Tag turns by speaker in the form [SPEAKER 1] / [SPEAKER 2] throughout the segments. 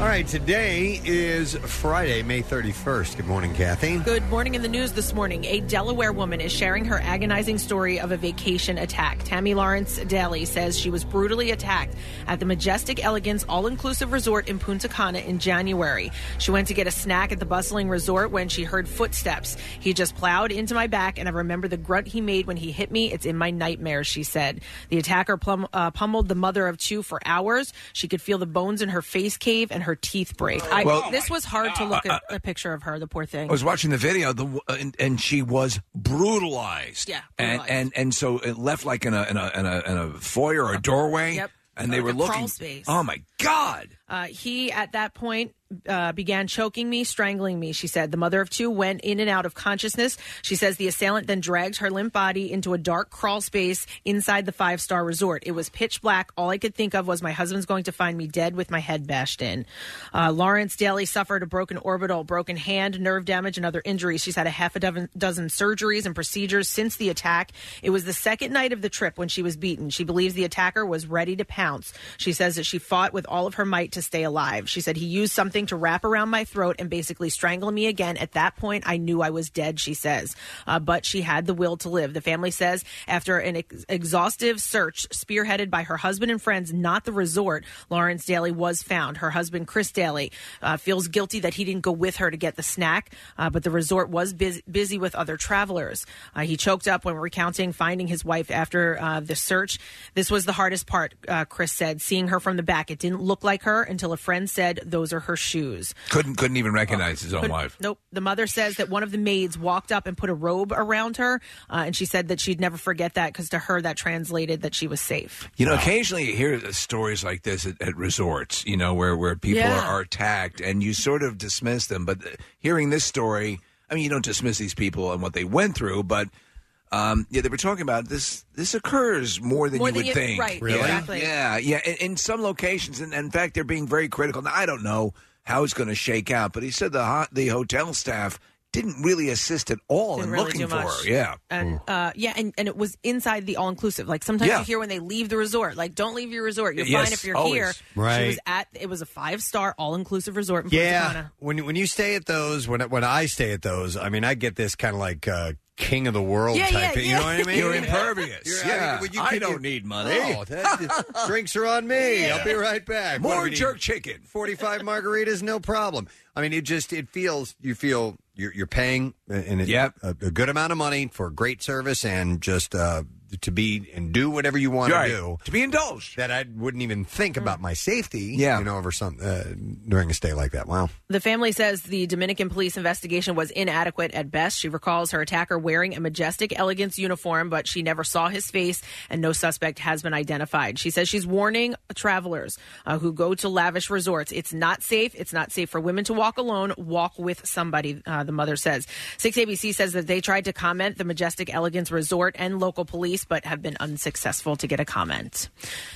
[SPEAKER 1] All right, today is Friday, May 31st. Good morning, Kathy.
[SPEAKER 2] Good morning in the news this morning. A Delaware woman is sharing her agonizing story of a vacation attack. Tammy Lawrence Daly says she was brutally attacked at the Majestic Elegance all inclusive resort in Punta Cana in January. She went to get a snack at the bustling resort when she heard footsteps. He just plowed into my back, and I remember the grunt he made when he hit me. It's in my nightmares, she said. The attacker plum, uh, pummeled the mother of two for hours. She could feel the bones in her face cave and her teeth break. I,
[SPEAKER 3] Well-
[SPEAKER 2] this was hard to look at a picture of her, the poor thing.
[SPEAKER 3] I was watching the video, the, uh, and, and she was brutalized.
[SPEAKER 2] Yeah,
[SPEAKER 3] and and and so it left like in a in a in a, in a foyer or a doorway.
[SPEAKER 2] Yep.
[SPEAKER 3] And they
[SPEAKER 2] Like
[SPEAKER 3] were
[SPEAKER 2] a crawl
[SPEAKER 3] looking.
[SPEAKER 2] space.
[SPEAKER 3] Oh my God!
[SPEAKER 2] Uh, he, at that point, uh, began choking me, strangling me, she said. The mother of two went in and out of consciousness. She says the assailant then dragged her limp body into a dark crawl space inside the five star resort. It was pitch black. All I could think of was my husband's going to find me dead with my head bashed in. Uh, Lawrence Daly suffered a broken orbital, broken hand, nerve damage, and other injuries. She's had a half a dozen, dozen surgeries and procedures since the attack. It was the second night of the trip when she was beaten. She believes the attacker was ready to pounce. She says that she fought with all of her might to stay alive. She said he used something to wrap around my throat and basically strangle me again. At that point, I knew I was dead, she says. Uh, but she had the will to live. The family says after an ex- exhaustive search spearheaded by her husband and friends, not the resort, Lawrence Daly was found. Her husband, Chris Daly, uh, feels guilty that he didn't go with her to get the snack, uh, but the resort was bus- busy with other travelers. Uh, he choked up when recounting finding his wife after uh, the search. This was the hardest part, uh, Chris said, seeing her from the back. It didn't look like her until a friend said, Those are her shoes.
[SPEAKER 3] Couldn't couldn't even recognize his own
[SPEAKER 2] Couldn't-
[SPEAKER 3] wife.
[SPEAKER 2] Nope. The mother says that one of the maids walked up and put a robe around her, uh, and she said that she'd never forget that because to her that translated that she was safe.
[SPEAKER 3] You know, occasionally you hear uh, stories like this at, at resorts. You know, where where people
[SPEAKER 2] Yeah.
[SPEAKER 3] are, are attacked, and you sort of dismiss them. But uh, hearing this story, I mean, you don't dismiss these people and what they went through, but. Um, yeah, they were talking about this. This occurs more than
[SPEAKER 2] More
[SPEAKER 3] you
[SPEAKER 2] than
[SPEAKER 3] would
[SPEAKER 2] you-
[SPEAKER 3] think.
[SPEAKER 2] right, Really?
[SPEAKER 3] Yeah,
[SPEAKER 2] exactly.
[SPEAKER 3] yeah. yeah. In, in some locations, and, and in fact, they're being very critical. Now, I don't know how it's going to shake out, but he said the ho- the hotel staff didn't really assist at all
[SPEAKER 2] Didn't
[SPEAKER 3] in
[SPEAKER 2] really
[SPEAKER 3] looking
[SPEAKER 2] do
[SPEAKER 3] for
[SPEAKER 2] much.
[SPEAKER 3] her. Yeah,
[SPEAKER 2] And
[SPEAKER 1] Mm.
[SPEAKER 2] uh, yeah, and, and it was inside the all inclusive. Like sometimes
[SPEAKER 3] Yeah.
[SPEAKER 2] you hear when they leave the resort, like don't leave your resort. You're
[SPEAKER 1] Yes,
[SPEAKER 2] fine if you're
[SPEAKER 1] always.
[SPEAKER 2] here. She
[SPEAKER 1] Right.
[SPEAKER 2] was at it was a five star all inclusive resort in Punta
[SPEAKER 1] Yeah,
[SPEAKER 2] Cana.
[SPEAKER 1] when when you stay at those, when when I stay at those, I mean, I get this kind of like uh, king of the world
[SPEAKER 2] Yeah,
[SPEAKER 1] type.
[SPEAKER 2] yeah,
[SPEAKER 1] thing,
[SPEAKER 2] yeah.
[SPEAKER 1] You know what I mean?
[SPEAKER 3] You're impervious. Yeah. I don't need money.
[SPEAKER 1] Oh, that- drinks are on me. I'll be right back.
[SPEAKER 3] More
[SPEAKER 1] What do we need?
[SPEAKER 3] jerk chicken.
[SPEAKER 1] Forty-five margaritas, no problem. I mean, it just it feels you feel you're, you're paying and
[SPEAKER 3] Yep.
[SPEAKER 1] a, a good amount of money for great service and just uh, to be and do whatever you want
[SPEAKER 3] Right.
[SPEAKER 1] to do
[SPEAKER 3] to be indulged.
[SPEAKER 1] That I wouldn't even think about my safety.
[SPEAKER 3] Yeah.
[SPEAKER 1] you know, over some uh, during a stay like that. Wow.
[SPEAKER 2] The family says the Dominican police investigation was inadequate at best. She recalls her attacker wearing a majestic elegance uniform, but she never saw his face, and no suspect has been identified. She says she's warning travelers uh, who go to lavish resorts it's not safe. It's not safe for women to walk alone. Walk with somebody, uh, the mother says. 6ABC says that they tried to comment the Majestic Elegance Resort and local police, but have been unsuccessful to get a comment.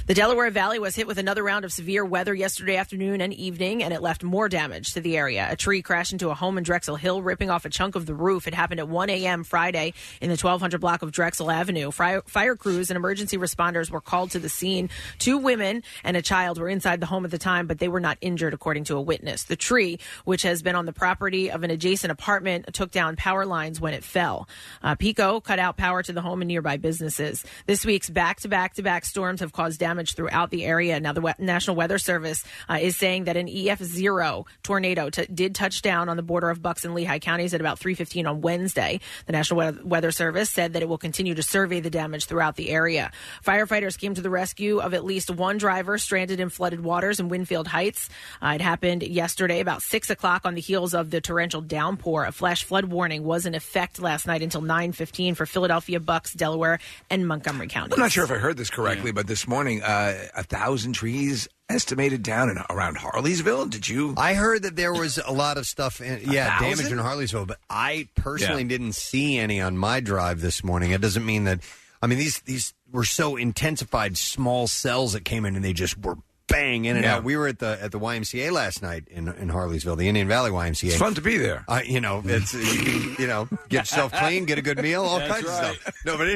[SPEAKER 2] The Delaware Valley was hit with another round of severe weather yesterday afternoon and evening, and it left more damage to the area. A tree crashed into a home in Drexel Hill, ripping off a chunk of the roof. It happened at 1 a.m. Friday in the 1200 block of Drexel Avenue. Fire, fire crews and emergency responders were called to the scene. Two women and a child were inside the home at the time, but they were not injured, according to a witness. The tree, which has been on the property of an adjacent apartment, took down power lines when it fell. Uh, Pico cut out power to the home and nearby businesses. This week's back to back to back storms have caused damage throughout the area. Now, the we- National Weather Service uh, is saying that an EF0 tornado t- did touch down on the border of Bucks and Lehigh counties at about 3:15 on Wednesday. The National Weather- Weather Service said that it will continue to survey the damage throughout the area. Firefighters came to the rescue of at least one driver stranded in flooded waters in Winfield Heights. Uh, it happened yesterday about six o'clock on the heels of the torrential downpour. A flash flood warning was in effect last night until 9:15 for Philadelphia, Bucks, Delaware, and Montgomery counties.
[SPEAKER 3] I'm not sure if I heard this correctly, but this morning, uh, a thousand trees estimated down in, around Harleysville. Did you?
[SPEAKER 1] I heard that there was a lot of stuff. In, yeah, damage in Harleysville, but I personally
[SPEAKER 3] Yeah.
[SPEAKER 1] didn't see any on my drive this morning. It doesn't mean that. I mean these these were so intensified small cells that came in and they just were bang in and
[SPEAKER 3] Yeah.
[SPEAKER 1] out. We were at the at the YMCA last night in in Harleysville, the Indian Valley YMCA.
[SPEAKER 3] It's fun to be there.
[SPEAKER 1] Uh, you know, it's you, can, you know, get yourself clean, get a good meal, all
[SPEAKER 3] That's
[SPEAKER 1] kinds
[SPEAKER 3] right.
[SPEAKER 1] of stuff. No, but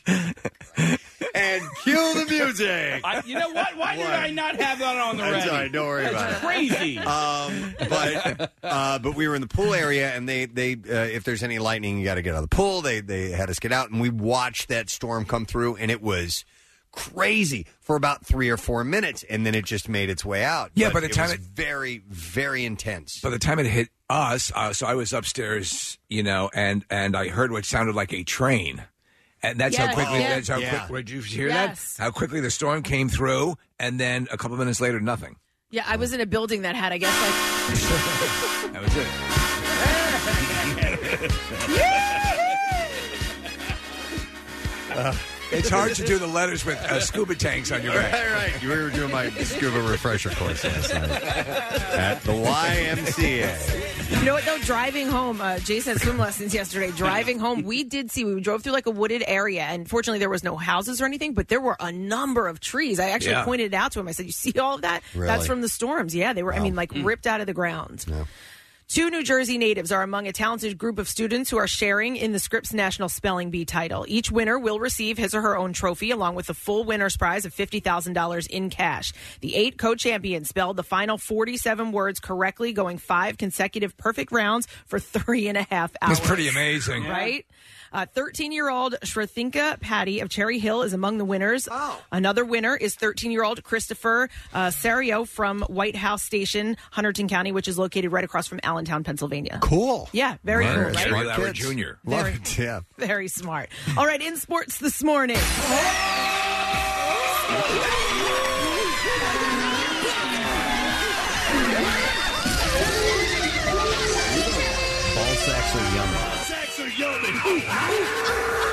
[SPEAKER 1] anyway, and cue the music.
[SPEAKER 4] I, you know what? Why did
[SPEAKER 1] What?
[SPEAKER 4] I not have that on the
[SPEAKER 1] I'm
[SPEAKER 4] ready?
[SPEAKER 1] sorry, don't worry
[SPEAKER 4] That's
[SPEAKER 1] about it.
[SPEAKER 4] crazy.
[SPEAKER 1] Um, but uh, but we were in the pool area, and they they uh, if there's any lightning, you got to get out of the pool. They they had us get out, and we watched that storm come through, and it was crazy for about three or four minutes, and then it just made its way out.
[SPEAKER 3] Yeah, by the
[SPEAKER 1] it
[SPEAKER 3] time
[SPEAKER 1] was
[SPEAKER 3] it-
[SPEAKER 1] very very intense.
[SPEAKER 3] By the time it hit us, uh, so I was upstairs, you know, and and I heard what sounded like a train, and that's
[SPEAKER 5] Yes,
[SPEAKER 3] how quickly.
[SPEAKER 5] yes.
[SPEAKER 3] That's how
[SPEAKER 5] Yeah.
[SPEAKER 3] quick. Did you hear
[SPEAKER 2] Yes.
[SPEAKER 3] that? How quickly the storm came through, and then a couple minutes later, nothing.
[SPEAKER 2] Yeah, I was in a building that had, I guess, like
[SPEAKER 3] That was it.
[SPEAKER 5] Uh,
[SPEAKER 3] It's hard to do the letters with uh, scuba tanks on your back.
[SPEAKER 1] Right, right. You were doing my scuba refresher course last night at the YMCA.
[SPEAKER 2] You know what though? Driving home, uh, Jason had swim lessons yesterday. Driving home, we did see we drove through like a wooded area, and fortunately there was no houses or anything, but there were a number of trees. I actually
[SPEAKER 6] Yeah.
[SPEAKER 2] pointed it out to him. I said, "You see all of that?
[SPEAKER 6] Really? Hmm.
[SPEAKER 2] That's from the storms." Yeah, they were. I mean, like ripped out of the ground. Two New Jersey natives are among a talented group of students who are sharing in the Scripps National Spelling Bee title. Each winner will receive his or her own trophy along with the full winner's prize of $50,000 in cash. The eight co-champions spelled the final 47 words correctly, going five consecutive perfect rounds for three and a half hours.
[SPEAKER 3] That's pretty amazing.
[SPEAKER 2] Right? Uh, 13-year-old Shrathinka Patty of Cherry Hill is among the winners. Oh. Another winner is 13-year-old Christopher uh, Sario from White House Station, Hunterton County, which is located right across from Allentown, Pennsylvania.
[SPEAKER 1] Cool.
[SPEAKER 2] Yeah, very
[SPEAKER 3] Wow.
[SPEAKER 2] cool,
[SPEAKER 3] Smart
[SPEAKER 2] right?
[SPEAKER 3] Lauer Jr.
[SPEAKER 1] Love it. Yeah.
[SPEAKER 2] Very smart. All right, in sports this morning.
[SPEAKER 1] Ball sacks are yummy.
[SPEAKER 4] Sex or yoga?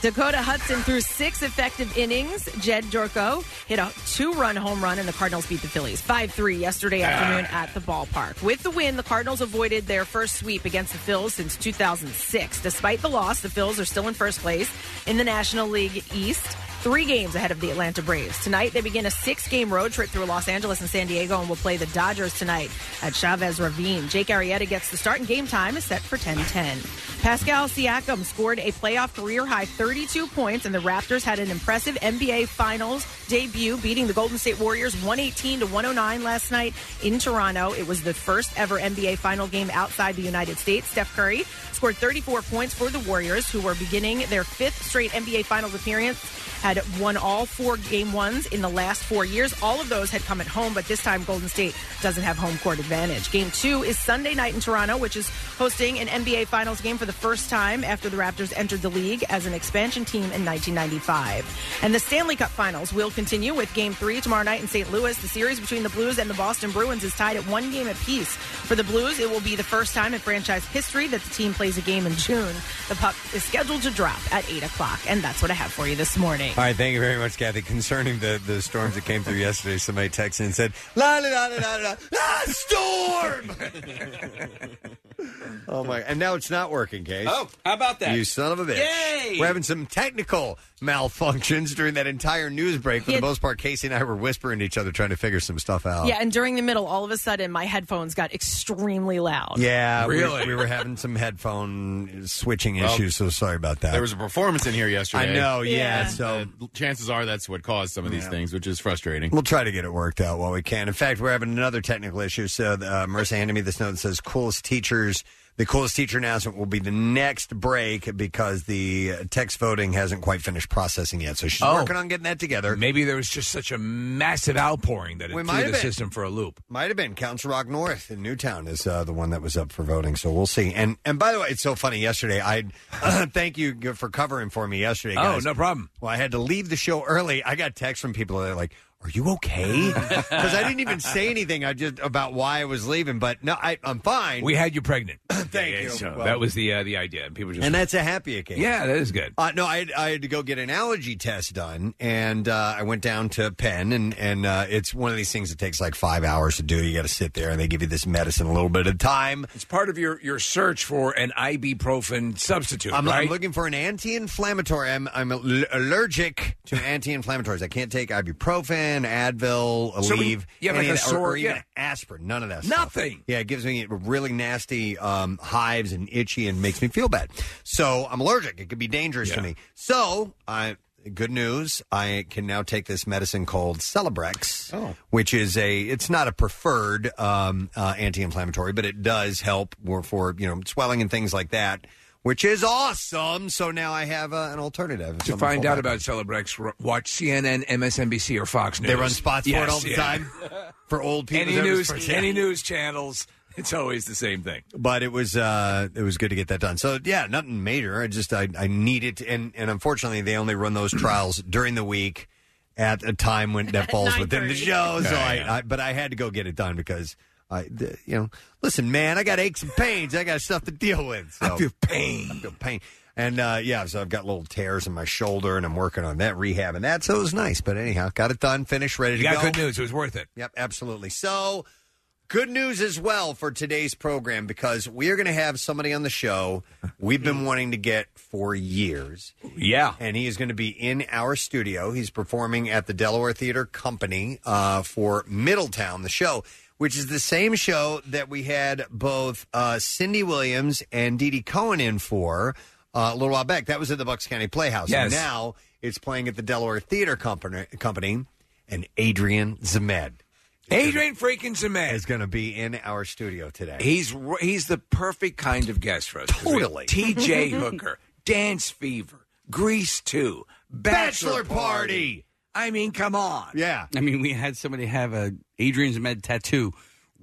[SPEAKER 2] Dakota Hudson threw six effective innings. Jed Durko hit a two run home run, and the Cardinals beat the Phillies 5 3 yesterday afternoon at the ballpark. With the win, the Cardinals avoided their first sweep against the Phils since 2006. Despite the loss, the Phils are still in first place in the National League East. Three games ahead of the Atlanta Braves. Tonight, they begin a six game road trip through Los Angeles and San Diego and will play the Dodgers tonight at Chavez Ravine. Jake Arrieta gets the start, and game time is set for 10 10. Pascal Siakam scored a playoff career high 32 points, and the Raptors had an impressive NBA Finals debut, beating the Golden State Warriors 118 to 109 last night in Toronto. It was the first ever NBA Final game outside the United States. Steph Curry scored 34 points for the Warriors, who were beginning their fifth straight NBA Finals appearance had won all four game ones in the last four years. All of those had come at home, but this time Golden State doesn't have home court advantage. Game two is Sunday night in Toronto, which is hosting an NBA Finals game for the first time after the Raptors entered the league as an expansion team in 1995. And the Stanley Cup Finals will continue with game three tomorrow night in St. Louis. The series between the Blues and the Boston Bruins is tied at one game apiece. For the Blues, it will be the first time in franchise history that the team plays a game in June. The puck is scheduled to drop at 8 o'clock, and that's what I have for you this morning.
[SPEAKER 1] All right, thank you very much, Kathy. Concerning the, the storms that came through yesterday, somebody texted and said, La la la la la la, la storm! Oh my! And now it's not working, Case.
[SPEAKER 4] Oh, how about that?
[SPEAKER 1] You son of a bitch!
[SPEAKER 4] Yay!
[SPEAKER 1] We're having some technical malfunctions during that entire news break. For
[SPEAKER 2] Yeah.
[SPEAKER 1] the most part, Casey and I were whispering to each other, trying to figure some stuff out.
[SPEAKER 2] Yeah, and during the middle, all of a sudden, my headphones got extremely loud.
[SPEAKER 1] Yeah, we- We, were having some headphone switching
[SPEAKER 7] Well,
[SPEAKER 1] issues, so sorry about that.
[SPEAKER 7] There was a performance in here yesterday.
[SPEAKER 1] I know, yeah, Yeah. so-
[SPEAKER 7] Uh, chances are that's what caused some of these things, which is frustrating.
[SPEAKER 1] We'll try to get it worked out while we can. In fact, we're having another technical issue. So uh, Marissa handed me this note that says coolest teachers. The coolest teacher announcement will be the next break because the uh, text voting hasn't quite finished processing yet. So she's
[SPEAKER 3] Oh,
[SPEAKER 1] working on getting that together.
[SPEAKER 3] Maybe there was just such a massive outpouring that it
[SPEAKER 1] We might
[SPEAKER 3] threw
[SPEAKER 1] have
[SPEAKER 3] the
[SPEAKER 1] been.
[SPEAKER 3] system for a loop.
[SPEAKER 1] Might have been Council Rock North in Newtown is uh, the one that was up for voting, so we'll see. And and by the way, it's so funny. Yesterday, I thank you for covering for me yesterday.
[SPEAKER 3] Oh,
[SPEAKER 1] guys.
[SPEAKER 3] no problem.
[SPEAKER 1] Well, I had to leave the show early. I got texts from people that are like, "Are you okay?" Because I didn't even say anything. I just about why I was leaving, but no, I, I'm fine.
[SPEAKER 5] We had you pregnant. Thank
[SPEAKER 1] you.
[SPEAKER 5] So
[SPEAKER 1] Well-
[SPEAKER 5] that was the uh, the idea, and people just
[SPEAKER 1] and that's a happy occasion.
[SPEAKER 5] Yeah, that is good.
[SPEAKER 1] Uh, no, I, I had to go get an allergy test done, and uh, I went down to Penn, and and uh, it's one of these things that takes like five hours to do. You got to sit there, and they give you this medicine a little bit at a time.
[SPEAKER 5] It's part of your your search for an ibuprofen substitute.
[SPEAKER 1] I'm,
[SPEAKER 5] right?
[SPEAKER 1] I'm looking for an anti-inflammatory. I'm, I'm al- allergic to anti-inflammatories. I can't take ibuprofen, Advil, Aleve,
[SPEAKER 5] So when you have, like,
[SPEAKER 1] any
[SPEAKER 5] a
[SPEAKER 1] of that- or-
[SPEAKER 5] sore-
[SPEAKER 1] or even
[SPEAKER 5] yeah.
[SPEAKER 1] aspirin. None of that.
[SPEAKER 5] Nothing.
[SPEAKER 1] Stuff. Yeah, it gives me really nasty um, hives and itchy and makes me feel bad. So I'm allergic. It could be dangerous to me. So I. Good news! I can now take this medicine called Celebrex,
[SPEAKER 5] Oh.
[SPEAKER 1] which is a. It's not a preferred um, uh, anti-inflammatory, but it does help for, for you know swelling and things like that, which is awesome. So now I have uh, an alternative
[SPEAKER 5] to find out about Celebrex, r- watch CNN, MSNBC, or Fox News.
[SPEAKER 1] They run spots for it
[SPEAKER 5] Yes,
[SPEAKER 1] all the
[SPEAKER 5] yeah.
[SPEAKER 1] time for old people.
[SPEAKER 5] Any
[SPEAKER 1] They're
[SPEAKER 5] news,
[SPEAKER 1] just-
[SPEAKER 5] any news channels. It's always the same thing.
[SPEAKER 1] but it was uh it was good to get that done. So yeah, nothing major. I just I I need it, and and unfortunately they only run those trials during the week at a time when that falls within the
[SPEAKER 6] 9:30.
[SPEAKER 1] show. So
[SPEAKER 6] Yeah,
[SPEAKER 1] I,
[SPEAKER 6] yeah.
[SPEAKER 1] I but I had to go get it done because. I, the, you know, listen, man. I got aches and pains. I got stuff to deal with. So. I feel
[SPEAKER 5] pain.
[SPEAKER 1] I feel pain. And uh, yeah, so I've got little tears in my shoulder, and I'm working on that rehab and that. So it was nice. But anyhow, got it done, finished, ready
[SPEAKER 5] You
[SPEAKER 1] to
[SPEAKER 5] got
[SPEAKER 1] go.
[SPEAKER 5] good news. It was worth it.
[SPEAKER 1] Yep, absolutely. So, good news as well for today's program because we are going to have somebody on the show we've been wanting to get for years.
[SPEAKER 5] Yeah.
[SPEAKER 1] And he is going to be in our studio. He's performing at the Delaware Theater Company uh, for Middletown, the show, which is the same show that we had both uh, Cindy Williams and Dee Dee Cohen in for uh, a little while back. That was at the Bucks County Playhouse.
[SPEAKER 5] Yes.
[SPEAKER 1] And now it's playing at the Delaware Theater Company. company and Adrian Zemed.
[SPEAKER 5] Adrian freaking Zemed
[SPEAKER 1] is going to be in our studio today.
[SPEAKER 5] He's r- he's the perfect kind of guest for us. 'cause we-
[SPEAKER 1] Totally.
[SPEAKER 5] T.J. Hooker, Dance Fever, Grease Two, Bachelor,
[SPEAKER 8] Bachelor Party.
[SPEAKER 5] Party. I mean, come on.
[SPEAKER 1] Yeah.
[SPEAKER 8] I mean, we had somebody have a Adrian's Med tattoo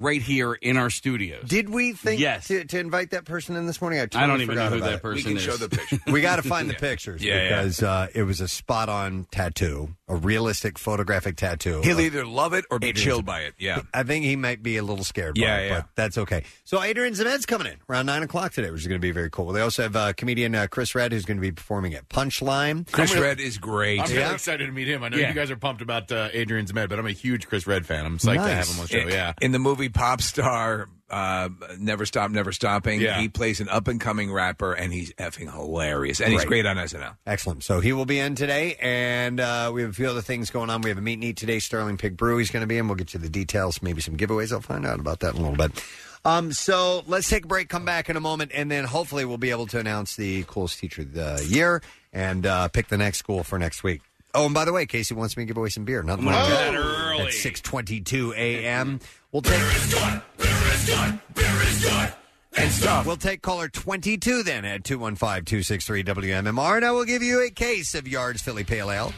[SPEAKER 8] right here in our studios.
[SPEAKER 1] Did we think
[SPEAKER 8] Yes.
[SPEAKER 1] to, to invite that person in this morning? I, totally
[SPEAKER 8] I don't even
[SPEAKER 1] forgot
[SPEAKER 8] know who
[SPEAKER 1] about
[SPEAKER 8] that
[SPEAKER 1] it.
[SPEAKER 8] person is.
[SPEAKER 1] we got to find the
[SPEAKER 8] Yeah.
[SPEAKER 1] pictures
[SPEAKER 8] Yeah, yeah.
[SPEAKER 1] because Uh, it was a spot on tattoo, a realistic photographic tattoo.
[SPEAKER 5] He'll either love it or be
[SPEAKER 1] Adrian's-
[SPEAKER 5] chilled by it. Yeah.
[SPEAKER 1] I think he might be a little scared by
[SPEAKER 5] Yeah,
[SPEAKER 1] it,
[SPEAKER 5] yeah.
[SPEAKER 1] but that's okay. So Adrian Zemed's coming in around 9 o'clock today, which is going to be very cool. They also have uh, comedian uh, Chris Red, who's going to be performing at Punchline.
[SPEAKER 5] Chris Red is great.
[SPEAKER 7] I'm
[SPEAKER 5] Yeah.
[SPEAKER 7] really excited to meet him. I know
[SPEAKER 5] Yeah.
[SPEAKER 7] you guys are pumped about uh, Adrian's med, but I'm a huge Chris Red fan. I'm psyched to have him on the show.
[SPEAKER 5] In-
[SPEAKER 7] Yeah.
[SPEAKER 5] In the movie Pop Star, uh, Never Stop, Never Stopping,
[SPEAKER 7] Yeah.
[SPEAKER 5] he plays an up and coming rapper, and he's effing hilarious, and he's
[SPEAKER 1] Great.
[SPEAKER 5] great on SNL.
[SPEAKER 1] Excellent. So he will be in today, and uh, we have a few other things going on. We have a meet and eat today. Sterling Pig Brew he's going to be in. We'll get you the details, maybe some giveaways. I'll find out about that in a little bit. Um, so let's take a break, come back in a moment, and then hopefully we'll be able to announce the coolest teacher of the year and uh, pick the next school for next week. Oh, and by the way, Casey wants me to give away some beer. Nothing wrong with that. At 6.22 a.m. We'll take... And stuff. We'll take caller 22 then at 215-263-WMMR, and I will give you a case of Yards Philly Pale Ale.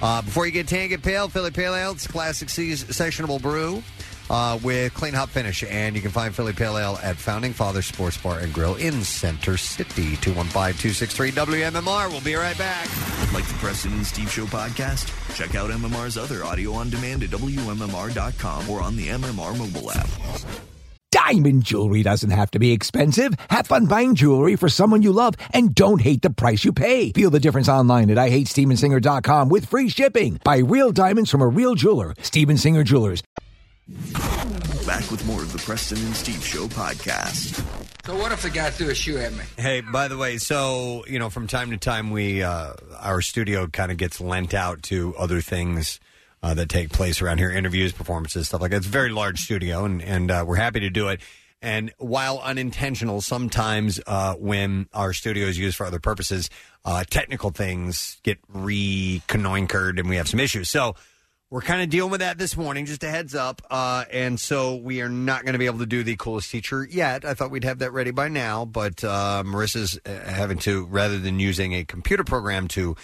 [SPEAKER 1] Uh, before you get tan, get pale. Philly Pale Ale, it's a classic seas- sessionable brew uh, with clean hop finish. And you can find Philly Pale Ale at Founding Father Sports Bar and Grill in Center City. 215-263-WMMR. We'll be right back.
[SPEAKER 9] Like the Preston and Steve Show podcast? Check out MMR's other audio on demand at WMMR.com or on the MMR mobile app.
[SPEAKER 10] Diamond jewelry doesn't have to be expensive. Have fun buying jewelry for someone you love and don't hate the price you pay. Feel the difference online at IHateStevensinger.com with free shipping. Buy real diamonds from a real jeweler. Steven Singer Jewelers.
[SPEAKER 9] Back with more of the Preston and Steve Show podcast.
[SPEAKER 11] So what if the guy threw a shoe at me?
[SPEAKER 1] Hey, by the way, so you know, from time to time, we uh, our studio kind of gets lent out to other things uh, that take place around here, interviews, performances, stuff like that. It's a very large studio, and and uh, we're happy to do it. And while unintentional, sometimes uh, when our studio is used for other purposes, uh, technical things get reconnoinkered and we have some issues. So we're kind of dealing with that this morning, just a heads up. Uh, and so we are not going to be able to do the coolest teacher yet. I thought we'd have that ready by now, but uh, Marissa's uh, having to, rather than using a computer program to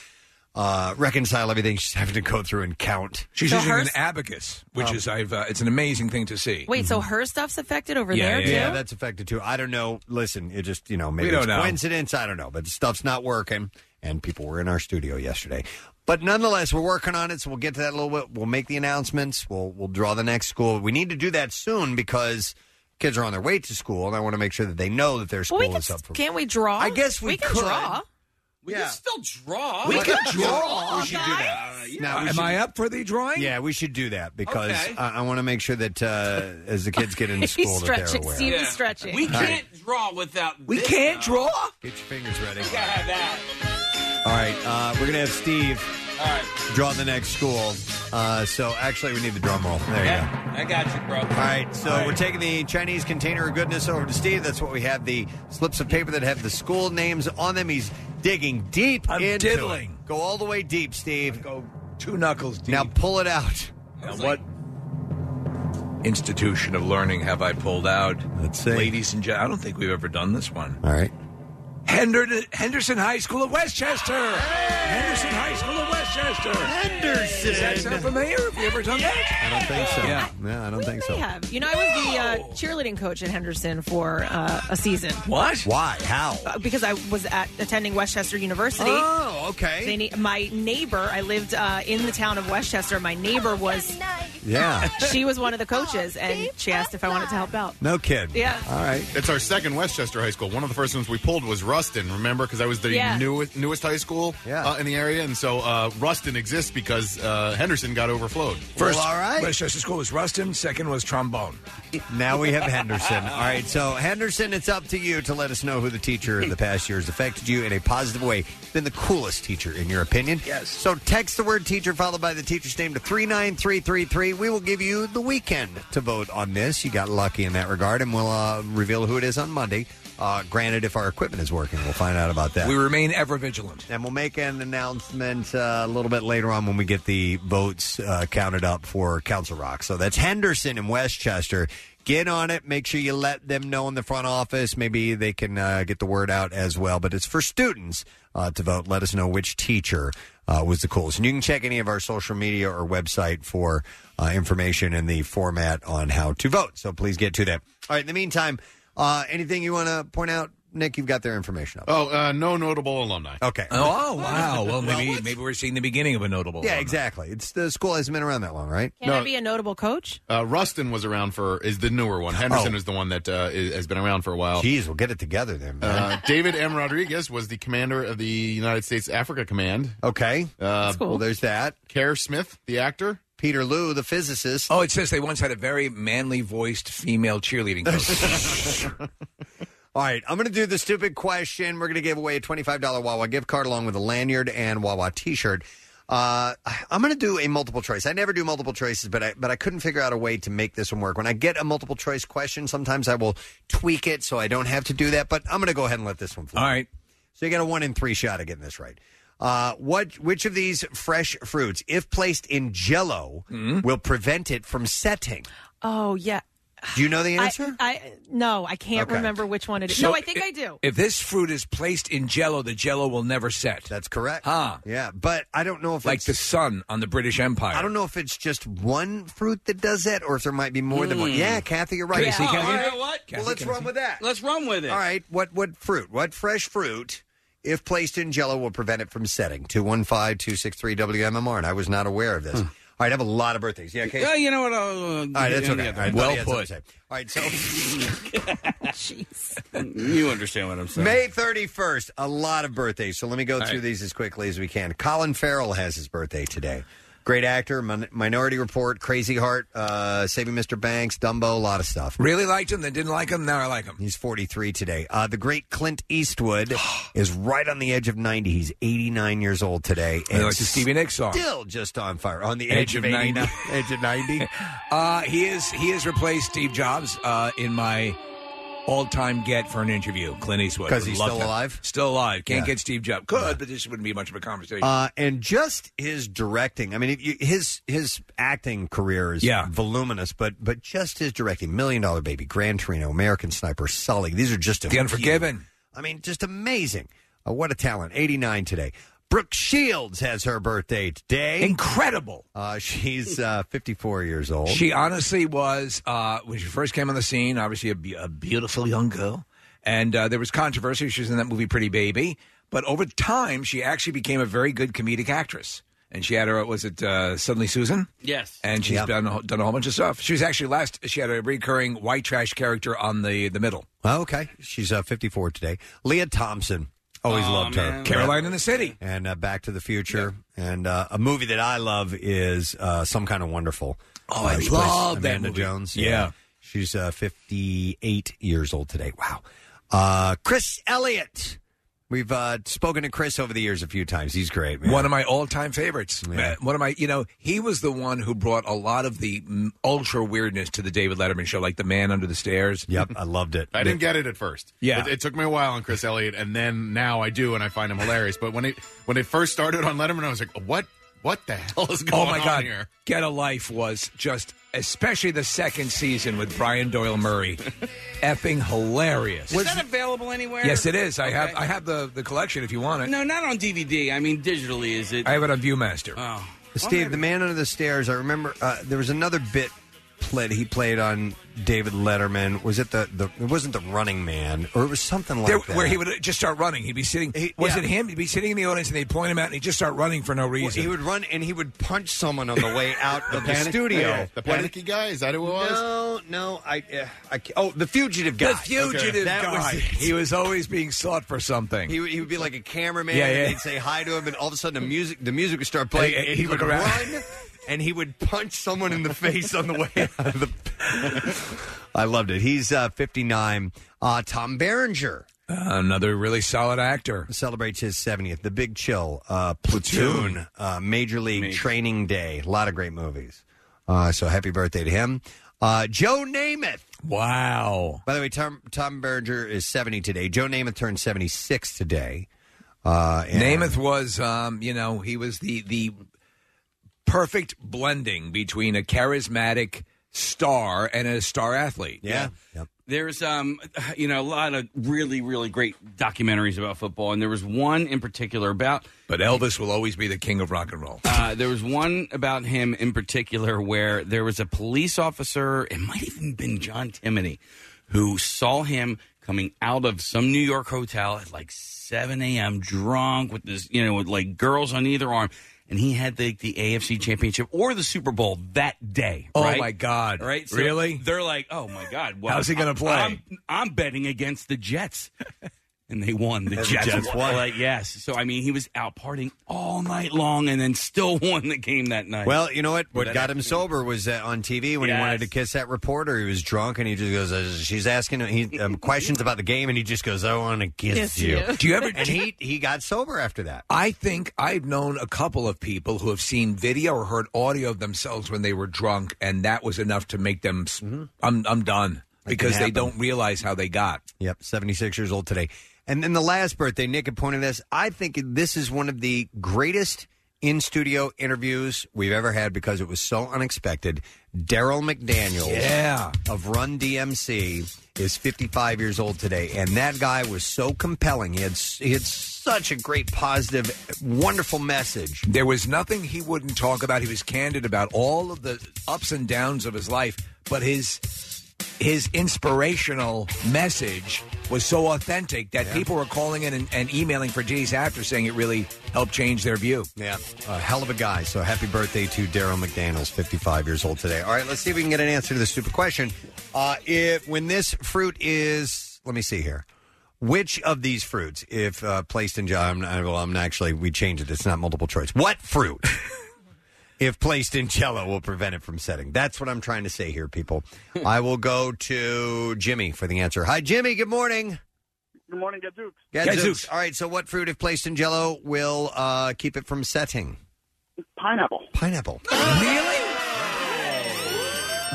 [SPEAKER 1] uh, reconcile everything, she's having to go through and count. Oh.
[SPEAKER 5] She's
[SPEAKER 2] So
[SPEAKER 5] using
[SPEAKER 2] her
[SPEAKER 5] an
[SPEAKER 2] s-
[SPEAKER 5] abacus, which is I've uh, it's an amazing thing to see.
[SPEAKER 2] Wait, so her stuff's affected over there
[SPEAKER 1] Mm-hmm. yeah,
[SPEAKER 2] too?
[SPEAKER 1] that's affected too. I don't know. Listen, it just you know maybe
[SPEAKER 5] We don't
[SPEAKER 1] it's
[SPEAKER 5] know.
[SPEAKER 1] coincidence. I don't know, but the stuff's not working. And people were in our studio yesterday. But nonetheless, we're working on it, so we'll get to that a little bit. We'll make the announcements. We'll we'll draw the next school. We need to do that soon because kids are on their way to school, and I want to make sure that they know that their school
[SPEAKER 2] we can,
[SPEAKER 1] is up for.
[SPEAKER 2] can't we draw?
[SPEAKER 1] I guess we
[SPEAKER 2] we can
[SPEAKER 1] could.
[SPEAKER 2] draw.
[SPEAKER 1] We can Yeah.
[SPEAKER 2] still draw.
[SPEAKER 1] We could draw.
[SPEAKER 2] We should do that.
[SPEAKER 1] Now, we
[SPEAKER 3] Am
[SPEAKER 1] should-
[SPEAKER 3] I up for the drawing?
[SPEAKER 1] Yeah, we should do that because
[SPEAKER 3] Okay.
[SPEAKER 1] I, I want to make sure that uh, as the kids get into school, that they're aware.
[SPEAKER 4] Yeah. We
[SPEAKER 1] All right.
[SPEAKER 4] can't draw without.
[SPEAKER 1] We
[SPEAKER 4] this,
[SPEAKER 1] can't
[SPEAKER 4] though.
[SPEAKER 1] draw? Get your fingers ready.
[SPEAKER 4] You gotta have that.
[SPEAKER 1] All right, uh, we're gonna have Steve
[SPEAKER 4] All right.
[SPEAKER 1] draw the next school. Uh, so actually, we need the drum roll. There you go.
[SPEAKER 4] I got you, bro.
[SPEAKER 1] All right, so we're taking the Chinese container of goodness over to Steve. That's what we have the slips of paper that have the school names on them. He's digging deep
[SPEAKER 3] I'm
[SPEAKER 1] into
[SPEAKER 3] diddling.
[SPEAKER 1] it. Go all the way deep, Steve.
[SPEAKER 3] Go two knuckles deep.
[SPEAKER 1] Now pull it out.
[SPEAKER 3] Now, what institution of learning have I pulled out?
[SPEAKER 1] Let's see.
[SPEAKER 3] Ladies and gentlemen, I don't think we've ever done this one.
[SPEAKER 1] All right.
[SPEAKER 3] Henderson, Henderson High School of Westchester. Henderson High School of Westchester.
[SPEAKER 1] Henderson.
[SPEAKER 3] Does that sound familiar? Have you ever done that?
[SPEAKER 1] I don't think so.
[SPEAKER 3] Yeah.
[SPEAKER 1] No, I don't think
[SPEAKER 2] I
[SPEAKER 1] so.
[SPEAKER 2] have. You know, I was the uh, cheerleading coach at Henderson for uh, a season.
[SPEAKER 3] What?
[SPEAKER 1] Why? How?
[SPEAKER 2] Uh, Because I was at attending Westchester University.
[SPEAKER 1] Oh, okay.
[SPEAKER 2] They ne- my neighbor, I lived uh, in the town of Westchester. My neighbor was,
[SPEAKER 1] Yeah.
[SPEAKER 2] she was one of the coaches, and she asked if I wanted to help out.
[SPEAKER 1] No kid.
[SPEAKER 2] Yeah.
[SPEAKER 1] All right.
[SPEAKER 7] It's our second Westchester high school. One of the first ones we pulled was Ruston, remember? Because I was the
[SPEAKER 2] Yeah.
[SPEAKER 7] newest, newest high school uh, in the area. And so uh, Ruston exists because uh, Henderson got overflowed.
[SPEAKER 3] First, Westchester School was Ruston. Second was trombone.
[SPEAKER 1] Now we have Henderson. All right, so Henderson, it's up to you to let us know who the teacher of the past year has affected you in a positive way. Been the coolest teacher, in your opinion. Yes. So text the word teacher followed by the teacher's name to 39333. We will give you the weekend to vote on this. You got lucky in that regard, and we'll uh, reveal who it is on Monday. Uh, granted, if our equipment is working, we'll find out about that.
[SPEAKER 3] We remain ever vigilant.
[SPEAKER 1] And we'll make an announcement uh, a little bit later on when we get the votes uh, counted up for Council Rock. So that's Henderson in Westchester. Get on it. Make sure you let them know in the front office. Maybe they can uh, get the word out as well. But it's for students uh, to vote. Let us know which teacher uh, was the coolest. And you can check any of our social media or website for uh, information and the format on how to vote. So please get to that. All right. In the meantime, uh, anything you want to point out, Nick? You've got their information up.
[SPEAKER 7] Oh, uh, no notable alumni.
[SPEAKER 1] Okay.
[SPEAKER 3] Oh wow! Well, maybe
[SPEAKER 1] what's-
[SPEAKER 3] maybe we're seeing the beginning of a notable.
[SPEAKER 1] Yeah, exactly. It's the school hasn't been around that long, right?
[SPEAKER 2] Can I be a notable coach?
[SPEAKER 7] Uh, Ruston was around for is the newer one. Henderson
[SPEAKER 1] Oh.
[SPEAKER 7] is the one that uh, is, has been around for a while.
[SPEAKER 1] Jeez, we'll get it together then.
[SPEAKER 7] Uh, David M. Rodriguez was the commander of the United States Africa Command.
[SPEAKER 1] Okay.
[SPEAKER 7] Uh,
[SPEAKER 1] Well, there's that.
[SPEAKER 7] Kerr Smith, the actor.
[SPEAKER 1] Peter Liu, the physicist.
[SPEAKER 3] Oh, it says they once had a very manly voiced female cheerleading coach.
[SPEAKER 1] All right, I'm going to do the stupid question. We're going to give away a $25 Wawa gift card along with a lanyard and Wawa T-shirt. Uh, I'm going to do a multiple choice. I never do multiple choices, but I but I couldn't figure out a way to make this one work. When I get a multiple choice question, sometimes I will tweak it so I don't have to do that. But I'm going to go ahead and let this one fly.
[SPEAKER 3] All right.
[SPEAKER 1] So you got a one in three shot at getting this right. Uh, what which of these fresh fruits, if placed in Jello,
[SPEAKER 3] Mm-hmm.
[SPEAKER 1] will prevent it from setting?
[SPEAKER 2] Oh, yeah.
[SPEAKER 1] Do you know the
[SPEAKER 2] I-
[SPEAKER 1] answer?
[SPEAKER 2] I, no, I can't
[SPEAKER 1] Okay.
[SPEAKER 2] remember which one it is.
[SPEAKER 3] So
[SPEAKER 2] no, I think
[SPEAKER 3] i-
[SPEAKER 2] I do.
[SPEAKER 3] If this fruit is placed in Jello, the Jello will never set.
[SPEAKER 1] That's correct.
[SPEAKER 3] Huh?
[SPEAKER 1] Yeah, but I don't know if
[SPEAKER 3] like
[SPEAKER 1] it's-
[SPEAKER 3] the sun on the British Empire.
[SPEAKER 1] I don't know if it's just one fruit that does that, or if there might be more than one.
[SPEAKER 3] Mm.
[SPEAKER 1] Yeah, Kathy, you're right.
[SPEAKER 3] Yeah. Casey, Oh, Kathy? all right,
[SPEAKER 1] Well,
[SPEAKER 3] what? Kathy,
[SPEAKER 1] let's
[SPEAKER 3] Kathy.
[SPEAKER 1] run with that.
[SPEAKER 4] Let's run with it.
[SPEAKER 1] All right. What what fruit? What fresh fruit, if placed in Jello, will prevent it from setting? Two one five two six three WMMR, and I was not aware of this. All right, I have a lot of birthdays. Yeah, Casey.
[SPEAKER 4] Hmm. Yeah, you know what? I'll, uh,
[SPEAKER 1] All right, that's okay.
[SPEAKER 4] give you the
[SPEAKER 1] All
[SPEAKER 4] other
[SPEAKER 1] right,
[SPEAKER 4] one.
[SPEAKER 1] Buddy has something to say. All right, so
[SPEAKER 4] you understand what I'm saying.
[SPEAKER 1] May 31st, a lot of birthdays. So let me go through
[SPEAKER 4] right.
[SPEAKER 1] these as quickly as we can. Colin Farrell has his birthday today. Great actor, Min- Minority Report, Crazy Heart, uh, Saving Mr. Banks, Dumbo, a lot of stuff.
[SPEAKER 3] Really liked him, then didn't like him. Now I like him.
[SPEAKER 1] He's 43 today. Uh, the great Clint Eastwood is right on the edge of 90. He's 89 years old today.
[SPEAKER 3] I like the Stevie Nicks song.
[SPEAKER 1] Still just on fire. On the edge,
[SPEAKER 3] Edge
[SPEAKER 1] of
[SPEAKER 3] of
[SPEAKER 1] 89.
[SPEAKER 3] 90.
[SPEAKER 1] edge of 90.
[SPEAKER 3] Uh, he is he has replaced Steve Jobs uh, in my all time get for an interview. Clint Eastwood
[SPEAKER 1] 'Cause he's
[SPEAKER 3] Love
[SPEAKER 1] still
[SPEAKER 3] that.
[SPEAKER 1] alive?
[SPEAKER 3] Still alive. Can't
[SPEAKER 1] Yeah.
[SPEAKER 3] get Steve Jobs. Could, but this wouldn't be much of a conversation.
[SPEAKER 1] Uh, and just his directing. I mean, if you, his his acting career is
[SPEAKER 3] Yeah.
[SPEAKER 1] voluminous, but but just his directing, Million Dollar Baby, Gran Torino, American Sniper, Sully. These are just a
[SPEAKER 3] the
[SPEAKER 1] few.
[SPEAKER 3] Unforgiven.
[SPEAKER 1] I mean, just amazing. Uh, what a talent. 89 today. Brooke Shields has her birthday today.
[SPEAKER 3] Incredible.
[SPEAKER 1] Uh, she's uh, 54 years old.
[SPEAKER 3] She honestly was uh, when she first came on the scene. Obviously, a, be- a beautiful young girl, and uh, there was controversy. She was in that movie Pretty Baby, but over time, she actually became a very good comedic actress. and she had her was it uh, suddenly Susan?
[SPEAKER 4] Yes.
[SPEAKER 3] and she's
[SPEAKER 4] Yep.
[SPEAKER 3] done a- done a whole bunch of stuff. She was actually last. She had a recurring white trash character on the the middle.
[SPEAKER 1] Oh, okay. She's uh, 54 today. Leah Thompson. Always
[SPEAKER 3] Aw,
[SPEAKER 1] loved her.
[SPEAKER 3] man. Caroline in the City.
[SPEAKER 1] And uh, Back to the Future. And uh, a movie that I love is uh, Some Kind of Wonderful.
[SPEAKER 3] Oh,
[SPEAKER 1] Uh,
[SPEAKER 3] I
[SPEAKER 1] she plays
[SPEAKER 3] love that
[SPEAKER 1] Amanda
[SPEAKER 3] movie.
[SPEAKER 1] Jones.
[SPEAKER 3] Yeah.
[SPEAKER 1] She's uh, 58 years old today. Wow. Uh, Chris Elliott. We've uh, spoken to Chris over the years a few times. He's great, man.
[SPEAKER 3] One of my all time favorites. Man, One of my, you know, he was the one who brought a lot of the mm, ultra weirdness to the David Letterman show, like the man under the stairs.
[SPEAKER 1] Yep, I loved it.
[SPEAKER 7] I didn't get it at first.
[SPEAKER 3] Yeah.
[SPEAKER 7] it, it took me a while on Chris Elliott, and then now I do, and I find him hilarious. But when it when it first started on Letterman, I was like, "What? What the hell is going
[SPEAKER 3] oh my
[SPEAKER 7] on
[SPEAKER 3] God!
[SPEAKER 7] here?"
[SPEAKER 3] Get a life was just, especially the second season with Brian Doyle Murray, effing hilarious.
[SPEAKER 4] Is that available anywhere?
[SPEAKER 3] yes, it is. I
[SPEAKER 4] Okay.
[SPEAKER 3] have I have the the collection if you want it.
[SPEAKER 4] No, not on DVD. I mean, digitally, is it?
[SPEAKER 3] I have it on ViewMaster.
[SPEAKER 4] Oh.
[SPEAKER 1] Steve, the man under the stairs. I remember uh, there was another bit played he played on David Letterman. Was it the, the it wasn't the Running Man or it was something like
[SPEAKER 3] There-
[SPEAKER 1] that?
[SPEAKER 3] where he would just start running. He'd be sitting. was it him? He'd be sitting in the audience and they'd point him out and he'd just start running for no reason.
[SPEAKER 1] he would run and he would punch someone on the way out of the
[SPEAKER 7] panic-
[SPEAKER 1] studio.
[SPEAKER 7] yeah, the
[SPEAKER 1] What-
[SPEAKER 7] panicky guy is that who it was?
[SPEAKER 1] No, no. I, uh, I ca- oh the fugitive guy.
[SPEAKER 3] The fugitive
[SPEAKER 1] That was
[SPEAKER 3] guy.
[SPEAKER 1] it.
[SPEAKER 3] he was always being sought for something.
[SPEAKER 1] He would, he would be like a cameraman.
[SPEAKER 3] Yeah,
[SPEAKER 1] and
[SPEAKER 3] yeah.
[SPEAKER 1] They'd say hi to him, and all of a sudden the music the music would start playing.
[SPEAKER 3] And he-
[SPEAKER 1] and
[SPEAKER 3] he would run.
[SPEAKER 1] run, and he would punch someone in the face on the way out of the. I loved it. He's uh, fifty nine. Uh, Tom Berenger.
[SPEAKER 3] Uh, Another really solid actor.
[SPEAKER 1] Celebrates his 70th. The Big Chill, uh, Platoon, Uh, Major League Training Day. A lot of great movies. Uh, so happy birthday to him. Uh, Joe Namath.
[SPEAKER 3] Wow.
[SPEAKER 1] By the way, Tom, Tom Berenger is 70 today. Joe Namath turned 76 today. Uh, and-
[SPEAKER 3] Namath was, um, you know, he was the the perfect blending between a charismatic star and a star athlete.
[SPEAKER 4] Yeah. There's um you know a lot of really really great documentaries about football and there was one in particular about
[SPEAKER 3] but Elvis will always be the king of rock and roll.
[SPEAKER 4] Uh, there was one about him in particular where there was a police officer it might even been John Timoney who saw him coming out of some New York hotel at like 7 a.m. drunk with this you know with like girls on either arm and he had the, the AFC championship or the Super Bowl that day
[SPEAKER 3] Oh
[SPEAKER 4] right?
[SPEAKER 3] my God!
[SPEAKER 4] right So
[SPEAKER 3] really?
[SPEAKER 4] they're like oh my God well,
[SPEAKER 3] How's he gonna
[SPEAKER 4] I'm-
[SPEAKER 3] play?
[SPEAKER 4] I'm, I'm betting against the Jets and they won. The
[SPEAKER 3] And the
[SPEAKER 4] Jets,
[SPEAKER 3] Jets won.
[SPEAKER 4] Like, yes. So I mean, he was out partying all night long, and then still won the game that night.
[SPEAKER 1] Well, you know what?
[SPEAKER 4] That
[SPEAKER 1] What got him sober was uh, on TV when he wanted to kiss that reporter. He was drunk and he just goes, uh, "She's asking he, um, questions about the game," and he just goes, "I want to kiss
[SPEAKER 3] Kiss
[SPEAKER 1] you."
[SPEAKER 3] you. Do you ever-
[SPEAKER 1] And he he got sober after that.
[SPEAKER 3] I think I've known a couple of people who have seen video or heard audio of themselves when they were drunk, and that was enough to make them. s I'm I'm done because they
[SPEAKER 1] Mm-hmm. happen.
[SPEAKER 3] don't realize how they got.
[SPEAKER 1] Yep, seventy six years old today. And then the last birthday, Nick had pointed this. I think this is one of the greatest in studio interviews we've ever had because it was so unexpected. Daryl McDaniel,
[SPEAKER 3] Yeah.
[SPEAKER 1] of Run DMC, is fifty five years old today, and that guy was so compelling. He had s- he had such a great, positive, wonderful message.
[SPEAKER 3] There was nothing he wouldn't talk about. He was candid about all of the ups and downs of his life, but his his inspirational message was so authentic that people were calling in and, and emailing for days after saying it really helped change their view.
[SPEAKER 1] Yeah, a hell of a guy. So happy birthday to Daryl McDaniels, 55 years old today. All right, let's see if we can get an answer to this stupid question. Uh, if when this fruit is, let me see here, which of these fruits, if uh, placed in jar, I'm, well, I'm actually we changed it. It's not multiple choice. What fruit, if placed in Jello, will prevent it from setting? That's what I'm trying to say here, people. I will go to Jimmy for the answer. Hi, Jimmy. Good morning.
[SPEAKER 6] Good morning, Gadooks.
[SPEAKER 1] Gadzooks. All right. So, what fruit, if placed in Jello, will uh, keep it from setting?
[SPEAKER 6] Pineapple.
[SPEAKER 1] Pineapple.
[SPEAKER 3] What?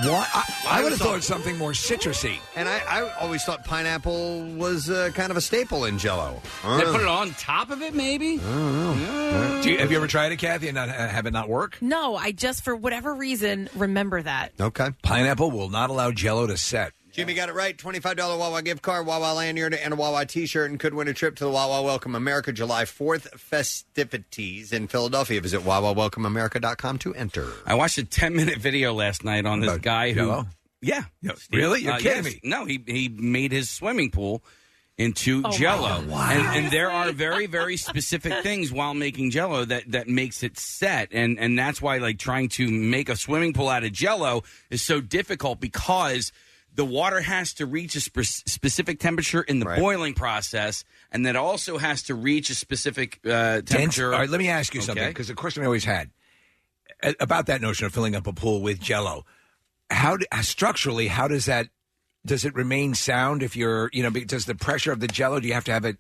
[SPEAKER 3] I, I
[SPEAKER 1] I
[SPEAKER 3] would have
[SPEAKER 1] was all-
[SPEAKER 3] thought something more citrusy.
[SPEAKER 1] And I, I always thought pineapple was uh, kind of a staple in Jello.
[SPEAKER 4] they put it on top of it, maybe.
[SPEAKER 3] Do you, have you ever tried it, Kathy, and not, uh, have it not work?
[SPEAKER 2] No, I just for whatever reason remember that.
[SPEAKER 1] Okay.
[SPEAKER 3] Pineapple will not allow Jello to set.
[SPEAKER 1] Jimmy got it right. Twenty-five dollar Wawa gift card, Wawa lanyard, and a Wawa T-shirt, and could win a trip to the Wawa Welcome America July Fourth festivities in Philadelphia. Visit WawaWelcomeAmerica.com to enter.
[SPEAKER 4] I watched a ten minute video last night on this guy who.
[SPEAKER 1] Jello?
[SPEAKER 4] Yeah. Uh,
[SPEAKER 3] really? You're kidding me.
[SPEAKER 4] No, he he made his swimming pool into
[SPEAKER 8] Oh,
[SPEAKER 4] jello.
[SPEAKER 8] wow. Wow.
[SPEAKER 4] And, and there are very, very specific things while making jello that, that makes it set. And, and that's why, like, trying to make a swimming pool out of jello is so difficult because the water has to reach a spe- specific temperature in the boiling process, and that also has to reach a specific uh,
[SPEAKER 3] Dense-
[SPEAKER 4] temperature.
[SPEAKER 3] All right, let me ask you something
[SPEAKER 4] Okay.
[SPEAKER 3] because the question I always had a- about that notion of filling up a pool with Jello. How do, uh, structurally, how does that? Does it remain sound if you're, you know, be- does the pressure of the Jello? Do you have to have it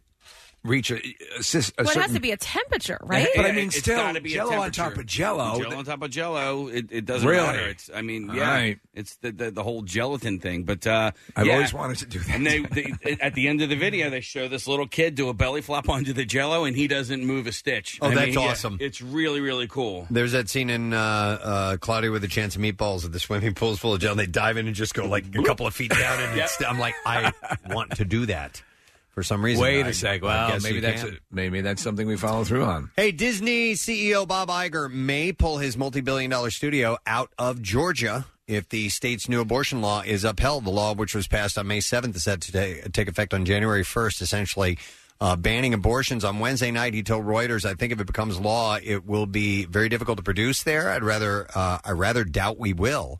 [SPEAKER 3] reach a, a, cis- a
[SPEAKER 2] well, it
[SPEAKER 3] certain?
[SPEAKER 2] has to be a temperature, right?
[SPEAKER 3] But I mean,
[SPEAKER 4] It's
[SPEAKER 3] still,
[SPEAKER 4] gotta be a
[SPEAKER 3] Jello on top
[SPEAKER 4] temperature.
[SPEAKER 3] of Jello.
[SPEAKER 4] Jello on top of Jello. It, it doesn't
[SPEAKER 3] Really?
[SPEAKER 4] matter. It's, I mean,
[SPEAKER 3] All
[SPEAKER 4] yeah,
[SPEAKER 3] right.
[SPEAKER 4] it's the, the the whole gelatin thing. But uh,
[SPEAKER 3] I've
[SPEAKER 4] yeah.
[SPEAKER 3] always wanted to do that.
[SPEAKER 4] And they, they at the end of the video, they show this little kid do a belly flop onto the Jello, and he doesn't move a stitch.
[SPEAKER 1] Oh,
[SPEAKER 4] I
[SPEAKER 1] that's
[SPEAKER 4] mean, yeah,
[SPEAKER 1] awesome.
[SPEAKER 4] it's really really cool.
[SPEAKER 1] There's that scene in uh, uh, Cloudy with a Chance of Meatballs at the swimming pool's full of gel. and They dive in and just go like a couple of feet down, and it's, I'm like, I want to do that for some reason.
[SPEAKER 3] Wait
[SPEAKER 1] a
[SPEAKER 3] a sec. Well, maybe that's a, maybe that's something we follow through on.
[SPEAKER 1] Hey, Disney CEO Bob Iger may pull his multi-billion dollar studio out of Georgia if the state's new abortion law is upheld. The law, which was passed on May 7th, is set to ta- take effect on January 1st, essentially uh, banning abortions. On Wednesday night, he told Reuters, I think if it becomes law, it will be very difficult to produce there. I'd rather, uh, I rather doubt we will.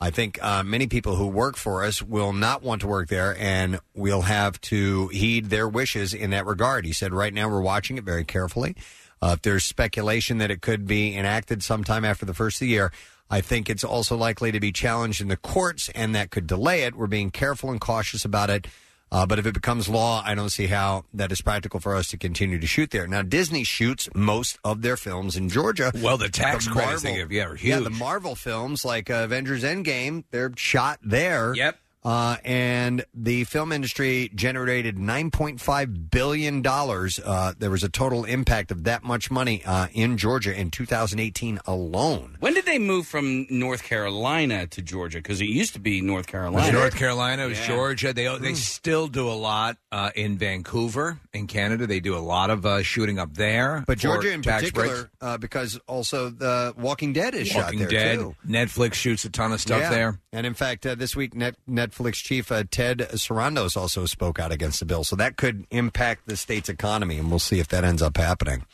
[SPEAKER 1] I think uh, many people who work for us will not want to work there, and we'll have to heed their wishes in that regard. He said, right now we're watching it very carefully. Uh, if there's speculation that it could be enacted sometime after the first of the year, I think it's also likely to be challenged in the courts, and that could delay it. We're being careful and cautious about it. Uh, but if it becomes law, I don't see how that is practical for us to continue to shoot there. Now, Disney shoots most of their films in Georgia.
[SPEAKER 3] Well, the tax credits they give, yeah, are
[SPEAKER 1] Yeah, the
[SPEAKER 3] huge.
[SPEAKER 1] Marvel films like uh, Avengers Endgame, they're shot there. Yep. Uh, and the film industry generated $9.5 billion. Uh, there was a total impact of that much money uh, in Georgia in 2018 alone.
[SPEAKER 4] When did they move from North Carolina to Georgia? Because it used to be North Carolina.
[SPEAKER 3] North Carolina, it was
[SPEAKER 4] Yeah. Hmm.
[SPEAKER 3] Georgia. They they still do a lot uh, in Vancouver, in Canada. They do a lot of uh, shooting up there.
[SPEAKER 1] But
[SPEAKER 3] for
[SPEAKER 1] Georgia in
[SPEAKER 3] tax breaks.
[SPEAKER 1] particular, uh, because also the Walking Dead is
[SPEAKER 3] Walking
[SPEAKER 1] shot there
[SPEAKER 3] Dead,
[SPEAKER 1] too.
[SPEAKER 3] Netflix shoots a ton of stuff
[SPEAKER 1] Yeah.
[SPEAKER 3] there.
[SPEAKER 1] And in fact, uh, this week Net- Netflix chief uh, Ted Sarandos also spoke out against the bill, so that could impact the state's economy, and we'll see if that ends up happening.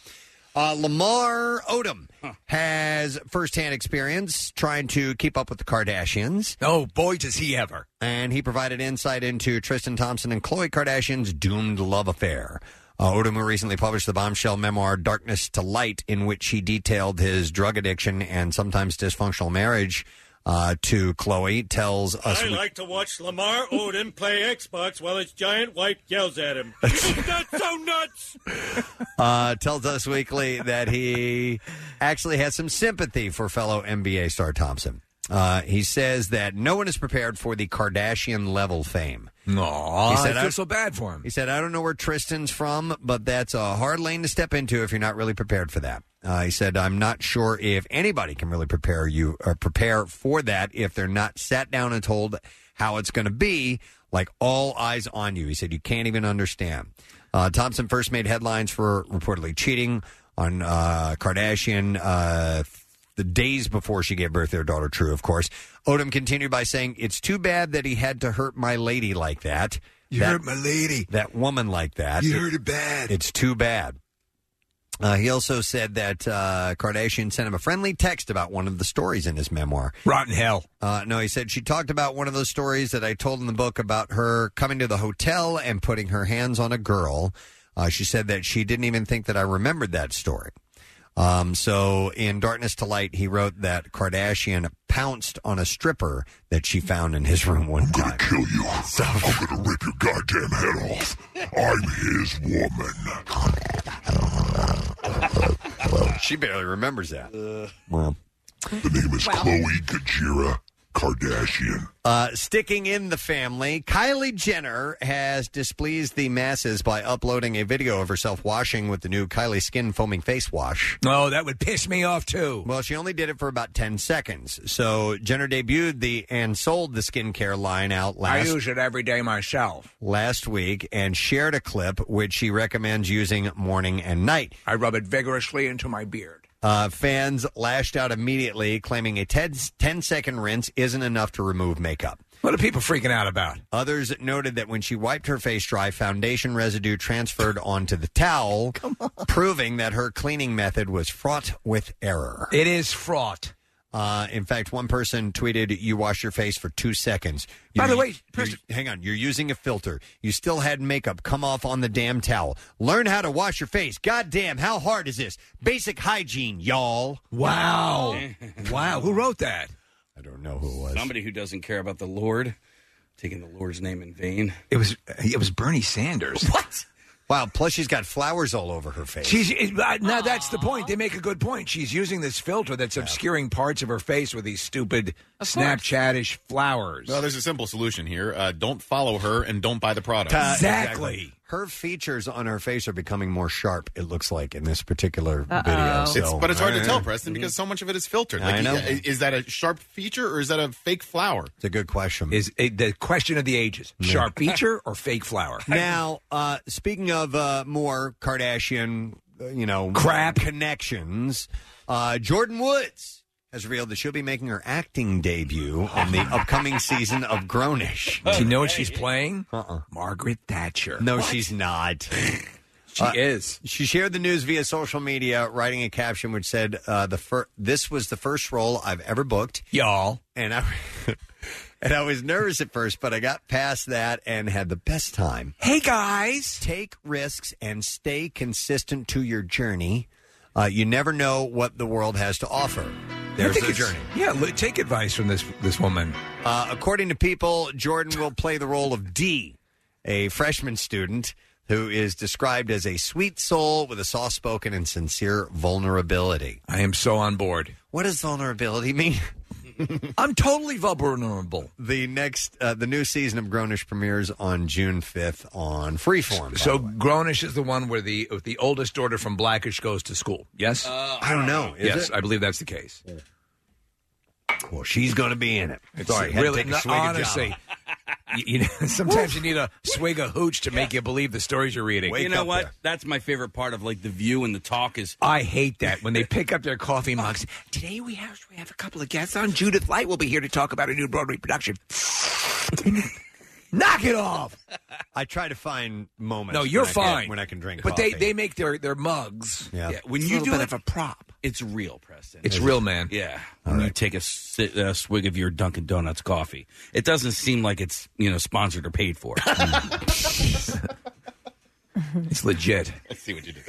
[SPEAKER 1] Uh, Lamar Odom has firsthand experience trying to keep up with the Kardashians.
[SPEAKER 3] Oh boy, does he ever!
[SPEAKER 1] And he provided insight into Tristan Thompson and Khloe Kardashian's doomed love affair. Uh, Odom, who recently published the bombshell memoir "Darkness to Light," in which he detailed his drug addiction and sometimes dysfunctional marriage uh, to Khloe, tells us.
[SPEAKER 12] I
[SPEAKER 1] we-
[SPEAKER 12] like to watch Lamar Odom play Xbox while his giant wife yells at him. Isn't that so nuts?
[SPEAKER 1] uh, tells Us Weekly that he actually has some sympathy for fellow NBA star Thompson. Uh, he says that no one is prepared for the Kardashian level fame.
[SPEAKER 3] No,
[SPEAKER 1] He
[SPEAKER 3] he
[SPEAKER 1] said,
[SPEAKER 3] I
[SPEAKER 1] "I-
[SPEAKER 3] feel so bad for him.
[SPEAKER 1] He said, I don't know where Tristan's from, but that's a hard lane to step into if you're not really prepared for that. Uh, he said, I'm not sure if anybody can really prepare you or prepare for that if they're not sat down and told how it's going to be, like all eyes on you. He said, You can't even understand. Uh, Thompson first made headlines for reportedly cheating on uh, Kardashian uh, the days before she gave birth to their daughter, true, of course. Odom continued by saying, It's too bad that he had to hurt my lady like that.
[SPEAKER 3] You
[SPEAKER 1] That-
[SPEAKER 3] hurt my lady.
[SPEAKER 1] That woman like that.
[SPEAKER 3] You hurt her bad.
[SPEAKER 1] It's too bad. Uh, he also said that uh, Kardashian sent him a friendly text about one of the stories in his memoir.
[SPEAKER 3] Rotten hell.
[SPEAKER 1] Uh, no, he said she talked about one of those stories that I told in the book about her coming to the hotel and putting her hands on a girl. Uh, she said that she didn't even think that I remembered that story. Um, so in Darkness to Light, he wrote that Kardashian pounced on a stripper that she found in his room one time.
[SPEAKER 13] kill you. I'm gonna rip your goddamn head off. I'm his woman.
[SPEAKER 1] she barely remembers that.
[SPEAKER 13] The name is Chloe Gajira Kardashian.
[SPEAKER 1] Uh, sticking in the family, Kylie Jenner has displeased the masses by uploading a video of herself washing with the new Kylie Skin Foaming Face Wash.
[SPEAKER 3] No, Oh, that would piss me off too.
[SPEAKER 1] Well, she only did it for about 10 seconds. So Jenner debuted the and sold the skincare line out last
[SPEAKER 3] I use it every day myself.
[SPEAKER 1] last week and shared a clip which she recommends using morning and night.
[SPEAKER 3] I rub it vigorously into my beard.
[SPEAKER 1] Uh, fans lashed out immediately, claiming a 10 10 second rinse isn't enough to remove makeup.
[SPEAKER 3] What are people freaking out about?
[SPEAKER 1] Others noted that when she wiped her face dry, foundation residue transferred onto the towel, proving that her cleaning method was fraught with error.
[SPEAKER 3] It is fraught.
[SPEAKER 1] Uh, in fact, one person tweeted, "You wash your face for two seconds."
[SPEAKER 3] By the way,
[SPEAKER 1] hang on. You're using a filter. You still had makeup come off on the damn towel. Learn how to wash your face. God damn, how hard is this? Basic hygiene, y'all.
[SPEAKER 3] Wow, wow. Who wrote that?
[SPEAKER 1] I don't know who it was.
[SPEAKER 4] Somebody who doesn't care about the Lord, taking the Lord's name in vain.
[SPEAKER 3] It was it was Bernie Sanders.
[SPEAKER 4] What?
[SPEAKER 1] Wow. Plus, she's got flowers all over her face.
[SPEAKER 3] She's it- uh, now that's the point. They make a good point. She's using this filter that's obscuring parts of her face with these stupid Snapchatish flowers.
[SPEAKER 7] No, there's a simple solution here. Uh, don't follow her and don't buy the product.
[SPEAKER 1] Ta- Her features on her face are becoming more sharp. It looks like in this particular video. So,
[SPEAKER 7] It's- but it's hard to
[SPEAKER 1] eh.
[SPEAKER 7] tell, Preston, because so much of it is filtered.
[SPEAKER 1] I know.
[SPEAKER 7] i- Is that a sharp feature or is that a fake flower?
[SPEAKER 1] It's a good question.
[SPEAKER 3] Is it, the question of the ages
[SPEAKER 1] Yeah.
[SPEAKER 3] sharp feature or fake flower?
[SPEAKER 1] Now, uh, speaking of uh, more Kardashian, uh, you know, crap connections, uh, Jordan Woods has revealed that she'll be making her acting debut on the upcoming season of Grownish.
[SPEAKER 3] Do you know what she's playing?
[SPEAKER 1] Uh-uh.
[SPEAKER 3] Margaret Thatcher.
[SPEAKER 1] No, she's not. Uh,
[SPEAKER 3] She is.
[SPEAKER 1] She shared the news via social media, writing a caption which said, uh, "The fir- this was the first role I've ever booked,
[SPEAKER 3] y'all."
[SPEAKER 1] And I and I was nervous at first, but I got past that and had the best time.
[SPEAKER 3] Hey guys,
[SPEAKER 1] take risks and stay consistent to your journey. Uh, you never know what the world has to offer. There's
[SPEAKER 3] think
[SPEAKER 1] the
[SPEAKER 3] it's-
[SPEAKER 1] journey.
[SPEAKER 3] Yeah, li- take advice from this this woman.
[SPEAKER 1] Uh, according to people, Jordan will play the role of D, a freshman student who is described as a sweet soul with a soft spoken and sincere vulnerability.
[SPEAKER 3] I am so on board.
[SPEAKER 1] What does vulnerability mean?
[SPEAKER 3] I'm totally vulnerable.
[SPEAKER 1] The next, uh, the new season of Grownish premieres on June 5th on Freeform.
[SPEAKER 3] So Grownish is the one where the with the oldest daughter from Blackish goes to school. Yes,
[SPEAKER 1] I don't know. Is
[SPEAKER 3] yes,
[SPEAKER 1] it?
[SPEAKER 3] I believe that's the case.
[SPEAKER 1] Well, she's going to be in it.
[SPEAKER 3] It's
[SPEAKER 1] Sorry, had to
[SPEAKER 3] really
[SPEAKER 1] take a
[SPEAKER 3] no,
[SPEAKER 1] swig of
[SPEAKER 3] honestly.
[SPEAKER 1] Java.
[SPEAKER 3] you, you know, sometimes you need a swig of hooch to make you believe the stories you're reading.
[SPEAKER 4] you know what? That's my favorite part of like the view and the talk is.
[SPEAKER 3] I hate that when they pick up their coffee mugs. Today we have we have a couple of guests on. Judith Light will be here to talk about a new Broadway production. Knock it off.
[SPEAKER 1] I try to find moments.
[SPEAKER 3] No, you're
[SPEAKER 1] when I can-
[SPEAKER 3] fine
[SPEAKER 1] when I can drink.
[SPEAKER 3] But
[SPEAKER 1] coffee.
[SPEAKER 3] they they make their their mugs.
[SPEAKER 1] Yeah.
[SPEAKER 3] when you do it, a prop.
[SPEAKER 4] It's real, Preston.
[SPEAKER 3] It's real, man.
[SPEAKER 4] Yeah. When you take a, si- a swig of your Dunkin' Donuts coffee, it doesn't seem like it's you know sponsored or paid for.
[SPEAKER 3] it's legit.
[SPEAKER 7] I see what you did.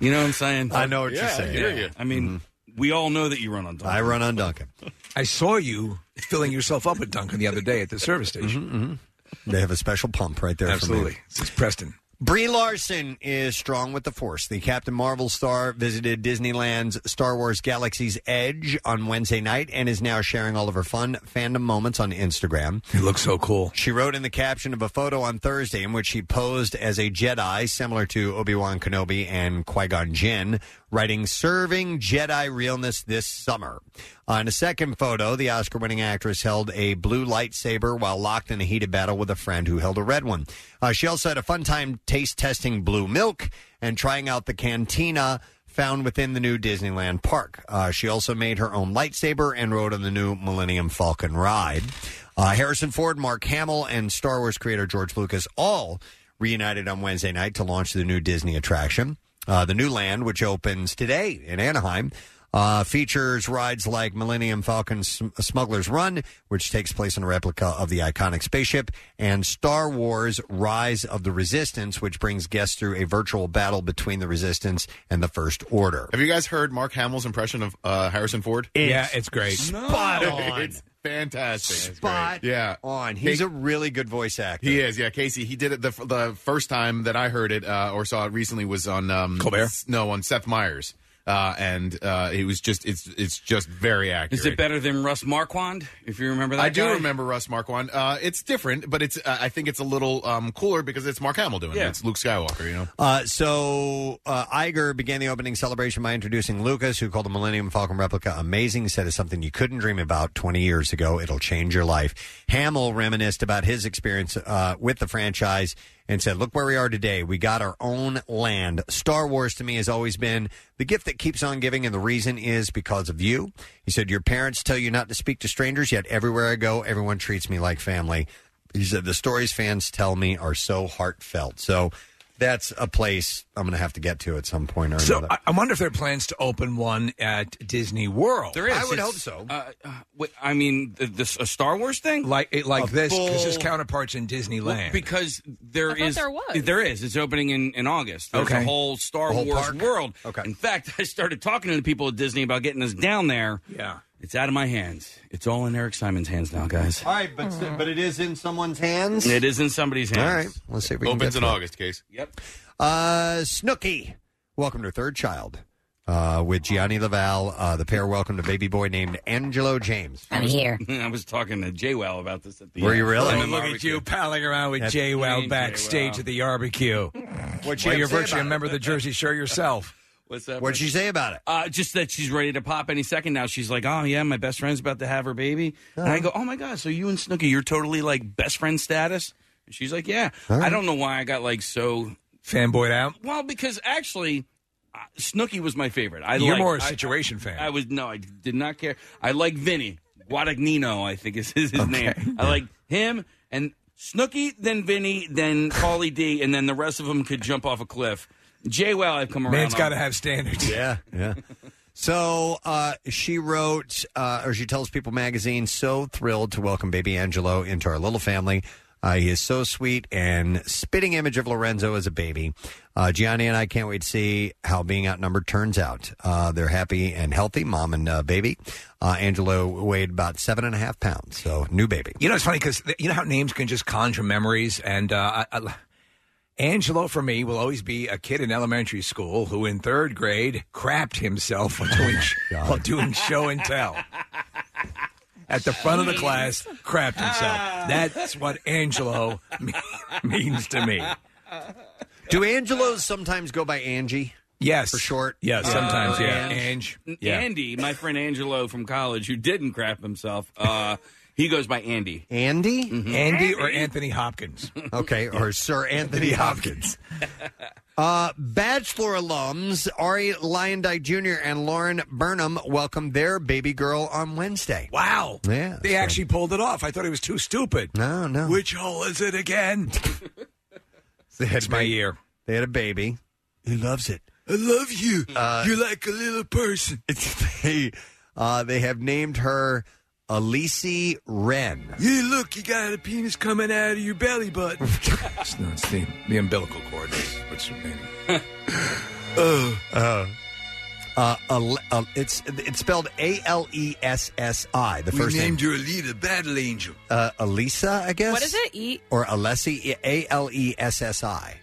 [SPEAKER 4] you know what I'm saying?
[SPEAKER 1] I know what you're Yeah, I saying. hear you.
[SPEAKER 4] I mean,
[SPEAKER 7] Mm-hmm.
[SPEAKER 4] we all know that you run on Dunkin'.
[SPEAKER 1] I run on Dunkin'.
[SPEAKER 3] I saw you filling yourself up with Duncan the other day at the service
[SPEAKER 1] Mm-hmm,
[SPEAKER 3] station.
[SPEAKER 1] They have a special pump right there.
[SPEAKER 3] Absolutely,
[SPEAKER 1] For me.
[SPEAKER 3] it's Preston.
[SPEAKER 1] Brie Larson is strong with the Force. The Captain Marvel star visited Disneyland's Star Wars Galaxy's Edge on Wednesday night and is now sharing all of her fun fandom moments on Instagram.
[SPEAKER 3] It looks so cool.
[SPEAKER 1] She wrote in the caption of a photo on Thursday in which she posed as a Jedi, similar to Obi Wan Kenobi and Qui Gon Jinn, writing "Serving Jedi Realness this summer." On Uh, a second photo, the Oscar-winning actress held a blue lightsaber while locked in a heated battle with a friend who held a red one. Uh, she also had a fun time taste testing blue milk and trying out the cantina found within the new Disneyland park. Uh, she also made her own lightsaber and rode on the new Millennium Falcon ride. Uh, Harrison Ford, Mark Hamill, and Star Wars creator George Lucas all reunited on Wednesday night to launch the new Disney attraction. Uh, the new land, which opens today in Anaheim, uh, features rides like Millennium Falcon Sm- Smuggler's Run, which takes place on a replica of the iconic spaceship, and Star Wars Rise of the Resistance, which brings guests through a virtual battle between the Resistance and the First Order.
[SPEAKER 7] Have you guys heard Mark Hamill's impression of uh, Harrison Ford?
[SPEAKER 3] yeah, it's great.
[SPEAKER 1] Spot on.
[SPEAKER 7] it's fantastic.
[SPEAKER 1] Spot
[SPEAKER 7] yeah.
[SPEAKER 1] on. He's a really good voice actor.
[SPEAKER 7] He is, yeah. Casey, he did it the f- the first time that I heard it uh, or saw it recently was on um,
[SPEAKER 3] Colbert?
[SPEAKER 7] S- no, on Seth Meyers, uh, and uh, it was just it's it's just very accurate.
[SPEAKER 4] Is it better than Russ Marquand? If you remember that,
[SPEAKER 7] I do
[SPEAKER 4] guy?
[SPEAKER 7] remember Russ Marquand. Uh, it's different, but it's uh, I think it's a little um, cooler because it's Mark Hamill doing it.
[SPEAKER 4] Yeah.
[SPEAKER 7] It's Luke Skywalker, you know.
[SPEAKER 1] Uh, so uh, Iger began the opening celebration by introducing Lucas, who called the Millennium Falcon replica amazing. Said it's something you couldn't dream about 20 years ago. It'll change your life. Hamill reminisced about his experience uh, with the franchise and said, "Look where we are today. We got our own land. Star Wars to me has always been the gift that keeps on giving, and the reason is because of you." He said, "Your parents tell you not to speak to strangers, yet everywhere I go, everyone treats me like family." He said, "The stories fans tell me are so heartfelt." So. That's a place I'm going to have to get to at some point or
[SPEAKER 3] So
[SPEAKER 1] another.
[SPEAKER 3] I, I wonder if there are plans to open one at Disney World.
[SPEAKER 4] There is. It's, Uh, uh, wait, I mean, th- this a Star Wars thing
[SPEAKER 3] like it, like
[SPEAKER 4] A
[SPEAKER 3] this because his
[SPEAKER 4] full-
[SPEAKER 3] counterparts in Disneyland.
[SPEAKER 4] because there
[SPEAKER 3] I thought
[SPEAKER 4] is
[SPEAKER 3] there was.
[SPEAKER 4] there is it's opening in in August. There's
[SPEAKER 3] Okay.
[SPEAKER 4] a whole Star
[SPEAKER 3] A whole
[SPEAKER 4] Wars
[SPEAKER 3] park?
[SPEAKER 4] world. Okay. In fact, I started talking to the people at Disney about getting us down there.
[SPEAKER 3] Yeah.
[SPEAKER 4] It's out of my hands. It's all in Eric Simon's hands now, guys.
[SPEAKER 1] All right, but but it is in someone's hands.
[SPEAKER 4] It is in somebody's hands.
[SPEAKER 1] All right, let's see if we can
[SPEAKER 7] Opens
[SPEAKER 1] get
[SPEAKER 7] in
[SPEAKER 1] to it.
[SPEAKER 7] August, Case.
[SPEAKER 4] Yep.
[SPEAKER 1] Uh, Snooky, welcome to Third Child uh, with Gianni Laval. Uh, the pair welcomed a baby boy named Angelo James.
[SPEAKER 4] I was talking to Jay Well about this at the.
[SPEAKER 1] Were you
[SPEAKER 4] uh,
[SPEAKER 1] really?
[SPEAKER 3] Oh, look at you palling around with
[SPEAKER 4] That's
[SPEAKER 3] Jay Well
[SPEAKER 4] mean,
[SPEAKER 3] backstage
[SPEAKER 4] JWoww.
[SPEAKER 3] at the barbecue.
[SPEAKER 4] What'd she
[SPEAKER 3] Well,
[SPEAKER 4] have
[SPEAKER 3] you're
[SPEAKER 4] to say
[SPEAKER 3] virtually a
[SPEAKER 4] about it?
[SPEAKER 3] member of the Jersey Shore yourself.
[SPEAKER 4] What's that?
[SPEAKER 3] What'd she
[SPEAKER 1] say about it?
[SPEAKER 4] Uh, just that she's ready to pop any second now. She's like, "Oh yeah, my best friend's about to have her baby," and
[SPEAKER 1] Uh-huh.
[SPEAKER 4] I go, "Oh my god, so you and Snooki, you're totally like best friend status?" And she's like, "Yeah." I don't know why I got like so
[SPEAKER 3] fanboyed out.
[SPEAKER 4] Well, because actually, uh, Snooki was my favorite. I
[SPEAKER 3] You're
[SPEAKER 4] liked-
[SPEAKER 3] more a
[SPEAKER 4] I-
[SPEAKER 3] situation fan.
[SPEAKER 4] I was no, I did not care. I like Vinny Guadagnino. I think is his, his name. I like him and Snooky, then Vinny, then Paulie D, and then the rest of them could jump off a cliff. Jay Well, I've come around.
[SPEAKER 3] Man's
[SPEAKER 4] on.
[SPEAKER 3] got to have standards.
[SPEAKER 1] Yeah, yeah. So uh, she wrote, uh, or she tells People magazine, so thrilled to welcome baby Angelo into our little family. Uh, he is so sweet and spitting image of Lorenzo as a baby. Uh, Gianni and I can't wait to see how being outnumbered turns out. Uh, they're happy and healthy, mom and uh, baby. Uh, Angelo weighed about seven and a half pounds, so new baby.
[SPEAKER 3] You know, it's funny because you know how names can just conjure memories, and uh, I, I, Angelo for me will always be a kid in elementary school who, in third grade, crapped himself while
[SPEAKER 1] Oh,
[SPEAKER 3] doing, while doing show and tell. At the front of the class, crapped
[SPEAKER 1] Ah.
[SPEAKER 3] himself. That's what Angelo me- means to me.
[SPEAKER 1] Do Angelos sometimes go by Angie?
[SPEAKER 3] Yes,
[SPEAKER 1] for short. Uh,
[SPEAKER 3] Yeah, sometimes, yeah.
[SPEAKER 4] Uh, Ange.
[SPEAKER 3] Ange. Yeah.
[SPEAKER 4] Andy, my friend Angelo from college, who didn't crap himself, uh, he goes by Andy.
[SPEAKER 1] Andy,
[SPEAKER 3] Andy, or Anthony Hopkins.
[SPEAKER 1] Okay, or Sir Anthony Hopkins. Uh, bachelor alums Ari Lyondike Jr. and Lauren Burnham welcomed their baby girl on Wednesday.
[SPEAKER 3] Wow.
[SPEAKER 1] Yeah.
[SPEAKER 3] They actually pulled it off. I thought it was too stupid.
[SPEAKER 1] No, no.
[SPEAKER 3] Which hole is it again?
[SPEAKER 1] They had
[SPEAKER 3] It's my year.
[SPEAKER 1] They had a baby. He loves it.
[SPEAKER 3] I love you.
[SPEAKER 1] Uh,
[SPEAKER 3] You're like a little person.
[SPEAKER 1] It's they. Uh, they have named her Elise Wren.
[SPEAKER 3] Yeah, look, you got a penis coming out of your belly button. it's not it's the, the umbilical cord. is What's remaining?
[SPEAKER 1] Oh, uh, uh, Ale- uh, it's it's spelled A L E S S I. The
[SPEAKER 3] We
[SPEAKER 1] first
[SPEAKER 3] named
[SPEAKER 1] name,
[SPEAKER 3] your leader Battle Angel.
[SPEAKER 1] uh, Elisa, I guess.
[SPEAKER 2] What is it? Eat.
[SPEAKER 1] or Alessi, A L E S S I.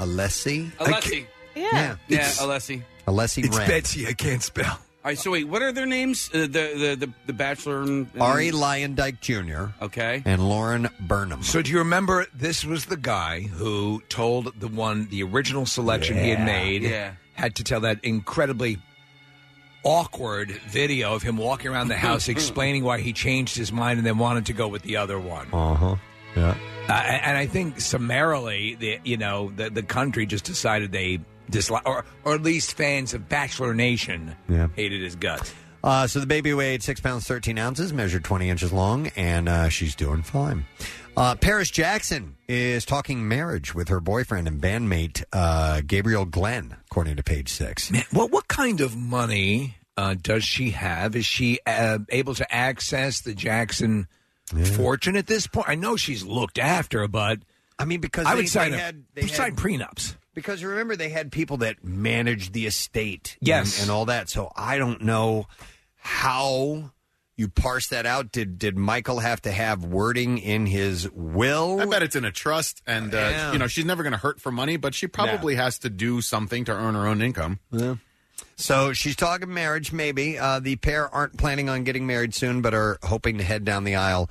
[SPEAKER 1] Alessi?
[SPEAKER 4] Alessi.
[SPEAKER 1] Yeah.
[SPEAKER 4] Yeah,
[SPEAKER 1] It's-
[SPEAKER 4] Alessi.
[SPEAKER 1] Alessi
[SPEAKER 3] It's
[SPEAKER 1] Rand.
[SPEAKER 3] Betsy. I can't spell.
[SPEAKER 4] All right, so wait, what are their names? Uh, the, the the the Bachelor and, and
[SPEAKER 1] Ari Lyondike Jr.
[SPEAKER 4] Okay.
[SPEAKER 1] And Lauren Burnham.
[SPEAKER 3] So do you remember this was the guy who told the one the original selection he
[SPEAKER 1] Yeah.
[SPEAKER 3] had made
[SPEAKER 1] Yeah.
[SPEAKER 3] had to tell that incredibly awkward video of him walking around the house explaining why he changed his mind and then wanted to go with the other one.
[SPEAKER 1] Uh huh. Yeah.
[SPEAKER 3] Uh, and and I think summarily, the, you know, the, the country just decided they dislike, or, or at least fans of Bachelor Nation
[SPEAKER 1] Yeah.
[SPEAKER 3] hated his guts.
[SPEAKER 1] Uh, so the baby weighed six pounds thirteen ounces, measured twenty inches long, and uh, she's doing fine. Uh, Paris Jackson is talking marriage with her boyfriend and bandmate uh, Gabriel Glenn, according to Page Six.
[SPEAKER 3] Man, what what kind of money uh, does she have? Is she uh, able to access the Jackson fortune at this point? I know she's looked after, but
[SPEAKER 1] I mean, because
[SPEAKER 3] I
[SPEAKER 1] they-
[SPEAKER 3] would sign
[SPEAKER 1] they
[SPEAKER 3] a-
[SPEAKER 1] had- they
[SPEAKER 3] sign
[SPEAKER 1] had-
[SPEAKER 3] prenups.
[SPEAKER 1] Because remember, they had people that managed the estate, and-
[SPEAKER 3] Yes.
[SPEAKER 1] and, all that. So I don't know how you parse that out. Did did Michael have to have wording in his will?
[SPEAKER 7] I bet it's in a trust, and uh,
[SPEAKER 1] Yeah.
[SPEAKER 7] you know she's never going to hurt for money, but she probably has to do something to earn her own income.
[SPEAKER 1] Yeah. So she's talking marriage, maybe. Uh, the pair aren't planning on getting married soon, but are hoping to head down the aisle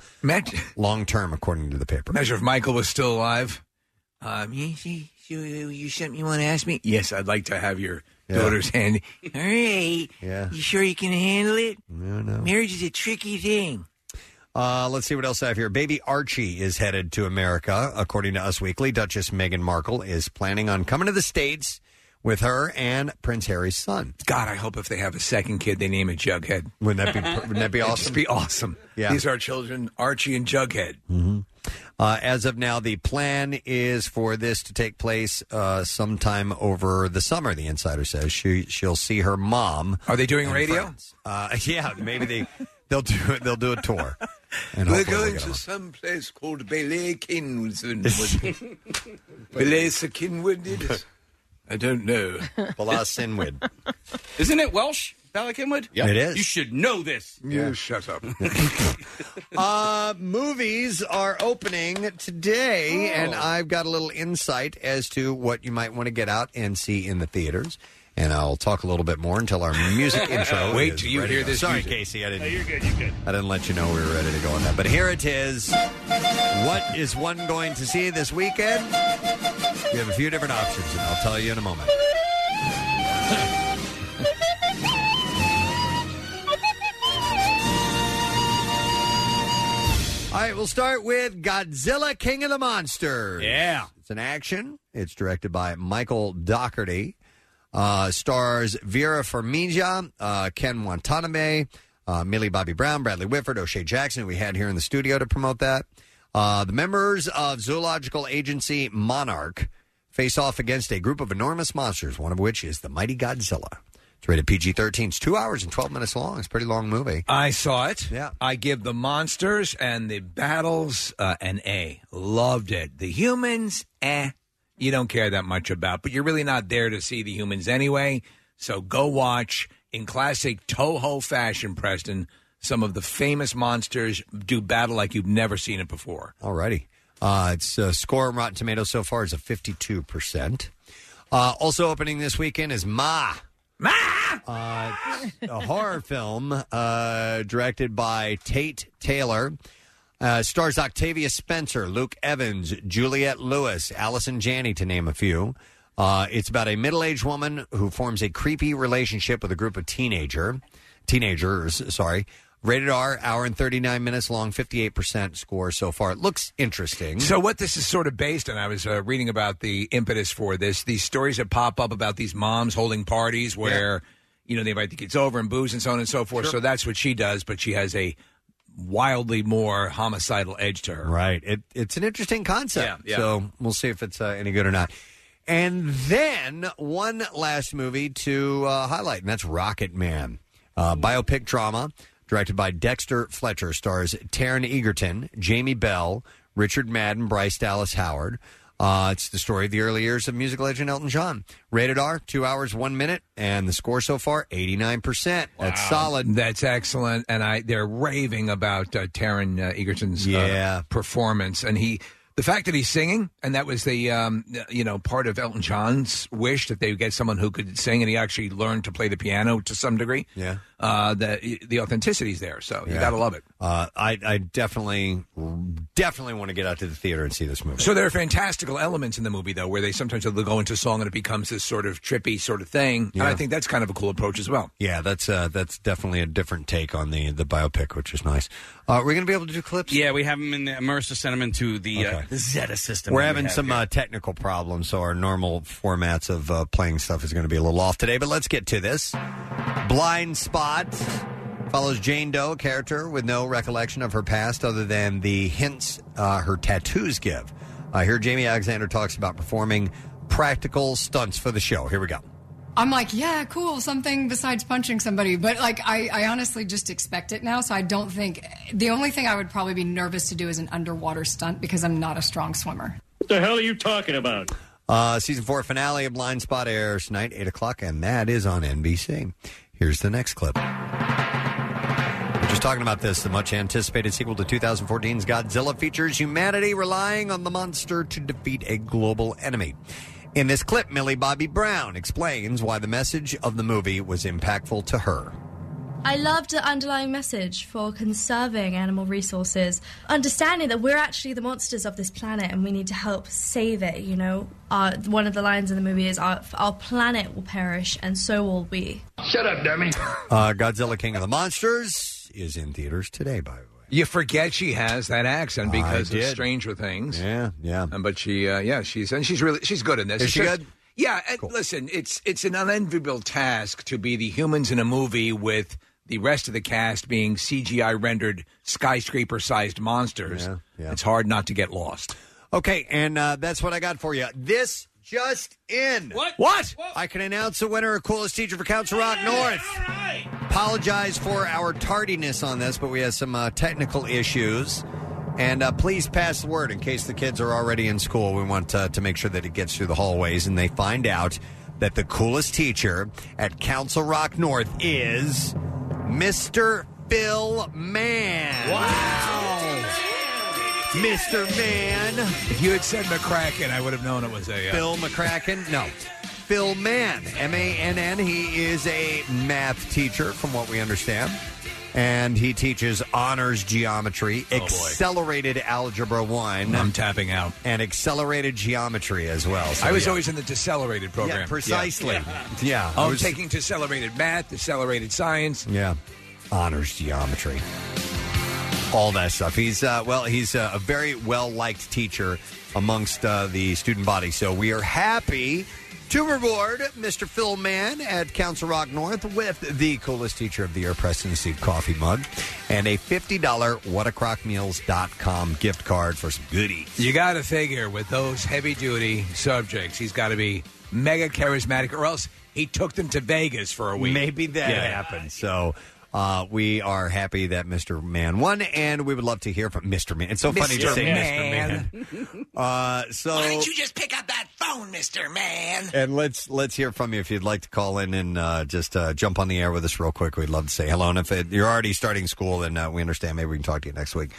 [SPEAKER 1] long term, according to the paper.
[SPEAKER 3] Measure if Michael was still alive. Um, you, you, you, you sent me one to ask me. Yes, I'd like to have your
[SPEAKER 1] Yeah.
[SPEAKER 3] daughter's hand. All right.
[SPEAKER 1] Yeah.
[SPEAKER 3] You sure you can handle it?
[SPEAKER 1] No, no.
[SPEAKER 3] Marriage is a tricky thing.
[SPEAKER 1] Uh, let's see what else I have here. Baby Archie is headed to America, according to Us Weekly. Duchess Meghan Markle is planning on coming to the States with her and Prince Harry's son.
[SPEAKER 3] God, I hope if they have a second kid, they name it Jughead.
[SPEAKER 1] Wouldn't that be- wouldn't that be
[SPEAKER 3] It'd
[SPEAKER 1] awesome?
[SPEAKER 3] just be awesome.
[SPEAKER 1] Yeah.
[SPEAKER 3] These are our children, Archie and Jughead.
[SPEAKER 1] Uh, as of now, the plan is for this to take place uh, sometime over the summer. The insider says she she'll see her mom.
[SPEAKER 3] Are they doing
[SPEAKER 1] and
[SPEAKER 3] radio?
[SPEAKER 1] friends. Uh, yeah, maybe they they'll do they'll do a tour. And
[SPEAKER 5] We're
[SPEAKER 1] hopefully we'll
[SPEAKER 5] going
[SPEAKER 1] get
[SPEAKER 5] to
[SPEAKER 1] along.
[SPEAKER 5] some place called Belay Kinwood. Belay Sir Kinwood, it is.
[SPEAKER 3] I don't know.
[SPEAKER 1] Belasinwid.
[SPEAKER 4] Isn't it Welsh? Ballykinwood?
[SPEAKER 1] Yep. It is.
[SPEAKER 4] You should know this.
[SPEAKER 3] Yeah, shut up.
[SPEAKER 1] uh, movies are opening today,
[SPEAKER 3] Oh.
[SPEAKER 1] and I've got a little insight as to what you might want to get out and see in the theaters. And I'll talk a little bit more until our music intro.
[SPEAKER 3] Wait
[SPEAKER 1] is
[SPEAKER 3] till you
[SPEAKER 1] ready
[SPEAKER 3] hear
[SPEAKER 1] to go.
[SPEAKER 3] this.
[SPEAKER 1] Sorry,
[SPEAKER 3] music.
[SPEAKER 1] Casey, I didn't.
[SPEAKER 12] good. You're good.
[SPEAKER 1] I didn't let you know we were ready to go on that. But here it is. What is one going to see this weekend? We have a few different options, and I'll tell you in a moment. All right, we'll start with Godzilla King of the Monsters. Yeah. It's an action. It's directed by Michael Dougherty. Uh, stars Vera Farmiga, uh, Ken Watanabe, uh, Millie Bobby Brown, Bradley Whitford, O'Shea Jackson, who we had here in the studio to promote that. Uh, the members of zoological agency Monarch face off against a group of enormous monsters, one of which is the mighty Godzilla. It's rated PG 13. It's two hours and 12 minutes long. It's a pretty long movie.
[SPEAKER 3] I saw it.
[SPEAKER 1] Yeah.
[SPEAKER 3] I give the monsters and the battles uh, an A. Loved it. The humans, eh, you don't care that much about, but you're really not there to see the humans anyway. So go watch in classic Toho fashion, Preston. Some of the famous monsters do battle like you've never seen it before.
[SPEAKER 1] Alrighty. Uh, its uh, score on Rotten Tomatoes so far is a 52%. Uh, also opening this weekend is Ma. Ma! Uh, it's a horror film uh, directed by Tate Taylor. Uh, stars Octavia Spencer, Luke Evans, Juliette Lewis, Allison Janney, to name a few. Uh, it's about a middle-aged woman who forms a creepy relationship with a group of teenager, teenagers. Sorry, rated R, hour and thirty-nine minutes long, fifty-eight percent score so far. It looks interesting.
[SPEAKER 3] So what this is sort of based on, I was uh, reading about the impetus for this. These stories that pop up about these moms holding parties where, you know, they invite the kids over and booze and so on and so forth. So that's what she does, but she has a wildly more homicidal edge to her.
[SPEAKER 1] Right. It, it's an interesting concept.
[SPEAKER 3] Yeah, yeah.
[SPEAKER 1] So we'll see if it's uh, any good or not. And then one last movie to uh, highlight, and that's Rocket Man, uh, biopic drama directed by Dexter Fletcher, stars Taryn Egerton, Jamie Bell, Richard Madden, Bryce Dallas Howard. Uh, it's the story of the early years of music legend Elton John. Rated R, two hours, one minute, and the score so far, 89%. That's solid.
[SPEAKER 3] That's excellent, and I they're raving about uh, Taron uh, Egerton's
[SPEAKER 1] Yeah.
[SPEAKER 3] uh, performance, and he the fact that he's singing, and that was the um, you know part of Elton John's wish that they would get someone who could sing, and he actually learned to play the piano to some degree.
[SPEAKER 1] Yeah.
[SPEAKER 3] uh, the the authenticity's there, so you
[SPEAKER 1] Yeah.
[SPEAKER 3] gotta love it.
[SPEAKER 1] Uh, I, I definitely, definitely want to get out to the theater and see this movie.
[SPEAKER 3] So there are fantastical elements in the movie, though, where they sometimes they'll go into song and it becomes this sort of trippy sort of thing, and
[SPEAKER 1] Yeah.
[SPEAKER 3] I think that's kind of a cool approach as well.
[SPEAKER 1] Yeah, that's uh, that's definitely a different take on the the biopic, which is nice. Uh, we're gonna be able to do clips.
[SPEAKER 4] Yeah, we have them in the immersive sentiment to the, uh, the Zeta system.
[SPEAKER 1] We're
[SPEAKER 4] that we
[SPEAKER 1] having
[SPEAKER 4] have
[SPEAKER 1] some
[SPEAKER 4] here.
[SPEAKER 1] uh, technical problems, so our normal formats of uh, playing stuff is going to be a little off today. But let's get to this. Blind Spot follows Jane Doe character with no recollection of her past other than the hints uh, her tattoos give. Uh, here, Jamie Alexander talks about performing practical stunts for the show. Here we go.
[SPEAKER 14] I'm like, yeah, cool, something besides punching somebody. But like, I, I honestly just expect it now. So I don't think the only thing I would probably be nervous to do is an underwater stunt because I'm not a strong swimmer.
[SPEAKER 12] What the hell are you talking about?
[SPEAKER 1] Uh, season four finale of Blind Spot airs tonight, 8 o'clock, and that is on NBC. Here's the next clip. We're just talking about this. The much anticipated sequel to 2014's Godzilla features humanity relying on the monster to defeat a global enemy. In this clip, Millie Bobby Brown explains why the message of the movie was impactful to her.
[SPEAKER 15] I loved the underlying message for conserving animal resources, understanding that we're actually the monsters of this planet and we need to help save it. You know, our, one of the lines in the movie is, our, our planet will perish and so will we.
[SPEAKER 1] Shut up, dummy. Uh, Godzilla King of the Monsters is in theaters today, by the way.
[SPEAKER 3] You forget she has that accent because of Stranger Things.
[SPEAKER 1] Yeah, yeah.
[SPEAKER 3] but she, uh, yeah, she's and she's really she's good in this.
[SPEAKER 1] Is
[SPEAKER 3] It's
[SPEAKER 1] she
[SPEAKER 3] just-
[SPEAKER 1] good?
[SPEAKER 3] Yeah. And Listen, it's it's an unenviable task to be the humans in a movie with the rest of the cast being CGI rendered skyscraper sized monsters.
[SPEAKER 1] Yeah,
[SPEAKER 3] It's hard not to get lost.
[SPEAKER 1] Okay, and uh, that's what I got for you. This just in. What?
[SPEAKER 3] What?
[SPEAKER 1] I can announce the winner of Coolest Teacher for Council Rock North. Apologize for our tardiness on this, but we had some uh, technical issues. And uh, please pass the word in case the kids are already in school. We want uh, to make sure that it gets through the hallways and they find out that the coolest teacher at Council Rock North is Mr. Phil Mann. Wow. Mr. Mann.
[SPEAKER 3] If you had said McCracken, I would have known it was a uh,
[SPEAKER 1] Phil McCracken? No. Phil Mann, M A N N. He is a math teacher, from what we understand. And he teaches honors geometry, accelerated algebra one.
[SPEAKER 3] Oh, I'm tapping out.
[SPEAKER 1] And accelerated geometry as well. So,
[SPEAKER 3] I was
[SPEAKER 1] yeah.
[SPEAKER 3] always in the decelerated program.
[SPEAKER 1] Yeah, precisely. Yeah. I
[SPEAKER 3] I was
[SPEAKER 1] was-
[SPEAKER 3] taking decelerated math, decelerated science.
[SPEAKER 1] Yeah. Honors geometry. All that stuff. He's, uh, well, he's uh, a very well liked teacher amongst uh, the student body. So we are happy to reward Mr. Phil Mann at Council Rock North with the coolest teacher of the year, Preston Steve Coffee Mug, and a $50 whatacrockmeals.com gift card for some goodies.
[SPEAKER 3] You got to figure with those heavy duty subjects, he's got to be mega charismatic, or else he took them to Vegas for a week.
[SPEAKER 1] Maybe that happened. So uh, we are happy that Mr. Man won, and we would love to hear from Mr. Man. It's so funny to
[SPEAKER 3] Mr.
[SPEAKER 1] say
[SPEAKER 3] Man.
[SPEAKER 1] Mr. Man. Uh, so
[SPEAKER 3] just pick up that phone, Mister Man?
[SPEAKER 1] and let's let's hear from you if you'd like to call in and uh, just uh, jump on the air with us real quick. We'd love to say hello. And if it, you're already starting school, then uh, we understand. Maybe we can talk to you next week.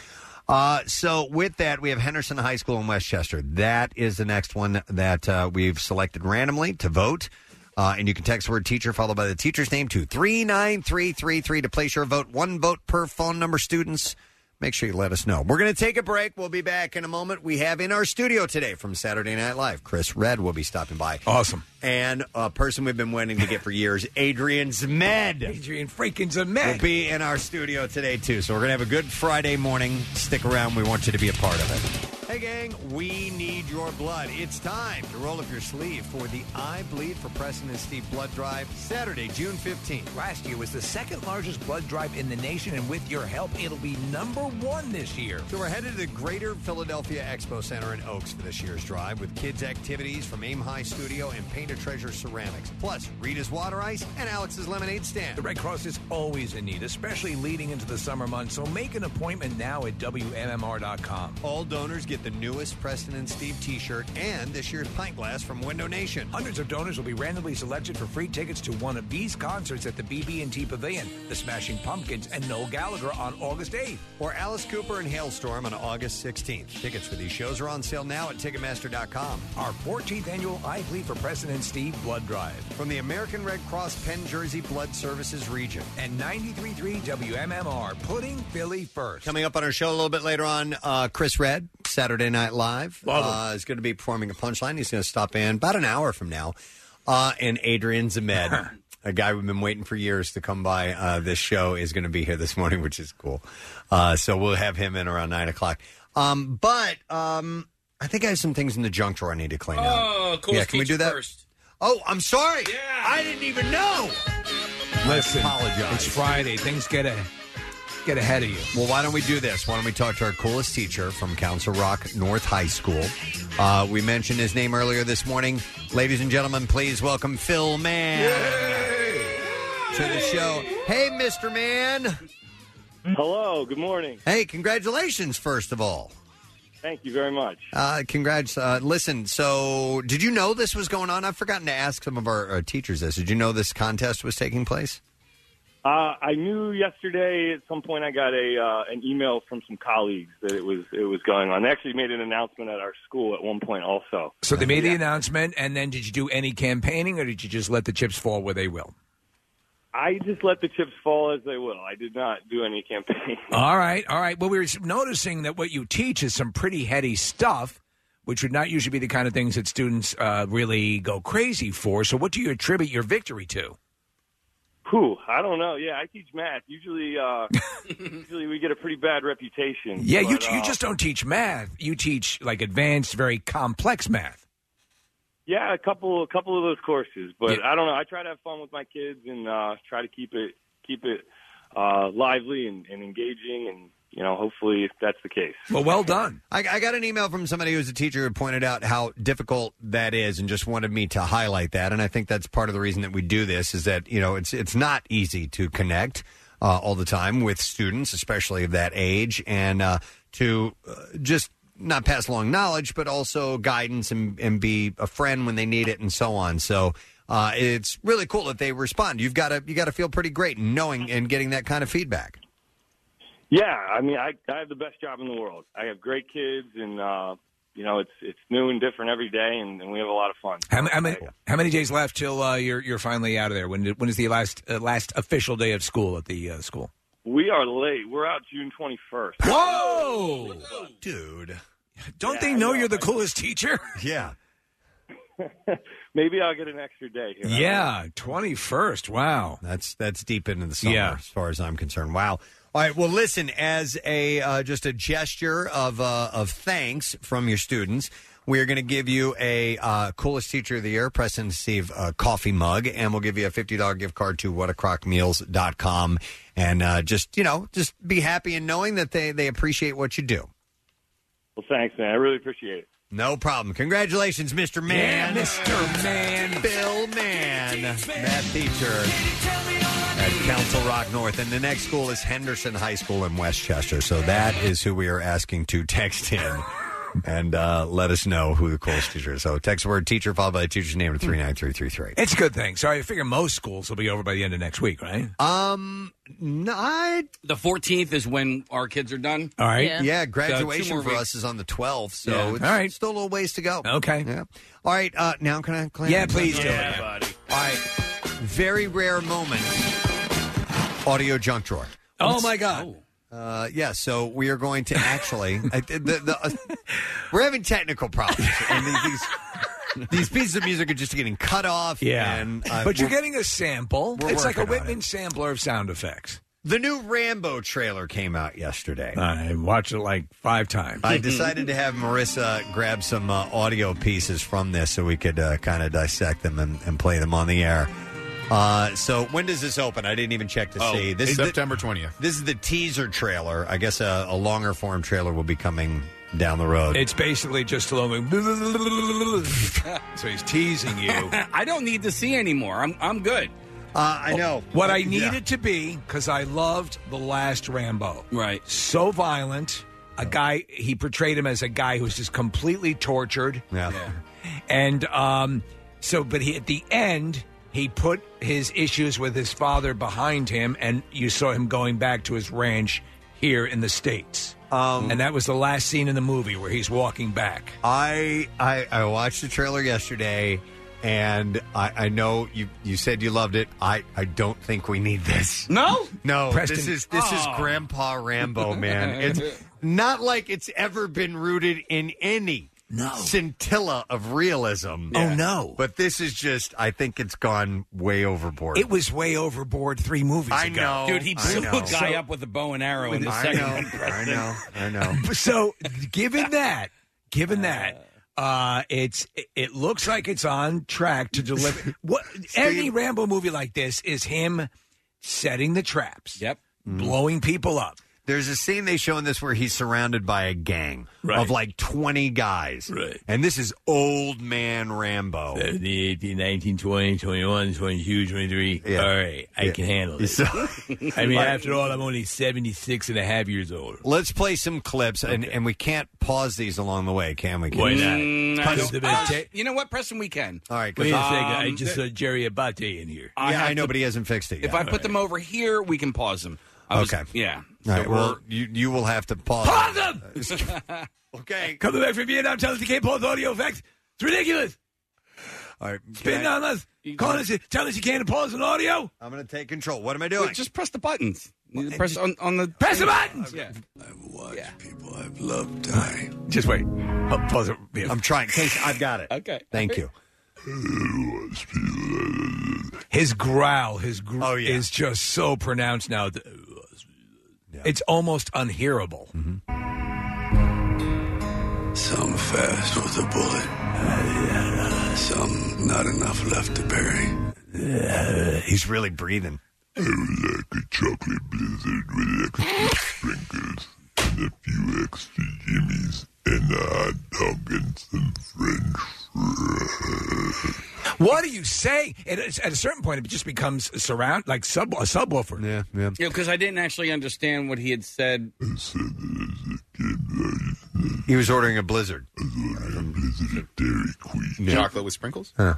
[SPEAKER 1] Uh, so with that, we have Henderson High School in Westchester. That is the next one that uh, we've selected randomly to vote. Uh, and you can text word teacher followed by the teacher's name to 39333 to place your vote. One vote per phone number, students. Make sure you let us know. We're going to take a break. We'll be back in a moment. We have in our studio today from Saturday Night Live, Chris Red will be stopping by.
[SPEAKER 3] Awesome.
[SPEAKER 1] And a person we've been waiting to get for years, Adrian Zmed.
[SPEAKER 3] Adrian freaking Zmed.
[SPEAKER 1] Will be in our studio today, too. So we're going to have a good Friday morning. Stick around. We want you to be a part of it. Hey, gang, we need your blood. It's time to roll up your sleeve for the I Bleed for Preston and Steve Blood Drive, Saturday, June 15th.
[SPEAKER 3] Last year was the second largest blood drive in the nation, and with your help, it'll be number one this year.
[SPEAKER 1] So we're headed to the Greater Philadelphia Expo Center in Oaks for this year's drive with kids' activities from Aim High Studio and Painted Treasure Ceramics, plus Rita's Water Ice and Alex's Lemonade Stand.
[SPEAKER 3] The Red Cross is always in need, especially leading into the summer months, so make an appointment now at WMMR.com.
[SPEAKER 1] All donors get the newest Preston and Steve t shirt and this year's pint glass from Window Nation.
[SPEAKER 3] Hundreds of donors will be randomly selected for free tickets to one of these concerts at the BB&T Pavilion, The Smashing Pumpkins, and Noel Gallagher on August 8th.
[SPEAKER 1] Or Alice Cooper and Hailstorm on August 16th. Tickets for these shows are on sale now at Ticketmaster.com.
[SPEAKER 3] Our 14th annual I Plead for President Steve Blood Drive.
[SPEAKER 1] From the American Red Cross Penn Jersey Blood Services region.
[SPEAKER 3] And 93.3 WMMR, putting Philly first.
[SPEAKER 1] Coming up on our show a little bit later on, uh, Chris Red, Saturday Night Live, uh, is going to be performing a punchline. He's going to stop in about an hour from now. Uh, and Adrian Zemed, a guy we've been waiting for years to come by uh, this show, is going to be here this morning, which is cool. Uh, so we'll have him in around 9 o'clock. Um, but um, I think I have some things in the junk drawer I need to clean up.
[SPEAKER 8] Oh, coolest
[SPEAKER 1] Yeah, can we
[SPEAKER 8] teacher
[SPEAKER 1] do that?
[SPEAKER 8] first.
[SPEAKER 1] Oh, I'm sorry. I didn't even know.
[SPEAKER 3] Listen,
[SPEAKER 1] apologize.
[SPEAKER 3] it's Friday. Things get a, get ahead of you.
[SPEAKER 1] Well, why don't we do this? Why don't we talk to our coolest teacher from Council Rock North High School? Uh, we mentioned his name earlier this morning. Ladies and gentlemen, please welcome Phil Mann to the show. Hey, Mr. Mann.
[SPEAKER 16] Hello, good morning.
[SPEAKER 1] Hey, congratulations, first of all.
[SPEAKER 16] Thank you very much.
[SPEAKER 1] Uh, congrats. Uh, listen, so did you know this was going on? I've forgotten to ask some of our uh, teachers this. Did you know this contest was taking place?
[SPEAKER 16] Uh, I knew yesterday at some point I got a uh, an email from some colleagues that it was it was going on. They actually made an announcement at our school at one point also.
[SPEAKER 3] So they made the announcement, and then did you do any campaigning, or did you just let the chips fall where they will?
[SPEAKER 16] I just let the chips fall as they will. I did not do any campaign.
[SPEAKER 3] All right, all right. Well, we were noticing that what you teach is some pretty heady stuff, which would not usually be the kind of things that students uh, really go crazy for. So, what do you attribute your victory to?
[SPEAKER 16] Whew, I don't know. Yeah, I teach math. Usually, uh, usually we get a pretty bad reputation.
[SPEAKER 3] Yeah, you,
[SPEAKER 16] but,
[SPEAKER 3] you
[SPEAKER 16] uh,
[SPEAKER 3] just don't teach math. You teach like advanced, very complex math.
[SPEAKER 16] Yeah, a couple, a couple of those courses, but I don't know. I try to have fun with my kids and uh, try to keep it, keep it uh, lively and, and engaging, and you know, hopefully that's the case.
[SPEAKER 3] Well, well done.
[SPEAKER 1] I, I got an email from somebody who's a teacher who pointed out how difficult that is, and just wanted me to highlight that. And I think that's part of the reason that we do this is that you know it's it's not easy to connect uh, all the time with students, especially of that age, and uh, to uh, just not pass along knowledge, but also guidance and, and be a friend when they need it, and so on. So. Uh, it's really cool that they respond. You've got to you got to feel pretty great knowing and getting that kind of feedback.
[SPEAKER 16] Yeah, I mean, I, I have the best job in the world. I have great kids, and uh, you know, it's it's new and different every day, and, and we have a lot of fun.
[SPEAKER 3] How, ma- how many how many days left till uh, you're you're finally out of there? When when is the last uh, last official day of school at the uh, school?
[SPEAKER 16] We are late. We're out June twenty first.
[SPEAKER 3] Whoa,
[SPEAKER 1] dude!
[SPEAKER 3] Don't they know you're the coolest teacher?
[SPEAKER 1] Yeah.
[SPEAKER 16] Maybe I'll get an extra day here.
[SPEAKER 3] Yeah, twenty first. Wow,
[SPEAKER 1] that's that's deep into the summer,
[SPEAKER 3] Yeah.
[SPEAKER 1] as far as I'm concerned. Wow. All right. Well, listen. As a uh, just a gesture of uh, of thanks from your students, we are going to give you a uh, coolest teacher of the year, Preston Steve uh, coffee mug, and we'll give you a fifty dollar gift card to whatacrockmeals.com. and uh, just you know just be happy in knowing that they they appreciate what you do.
[SPEAKER 16] Well, thanks, man. I really appreciate it.
[SPEAKER 1] No problem. Congratulations, Mr. Man.
[SPEAKER 3] Mr. Man.
[SPEAKER 1] Bill Man. That teacher at Council Rock North. And the next school is Henderson High School in Westchester. So that is who we are asking to text in and uh, let us know who the coolest teacher is. So text the word teacher followed by the teacher's name to 39333.
[SPEAKER 3] It's a good thing. So I figure most schools will be over by the end of next week, right?
[SPEAKER 1] Um, no, I-
[SPEAKER 4] The 14th is when our kids are done.
[SPEAKER 3] All right.
[SPEAKER 1] Yeah, graduation for us is on the 12th. So
[SPEAKER 4] Yeah.
[SPEAKER 1] it's
[SPEAKER 4] All right.
[SPEAKER 1] still a little ways to go.
[SPEAKER 3] Okay.
[SPEAKER 1] Yeah. All right. Uh, now, can I claim?
[SPEAKER 3] Yeah, please do.
[SPEAKER 1] Yeah.
[SPEAKER 3] buddy.
[SPEAKER 1] All right. Very rare moment. Audio junk drawer.
[SPEAKER 3] Oh my god.
[SPEAKER 1] Uh, yeah, so we are going to actually. I, the, the, uh, we're having technical problems, and these, these these pieces of music are just getting cut off.
[SPEAKER 3] Yeah.
[SPEAKER 1] and, uh,
[SPEAKER 3] but you're
[SPEAKER 1] we're-
[SPEAKER 3] getting a sample.
[SPEAKER 1] we're
[SPEAKER 3] It's like a
[SPEAKER 1] working on
[SPEAKER 3] Whitman sampler of sound effects.
[SPEAKER 1] The new Rambo trailer came out yesterday.
[SPEAKER 3] I watched it like five times.
[SPEAKER 1] I decided to have Marissa grab some uh, audio pieces from this so we could uh, kind of dissect them and, and play them on the air. Uh, so when does this open? I didn't even check to
[SPEAKER 7] Oh,
[SPEAKER 1] see. This
[SPEAKER 7] September
[SPEAKER 1] is the, 20th. This is the teaser trailer. I guess a, a longer form trailer will be coming down the road.
[SPEAKER 3] It's basically just Stallone going. so he's teasing you.
[SPEAKER 4] I don't need to see anymore. I'm I'm good.
[SPEAKER 1] Uh, I know
[SPEAKER 3] What I needed to be because I loved the last Rambo.
[SPEAKER 4] Right.
[SPEAKER 3] So violent. A guy. He portrayed him as a guy who's just completely tortured.
[SPEAKER 1] Yeah.
[SPEAKER 3] And um, so, but he, at the end, he put his issues with his father behind him, and you saw him going back to his ranch here in the states. Um, and that was the last scene in the movie where he's walking back.
[SPEAKER 1] I I, I watched the trailer yesterday, and I, I know you you said you loved it. I, I don't think we need this.
[SPEAKER 4] No,
[SPEAKER 1] no.
[SPEAKER 3] Preston-
[SPEAKER 1] This is this
[SPEAKER 3] Oh.
[SPEAKER 1] is Grandpa Rambo, man. It's not like it's ever been rooted in any scintilla of realism.
[SPEAKER 3] Oh, no.
[SPEAKER 1] But this is just. I think it's gone way overboard.
[SPEAKER 3] It was way overboard three movies
[SPEAKER 1] I
[SPEAKER 3] ago.
[SPEAKER 1] know,
[SPEAKER 4] Dude, he
[SPEAKER 1] I
[SPEAKER 4] blew a
[SPEAKER 1] know.
[SPEAKER 4] guy
[SPEAKER 1] So-
[SPEAKER 4] up with a bow and arrow in the
[SPEAKER 1] I
[SPEAKER 4] second
[SPEAKER 1] know,
[SPEAKER 4] one.
[SPEAKER 1] I know. I know.
[SPEAKER 3] so given that given that uh it's it looks like it's on track to deliver what any rambo movie like this is him setting the traps yep
[SPEAKER 1] Mm-hmm.
[SPEAKER 3] blowing people up
[SPEAKER 1] There's a scene they show in this where he's surrounded by a gang
[SPEAKER 3] Right.
[SPEAKER 1] of like 20 guys. Right. And this is old man Rambo.
[SPEAKER 17] 18, 19, 20, 21, 22, 23.
[SPEAKER 1] Yeah.
[SPEAKER 17] All right, I
[SPEAKER 1] Yeah.
[SPEAKER 17] can handle it.
[SPEAKER 1] So-
[SPEAKER 17] I mean,
[SPEAKER 1] Like-
[SPEAKER 17] after all, I'm only 76 and a half years old.
[SPEAKER 1] Let's play some clips, and, and we can't pause these along the way, can we?
[SPEAKER 17] Why not? Mm, I
[SPEAKER 1] Cause-
[SPEAKER 17] don't-
[SPEAKER 4] Ah, you know what, Preston? We can.
[SPEAKER 1] All right,
[SPEAKER 17] Wait a second. I
[SPEAKER 4] Um,
[SPEAKER 17] just saw Jerry Abate in here.
[SPEAKER 4] I
[SPEAKER 1] yeah,
[SPEAKER 4] have
[SPEAKER 1] I know,
[SPEAKER 4] to-
[SPEAKER 1] but he hasn't fixed it yet.
[SPEAKER 4] If I put them over here, we can pause them. I was-
[SPEAKER 1] Okay.
[SPEAKER 4] Yeah.
[SPEAKER 1] All right, well, you, you will have to pause.
[SPEAKER 17] Pause them!
[SPEAKER 1] okay.
[SPEAKER 17] Coming back from Vietnam, tell us you can't pause audio effects. It's ridiculous.
[SPEAKER 1] All right.
[SPEAKER 17] Spitting on us. Calling us, telling us you can't pause an audio.
[SPEAKER 1] I'm going to take control. What am I doing?
[SPEAKER 4] just press the buttons. You press on, on the
[SPEAKER 17] Press the buttons!
[SPEAKER 4] Yeah.
[SPEAKER 3] just wait Pa- pause it.
[SPEAKER 1] I'm trying. Case, I've got it.
[SPEAKER 4] Okay.
[SPEAKER 1] Thank you.
[SPEAKER 3] His growl, his gr-
[SPEAKER 13] Oh, yeah.
[SPEAKER 3] is just so pronounced now. th- It's almost unhearable.
[SPEAKER 18] Some fast with a bullet. Some not enough left to bury.
[SPEAKER 1] He's really breathing.
[SPEAKER 13] I would like a chocolate blizzard with extra sprinkles and a few extra jimmies and a hot dog and some french fries.
[SPEAKER 3] What are you saying? It is, at a certain point, it just becomes surround like sub a subwoofer.
[SPEAKER 1] Yeah, yeah.
[SPEAKER 4] Yeah, because I didn't actually understand what he had said.
[SPEAKER 1] He was ordering a blizzard.
[SPEAKER 7] Chocolate with sprinkles?
[SPEAKER 1] Huh.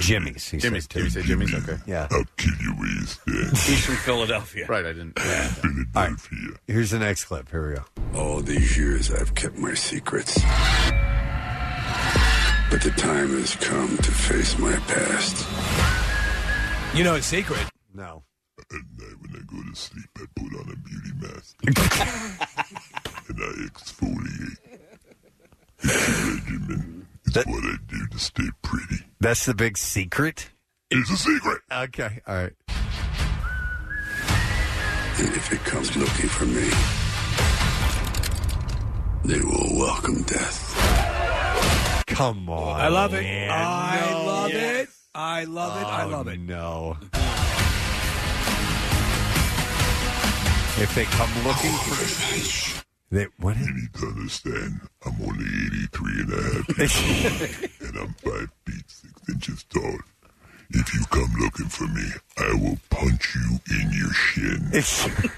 [SPEAKER 1] Jimmy's. He
[SPEAKER 7] Jimmy's.
[SPEAKER 1] said, too.
[SPEAKER 7] Did you say Jimmy's? Okay.
[SPEAKER 1] Yeah.
[SPEAKER 4] He's from Philadelphia.
[SPEAKER 7] Right, I didn't.
[SPEAKER 1] All right. Here's the next clip. Here we go.
[SPEAKER 18] All these years I've kept my secrets. But the time has come to face my past.
[SPEAKER 3] You know, it's secret.
[SPEAKER 1] No.
[SPEAKER 13] Go to sleep, I put on a beauty mask. and I exfoliate. It's a regimen. It's what I do to stay pretty.
[SPEAKER 1] That's the big secret.
[SPEAKER 13] It's a secret.
[SPEAKER 1] Okay. All right.
[SPEAKER 18] And if it comes looking for me, they will welcome death.
[SPEAKER 1] Come on.
[SPEAKER 3] I love it.
[SPEAKER 18] man.
[SPEAKER 3] I
[SPEAKER 4] Oh,
[SPEAKER 18] No.
[SPEAKER 3] love
[SPEAKER 18] Yes.
[SPEAKER 3] it. I love it. I love it.
[SPEAKER 1] No. If they come looking for they, what? You
[SPEAKER 13] need to understand, I'm only 83 and a half years old, and I'm 5 feet 6 inches tall. If you come looking for me, I will punch you in your shin.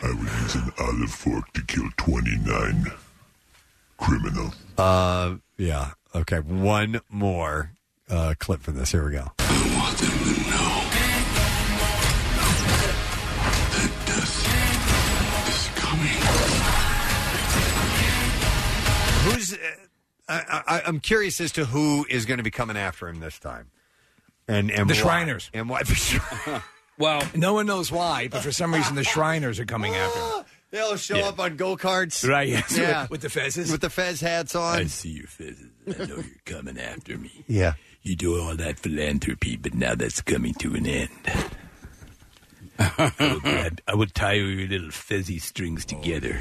[SPEAKER 13] I will use an olive fork to kill 29 criminals.
[SPEAKER 1] Uh, yeah. Okay. One more uh, clip from this. Here we go. Who's? uh, I, I, I'm curious as to who is going to be coming after him this time. And and
[SPEAKER 3] The
[SPEAKER 1] why.
[SPEAKER 3] Shriners.
[SPEAKER 1] and why?
[SPEAKER 4] well,
[SPEAKER 3] no one knows why, but for some reason, the Shriners are coming after. him.
[SPEAKER 1] They'll show
[SPEAKER 3] Yeah.
[SPEAKER 1] up on go karts,
[SPEAKER 3] Right, yes.
[SPEAKER 1] Yeah,
[SPEAKER 3] With- with the fezzes,
[SPEAKER 1] with the fez hats on.
[SPEAKER 17] I see your fezzes. I know you're coming after me.
[SPEAKER 1] Yeah.
[SPEAKER 17] You do all that philanthropy, but now that's coming to an end. I will, grab- I will tie your little fezzy strings
[SPEAKER 3] Oh,
[SPEAKER 17] together.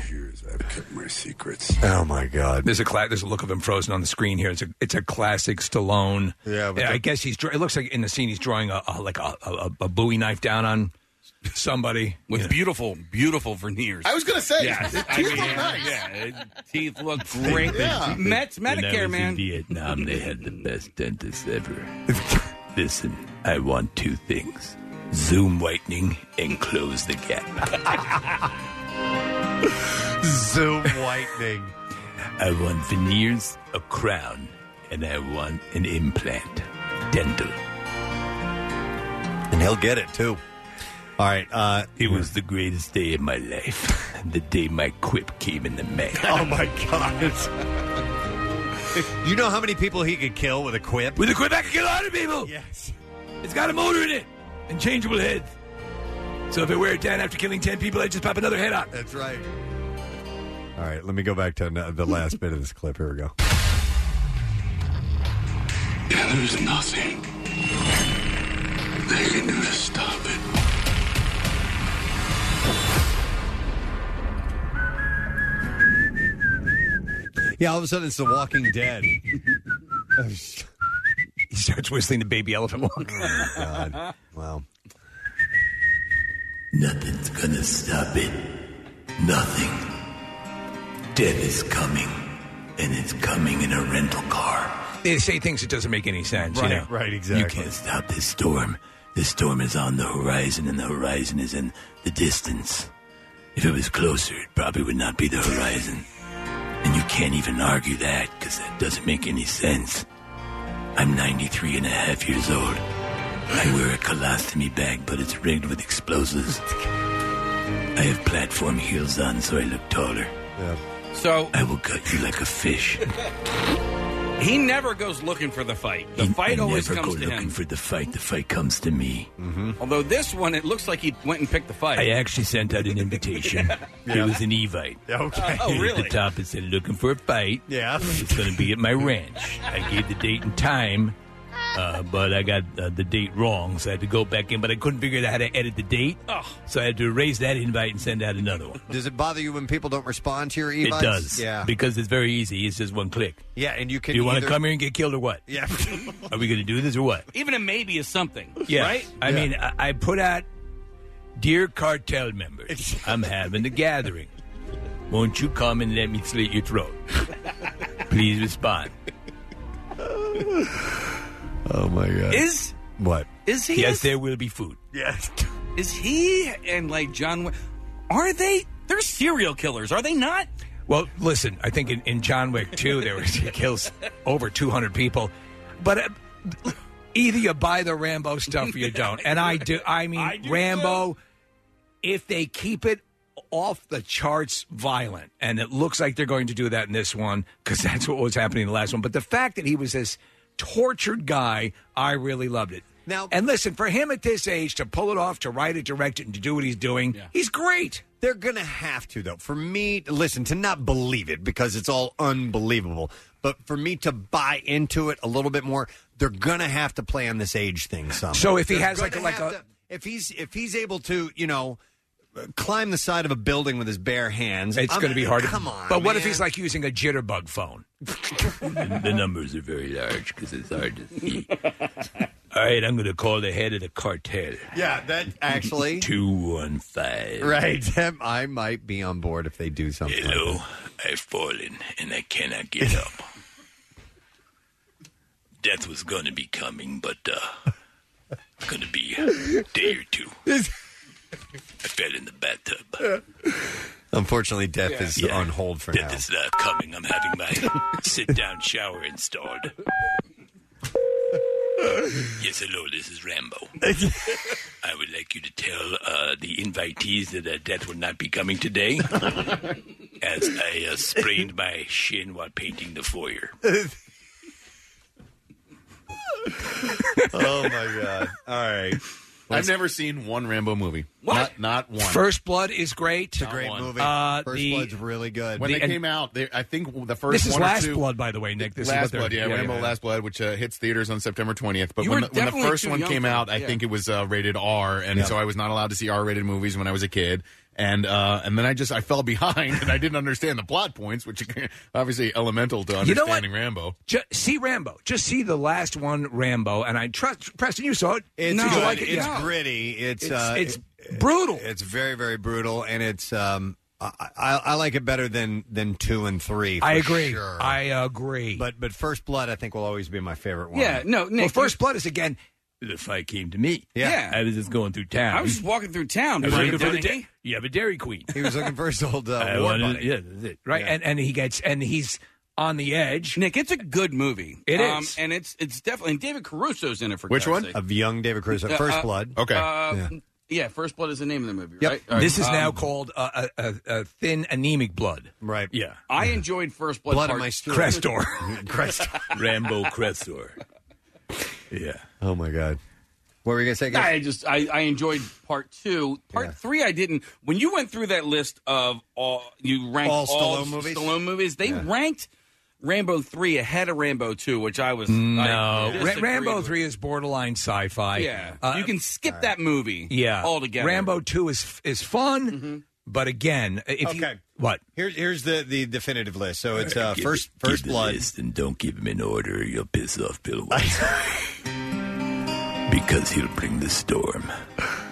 [SPEAKER 18] I've kept my secrets.
[SPEAKER 1] Oh my God!
[SPEAKER 3] There's a cla- there's a look of him frozen on the screen here. It's a it's a classic Stallone.
[SPEAKER 1] Yeah, but
[SPEAKER 3] I
[SPEAKER 1] the-
[SPEAKER 3] guess he's. Draw- it looks like in the scene he's drawing a, a like a, a, a Bowie knife down on somebody
[SPEAKER 4] with beautiful beautiful veneers.
[SPEAKER 3] I was gonna say,
[SPEAKER 4] yeah,
[SPEAKER 3] his
[SPEAKER 4] I
[SPEAKER 3] teeth
[SPEAKER 4] mean,
[SPEAKER 3] look nice.
[SPEAKER 4] Yeah, his teeth look great. Mets
[SPEAKER 17] When I
[SPEAKER 4] Medicare,
[SPEAKER 17] was
[SPEAKER 4] man.
[SPEAKER 17] In Vietnam, they had the best dentists ever. Listen, I want two things Zoom whitening and close the gap.
[SPEAKER 1] Zoom whitening.
[SPEAKER 17] I want veneers, a crown, and I want an implant. Dental.
[SPEAKER 1] And he'll get it too. All right. Uh,
[SPEAKER 17] it was the greatest day of my life. The day my quip came in the mail.
[SPEAKER 1] Oh my God! you know how many people he could kill with a quip?
[SPEAKER 17] With a quip, I could kill a hundred people. Yes. It's got a motor in it and changeable heads. So if I wear it down after killing ten people, I just pop another head on.
[SPEAKER 1] That's right. All right. Let me go back to an- the last bit of this clip. Here we go.
[SPEAKER 18] Yeah, there's nothing they can do to stop it.
[SPEAKER 1] Yeah. All of a sudden, it's The Walking Dead.
[SPEAKER 3] he starts whistling the baby elephant walk.
[SPEAKER 1] God. Wow.
[SPEAKER 17] Nothing's gonna stop it. Nothing. Death is coming, and it's coming in a rental car.
[SPEAKER 3] They say things that doesn't make any sense.
[SPEAKER 17] Right,
[SPEAKER 3] you know?
[SPEAKER 17] right, You can't stop this storm. This storm is on the horizon, and the horizon is in the distance. If it was closer, it probably would not be the horizon. And you can't even argue that, because that doesn't make any sense. I'm 93 and a half years old. I wear a colostomy bag, but it's rigged with explosives. I have platform heels on, so I look taller.
[SPEAKER 4] So
[SPEAKER 17] I will cut you like a fish.
[SPEAKER 4] He never goes looking for the fight. The
[SPEAKER 17] He-
[SPEAKER 4] fight
[SPEAKER 17] I
[SPEAKER 4] always
[SPEAKER 17] never
[SPEAKER 4] comes
[SPEAKER 17] go
[SPEAKER 4] to
[SPEAKER 17] looking
[SPEAKER 4] him.
[SPEAKER 17] for the fight. The fight comes to me. Mm-hmm.
[SPEAKER 4] Although this one, it looks like he went and picked the fight.
[SPEAKER 17] I actually sent out an invitation.
[SPEAKER 4] Yeah.
[SPEAKER 17] It was an Evite.
[SPEAKER 4] Okay. Oh,
[SPEAKER 17] At
[SPEAKER 4] really?
[SPEAKER 17] the top it said, "Looking for a fight." Yeah. It's going to be at my ranch. I gave the date and time, uh, but I got uh, the date wrong, so I had to go back in. But I couldn't figure out how to edit the date,
[SPEAKER 4] Oh.
[SPEAKER 17] so I had to erase that invite and send out another one.
[SPEAKER 1] Does it bother you when people don't respond to your
[SPEAKER 17] It
[SPEAKER 1] emails?
[SPEAKER 17] does,
[SPEAKER 1] Yeah.
[SPEAKER 17] because it's very easy. It's just one click.
[SPEAKER 1] yeah, and you can.
[SPEAKER 17] you want to
[SPEAKER 1] either-
[SPEAKER 17] come here and get killed or what?
[SPEAKER 1] Yeah.
[SPEAKER 17] Are we going to do this or what?
[SPEAKER 4] Even a maybe is something,
[SPEAKER 17] Yeah.
[SPEAKER 4] right?
[SPEAKER 17] I mean, I, I put out, Dear cartel members, I'm having a gathering. Won't you come and let me slit your throat? Please respond.
[SPEAKER 1] Oh my god.
[SPEAKER 4] Is
[SPEAKER 1] what?
[SPEAKER 4] is he?
[SPEAKER 17] Yes, there will be food.
[SPEAKER 1] Yes.
[SPEAKER 4] uh, Is he and like John? Wick- Are they? They're serial killers, are they not?
[SPEAKER 17] Well, listen, I think in, in John Wick 2, there was he kills over 200 people. But uh, either you buy the Rambo stuff or you don't. And I do. I mean, Rambo, if they keep it off the charts violent, and it looks like they're going to do that in this one because that's what was happening in the last one. But the fact that he was this tortured guy, I really loved it. Now, and listen, for him at this age to pull it off, to write it, direct it, and to do what he's doing, he's great.
[SPEAKER 1] They're gonna have to though. For me, listen to not believe it because it's all unbelievable. But for me to buy into it a little bit more, they're gonna have to play on this age thing some.
[SPEAKER 17] So if he
[SPEAKER 1] They're
[SPEAKER 17] has like a,
[SPEAKER 1] gonna
[SPEAKER 17] like
[SPEAKER 1] have
[SPEAKER 17] a
[SPEAKER 1] to- if he's if he's able to, you know, climb the side of a building with his bare hands,
[SPEAKER 17] It's
[SPEAKER 1] I'm
[SPEAKER 17] going to be hard. to-
[SPEAKER 1] Come on.
[SPEAKER 17] But what if
[SPEAKER 1] man.
[SPEAKER 17] he's like using a jitterbug phone? the numbers are very large because it's hard to see. All right, I'm going to call the head of the cartel.
[SPEAKER 1] Yeah, that actually.
[SPEAKER 17] Two one five.
[SPEAKER 1] Right. Them- I might be on board if they do something. Hello.
[SPEAKER 17] I've fallen and I cannot get up. Death was going to be coming, but uh, going to be a day or two. I fell in the bathtub.
[SPEAKER 1] Unfortunately, death is
[SPEAKER 17] Yeah.
[SPEAKER 1] on hold for
[SPEAKER 17] Death
[SPEAKER 1] now.
[SPEAKER 17] is not coming. I'm having my sit down shower installed. yes, hello, this is Rambo. I would like you to tell uh, the invitees that uh, death will not be coming today as I uh, sprained my shin while painting the foyer.
[SPEAKER 1] oh my god! All right.
[SPEAKER 7] I've never seen one Rambo movie.
[SPEAKER 17] What?
[SPEAKER 7] Not, not one.
[SPEAKER 17] First Blood is great. It's
[SPEAKER 7] a great one. movie. First Blood's
[SPEAKER 1] really good.
[SPEAKER 7] When
[SPEAKER 17] The-
[SPEAKER 7] they
[SPEAKER 17] and-
[SPEAKER 7] came out, they, I think the first
[SPEAKER 17] This is
[SPEAKER 7] one or
[SPEAKER 17] Last
[SPEAKER 7] two-
[SPEAKER 17] Blood, by the way, Nick. This is
[SPEAKER 7] Last
[SPEAKER 17] what they're-
[SPEAKER 7] Blood, yeah,
[SPEAKER 17] yeah,
[SPEAKER 7] Rambo
[SPEAKER 17] yeah.
[SPEAKER 7] Last Blood, which uh, hits theaters on September 20th. But
[SPEAKER 17] You
[SPEAKER 7] when,
[SPEAKER 17] were
[SPEAKER 7] the- when the
[SPEAKER 17] definitely
[SPEAKER 7] first
[SPEAKER 17] too
[SPEAKER 7] one
[SPEAKER 17] young
[SPEAKER 7] came
[SPEAKER 17] for
[SPEAKER 7] out,
[SPEAKER 17] that,
[SPEAKER 7] I
[SPEAKER 17] yeah.
[SPEAKER 7] think it was uh, rated R, and
[SPEAKER 17] Yeah.
[SPEAKER 7] so I was not allowed to see R-rated movies when I was a kid. And uh, and then I just I fell behind, and I didn't understand the plot points, which are obviously elemental to
[SPEAKER 17] You know what?
[SPEAKER 7] understanding Rambo.
[SPEAKER 17] Ju- see Rambo. Just see the last one, Rambo. And I trust Preston. You saw it.
[SPEAKER 1] It's
[SPEAKER 17] Did you
[SPEAKER 1] good.
[SPEAKER 17] like it?
[SPEAKER 1] It's
[SPEAKER 17] Yeah.
[SPEAKER 1] gritty. It's
[SPEAKER 17] It's-
[SPEAKER 1] uh,
[SPEAKER 17] it's
[SPEAKER 1] brutal. It's very very brutal, and it's um, I, I, I like it better than than two and three. for
[SPEAKER 17] I agree.
[SPEAKER 1] sure.
[SPEAKER 17] I agree.
[SPEAKER 1] But but First Blood, I think will always be my favorite one.
[SPEAKER 17] well, First Blood is again. The fight came to me.
[SPEAKER 1] Yeah.
[SPEAKER 17] I was just going through town.
[SPEAKER 4] I was just walking through town.
[SPEAKER 17] I was
[SPEAKER 4] Right,
[SPEAKER 17] looking for the
[SPEAKER 4] Denny?
[SPEAKER 17] da- you have a Dairy Queen.
[SPEAKER 1] He was looking for his old uh,
[SPEAKER 17] I
[SPEAKER 1] war
[SPEAKER 17] wanted-
[SPEAKER 1] buddy.
[SPEAKER 17] Yeah, that's it. right. And and he gets and he's on the edge.
[SPEAKER 4] Nick, it's a good movie.
[SPEAKER 17] It is.
[SPEAKER 4] Um, and it's it's definitely and David Caruso's in it for
[SPEAKER 1] Which
[SPEAKER 4] God's
[SPEAKER 1] one?
[SPEAKER 4] sake.
[SPEAKER 1] Of young David Crusoe.
[SPEAKER 4] Uh,
[SPEAKER 1] First
[SPEAKER 4] uh,
[SPEAKER 1] Blood.
[SPEAKER 4] uh,
[SPEAKER 1] Yeah.
[SPEAKER 4] yeah. First Blood is the name of the movie,
[SPEAKER 1] Yep.
[SPEAKER 4] right? All right.
[SPEAKER 17] This is now
[SPEAKER 4] Um,
[SPEAKER 17] called a, a, a thin anemic blood.
[SPEAKER 1] Right.
[SPEAKER 17] Yeah.
[SPEAKER 4] I enjoyed First Blood.
[SPEAKER 17] Blood in
[SPEAKER 4] part-
[SPEAKER 17] my stool. Crestor.
[SPEAKER 1] Crestor.
[SPEAKER 17] Rambo Crestor. Yeah.
[SPEAKER 1] Oh my God. What were you gonna say? Guys?
[SPEAKER 4] I just I, I enjoyed part two. Part three I didn't. When you went through that list of all you ranked
[SPEAKER 1] All Stallone
[SPEAKER 4] S-
[SPEAKER 1] movies?
[SPEAKER 4] Stallone movies, they ranked Rambo three ahead of Rambo two, which I was I
[SPEAKER 17] No. Ra-
[SPEAKER 4] disagreed
[SPEAKER 17] Rambo
[SPEAKER 4] with.
[SPEAKER 17] 3 is borderline sci fi.
[SPEAKER 4] Yeah, you can skip that movie.
[SPEAKER 17] Yeah.
[SPEAKER 4] altogether.
[SPEAKER 17] Rambo 2 is is fun,
[SPEAKER 1] Mm-hmm.
[SPEAKER 17] but again, if you-
[SPEAKER 1] Okay.
[SPEAKER 17] what?
[SPEAKER 1] Here's here's the the definitive list. So it's uh,
[SPEAKER 17] give
[SPEAKER 1] first
[SPEAKER 17] it-
[SPEAKER 1] first
[SPEAKER 17] give it
[SPEAKER 1] blood.
[SPEAKER 17] this and don't give him an order. You'll piss off Bill
[SPEAKER 1] White.
[SPEAKER 17] because he'll bring the storm.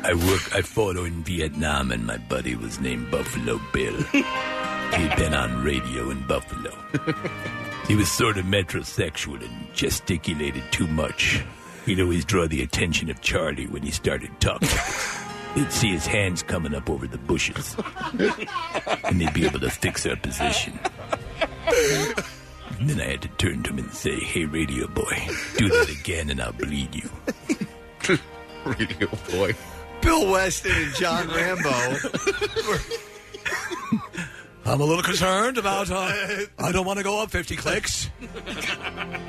[SPEAKER 17] I work. I fought in Vietnam, and my buddy was named Buffalo Bill. He'd been on radio in Buffalo. He was sort of metrosexual and gesticulated too much. He'd always draw the attention of Charlie when he started talking. He'd see his hands coming up over the bushes, and they'd be able to fix our position. And then I had to turn to him and say, Hey, radio boy, do that again and I'll bleed you.
[SPEAKER 7] radio boy.
[SPEAKER 1] Bill Weston and John Rambo.
[SPEAKER 19] I'm a little concerned about. Uh, I don't want to go up 50 clicks.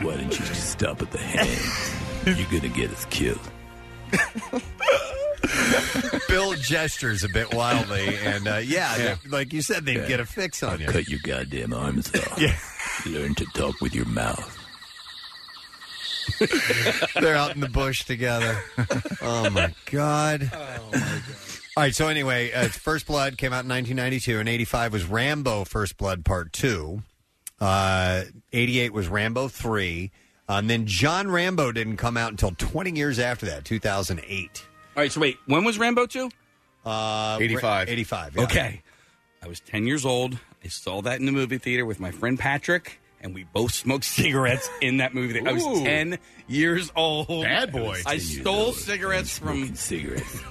[SPEAKER 17] Why didn't you just stop at the hand? You're gonna get us killed.
[SPEAKER 1] Bill gestures a bit wildly, and uh, yeah,
[SPEAKER 17] Yeah.
[SPEAKER 1] they- like you said, they'd
[SPEAKER 17] Yeah.
[SPEAKER 1] get a fix on you.
[SPEAKER 17] Cut your goddamn arms off. Learn to talk with your mouth.
[SPEAKER 1] They're out in the bush together. Oh my god. All right, so anyway, uh, First Blood came out in 1992, and 85 was Rambo First Blood Part 2. Uh, 88 was Rambo 3. and then John Rambo didn't come out until 20 years after that, 2008.
[SPEAKER 4] All right, so wait, when was Rambo 2?
[SPEAKER 1] Uh,
[SPEAKER 4] 85.
[SPEAKER 1] 85,
[SPEAKER 4] Okay. I was 10 years old. I saw that in the movie theater with my friend Patrick, and we both smoked cigarettes in that movie. theater. I was
[SPEAKER 8] Ooh.
[SPEAKER 4] 10 years old.
[SPEAKER 8] Bad
[SPEAKER 4] I was
[SPEAKER 8] boy.
[SPEAKER 4] 10 I
[SPEAKER 8] years
[SPEAKER 4] stole cigarettes from.
[SPEAKER 17] Cigarettes.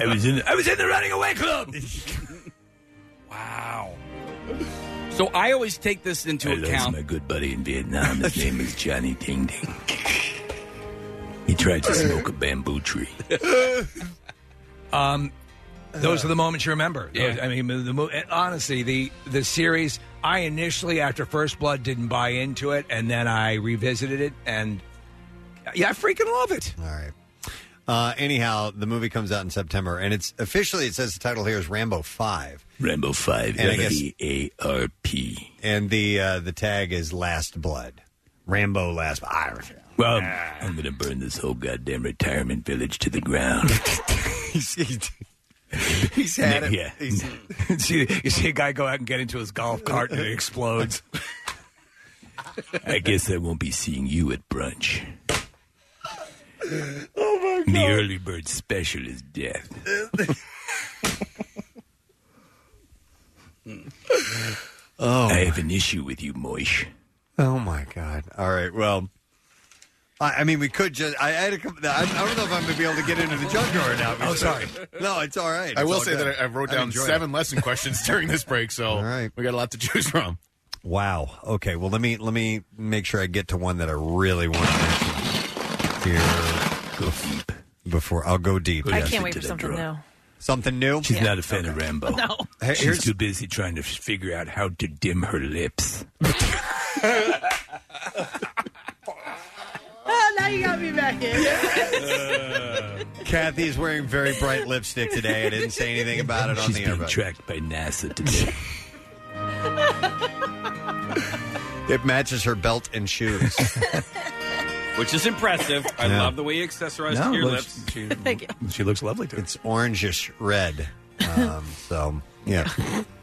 [SPEAKER 17] I was in. I was in the running away club.
[SPEAKER 4] wow. So I always take this into
[SPEAKER 17] I lost
[SPEAKER 4] account.
[SPEAKER 17] my good buddy in Vietnam. His name is Johnny Ding Ding. He tried to smoke a bamboo tree.
[SPEAKER 3] Um, those are the moments you remember. Those-
[SPEAKER 17] Yeah.
[SPEAKER 3] I mean, the, mo- and honestly, the the series. I initially, after First Blood, didn't buy into it, and then I revisited it, and yeah, I freaking love it.
[SPEAKER 1] All right. Uh, anyhow, the movie comes out in September, and it's officially, it says the title here is Rambo 5.
[SPEAKER 17] Rambo Five.
[SPEAKER 1] And I guess-
[SPEAKER 17] F E A R P.
[SPEAKER 1] And the uh, the tag is Last Blood. Rambo Last Irish.
[SPEAKER 17] Well, I'm going to burn this whole goddamn retirement village to the ground.
[SPEAKER 3] he's,
[SPEAKER 1] he's
[SPEAKER 3] had it.
[SPEAKER 17] Yeah.
[SPEAKER 3] see, you see a guy go out and get into his golf cart, and it explodes.
[SPEAKER 17] I guess I won't be seeing you at brunch.
[SPEAKER 13] Oh
[SPEAKER 17] The early bird special is death.
[SPEAKER 1] Hmm. Oh,
[SPEAKER 17] I have an issue with you, Moish.
[SPEAKER 1] Oh my God! All right. Well, I, I mean, we could just. I, I had a. couple- I, I don't know if I'm gonna be able to get into the junkyard now.
[SPEAKER 7] Oh, sorry.
[SPEAKER 1] No, it's all right.
[SPEAKER 7] I
[SPEAKER 1] It's
[SPEAKER 7] will
[SPEAKER 1] all
[SPEAKER 7] say
[SPEAKER 1] good.
[SPEAKER 7] that I, I wrote
[SPEAKER 1] I'm
[SPEAKER 7] down
[SPEAKER 1] enjoying
[SPEAKER 7] seven
[SPEAKER 1] it.
[SPEAKER 7] lesson questions during this break, so we got a lot to choose from.
[SPEAKER 1] Wow. Okay. Well, let me let me make sure I get to one that I really want to mention here. Go deep. Before I'll go deep.
[SPEAKER 2] I
[SPEAKER 1] yes.
[SPEAKER 2] can't wait for something new.
[SPEAKER 1] Something new.
[SPEAKER 17] She's not a fan of Rambo.
[SPEAKER 2] No.
[SPEAKER 1] Hey,
[SPEAKER 17] She's
[SPEAKER 1] here's-
[SPEAKER 17] too busy trying to figure out how to dim her lips.
[SPEAKER 2] Oh, now you got me back in.
[SPEAKER 1] Kathy is wearing very bright lipstick today. I didn't say anything about it on
[SPEAKER 17] She's
[SPEAKER 1] the air.
[SPEAKER 17] being
[SPEAKER 1] but-
[SPEAKER 17] tracked by NASA today.
[SPEAKER 1] It matches her belt and shoes.
[SPEAKER 4] Which is impressive. I
[SPEAKER 1] Yeah.
[SPEAKER 4] love the way you accessorize
[SPEAKER 1] No,
[SPEAKER 4] your
[SPEAKER 1] it
[SPEAKER 4] lips.
[SPEAKER 1] looks-
[SPEAKER 2] Thank you.
[SPEAKER 1] She looks lovely. Too. It's orangish red. Um, so yeah,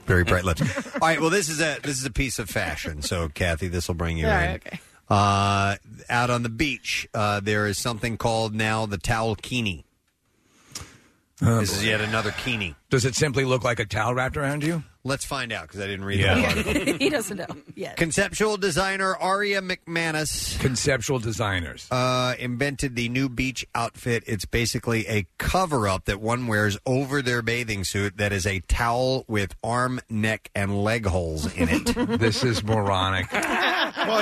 [SPEAKER 1] very bright lips. All right. Well, this is a this is a piece of fashion. So Kathy, this will bring you
[SPEAKER 2] All
[SPEAKER 1] in.
[SPEAKER 2] right, okay.
[SPEAKER 1] Uh, out on the beach, uh, there is something called now the towel kini. this is yet another kini.
[SPEAKER 3] Oh, Does it simply look like a towel wrapped around you?
[SPEAKER 1] Let's find out because I didn't read the whole article.
[SPEAKER 2] he doesn't know yet.
[SPEAKER 1] Conceptual designer Aria McManus.
[SPEAKER 3] Conceptual designers.
[SPEAKER 1] Uh, invented the new beach outfit. It's basically a cover up that one wears over their bathing suit that is a towel with arm, neck, and leg holes in it.
[SPEAKER 3] this is moronic.
[SPEAKER 7] Well,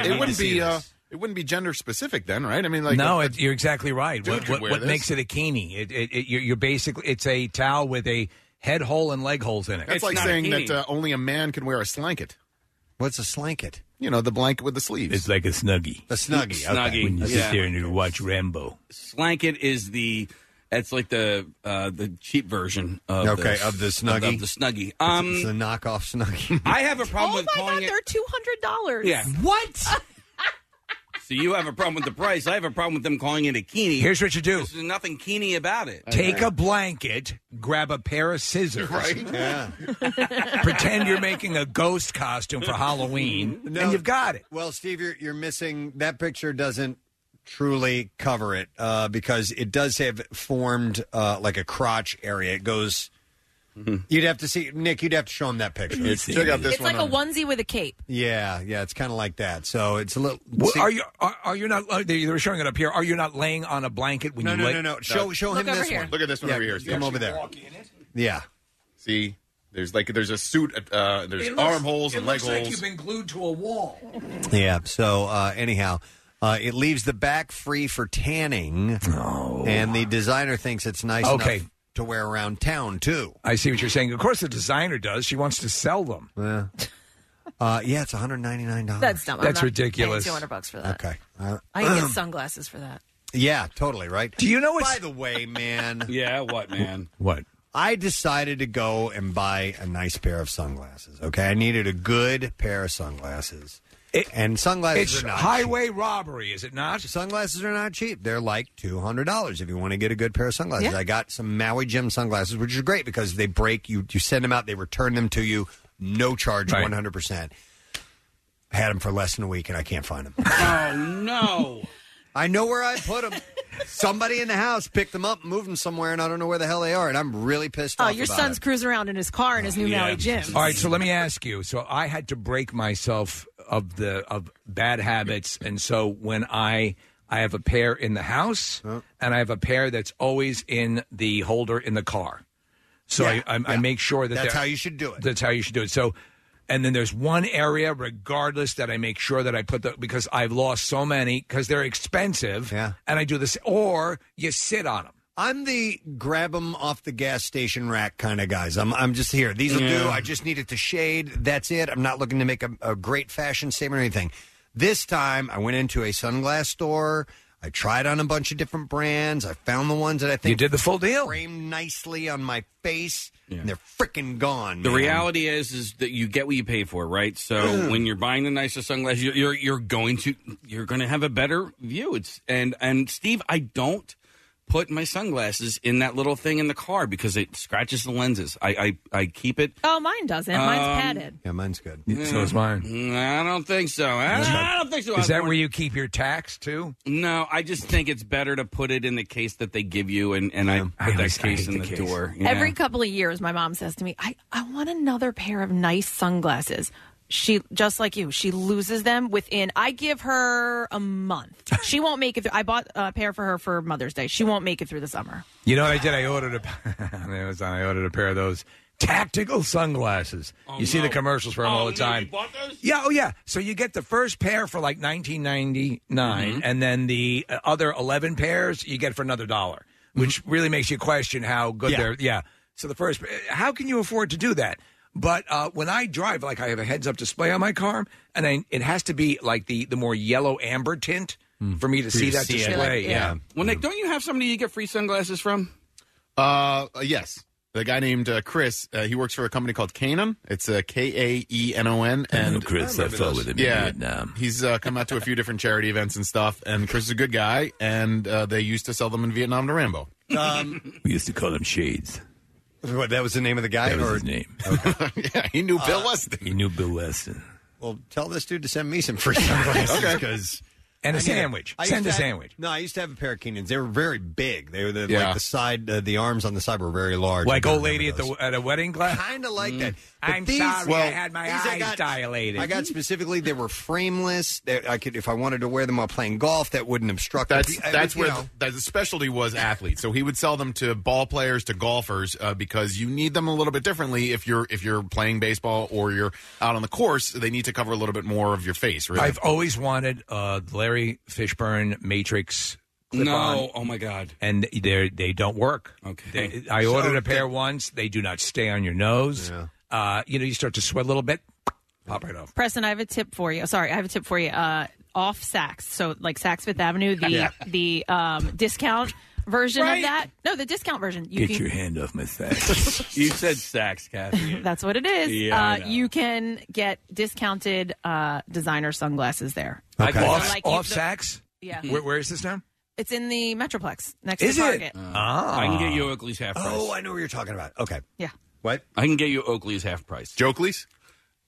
[SPEAKER 1] need to
[SPEAKER 7] it wouldn't
[SPEAKER 1] see
[SPEAKER 7] be uh,
[SPEAKER 1] this.
[SPEAKER 7] it wouldn't be gender specific then, right? I mean, like
[SPEAKER 3] no,
[SPEAKER 7] a-
[SPEAKER 3] it, you're exactly right.
[SPEAKER 7] dude
[SPEAKER 3] What,
[SPEAKER 7] could
[SPEAKER 3] what,
[SPEAKER 7] wear
[SPEAKER 3] what
[SPEAKER 7] this.
[SPEAKER 3] makes it a kini? It, it, it, you're, you're basically it's a towel with a head hole and leg holes in it.
[SPEAKER 7] That's like saying that uh, only a man can wear a slanket.
[SPEAKER 1] What's a slanket?
[SPEAKER 7] You know, the blanket with the sleeves.
[SPEAKER 17] It's like a snuggie.
[SPEAKER 1] A snuggie.
[SPEAKER 4] Snuggie.
[SPEAKER 17] When you
[SPEAKER 4] Yeah.
[SPEAKER 17] sit there and you watch Rambo.
[SPEAKER 4] Slanket is the that's like the uh, the cheap version of
[SPEAKER 1] Okay,
[SPEAKER 4] the,
[SPEAKER 1] of the Snuggie?
[SPEAKER 4] of the snuggie.
[SPEAKER 1] Um, it's
[SPEAKER 4] Um,
[SPEAKER 1] a knockoff snuggie.
[SPEAKER 4] I have a problem
[SPEAKER 2] Oh
[SPEAKER 4] with
[SPEAKER 2] my
[SPEAKER 4] calling
[SPEAKER 2] God, they're two hundred dollars.
[SPEAKER 4] Yeah.
[SPEAKER 3] What?
[SPEAKER 4] it. So you have a problem with the price. I have a problem with them calling it a keenie.
[SPEAKER 3] Here's what you do.
[SPEAKER 4] There's nothing keenie about it.
[SPEAKER 3] Take a blanket, grab a pair of scissors,
[SPEAKER 4] Right.
[SPEAKER 1] Yeah.
[SPEAKER 3] pretend you're making a ghost costume for Halloween,
[SPEAKER 1] No.
[SPEAKER 3] and you've got it.
[SPEAKER 1] Well, Steve, you're, you're missing that picture doesn't truly cover it uh, because it does have formed uh, like a crotch area. It goes.
[SPEAKER 2] Mm-hmm.
[SPEAKER 1] You'd have to see Nick. You'd have to show him that picture. Check out this
[SPEAKER 2] it's like a onesie with a cape.
[SPEAKER 1] Yeah, yeah, it's kind of like that. So it's a little.
[SPEAKER 3] Well,
[SPEAKER 1] see-
[SPEAKER 3] are you are, are you not? Uh, they they were showing it up here. Are you not laying on a blanket when
[SPEAKER 1] No,
[SPEAKER 3] you?
[SPEAKER 1] no,
[SPEAKER 3] lay-
[SPEAKER 1] no, no. Show show him this one.
[SPEAKER 7] Look at this one
[SPEAKER 1] Yeah,
[SPEAKER 7] over here, Steve.
[SPEAKER 1] Come over there. Yeah.
[SPEAKER 7] See, there's like there's a suit. Uh, there's
[SPEAKER 3] It looks-
[SPEAKER 7] armholes and leg holes.
[SPEAKER 3] been glued to a wall.
[SPEAKER 1] Yeah. So uh, anyhow, uh, it leaves the back free for tanning, and the designer thinks it's nice.
[SPEAKER 3] Oh. okay,
[SPEAKER 1] enough to wear around town too.
[SPEAKER 3] I see what you're saying. Of course, the designer does. She wants to sell them.
[SPEAKER 1] Yeah. Uh, yeah, it's 199 dollars.
[SPEAKER 2] That's dumb. I'm
[SPEAKER 3] That's
[SPEAKER 2] not
[SPEAKER 3] ridiculous.
[SPEAKER 2] Paying 200 bucks for that.
[SPEAKER 1] Okay. Uh,
[SPEAKER 2] I can get sunglasses for that.
[SPEAKER 1] yeah, totally right.
[SPEAKER 3] Do you know
[SPEAKER 1] what's By the way, man.
[SPEAKER 4] yeah, what man?
[SPEAKER 1] What? I decided to go and buy a nice pair of sunglasses. Okay, I needed a good pair of sunglasses. and sunglasses
[SPEAKER 3] It's
[SPEAKER 1] are not
[SPEAKER 3] highway robbery, is it not?
[SPEAKER 1] Sunglasses are not cheap. They're like two hundred dollars if you want to get a good pair of sunglasses. I got some Maui Jim sunglasses, which are great because they break. You you send them out, they return them to you, no charge, one hundred percent. Had them for less than a week, and I can't find them.
[SPEAKER 4] Oh no!
[SPEAKER 1] I know where I put them. Somebody in the house picked them up, and moved them somewhere, and I don't know where the hell they are, and I'm really pissed
[SPEAKER 2] Oh,
[SPEAKER 1] off.
[SPEAKER 2] your
[SPEAKER 1] about
[SPEAKER 2] son's
[SPEAKER 1] it.
[SPEAKER 2] cruising around in his car in his new Maui gym.
[SPEAKER 3] All right, so let me ask you. So I had to break myself of the of bad habits, and so when I I have a pair in the house, and I have a pair that's always in the holder in the car. So
[SPEAKER 1] Yeah,
[SPEAKER 3] I, I, I make sure that
[SPEAKER 1] That's
[SPEAKER 3] they're-
[SPEAKER 1] how you should do it.
[SPEAKER 3] That's how you should do it. So, and then there's one area, regardless, that I make sure that I put the because I've lost so many because they're expensive. Yeah, and I do this, or you sit on them.
[SPEAKER 1] I'm the grab them off the gas station rack kind of guys. I'm I'm just here. These will do.
[SPEAKER 3] Yeah.
[SPEAKER 1] I just need it to shade. That's it. I'm not looking to make a, a great fashion statement or anything. This time, I went into a sunglass store. I tried on a bunch of different brands. I found the ones that I think
[SPEAKER 3] You did the full deal.
[SPEAKER 1] Framed nicely on my face, and they're freaking gone.
[SPEAKER 4] The
[SPEAKER 1] man.
[SPEAKER 4] reality is, is that you get what you pay for, right? So
[SPEAKER 1] Ugh.
[SPEAKER 4] when you're buying the nicest sunglasses, you're, you're you're going to you're going to have a better view. It's and and Steve, I don't put my sunglasses in that little thing in the car because it scratches the lenses. I I, I keep it.
[SPEAKER 2] Oh, mine doesn't. Mine's
[SPEAKER 4] Um,
[SPEAKER 2] padded.
[SPEAKER 1] Yeah, mine's good.
[SPEAKER 3] So is mine.
[SPEAKER 4] Mm, I don't think so. Ah, I, I don't think so.
[SPEAKER 3] Is that
[SPEAKER 4] I-
[SPEAKER 3] where you keep your tax too?
[SPEAKER 4] No, I just think it's better to put it in the case that they give you, and and I put that case in the, door. yeah.
[SPEAKER 2] Every couple of years, my mom says to me, I, I want another pair of nice sunglasses. She, just like you, she loses them within, I give her a month. She won't make it through. I bought a pair for her for Mother's Day. She won't make it through the summer.
[SPEAKER 3] You know what I did? I ordered a on Amazon. I ordered a pair of those tactical sunglasses.
[SPEAKER 4] Oh,
[SPEAKER 3] you see the commercials for them
[SPEAKER 18] Oh,
[SPEAKER 3] all the time. Yeah, oh yeah. So you get the first pair for like 19.99
[SPEAKER 4] Mm-hmm.
[SPEAKER 3] and then the uh, other 11 pairs you get for another dollar,
[SPEAKER 4] Mm-hmm.
[SPEAKER 3] which really makes you question how good
[SPEAKER 19] Yeah.
[SPEAKER 3] they're yeah. So the first uh, how can you afford to do that? But uh, when I drive, like I have a heads-up display on my car, and I, it has to be like the, the more yellow amber tint for me to
[SPEAKER 4] Hmm. For
[SPEAKER 3] see
[SPEAKER 4] you to
[SPEAKER 3] that
[SPEAKER 4] see it.
[SPEAKER 3] display.
[SPEAKER 4] Yeah.
[SPEAKER 3] yeah, Hmm.
[SPEAKER 4] Well, Nick, don't you have somebody you get free sunglasses from?
[SPEAKER 7] Uh, yes. The guy named uh, Chris, uh, he works for a company called Canon. It's uh, K A E N O N. And
[SPEAKER 17] Chris, I
[SPEAKER 7] remember
[SPEAKER 17] fought
[SPEAKER 7] those.
[SPEAKER 17] with him in
[SPEAKER 7] yeah,
[SPEAKER 17] Vietnam.
[SPEAKER 7] He's uh, come out to a few different charity events and stuff. And Chris is a good guy. And uh, they used to sell them in Vietnam to Rambo.
[SPEAKER 1] Um,
[SPEAKER 17] We used to call him Shades.
[SPEAKER 1] what, that was the name of the guy.
[SPEAKER 17] That was
[SPEAKER 1] or-
[SPEAKER 17] his name.
[SPEAKER 7] yeah, he knew
[SPEAKER 4] Uh,
[SPEAKER 1] Bill
[SPEAKER 7] Weston.
[SPEAKER 17] He knew Bill Weston.
[SPEAKER 1] Well, tell this dude to send me some free sunglasses
[SPEAKER 17] Okay.
[SPEAKER 1] because.
[SPEAKER 3] And
[SPEAKER 1] a
[SPEAKER 3] a sandwich. Send a sandwich.
[SPEAKER 1] No, I used to have a pair of Keenans. They were very big. They were the,
[SPEAKER 3] Yeah.
[SPEAKER 1] like the side, uh, the arms on the side were very large.
[SPEAKER 3] like
[SPEAKER 1] I
[SPEAKER 3] old
[SPEAKER 1] remember
[SPEAKER 3] lady at
[SPEAKER 1] those.
[SPEAKER 3] the at a wedding glass.
[SPEAKER 1] Kind of like that. But
[SPEAKER 3] I'm
[SPEAKER 1] these-
[SPEAKER 3] sorry, I
[SPEAKER 1] well,
[SPEAKER 3] had my
[SPEAKER 1] these
[SPEAKER 3] eyes
[SPEAKER 1] Mm. I got-
[SPEAKER 3] dilated.
[SPEAKER 1] I got specifically they were frameless. They, I could if I wanted to wear them while playing golf, that wouldn't obstruct.
[SPEAKER 7] That's
[SPEAKER 1] the- I-
[SPEAKER 7] that's
[SPEAKER 1] uh, you
[SPEAKER 7] where
[SPEAKER 1] know.
[SPEAKER 7] the, that's the specialty was athletes. So he would sell them to ball players, to golfers, uh, because you need them a little bit differently if you're if you're playing baseball or you're out on the course. They need to cover a little bit more of your face. Really,
[SPEAKER 3] I've always wanted uh, Larry Fishburne Matrix.
[SPEAKER 4] No,
[SPEAKER 3] clip-on,
[SPEAKER 4] oh my God.
[SPEAKER 3] and they they don't work. Okay, I
[SPEAKER 4] So
[SPEAKER 3] ordered a pair once. They do not stay on your nose. Uh, you know, you start to sweat a little bit. Pop right off.
[SPEAKER 2] Preston, I have a tip for you. Sorry, I have a tip for you. Uh, off Saks, so like Saks Fifth Avenue, the
[SPEAKER 17] Yeah.
[SPEAKER 2] the um, discount version
[SPEAKER 17] Right.
[SPEAKER 2] of that. No, the discount version.
[SPEAKER 17] Get your hand off my sack.
[SPEAKER 4] you said sacks, Kathy.
[SPEAKER 2] That's what it is.
[SPEAKER 17] Yeah, I
[SPEAKER 2] uh, you can get discounted uh, designer sunglasses there.
[SPEAKER 3] Okay. Off,
[SPEAKER 2] Like you-
[SPEAKER 3] off
[SPEAKER 2] the-
[SPEAKER 3] sacks.
[SPEAKER 2] Yeah.
[SPEAKER 3] Where, where is this now?
[SPEAKER 2] It's in the Metroplex next
[SPEAKER 3] Is
[SPEAKER 2] to
[SPEAKER 3] it?
[SPEAKER 2] Target.
[SPEAKER 3] Ah.
[SPEAKER 4] I can get you Oakley's half price.
[SPEAKER 1] Oh, I know what you're talking about. Okay.
[SPEAKER 2] Yeah.
[SPEAKER 1] What?
[SPEAKER 4] I can get you Oakley's half price.
[SPEAKER 7] Jokeley's?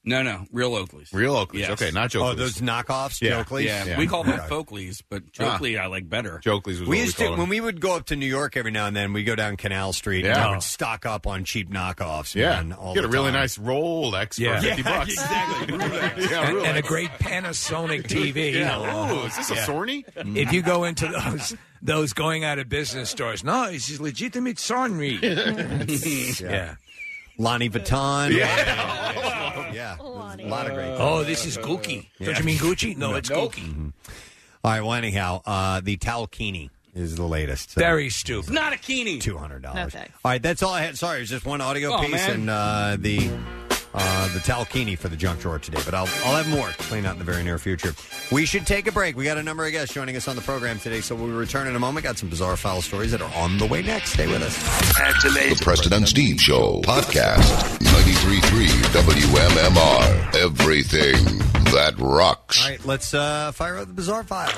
[SPEAKER 4] No, no, real Oakley's.
[SPEAKER 7] Real Oakley's.
[SPEAKER 4] Yes.
[SPEAKER 7] Okay, not Jokeley's.
[SPEAKER 1] Oh, those knockoffs,
[SPEAKER 4] Yeah.
[SPEAKER 1] Jokelys?
[SPEAKER 4] Yeah. we call them
[SPEAKER 1] Okay.
[SPEAKER 4] Folkleys, but Jokley I like better.
[SPEAKER 7] Jokeley's
[SPEAKER 1] We used to when we would go up to New York every now and then. We go down Canal Street. and
[SPEAKER 7] Yeah.
[SPEAKER 1] I would stock up on cheap knockoffs.
[SPEAKER 7] Yeah.
[SPEAKER 1] man, all
[SPEAKER 7] Get
[SPEAKER 1] the
[SPEAKER 7] a really
[SPEAKER 1] time.
[SPEAKER 7] nice Rolex for
[SPEAKER 1] Yeah.
[SPEAKER 7] 50
[SPEAKER 1] Yeah,
[SPEAKER 7] bucks.
[SPEAKER 1] exactly.
[SPEAKER 7] Rolex. yeah,
[SPEAKER 3] and,
[SPEAKER 7] Rolex.
[SPEAKER 3] and a great Panasonic TV.
[SPEAKER 7] Yeah. Ooh, is this a Sony?
[SPEAKER 3] If you go into those those going out of business stores, no, this is legitimate Sony.
[SPEAKER 1] Yeah.
[SPEAKER 3] yeah.
[SPEAKER 1] Lonnie Vuitton.
[SPEAKER 3] Yeah.
[SPEAKER 1] yeah. A lot of great.
[SPEAKER 3] Oh, this is
[SPEAKER 1] Mm-hmm.
[SPEAKER 3] Gucci. Don't you mean Gucci? No, it's Gucci.
[SPEAKER 1] All right. Well, anyhow, uh, the Talcini is the latest. So.
[SPEAKER 3] Very stupid.
[SPEAKER 4] Not a keenie.
[SPEAKER 1] Two hundred dollars.
[SPEAKER 2] No thanks.
[SPEAKER 1] All right, that's all I had. Sorry, it was just one audio
[SPEAKER 2] Oh,
[SPEAKER 1] piece
[SPEAKER 2] man.
[SPEAKER 1] and uh, the uh, the talcini for the junk drawer today. But I'll I'll have more to clean out in the very near future. We should take a break. We got a number of guests joining us on the program today, so we'll return in a moment. Got some bizarre foul stories that are on the way next. Stay with us.
[SPEAKER 20] The Preston and Steve Show podcast. 93.3 WMMR. Everything that rocks.
[SPEAKER 1] All right, let's uh, fire up the bizarre file.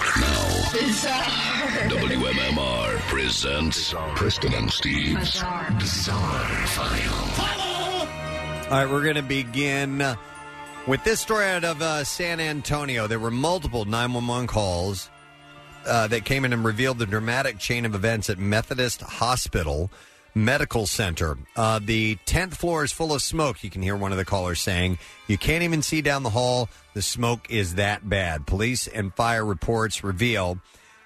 [SPEAKER 20] WMMR presents Preston and Steve's Bizarre, File.
[SPEAKER 1] All right, we're going to begin with this story out of uh, San Antonio. There were multiple 911 calls uh, that came in and revealed the dramatic chain of events at Methodist Hospital Medical Center. Uh, the 10th floor is full of smoke. You can hear one of the callers saying, You can't even see down the hall. The smoke is that bad. Police and fire reports reveal.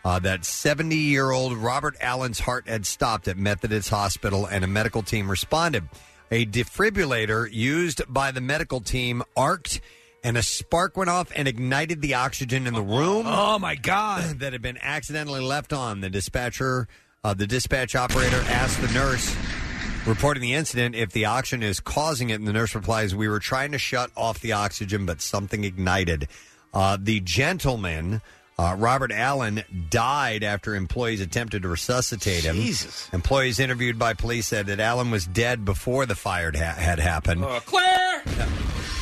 [SPEAKER 1] Uh, that 70 year old Robert Allen's heart had stopped at Methodist Hospital, and a medical team responded. A defibrillator used by the medical team arced, and a spark went off and ignited the oxygen in the room.
[SPEAKER 3] Oh, my God.
[SPEAKER 1] that had been accidentally left on. The dispatcher, uh, the dispatch operator asked the nurse reporting the incident if the oxygen is causing it, and the nurse replies, "We were trying to shut off the oxygen, but something ignited." Uh, the gentleman. Uh, Robert Allen died after employees attempted to resuscitate him. Jesus. Employees interviewed by police said that Allen was dead before the fire had, had happened.
[SPEAKER 4] Claire!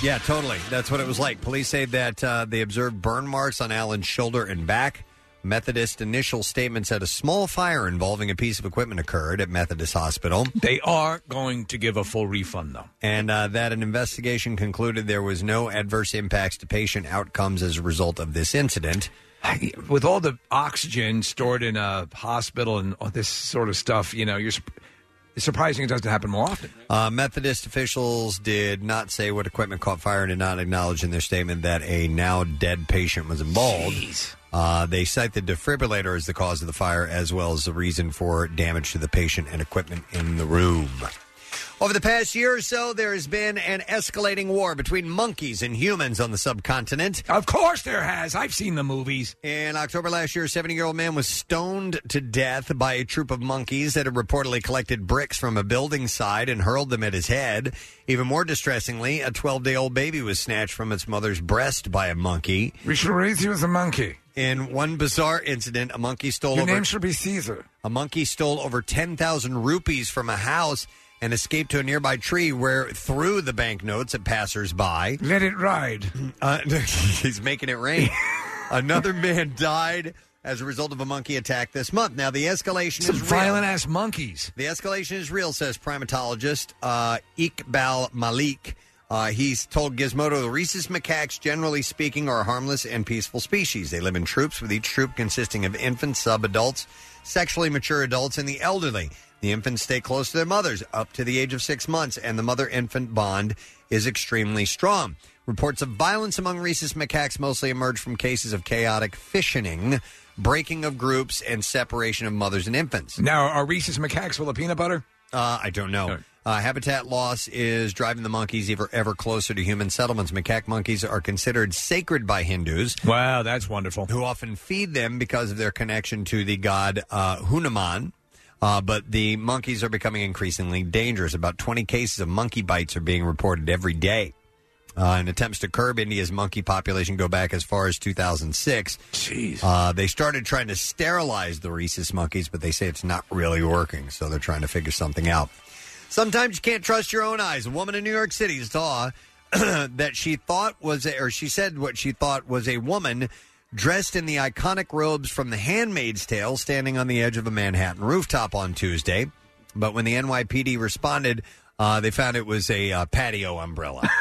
[SPEAKER 1] Yeah, totally. That's what it was like. Police say that uh, they observed burn marks on Allen's shoulder and back. Methodist initial statement said a small fire involving a piece of equipment occurred at Methodist Hospital.
[SPEAKER 3] They are going to give a full refund, though.
[SPEAKER 1] And uh, that an investigation concluded there was no adverse impacts to patient outcomes as a result of this incident.
[SPEAKER 3] With all the oxygen stored in a hospital and all this sort of stuff, you know, you're su- it's surprising it doesn't happen more often.
[SPEAKER 1] Uh, Methodist officials did not say what equipment caught fire and did not acknowledge in their statement that a now dead patient was involved. Uh, they cite the defibrillator as the cause of the fire, as well as the reason for damage to the patient and equipment in the room. Over the past year or so, there has been an escalating war between monkeys and humans on the subcontinent.
[SPEAKER 3] Of course, there has. I've seen the movies.
[SPEAKER 1] In October last year, a 70 year old man was stoned to death by a troop of monkeys that had reportedly collected bricks from a building side and hurled them at his head. Even more distressingly, a 12 day old baby was snatched from its mother's breast by a monkey.
[SPEAKER 3] We should raise you as a monkey.
[SPEAKER 1] In one bizarre incident, a monkey stole
[SPEAKER 3] Your
[SPEAKER 1] over.
[SPEAKER 3] name should be Caesar.
[SPEAKER 1] A monkey stole over 10,000 rupees from a house and escaped to a nearby tree where it threw the banknotes at passersby.
[SPEAKER 3] Let it ride.
[SPEAKER 1] Uh, he's making it rain. Another man died as a result of a monkey attack this month. Now, the escalation
[SPEAKER 3] Some
[SPEAKER 1] is real.
[SPEAKER 3] violent ass monkeys.
[SPEAKER 1] The escalation is real, says primatologist uh, Iqbal Malik. Uh, he's told Gizmodo the rhesus macaques, generally speaking, are a harmless and peaceful species. They live in troops, with each troop consisting of infants, sub adults, sexually mature adults, and the elderly. The infants stay close to their mothers up to the age of six months, and the mother infant bond is extremely strong. Reports of violence among rhesus macaques mostly emerge from cases of chaotic fissioning, breaking of groups, and separation of mothers and infants.
[SPEAKER 3] Now, are Reese's macaques full of peanut butter?
[SPEAKER 1] Uh, I don't know. Uh, habitat loss is driving the monkeys ever ever closer to human settlements. Macaque monkeys are considered sacred by Hindus.
[SPEAKER 3] Wow, that's wonderful.
[SPEAKER 1] Who often feed them because of their connection to the god uh, Hanuman. Uh, but the monkeys are becoming increasingly dangerous. About 20 cases of monkey bites are being reported every day. Uh, and attempts to curb India's monkey population go back as far as 2006. Jeez. Uh, they started trying to sterilize the rhesus monkeys, but they say it's not really working, so they're trying to figure something out. Sometimes you can't trust your own eyes. A woman in New York City saw that she thought was, a, or she said what she thought was a woman dressed in the iconic robes from The Handmaid's Tale standing on the edge of a Manhattan rooftop on Tuesday. But when the NYPD responded, uh, they found it was a uh, patio umbrella.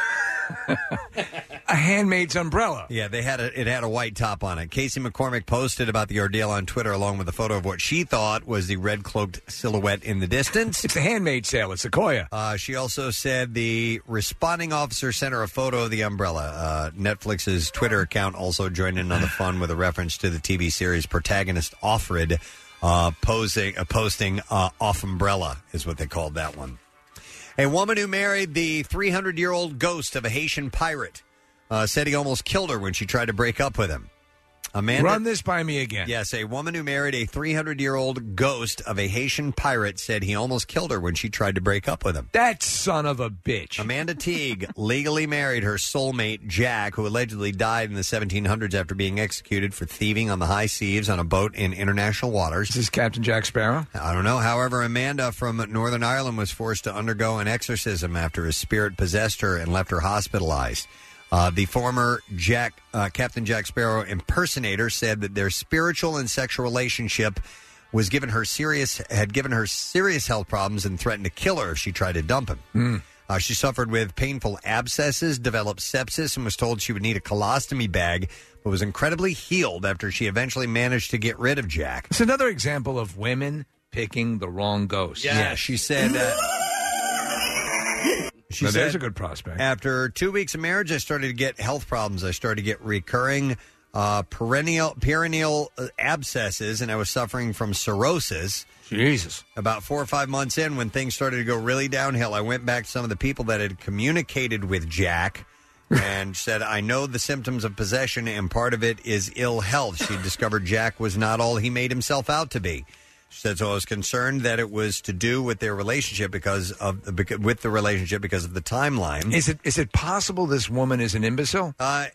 [SPEAKER 3] A handmaid's umbrella.
[SPEAKER 1] Yeah, they had a, it had a white top on it. Casey McCormick posted about the ordeal on Twitter along with a photo of what she thought was the red cloaked silhouette in the distance.
[SPEAKER 3] It's a handmaid sale at Sequoia.
[SPEAKER 1] Uh, she also said the responding officer sent her a photo of the umbrella. Uh, Netflix's Twitter account also joined in on the fun with a reference to the TV series protagonist Offred uh, posing, uh, posting uh, off umbrella is what they called that one. A woman who married the 300 year old ghost of a Haitian pirate uh, said he almost killed her when she tried to break up with him. Amanda,
[SPEAKER 3] Run this by me again.
[SPEAKER 1] Yes, a woman who married a 300 year old ghost of a Haitian pirate said he almost killed her when she tried to break up with him.
[SPEAKER 3] That son of a bitch.
[SPEAKER 1] Amanda Teague legally married her soulmate, Jack, who allegedly died in the 1700s after being executed for thieving on the high seas on a boat in international waters. Is
[SPEAKER 3] this Captain Jack Sparrow?
[SPEAKER 1] I don't know. However, Amanda from Northern Ireland was forced to undergo an exorcism after a spirit possessed her and left her hospitalized. Uh, the former Jack uh, Captain Jack Sparrow impersonator said that their spiritual and sexual relationship was given her serious had given her serious health problems and threatened to kill her if she tried to dump him. Uh, she suffered with painful abscesses, developed sepsis, and was told she would need a colostomy bag, but was incredibly healed after she eventually managed to get rid of Jack.
[SPEAKER 3] It's another example of women picking the wrong ghost.
[SPEAKER 1] Yeah, she said. Uh, she
[SPEAKER 3] Now,
[SPEAKER 1] said,
[SPEAKER 3] there's a good prospect.
[SPEAKER 1] After two weeks of marriage, I started to get health problems. I started to get recurring uh, perennial perineal uh, abscesses, and I was suffering from cirrhosis.
[SPEAKER 3] Jesus.
[SPEAKER 1] About four or five months in, when things started to go really downhill, I went back to some of the people that had communicated with Jack and said, I know the symptoms of possession, and part of it is ill health. She discovered Jack was not all he made himself out to be. She said, "So I was concerned that it was to do with their relationship because of because, with the relationship because of the timeline."
[SPEAKER 3] Is it is it possible this woman is an imbecile?
[SPEAKER 1] Uh,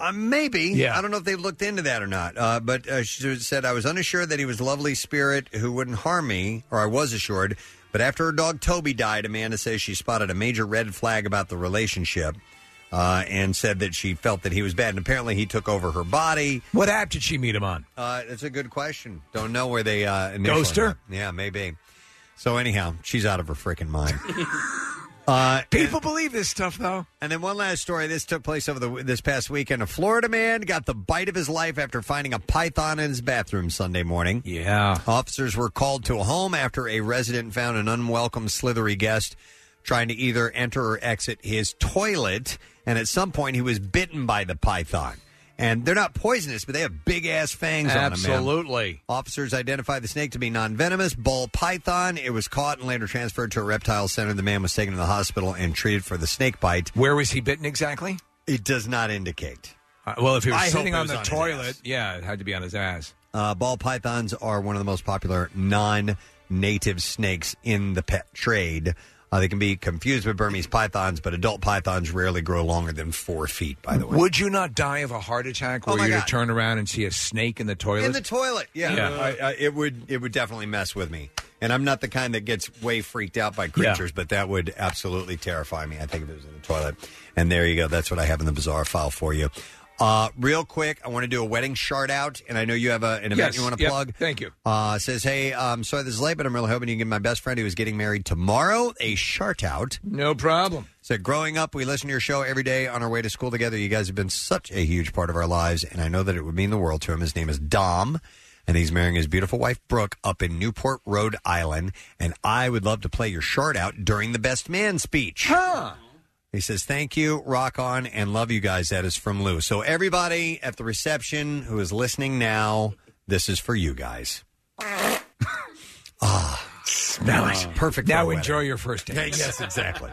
[SPEAKER 1] uh, maybe. I don't know if they looked into that or not. Uh, but uh, she said, I was unassured that he was a lovely spirit who wouldn't harm me, or I was assured. But after her dog Toby died, Amanda says she spotted a major red flag about the relationship uh, and said that she felt that he was bad. And apparently he took over her body.
[SPEAKER 3] What app did she meet him on?
[SPEAKER 1] Uh, that's a good question. Don't know where they uh, initially.
[SPEAKER 3] Ghost her?
[SPEAKER 1] Yeah, maybe. So anyhow, she's out of her freaking mind. Uh,
[SPEAKER 3] People believe this stuff, though.
[SPEAKER 1] and then one last story. This took place over the this past weekend. A Florida man got the bite of his life after finding a python in his bathroom Sunday morning.
[SPEAKER 3] Yeah.
[SPEAKER 1] Officers were called to a home after a resident found an unwelcome slithery guest trying to either enter or exit his toilet. And at some point, he was bitten by the python. And they're not poisonous, but they have big ass fangs on them. man.
[SPEAKER 3] Absolutely.
[SPEAKER 1] Officers identified the snake to be non venomous, ball python. It was caught and later transferred to a reptile center. The man was taken to the hospital and treated for the snake bite.
[SPEAKER 3] Where was he bitten exactly?
[SPEAKER 1] It does not indicate.
[SPEAKER 3] Uh, well, if he was
[SPEAKER 1] I hope
[SPEAKER 3] sitting
[SPEAKER 1] it
[SPEAKER 3] on
[SPEAKER 1] was
[SPEAKER 3] the
[SPEAKER 1] on his
[SPEAKER 3] toilet, yeah, it had to be on his ass.
[SPEAKER 1] Uh, ball pythons are one of the most popular non native snakes in the pet trade. Uh, they can be confused with Burmese pythons, but adult pythons rarely grow longer than four feet, by the way.
[SPEAKER 3] Would you not die of a heart attack
[SPEAKER 1] Oh,
[SPEAKER 3] were
[SPEAKER 1] my
[SPEAKER 3] you
[SPEAKER 1] God.
[SPEAKER 3] to turn around and see a snake in the toilet?
[SPEAKER 1] In the toilet, yeah.
[SPEAKER 3] Yeah.
[SPEAKER 1] I, Uh, I, it would it would definitely mess with me. And I'm not the kind that gets way freaked out by creatures, but that would absolutely terrify me. I think if it was in the toilet. And there you go. That's what I have in the bizarre file for you. Uh, real quick, I want to do a wedding shout out, and I know you have a, an event
[SPEAKER 3] Yes,
[SPEAKER 1] you want to
[SPEAKER 3] yep,
[SPEAKER 1] plug.
[SPEAKER 3] Thank you.
[SPEAKER 1] Uh, says, hey, I'm sorry this is late, but I'm really hoping you can give my best friend who is getting married tomorrow a shout out.
[SPEAKER 3] No problem.
[SPEAKER 1] Said, growing up, we listen to your show every day on our way to school together. You guys have been such a huge part of our lives, and I know that it would mean the world to him. His name is Dom, and he's marrying his beautiful wife, Brooke, up in Newport, Rhode Island. And I would love to play your shout out during the best man speech. He says, Thank you, rock on, and love you guys. That is from Lou. So, everybody at the reception who is listening now, this is for you guys.
[SPEAKER 3] Smell it.
[SPEAKER 1] Perfect.
[SPEAKER 3] Now
[SPEAKER 1] for a
[SPEAKER 3] enjoy your first date.
[SPEAKER 1] Yeah, yes, exactly.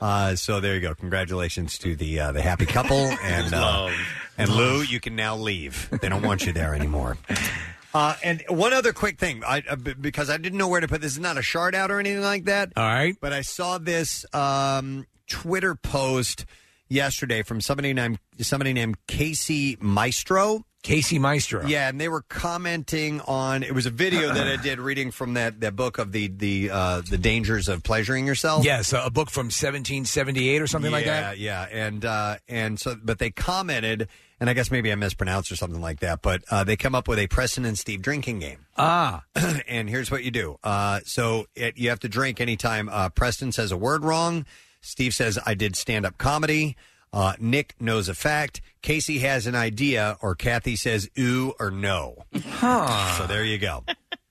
[SPEAKER 1] Uh, so there you go. Congratulations to the uh, the happy couple and uh,
[SPEAKER 3] Love.
[SPEAKER 1] and Lou. You can now leave. They don't want you there anymore. Uh, and one other quick thing, I, uh, b- because I didn't know where to put this. Is not a shard out or anything like that.
[SPEAKER 3] All right.
[SPEAKER 1] But I saw this um, Twitter post yesterday from somebody named somebody named Casey Maestro.
[SPEAKER 3] Casey Maestro.
[SPEAKER 1] Yeah, and they were commenting on it was a video that I did reading from that, that book of the the uh, the dangers of pleasuring yourself.
[SPEAKER 3] Yes, a book from 1778 or something like
[SPEAKER 1] Yeah,
[SPEAKER 3] that.
[SPEAKER 1] Yeah, and uh, and so, but they commented, and I guess maybe I mispronounced or something like that. But uh, they come up with a Preston and Steve drinking game.
[SPEAKER 3] Ah,
[SPEAKER 1] and here's what you do. Uh, so it, you have to drink anytime uh, Preston says a word wrong. Steve says I did stand up comedy. Uh, Nick knows a fact. Casey has an idea, or Kathy says ooh or no. So there you go.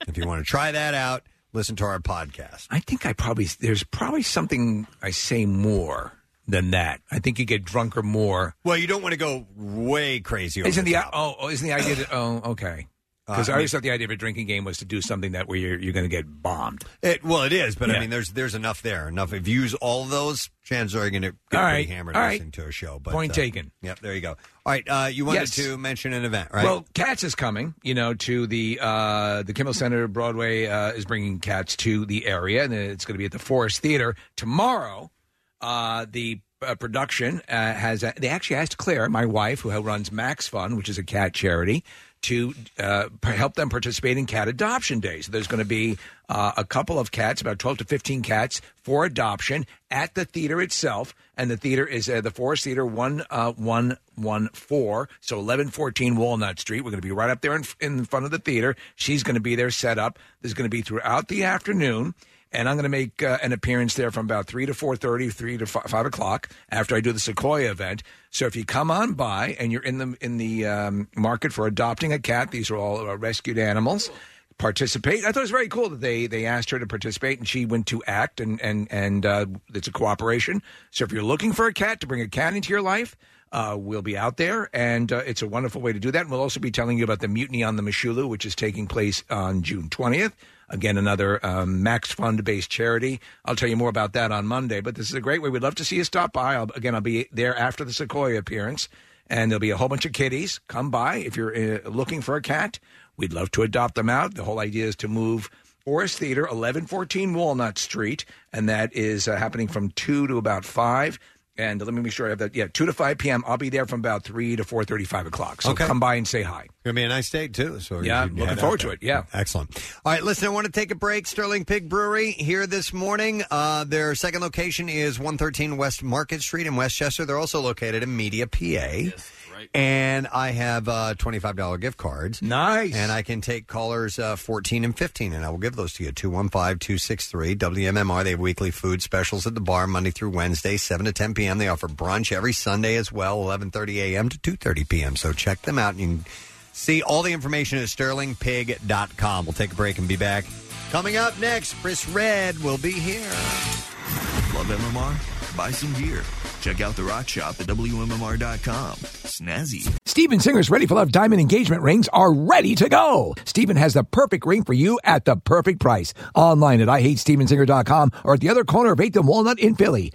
[SPEAKER 1] if you want to try that out, listen to our podcast.
[SPEAKER 3] I think I probably there's probably something I say more than that. I think you get drunker more.
[SPEAKER 1] Well, you don't want to go way crazy. Over
[SPEAKER 3] Isn't
[SPEAKER 1] the
[SPEAKER 3] the, oh oh, isn't the idea that oh okay Because
[SPEAKER 1] Uh,
[SPEAKER 3] I always thought the idea of a drinking game was to do something that where you're, you're going to get bombed.
[SPEAKER 1] It, well, it is, but I
[SPEAKER 3] Yeah.
[SPEAKER 1] mean, there's there's enough there. Enough. If you use all of those, chances are you're going to get
[SPEAKER 3] All
[SPEAKER 1] pretty
[SPEAKER 3] right,
[SPEAKER 1] hammered
[SPEAKER 3] all right.
[SPEAKER 1] listening to a show. But,
[SPEAKER 3] Point
[SPEAKER 1] uh,
[SPEAKER 3] taken.
[SPEAKER 1] Yep, there you go. All right, uh, you wanted
[SPEAKER 3] Yes.
[SPEAKER 1] to mention an event, right?
[SPEAKER 3] Well, Cats is coming. You know, to the uh, the Kimmel Center Broadway uh, is bringing Cats to the area, and it's going to be at the Forest Theater tomorrow. Uh, the uh, production uh, has they actually asked Claire, my wife, who runs Max Fund, which is a cat charity, to uh, p- help them participate in Cat Adoption Day. So there's going to be uh, a couple of cats, about 12 to 15 cats, for adoption at the theater itself. And the theater is uh, the Forest Theater uh, 1114. So 1114 Walnut Street. We're going to be right up there in, in front of the theater. She's going to be there set up. There's going to be throughout the afternoon and I'm going to make uh, an appearance there from about three to four thirty, three to fi- five o'clock after I do the Sequoia event. So if you come on by and you're in the in the um, market for adopting a cat, these are all uh, rescued animals. Participate. I thought it was very cool that they they asked her to participate, and she went to act, and and and uh, it's a cooperation. So if you're looking for a cat to bring a cat into your life. Uh, we'll be out there, and uh, it's a wonderful way to do that. And we'll also be telling you about the mutiny on the Mishulu, which is taking place on June 20th. Again, another um, Max Fund based charity. I'll tell you more about that on Monday, but this is a great way. We'd love to see you stop by. I'll, again, I'll be there after the Sequoia appearance, and there'll be a whole bunch of kitties. Come by if you're uh, looking for a cat. We'd love to adopt them out. The whole idea is to move Forest Theater, 1114 Walnut Street, and that is uh, happening from 2 to about 5. And let me make sure I have that. Yeah, 2 to 5 p.m. I'll be there from about 3 to 4.35 o'clock. So
[SPEAKER 1] Okay.
[SPEAKER 3] come by and say hi.
[SPEAKER 1] It's going to be a nice day, too. So
[SPEAKER 3] Yeah,
[SPEAKER 1] you should
[SPEAKER 3] looking
[SPEAKER 1] head out
[SPEAKER 3] forward
[SPEAKER 1] there.
[SPEAKER 3] to it. Yeah.
[SPEAKER 1] Excellent. All right, listen, I want to take a break. Sterling Pig Brewery here this morning. Uh, their second location is 113 West Market Street in Westchester. They're also located in Media, PA. right. And I have uh, $25 gift cards.
[SPEAKER 3] Nice.
[SPEAKER 1] And I can take callers uh, 14 and 15, and I will give those to you. 215 263 WMMR. They have weekly food specials at the bar Monday through Wednesday, 7 to 10 p.m. They offer brunch every Sunday as well, 11.30 a.m. to 2.30 p.m. So check them out, and you can see all the information at sterlingpig.com. We'll take a break and be back. Coming up next, Chris Red will be here.
[SPEAKER 9] Love MMR? Buy some gear. Check out the rock shop at WMMR.com. Snazzy.
[SPEAKER 10] Steven Singer's Ready for Love diamond engagement rings are ready to go. Steven has the perfect ring for you at the perfect price. Online at IHateStevenSinger.com or at the other corner of 8th and Walnut in Philly.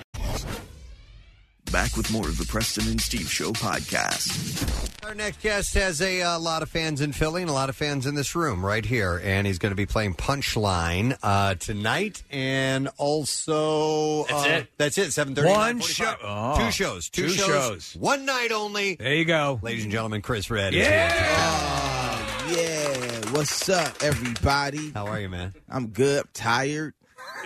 [SPEAKER 9] Back with more of the Preston and Steve Show podcast.
[SPEAKER 1] Our next guest has a uh, lot of fans in Philly and a lot of fans in this room right here, and he's going to be playing Punchline uh, tonight, and also
[SPEAKER 3] That's
[SPEAKER 1] uh,
[SPEAKER 3] it?
[SPEAKER 1] That's it. Seven thirty.
[SPEAKER 3] One show- Oh.
[SPEAKER 1] two shows, two,
[SPEAKER 3] Two
[SPEAKER 1] shows,
[SPEAKER 3] shows.
[SPEAKER 1] one night only.
[SPEAKER 3] There you go.
[SPEAKER 1] Ladies and gentlemen, Chris Red. is
[SPEAKER 21] Yeah.
[SPEAKER 1] here.
[SPEAKER 21] Oh, Yeah, what's up, everybody?
[SPEAKER 1] How are you, man?
[SPEAKER 21] I'm good. I'm tired.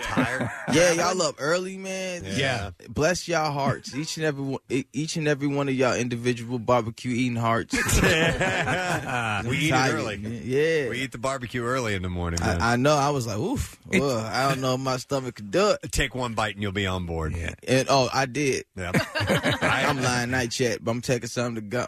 [SPEAKER 1] Tired.
[SPEAKER 21] Yeah, y'all up early, man.
[SPEAKER 1] Yeah.
[SPEAKER 21] Bless y'all hearts. Each and every one, e, each and every one of y'all individual barbecue eating hearts. I'm
[SPEAKER 1] we eat it
[SPEAKER 21] tired,
[SPEAKER 1] early.
[SPEAKER 21] man. Yeah.
[SPEAKER 1] We eat the barbecue early in the morning. man.
[SPEAKER 21] I, I know. I was like, oof. Well, I don't know if my stomach could do it.
[SPEAKER 1] Take one bite and you'll be on board. Yeah.
[SPEAKER 21] And oh, I did.
[SPEAKER 1] I'm
[SPEAKER 21] lying night chat, but I'm taking something to go.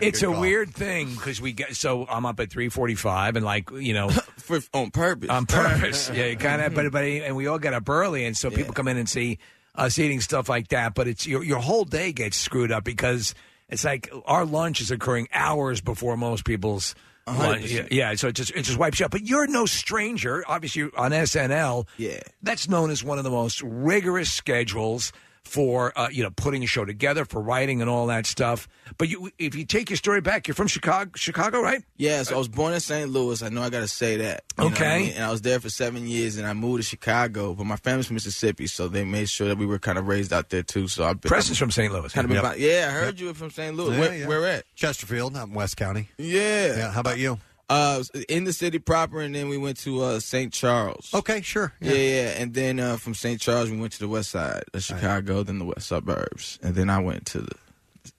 [SPEAKER 3] it's a weird thing because we get so I'm up at three forty-five and like you know
[SPEAKER 21] for on purpose
[SPEAKER 3] on purpose yeah you kind of but but and we all get up early and so people come in and see us eating stuff like that but it's your your whole day gets screwed up because it's like our lunch is occurring hours before most people's lunch
[SPEAKER 21] 100%.
[SPEAKER 3] yeah so it just it just wipes you out but you're no stranger obviously you're on SNL yeah that's known as one of the most rigorous schedules for uh, you know putting a show together for writing and all that stuff but you if you take your story back you're from Chicago Chicago right
[SPEAKER 21] Yeah, so I was born in St. Louis. I know I got to say that. You know what I
[SPEAKER 3] Okay.
[SPEAKER 21] mean? And I was there for seven years, and I moved to Chicago. But my family's from Mississippi, so they made sure that we were kind of raised out there too. So I've been.
[SPEAKER 3] Preston's from St. Louis.
[SPEAKER 21] Kind of been
[SPEAKER 1] Yep.
[SPEAKER 21] by- yeah, I heard you were from St. Louis. where, where at?
[SPEAKER 1] Chesterfield, out in West County.
[SPEAKER 21] Yeah.
[SPEAKER 1] Yeah. How about you?
[SPEAKER 21] Uh, in the city proper, and then we went to uh, St. Charles.
[SPEAKER 1] Okay, sure.
[SPEAKER 21] Yeah, yeah. And then uh, from St. Charles, we went to the west side of Chicago, then the west suburbs, and then I went to the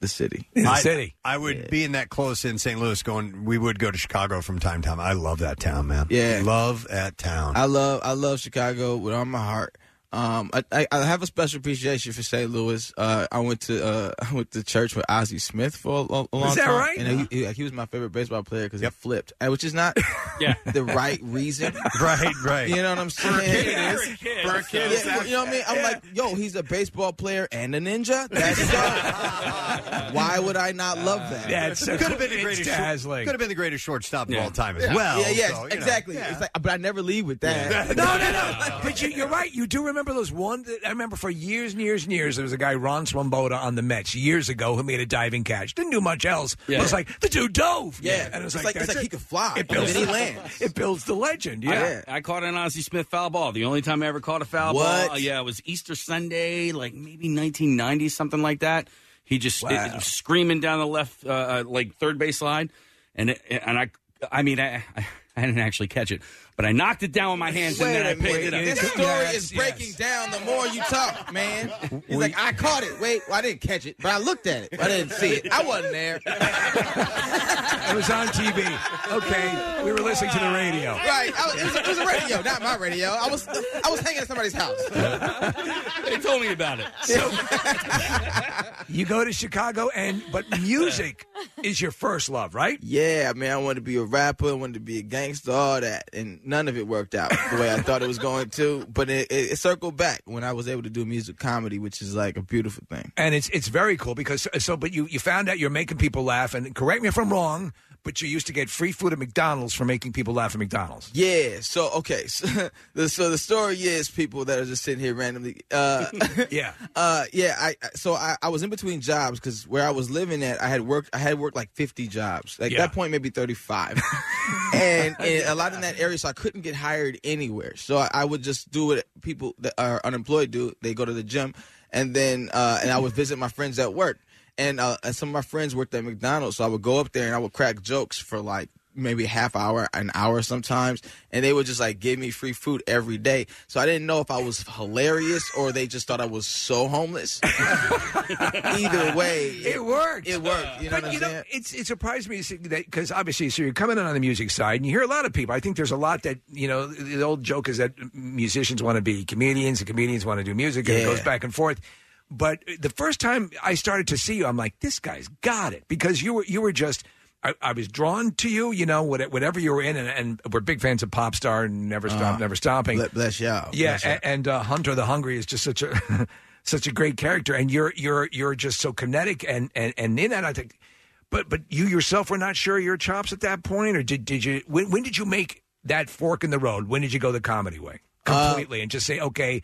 [SPEAKER 21] the city.
[SPEAKER 1] I- I would be in that close in St. Louis going, we would go to Chicago from time to time. I love that town, man.
[SPEAKER 21] Yeah.
[SPEAKER 1] Love that town.
[SPEAKER 21] I love I love Chicago with all my heart. Um, I, I, I have a special appreciation for St. Louis. Uh, I went to uh, I went to church with Ozzie Smith for a, lo- a long time.
[SPEAKER 19] Is that right?
[SPEAKER 21] And he, he, he was my favorite baseball player because he flipped, uh, which is not
[SPEAKER 19] Yeah.
[SPEAKER 21] the right reason.
[SPEAKER 19] Right, right.
[SPEAKER 21] You know what I'm saying?
[SPEAKER 19] For a kid, it is. For a kid. For a kid, it's
[SPEAKER 21] Yeah, you know what I mean? I'm
[SPEAKER 19] yeah.
[SPEAKER 21] like, yo, he's a baseball player and a ninja. That's dope. Why would I not love that?
[SPEAKER 1] could have been the greatest. short- Could have been the greatest shortstop of all time as well.
[SPEAKER 21] Yeah, yeah,
[SPEAKER 1] so, you know.
[SPEAKER 21] exactly. It's like, but I never leave with
[SPEAKER 1] Yeah.
[SPEAKER 21] that.
[SPEAKER 1] No, no,
[SPEAKER 21] But
[SPEAKER 3] you, you're right. You do remember those one. That I remember for years and years and years, there was a guy Ron Swoboda on the Mets years ago who made a diving catch. Didn't do much else. but
[SPEAKER 21] Yeah.
[SPEAKER 3] It was like the dude dove.
[SPEAKER 21] Yeah.
[SPEAKER 3] and it was
[SPEAKER 21] It's
[SPEAKER 3] like,
[SPEAKER 21] like- it's
[SPEAKER 3] that's
[SPEAKER 21] like he
[SPEAKER 3] it.
[SPEAKER 21] could fly.
[SPEAKER 3] It builds,
[SPEAKER 21] And then he
[SPEAKER 4] lands.
[SPEAKER 3] It builds the legend.
[SPEAKER 4] I-
[SPEAKER 3] Yeah.
[SPEAKER 4] I, caught an Ozzie Smith foul ball. The only time I ever caught a foul
[SPEAKER 3] What?
[SPEAKER 4] ball, yeah, it was Easter Sunday, like maybe 1990, something like that. He just it- it was screaming down the left, uh, uh, like third base line, and it, and I, I mean, I, I I didn't actually catch it, but I knocked it down with my hands, and
[SPEAKER 21] Wait
[SPEAKER 4] then
[SPEAKER 21] a
[SPEAKER 4] I picked
[SPEAKER 21] minute.
[SPEAKER 4] it up.
[SPEAKER 21] This story is breaking down the more you talk, man. He's like, I caught it. Wait, well, I didn't catch it, but I looked at it. I didn't see it. I wasn't there.
[SPEAKER 3] It was on TV. Okay, we were listening to the radio.
[SPEAKER 21] Right. I was, it, was, it was a radio, not my radio. I was I was hanging at somebody's house.
[SPEAKER 4] They told me about it.
[SPEAKER 3] You go to Chicago, and but music is your first love, right?
[SPEAKER 21] Yeah, man. I wanted to be a rapper. I wanted to be a gangster, all that, and none of it worked out the way I thought it was going to. But it, it, it circled back when I was able to do music comedy, which is like a beautiful thing.
[SPEAKER 3] and it's it's very cool because so. But you you found out you're making people laugh, and correct me if I'm wrong, but you used to get free food at McDonald's for making people laugh at McDonald's.
[SPEAKER 21] Yeah. So okay. So the, so the story is people that are just sitting here randomly. Uh,
[SPEAKER 3] yeah.
[SPEAKER 21] Uh, yeah. I I- so I, I was in between jobs because where I was living at, I had worked. I had worked like fifty jobs. Like at that point, maybe thirty five. and, and a lot in that area, so I couldn't get hired anywhere. So I, I would just do what people that are unemployed do. They go to the gym, and then uh, and I would visit my friends at work. And, uh, and some of my friends worked at McDonald's, so I would go up there and I would crack jokes for like maybe a half hour, an hour sometimes, and they would just like give me free food every day. So I didn't know if I was hilarious or they just thought I was so homeless. Either way,
[SPEAKER 3] it worked.
[SPEAKER 21] It worked. You know
[SPEAKER 3] but
[SPEAKER 21] what I'm
[SPEAKER 3] you know,
[SPEAKER 21] saying?
[SPEAKER 3] it's it surprised me to see that because obviously, so you're coming in on the music side, and you hear a lot of people. I think there's a lot that you know. The old joke is that musicians want to be comedians, and comedians want to do music, and it
[SPEAKER 19] Yeah.
[SPEAKER 3] goes back and forth. But the first time I started to see you, I'm like, this guy's got it because you were you were just. I, I was drawn to you, you know, what- whatever you were in, and, and we're big fans of Pop Star and Never Stop,
[SPEAKER 21] Uh,
[SPEAKER 3] Never Stopping.
[SPEAKER 21] Ble- Bless y'all.
[SPEAKER 3] Yeah,
[SPEAKER 21] Bless y'all.
[SPEAKER 3] and, and uh, Hunter the Hungry is just such a such a great character, and you're you're you're just so kinetic and and and in that I think, but but you yourself were not sure of your chops at that point, or did did you when when did you make that fork in the road? When did you go the comedy way
[SPEAKER 21] Uh,
[SPEAKER 3] completely and just say okay,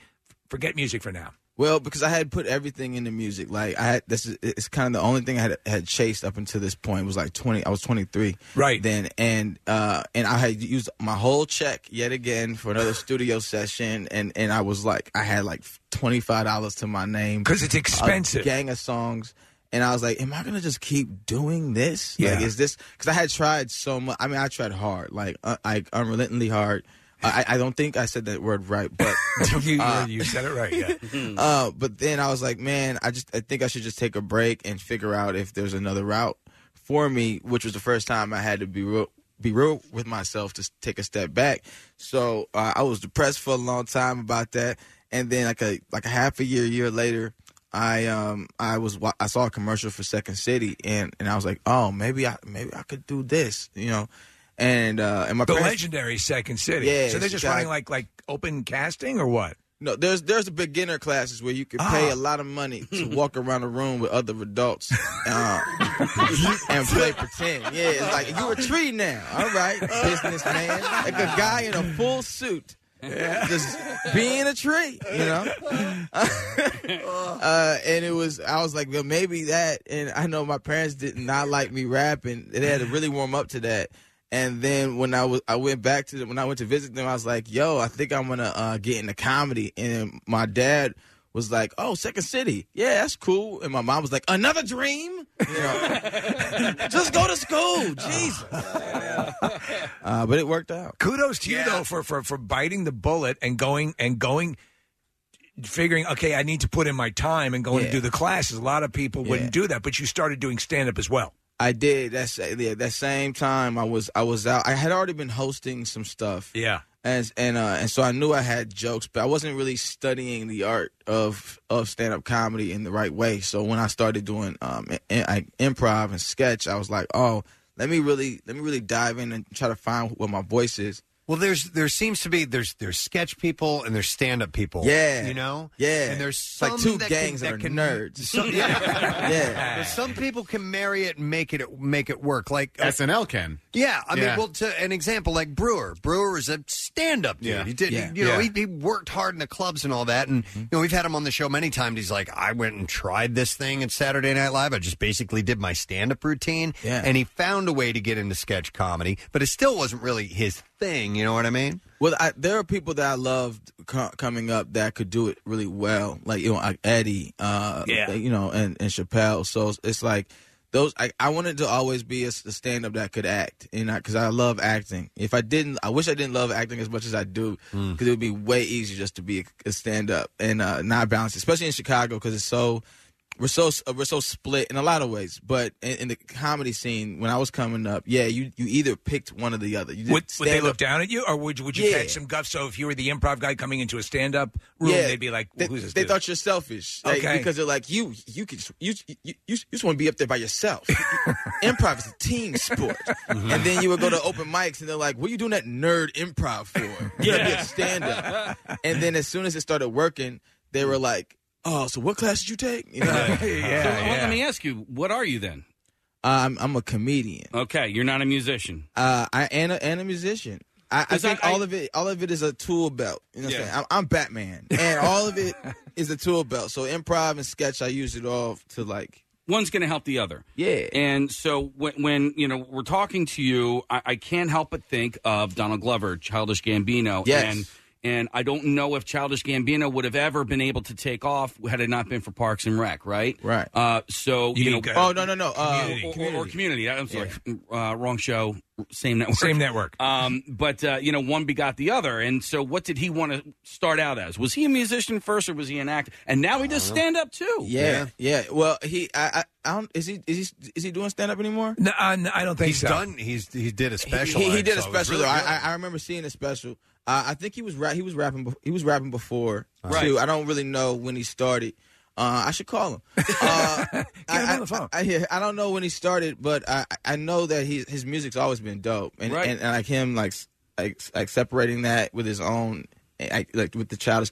[SPEAKER 3] forget music for now?
[SPEAKER 21] Well, because I had put everything into music. Like I had this is it's kind of the only thing I had had chased up until this point was like twenty. I was twenty three. Right then, and uh, and I had used my whole check yet again for another studio session, and and I was like, I had like twenty five dollars to my name
[SPEAKER 3] 'Cause it's
[SPEAKER 21] a
[SPEAKER 3] expensive.
[SPEAKER 21] gang of songs. And I was like, am I gonna just keep doing this? Like,
[SPEAKER 3] Yeah.
[SPEAKER 21] is this because I had tried so much? I mean, I tried hard, like, uh, like unrelentingly hard. I, I don't think I said that word right, but
[SPEAKER 3] you,
[SPEAKER 21] uh,
[SPEAKER 3] you said it right. Yeah.
[SPEAKER 21] uh, but then I was like, man, I just I think I should just take a break and figure out if there's another route for me, which was the first time I had to be real be real with myself to s- take a step back. So uh, I was depressed for a long time about that, and then like a like a half a year, year later, I um I was wa- I saw a commercial for Second City, and and I was like, oh maybe I maybe I could do this, you know, and uh and my
[SPEAKER 3] the
[SPEAKER 21] parents-
[SPEAKER 3] legendary Second City.
[SPEAKER 21] Yeah,
[SPEAKER 3] so they're just
[SPEAKER 21] Chicago.
[SPEAKER 3] running like like open casting or what? Ah.
[SPEAKER 21] No, there's there's beginner classes where you can pay a lot of money to walk around a room with other adults uh, and play pretend. Yeah, it's like you a tree now. All right, businessman, like a guy in a full suit, just being a tree. You know. uh, and it was I was like, well, maybe that. And I know my parents did not like me rapping. They had to really warm up to that. And then when I was I went back to them, when I went to visit them, I was like, yo, I think I'm gonna uh, get into comedy. And my dad was like, oh, Second City, yeah, that's cool. And my mom was like, another dream. You know? Just go to school, Jesus. Uh, but it worked out.
[SPEAKER 3] Kudos to you though for, for for biting the bullet and going and going figuring okay I need to put in my time and going to
[SPEAKER 21] Yeah.
[SPEAKER 3] do the classes. A lot of people wouldn't do that, but you started doing stand up as well.
[SPEAKER 21] I did. That's yeah, that same time I was I was out. I had already been hosting some stuff.
[SPEAKER 3] Yeah.
[SPEAKER 21] and and uh, and so I knew I had jokes, but I wasn't really studying the art of of stand up comedy in the right way. So when I started doing um, i- i- improv and sketch, I was like, oh, let me really let me really dive in and try to find what my voice is.
[SPEAKER 1] Well, there's there seems to be there's there's sketch people and there's stand up people.
[SPEAKER 21] Yeah,
[SPEAKER 1] you know.
[SPEAKER 21] Yeah,
[SPEAKER 1] and there's
[SPEAKER 21] It's like
[SPEAKER 1] some
[SPEAKER 21] two
[SPEAKER 1] that
[SPEAKER 21] gangs
[SPEAKER 1] can,
[SPEAKER 21] that
[SPEAKER 1] that
[SPEAKER 21] are
[SPEAKER 1] can,
[SPEAKER 21] nerds.
[SPEAKER 1] Some, yeah,
[SPEAKER 21] Yeah.
[SPEAKER 1] But some people can marry it and make it make it work. Like uh,
[SPEAKER 7] SNL can.
[SPEAKER 1] Yeah, I
[SPEAKER 7] Yeah.
[SPEAKER 1] mean, well, to an example, like Brewer. Brewer is a stand-up dude.
[SPEAKER 7] Yeah.
[SPEAKER 1] He did,
[SPEAKER 7] Yeah.
[SPEAKER 1] you know,
[SPEAKER 7] Yeah.
[SPEAKER 1] he, he worked hard in the clubs and all that. And
[SPEAKER 21] Mm-hmm.
[SPEAKER 1] you know, we've had him on the show many times. He's like, I went and tried this thing at Saturday Night Live. I just basically did my stand-up routine,
[SPEAKER 21] Yeah.
[SPEAKER 1] and he found a way to get into sketch comedy, but it still wasn't really his thing. You know what I mean?
[SPEAKER 21] Well, I, there are people that I loved co- coming up that could do it really well, like you know like Eddie, uh,
[SPEAKER 11] Yeah.
[SPEAKER 21] you know, and, and Chappelle. So it's, it's like those. I, I wanted to always be a, stand up that could act, and because I, love acting. If I didn't, I wish I didn't love acting as much as I do,
[SPEAKER 1] Hmm.
[SPEAKER 21] because it would be way easier just to be a, stand up and uh, not balanced, especially in Chicago, because it's so we're so uh, we're so split in a lot of ways. But in, in the comedy scene, when I was coming up, yeah, you you either picked one or the other. You didn't
[SPEAKER 3] Would, would they
[SPEAKER 21] stand up
[SPEAKER 3] look down at you, or would would you
[SPEAKER 21] Yeah.
[SPEAKER 3] catch some guff? So if you were the improv guy coming into a stand up room,
[SPEAKER 21] Yeah.
[SPEAKER 3] they'd be like,
[SPEAKER 21] they,
[SPEAKER 3] "Who's this
[SPEAKER 21] they
[SPEAKER 3] dude?"
[SPEAKER 21] thought you're selfish like,
[SPEAKER 3] Okay.
[SPEAKER 21] because they're like you you could you you, you, you just want to be up there by yourself improv is a team sport and then you would go to open mics and they're like what are you doing that nerd improv for you yeah. stand up and then as soon as it started working they were like oh so what class did you take you know?
[SPEAKER 4] So, well, let me ask you, what are you then?
[SPEAKER 21] I'm, I'm a comedian
[SPEAKER 4] Okay, you're not a musician.
[SPEAKER 21] uh, I and a, and a musician I, I
[SPEAKER 4] 'Cause I-
[SPEAKER 21] think all of it, all of it is a tool belt. You know what I'm
[SPEAKER 4] Yeah.
[SPEAKER 21] saying? I'm, I'm Batman, and all of it is a tool belt. So improv and sketch, I use it all to like
[SPEAKER 4] One's going to help the other.
[SPEAKER 21] Yeah.
[SPEAKER 4] And so when, when you know we're talking to you, I, I can't help but think of Donald Glover, Childish Gambino.
[SPEAKER 21] Yes.
[SPEAKER 4] And, and I don't know if Childish Gambino would have ever been able to take off had it not been for Parks and Rec, right?
[SPEAKER 21] Right.
[SPEAKER 4] Uh, so you,
[SPEAKER 21] You
[SPEAKER 4] know,
[SPEAKER 21] mean, uh, Oh, no, no, no, uh, Community.
[SPEAKER 4] or, or- or community. I'm sorry, uh, wrong show, same network,
[SPEAKER 3] Same network.
[SPEAKER 4] Um, but uh, you know, one begot the other, and so what did he want to start out as? Was he a musician first, or was he an actor? And now he does stand up too.
[SPEAKER 21] Uh-huh. Yeah, yeah. Well, he, I, I, I don't. Is he, is he, is he doing stand up anymore?
[SPEAKER 3] No, uh, no, I don't think
[SPEAKER 21] He's
[SPEAKER 3] so.
[SPEAKER 21] done-
[SPEAKER 1] He's he did a
[SPEAKER 21] He,
[SPEAKER 1] special.
[SPEAKER 21] he- he
[SPEAKER 1] I
[SPEAKER 21] did a
[SPEAKER 1] saw. It was
[SPEAKER 21] special.
[SPEAKER 1] really
[SPEAKER 21] though.
[SPEAKER 1] good.
[SPEAKER 21] I, I I remember seeing a special. Uh, I think he was rap. He was rapping. bef- He was rapping before
[SPEAKER 1] Right.
[SPEAKER 21] too. I don't really know when he started. Uh, I should call him. Uh, I, I- I, yeah, I don't know when he started, but I, I know that he, his music's always been dope, and,
[SPEAKER 4] Right.
[SPEAKER 21] and, and like him, like, s- like like separating that with his own, like, like with the childish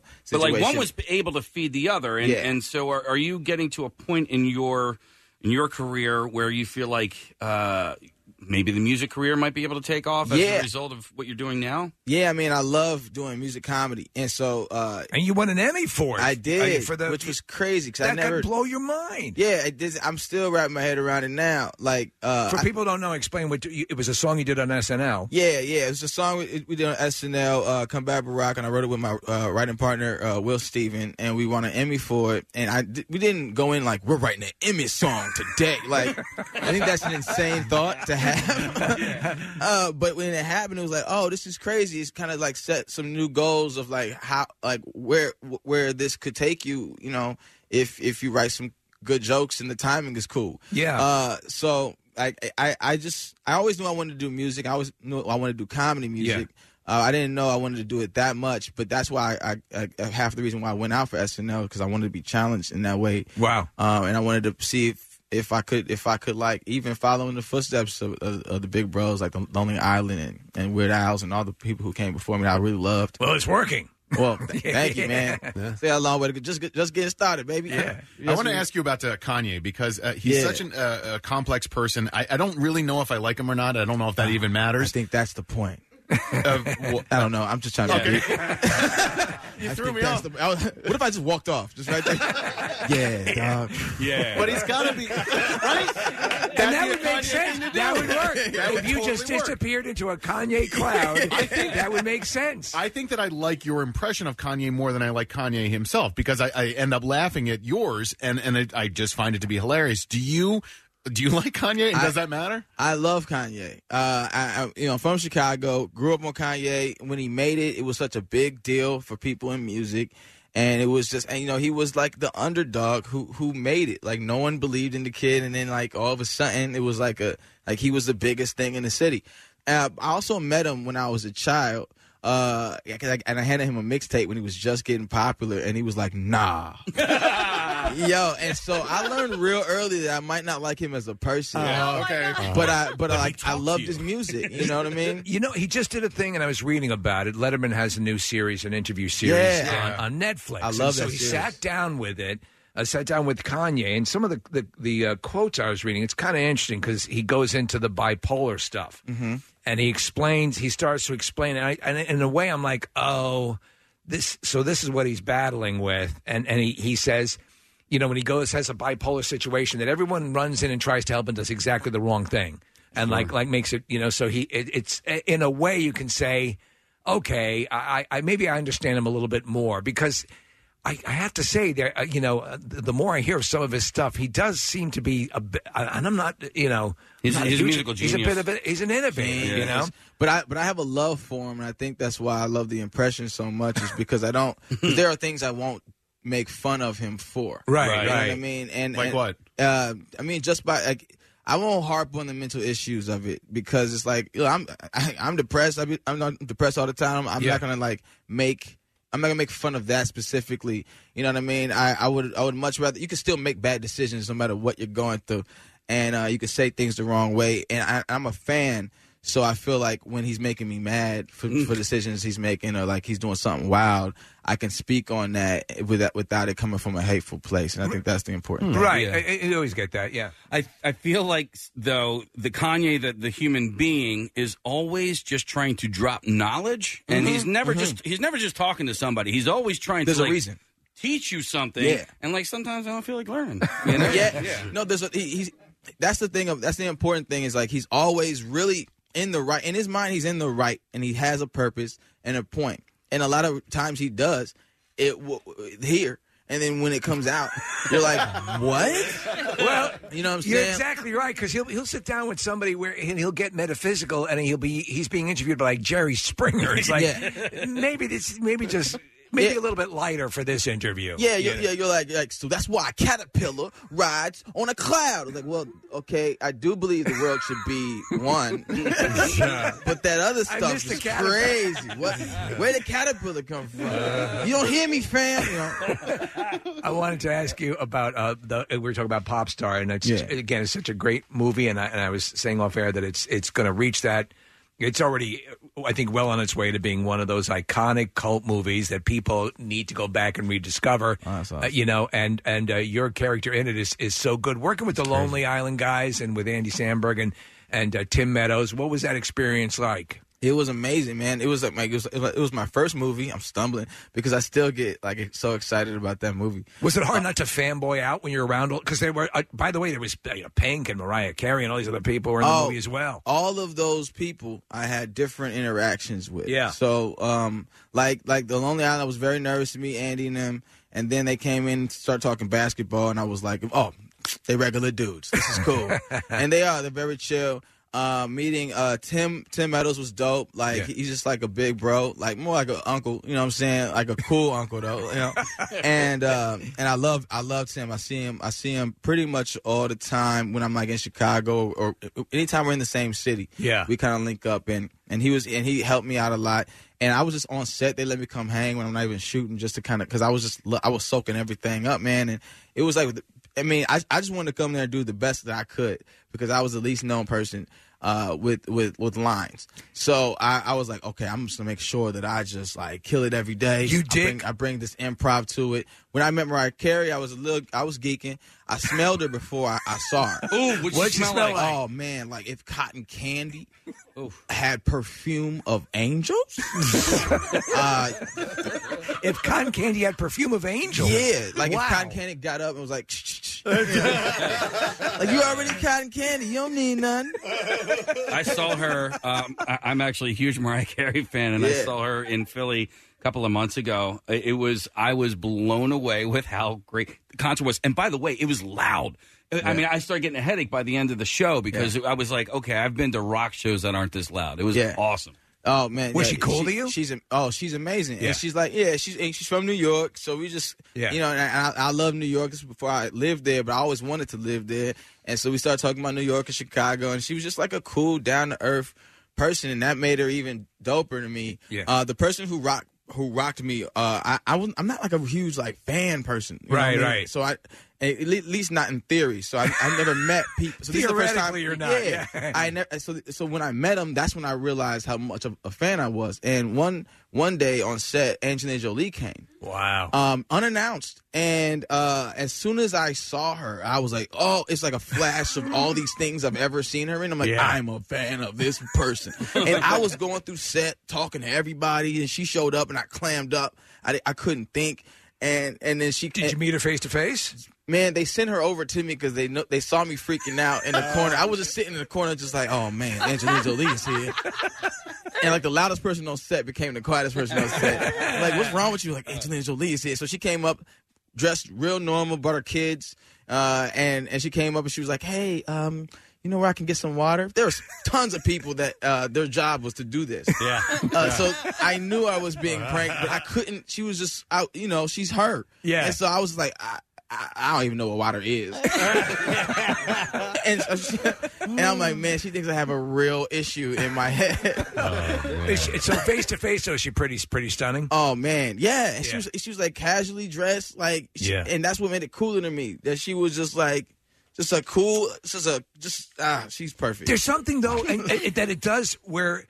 [SPEAKER 4] But
[SPEAKER 21] situation.
[SPEAKER 4] like one was able to feed the other, and
[SPEAKER 21] Yeah.
[SPEAKER 4] and so are, are you getting to a point in your in your career where you feel like uh, maybe the music career might be able to take off as
[SPEAKER 21] Yeah.
[SPEAKER 4] a result of what you're doing now?
[SPEAKER 21] Yeah, I mean, I love doing music comedy, and so uh,
[SPEAKER 3] and you won an Emmy for it.
[SPEAKER 21] I did,
[SPEAKER 3] Uh, for the-
[SPEAKER 21] which was crazy because I
[SPEAKER 3] that
[SPEAKER 21] never
[SPEAKER 3] could blow your mind.
[SPEAKER 21] Yeah, it does, I'm still wrapping my head around it now. Like uh,
[SPEAKER 3] for
[SPEAKER 21] I-
[SPEAKER 3] people who don't know, explain what you, it was a song you did on SNL.
[SPEAKER 21] yeah, yeah, it's a song we, we did on SNL, uh, "Come Back Barack," and I wrote it with my uh, writing partner uh, Will Steven, and we won an Emmy for it. And I di- we didn't go in like we're writing an Emmy song today. Like I think that's an insane thought to have. uh, but when it happened, it was like, oh, this is crazy. It's kind of like set some new goals of like how, like where where this could take you. You know, if if you write some good jokes and the timing is cool.
[SPEAKER 3] Yeah.
[SPEAKER 21] Uh, so I, I I just I always knew I wanted to do music. I always knew I wanted to do comedy music. Uh, I didn't know I wanted to do it that much, but that's why I, I, I half the reason why I went out for SNL because I wanted to be challenged in that way.
[SPEAKER 3] Wow.
[SPEAKER 21] Um, and I wanted to see if, if I could if I could like even follow in the footsteps of, of, of the big bros like the Lonely Island and, and Weird Al's and all the people who came before me. that I really loved.
[SPEAKER 3] Well, it's working.
[SPEAKER 21] Well, th- thank you, man.
[SPEAKER 7] Yeah.
[SPEAKER 21] Say a long way to go. Just get- just getting started, baby.
[SPEAKER 7] I want to ask you about uh, Kanye because uh, he's
[SPEAKER 21] Yeah.
[SPEAKER 7] such an, uh, a complex person. I, I don't really know if I like him or not. I don't know if that even matters. I
[SPEAKER 21] Ah, think that's the point. I don't know. I'm just trying
[SPEAKER 7] Okay.
[SPEAKER 21] to.
[SPEAKER 7] you
[SPEAKER 21] I
[SPEAKER 7] threw
[SPEAKER 21] think
[SPEAKER 7] me
[SPEAKER 21] that's
[SPEAKER 7] off.
[SPEAKER 21] the- I was- what if I just walked off? Just right there. yeah, dog.
[SPEAKER 7] Yeah. But he's got to be.
[SPEAKER 3] And that would make sense. That would work.
[SPEAKER 7] That would
[SPEAKER 3] if you just
[SPEAKER 7] totally work.
[SPEAKER 3] disappeared into a Kanye cloud,
[SPEAKER 7] I think-
[SPEAKER 3] that would make sense.
[SPEAKER 7] I think that I like your impression of Kanye more than I like Kanye himself because I, I end up laughing at yours and and it, I just find it to be hilarious. Do you do you like Kanye? And does that matter?
[SPEAKER 21] I love Kanye. Uh, I, I, you know, I'm from Chicago, grew up on Kanye. When he made it, it was such a big deal for people in music, and it was just, and you know, he was like the underdog who who made it. Like no one believed in the kid, and then like all of a sudden, it was like a like he was the biggest thing in the city. Uh, I also met him when I was a child. Uh, yeah, 'cause I, and I handed him a mixtape when he was just getting popular, and he was like, "Nah." Yo, and so I learned real early that I might not like him as a person.
[SPEAKER 7] Oh, okay.
[SPEAKER 21] But I, but
[SPEAKER 3] Let me
[SPEAKER 21] like, I
[SPEAKER 3] talk to
[SPEAKER 21] loved
[SPEAKER 3] you.
[SPEAKER 21] his music. You know what I mean?
[SPEAKER 3] You know, he just did a thing, and I was reading about it. Letterman has a new series, an interview series
[SPEAKER 21] Yeah.
[SPEAKER 3] on, on Netflix.
[SPEAKER 21] I love
[SPEAKER 3] And so
[SPEAKER 21] that
[SPEAKER 3] he
[SPEAKER 21] series.
[SPEAKER 3] sat down with it. I sat down with Kanye, and some of the the, the uh, quotes I was reading. It's kind of interesting because he goes into the bipolar stuff,
[SPEAKER 21] Mm-hmm.
[SPEAKER 19] Mhm.
[SPEAKER 3] and he explains. He starts to explain, and, I, and in a way, I'm like, oh, this. So this is what he's battling with, and and he he says. You know, when he goes has a bipolar situation that everyone runs in and tries to help and does exactly the wrong thing, and like like makes it you know. So he it, it's in a way you can say, okay, I, I maybe I understand him a little bit more because I, I have to say there, uh, you know, uh, the, the more I hear of some of his stuff, he does seem to be a bit, and I'm not, you know,
[SPEAKER 4] He's-
[SPEAKER 3] not a
[SPEAKER 4] he's a
[SPEAKER 3] huge-
[SPEAKER 4] musical
[SPEAKER 3] He's a
[SPEAKER 4] genius.
[SPEAKER 3] bit of a, he's an innovator,
[SPEAKER 21] Yeah.
[SPEAKER 3] you know.
[SPEAKER 21] But I but I have a love for him, and I think that's why I love the impression so much. Is because I don't. there are things I won't make fun of him for.
[SPEAKER 3] Right,
[SPEAKER 21] You know what I
[SPEAKER 3] right.
[SPEAKER 21] mean, and
[SPEAKER 3] Like
[SPEAKER 21] and,
[SPEAKER 3] what?
[SPEAKER 21] Uh, I mean, just by like. I won't harp on the mental issues of it because it's like you know, I'm I, I'm depressed. I be, I'm not depressed all the time. I'm
[SPEAKER 3] Yeah.
[SPEAKER 21] not gonna like make I'm not gonna make fun of that specifically. You know what I mean? I, I would I would much rather you can still make bad decisions no matter what you're going through, and uh, you can say things the wrong way. And I, I'm a fan, so I feel like when he's making me mad for,
[SPEAKER 3] Mm.
[SPEAKER 21] for decisions he's making or like he's doing something wild, I can speak on that without without it coming from a hateful place. And I think that's the important thing.
[SPEAKER 3] Right, I, I- I always get that. Yeah,
[SPEAKER 4] Hmm. I I feel like though the Kanye the, the human being is always just trying to drop knowledge, and
[SPEAKER 3] Mm-hmm.
[SPEAKER 21] Mhm,
[SPEAKER 4] he's never
[SPEAKER 21] mhm.
[SPEAKER 4] just he's never just talking to somebody. He's always trying
[SPEAKER 21] There's
[SPEAKER 4] to
[SPEAKER 21] a
[SPEAKER 4] like,
[SPEAKER 21] reason.
[SPEAKER 4] teach you something.
[SPEAKER 21] Yeah.
[SPEAKER 4] And like sometimes I don't feel like learning.
[SPEAKER 21] yeah. No, there's a, he, he's that's the thing of that's the important thing is like he's always really in the right in his mind he's in the right and he has a purpose and a point and a lot of times he does it w- w- here and then when it comes out you're like what
[SPEAKER 3] Well,
[SPEAKER 21] you know what I'm
[SPEAKER 3] You're
[SPEAKER 21] saying
[SPEAKER 3] exactly right because he'll he'll sit down with somebody where and he'll get metaphysical and he'll be he's being interviewed by like Jerry Springer. It's like
[SPEAKER 21] Yeah.
[SPEAKER 3] maybe this maybe just maybe a little bit lighter for this interview.
[SPEAKER 21] Yeah, you're,
[SPEAKER 3] You know?
[SPEAKER 21] yeah, you're like, like, so that's why a caterpillar rides on a cloud. Like, well, okay, I do believe the world should be one, but that other
[SPEAKER 3] I
[SPEAKER 21] stuff
[SPEAKER 3] missed the
[SPEAKER 21] is
[SPEAKER 3] caterpillar.
[SPEAKER 21] crazy. What? Where did caterpillar come from?
[SPEAKER 3] Uh,
[SPEAKER 21] You don't hear me, fam. You know?
[SPEAKER 3] I wanted to ask you about uh, the. We were talking about Pop Star, and it's
[SPEAKER 21] Yeah.
[SPEAKER 3] again, it's such a great movie, and I, and I was saying off air that it's it's going to reach that. It's already, I think, well on its way to being one of those iconic cult movies that people need to go back and rediscover.
[SPEAKER 21] Oh,
[SPEAKER 3] Uh, you know, and and uh, your character in it is is so good. Working with the Lonely Island guys and with Andy Samberg and and uh, Tim Meadows, what was that experience like?
[SPEAKER 21] It was amazing, man. It was like my, it was, it was my first movie. I'm stumbling because I still get like so excited about that movie.
[SPEAKER 3] Was it hard not to fanboy out when you're around? Because they were, uh, by the way, there was uh, you know, Pink and Mariah Carey and all these other people were in the
[SPEAKER 21] Oh,
[SPEAKER 3] movie as well.
[SPEAKER 21] All of those people I had different interactions with.
[SPEAKER 3] Yeah.
[SPEAKER 21] So um like like the Lonely Island I was very nervous to meet Andy and them and then they came in start talking basketball and I was like, Oh, they regular dudes. This is cool. and they are, they're very chill. Uh, meeting uh, Tim Tim Meadows was dope. Like
[SPEAKER 3] Yeah.
[SPEAKER 21] he's just like a big bro, like more like an uncle. You know what I'm saying? Like a cool uncle though. You know. and uh, and I love I love Tim. I see him I see him pretty much all the time when I'm like in Chicago or anytime we're in the same city.
[SPEAKER 3] Yeah.
[SPEAKER 21] we kind of link up and and he was and he helped me out a lot. And I was just on set. They let me come hang when I'm not even shooting, just to kind of because I was just lo- I was soaking everything up, man. And it was like I mean I I just wanted to come there and do the best that I could because I was the least known person. Uh, with with with lines, so I, I was like, okay, I'm just gonna make sure that I just like kill it every day. You did. I bring, I bring this improv to it. When I met Mariah Carey, I was a little, I was geeking. I smelled her before I, I saw her.
[SPEAKER 4] Ooh, what'd you What'd you smell smell like? like?
[SPEAKER 21] Oh man, like if cotton candy had perfume of angels. uh,
[SPEAKER 3] if cotton candy had perfume of angels,
[SPEAKER 21] yeah, like
[SPEAKER 3] Wow.
[SPEAKER 21] if cotton candy got up and was like, like you already cotton candy, you don't need none.
[SPEAKER 4] I saw her. Um, I, I'm actually a huge Mariah Carey fan, and I
[SPEAKER 21] Yeah.
[SPEAKER 4] saw her in Philly a couple of months ago. It it was I was blown away with how great the concert was. And by the way, it was loud. I- I
[SPEAKER 8] Yeah.
[SPEAKER 4] mean, I started getting a headache by the end of the show because I was like, okay, I've been to rock shows that aren't this loud. It was
[SPEAKER 21] Yeah.
[SPEAKER 4] awesome.
[SPEAKER 21] Oh man,
[SPEAKER 4] Was she cool
[SPEAKER 21] she,
[SPEAKER 4] to you?
[SPEAKER 21] She's am- oh, she's amazing,
[SPEAKER 4] Yeah.
[SPEAKER 21] and she's like, yeah, she's and she's from New York, so we just,
[SPEAKER 4] Yeah.
[SPEAKER 21] you know, and I, I love New York. This is before I lived there, but I always wanted to live there, and so we started talking about New York and Chicago, and she was just like a cool, down to earth person, and that made her even doper to me.
[SPEAKER 3] Yeah.
[SPEAKER 21] Uh, the person who rocked who rocked me, uh, I, I wasn't- I'm not like a huge like fan person. you know what I
[SPEAKER 3] Right,
[SPEAKER 21] mean?
[SPEAKER 3] right.
[SPEAKER 21] So I. At le- at least not in theory. So I, I never met people. So this is the first time
[SPEAKER 3] Theoretically, you're not, yeah.
[SPEAKER 21] I never. So so when I met him, that's when I realized how much of a fan I was. And one one day on set, Angelina Jolie came.
[SPEAKER 3] Wow.
[SPEAKER 21] Um, unannounced. And uh, as soon as I saw her, I was like, oh, it's like a flash of all these things I've ever seen her in. I'm like,
[SPEAKER 3] Yeah.
[SPEAKER 21] I'm a fan of this person. and I was going through set talking to everybody, and she showed up, and I clammed up. I, di- I couldn't think. And and then she did you
[SPEAKER 3] meet her face to face?
[SPEAKER 21] Man, they sent her over to me because they know, they saw me freaking out in the corner. I was just sitting in the corner, just like, oh man, Angelina Jolie is here. And like the loudest person on set became the quietest person on set. like, what's wrong with you? Like, Angelina Jolie is here. So she came up dressed real normal, brought her kids, uh, and and she came up and she was like, hey, um. You know where I can get some water? There was tons of people that uh, their job was to do this.
[SPEAKER 3] Yeah. Uh-huh.
[SPEAKER 21] Uh, so I knew I was being pranked, but I couldn't. She was just out. You know, she's her.
[SPEAKER 3] Yeah.
[SPEAKER 21] And so I was like, I, I, I don't even know what water is. and, so she- and I'm like, man, she thinks I have a real issue in my head.
[SPEAKER 3] Oh, Is she- so face to face, though, she pretty pretty stunning.
[SPEAKER 21] Oh man, yeah. And
[SPEAKER 3] Yeah.
[SPEAKER 21] She was she was like casually dressed, like she-
[SPEAKER 3] Yeah.
[SPEAKER 21] and that's what made it cooler to me that she was just like, just a cool, just a just ah, she's perfect.
[SPEAKER 3] There's something though and, and- that it does where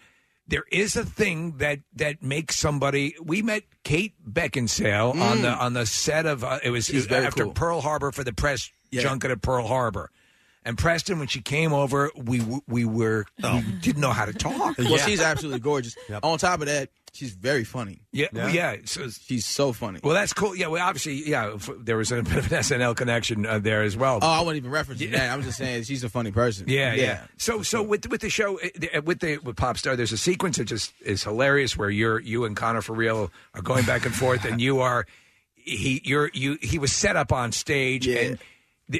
[SPEAKER 3] there is a thing that that makes somebody. We met Kate Beckinsale on
[SPEAKER 19] Mm.
[SPEAKER 3] the on the set of uh, it was
[SPEAKER 19] She's very
[SPEAKER 3] after
[SPEAKER 19] cool.
[SPEAKER 3] Pearl Harbor for the press
[SPEAKER 19] Yeah.
[SPEAKER 3] junket at Pearl Harbor. And Preston, when she came over, we w- we were we didn't know how to talk.
[SPEAKER 21] Oh. Well, she's absolutely gorgeous. On top of that, she's very funny.
[SPEAKER 3] Yeah, yeah. so,
[SPEAKER 21] she's so funny.
[SPEAKER 3] Well, that's cool. Yeah, well, obviously, yeah, f- there was a bit of an SNL connection uh, there as well.
[SPEAKER 21] Oh, I wasn't even referencing that. I was just saying she's a funny person.
[SPEAKER 3] Yeah, yeah. So, so with with the show, uh, the- uh, with the with pop star, there's a sequence that just is hilarious where you're you and Connor for real are going back and forth, and you are he you're you he was set up on stage and. th-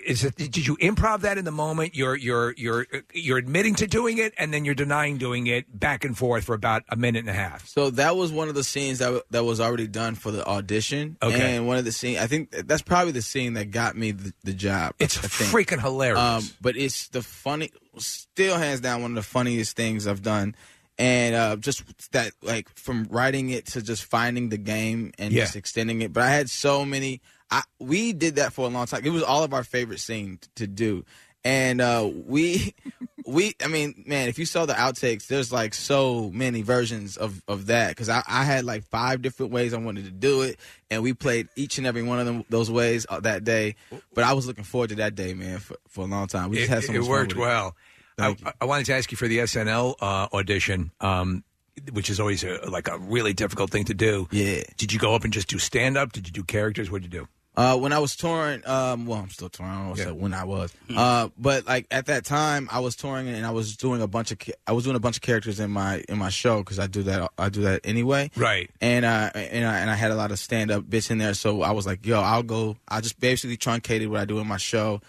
[SPEAKER 3] Is it, did you improv that in the moment? You're you're you're uh, you're admitting to doing it, and then you're denying doing it back and forth for about a minute and a half.
[SPEAKER 21] So that was one of the scenes that that was already done for the audition.
[SPEAKER 3] Okay.
[SPEAKER 21] And one of the scene, I think that's probably the scene that got me the, the job. It's
[SPEAKER 3] freaking hilarious.
[SPEAKER 21] but it's the funny, still hands down one of the funniest things I've done. And uh, just that, like from writing it to just finding the game and
[SPEAKER 3] Yeah.
[SPEAKER 21] just extending it. But I had so many. I we did that for a long time. It was all of our favorite scene t- to do, and uh, we we I mean, man, if you saw the outtakes, there's like so many versions of of that because I, I had like five different ways I wanted to do it, and we played each and every one of them those ways uh, that day. But I was looking forward to that day, man, for, for a long time. We just
[SPEAKER 3] it,
[SPEAKER 21] had so
[SPEAKER 3] it
[SPEAKER 21] much fun
[SPEAKER 3] worked
[SPEAKER 21] with it.
[SPEAKER 3] well. I, I wanted to ask you for the SNL uh, audition, um, which is always a, like a really difficult thing to do.
[SPEAKER 21] Yeah.
[SPEAKER 3] Did you go up and just do stand up? Did you do characters? What did you do?
[SPEAKER 21] Uh, when I was touring, um, well, I'm still touring. I don't know if I
[SPEAKER 3] Yeah. Hmm.
[SPEAKER 21] said when I was, uh, but like at that time, I was touring and I was doing a bunch of ca- I was doing a bunch of characters in my in my show because I do that I do that anyway.
[SPEAKER 3] Right.
[SPEAKER 21] And uh and I, and I had a lot of stand up bits in there, so I was like, yo, I'll go. I just basically truncated what I do in my show,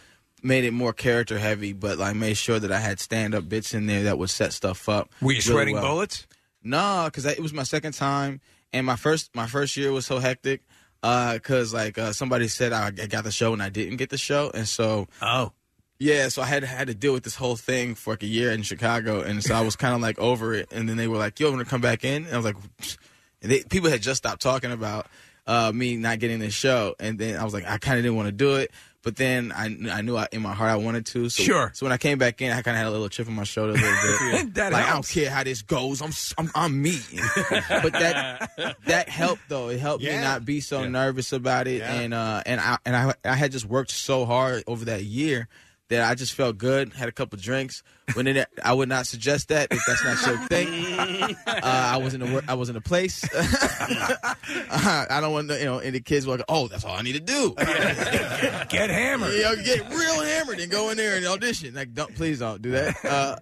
[SPEAKER 21] made it more character heavy, but like made sure that I had stand up bits in there that would set stuff up.
[SPEAKER 3] Were you
[SPEAKER 21] really
[SPEAKER 3] sweating
[SPEAKER 21] well.
[SPEAKER 3] bullets?
[SPEAKER 21] No, because it was my second time, and my first my first year was so hectic. Uh, cause like uh, somebody said I, I got the show and I didn't get the show, and so
[SPEAKER 3] oh
[SPEAKER 21] yeah, so I had had to deal with this whole thing for like a year in Chicago, and so I was kind of like over it. And then they were like, "Yo, I'm gonna come back in," and I was like, and they, "People had just stopped talking about uh, me not getting the show," and then I was like, "I kind of didn't want to do it." But then I, kn- I knew I, in my heart I wanted to. So,
[SPEAKER 3] Sure.
[SPEAKER 21] So when I came back in, I kind of had a little chip on my shoulder a little bit.
[SPEAKER 3] That
[SPEAKER 21] like I don't care how this goes. I'm s- I'm, I'm me. but that that helped though. It helped me not be so nervous about it. And uh and I and I I had just worked so hard over that year that I just felt good. Had a couple drinks. When it, I would not suggest that if that's not your thing. Uh, I was in a wor- I was in a place. Uh, I don't want to, you know any kids were like oh that's all I need to do.
[SPEAKER 3] get hammered.
[SPEAKER 21] You know, get real hammered and go in there and audition. Like, don't please don't do that. Uh,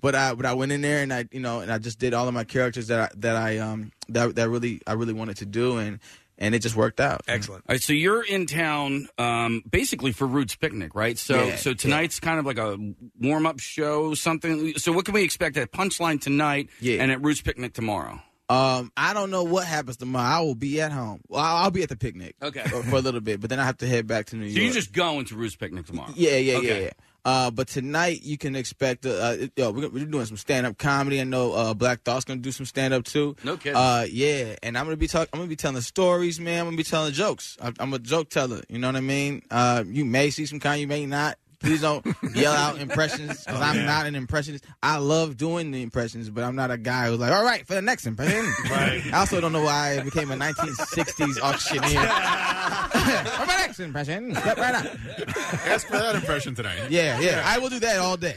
[SPEAKER 21] but I but I went in there and I you know and I just did all of my characters that I, that I um that that really I really wanted to do and and it just worked out.
[SPEAKER 3] Excellent.
[SPEAKER 4] All right, so you're in town um, basically for Roots Picnic, right? So
[SPEAKER 21] Yeah,
[SPEAKER 4] so tonight's kind of like a warm up show, something. So what can we expect at Punchline tonight and at Roots Picnic tomorrow?
[SPEAKER 21] Um, I don't know what happens tomorrow. I will be at home. Well, I'll I'll be at the picnic.
[SPEAKER 4] Okay.
[SPEAKER 21] For, for a little bit, but then I have to head back to New
[SPEAKER 4] So
[SPEAKER 21] York.
[SPEAKER 4] you're just going to Roost Picnic tomorrow?
[SPEAKER 21] Yeah, yeah,
[SPEAKER 4] Okay.
[SPEAKER 21] yeah, yeah. Uh, but tonight you can expect. Uh, uh, yo, we're, we're doing some stand up comedy. I know uh, Black Thought's gonna do some stand up too.
[SPEAKER 4] No kidding.
[SPEAKER 21] Uh, yeah, and I'm gonna be talking. I'm gonna be telling stories, man. I'm gonna be telling jokes. I'm, I'm a joke teller. You know what I mean? Uh, you may see some kind, you may not. Please don't yell out impressions because
[SPEAKER 5] Oh,
[SPEAKER 21] I'm
[SPEAKER 5] yeah.
[SPEAKER 21] not an impressionist. I love doing the impressions, but I'm not a guy who's like, all right, for the next impression.
[SPEAKER 5] Right.
[SPEAKER 21] I also don't know why I became a 1960s auctioneer. for my next impression, step right up.
[SPEAKER 7] Ask for that impression tonight.
[SPEAKER 21] Yeah, yeah. I will do that all day.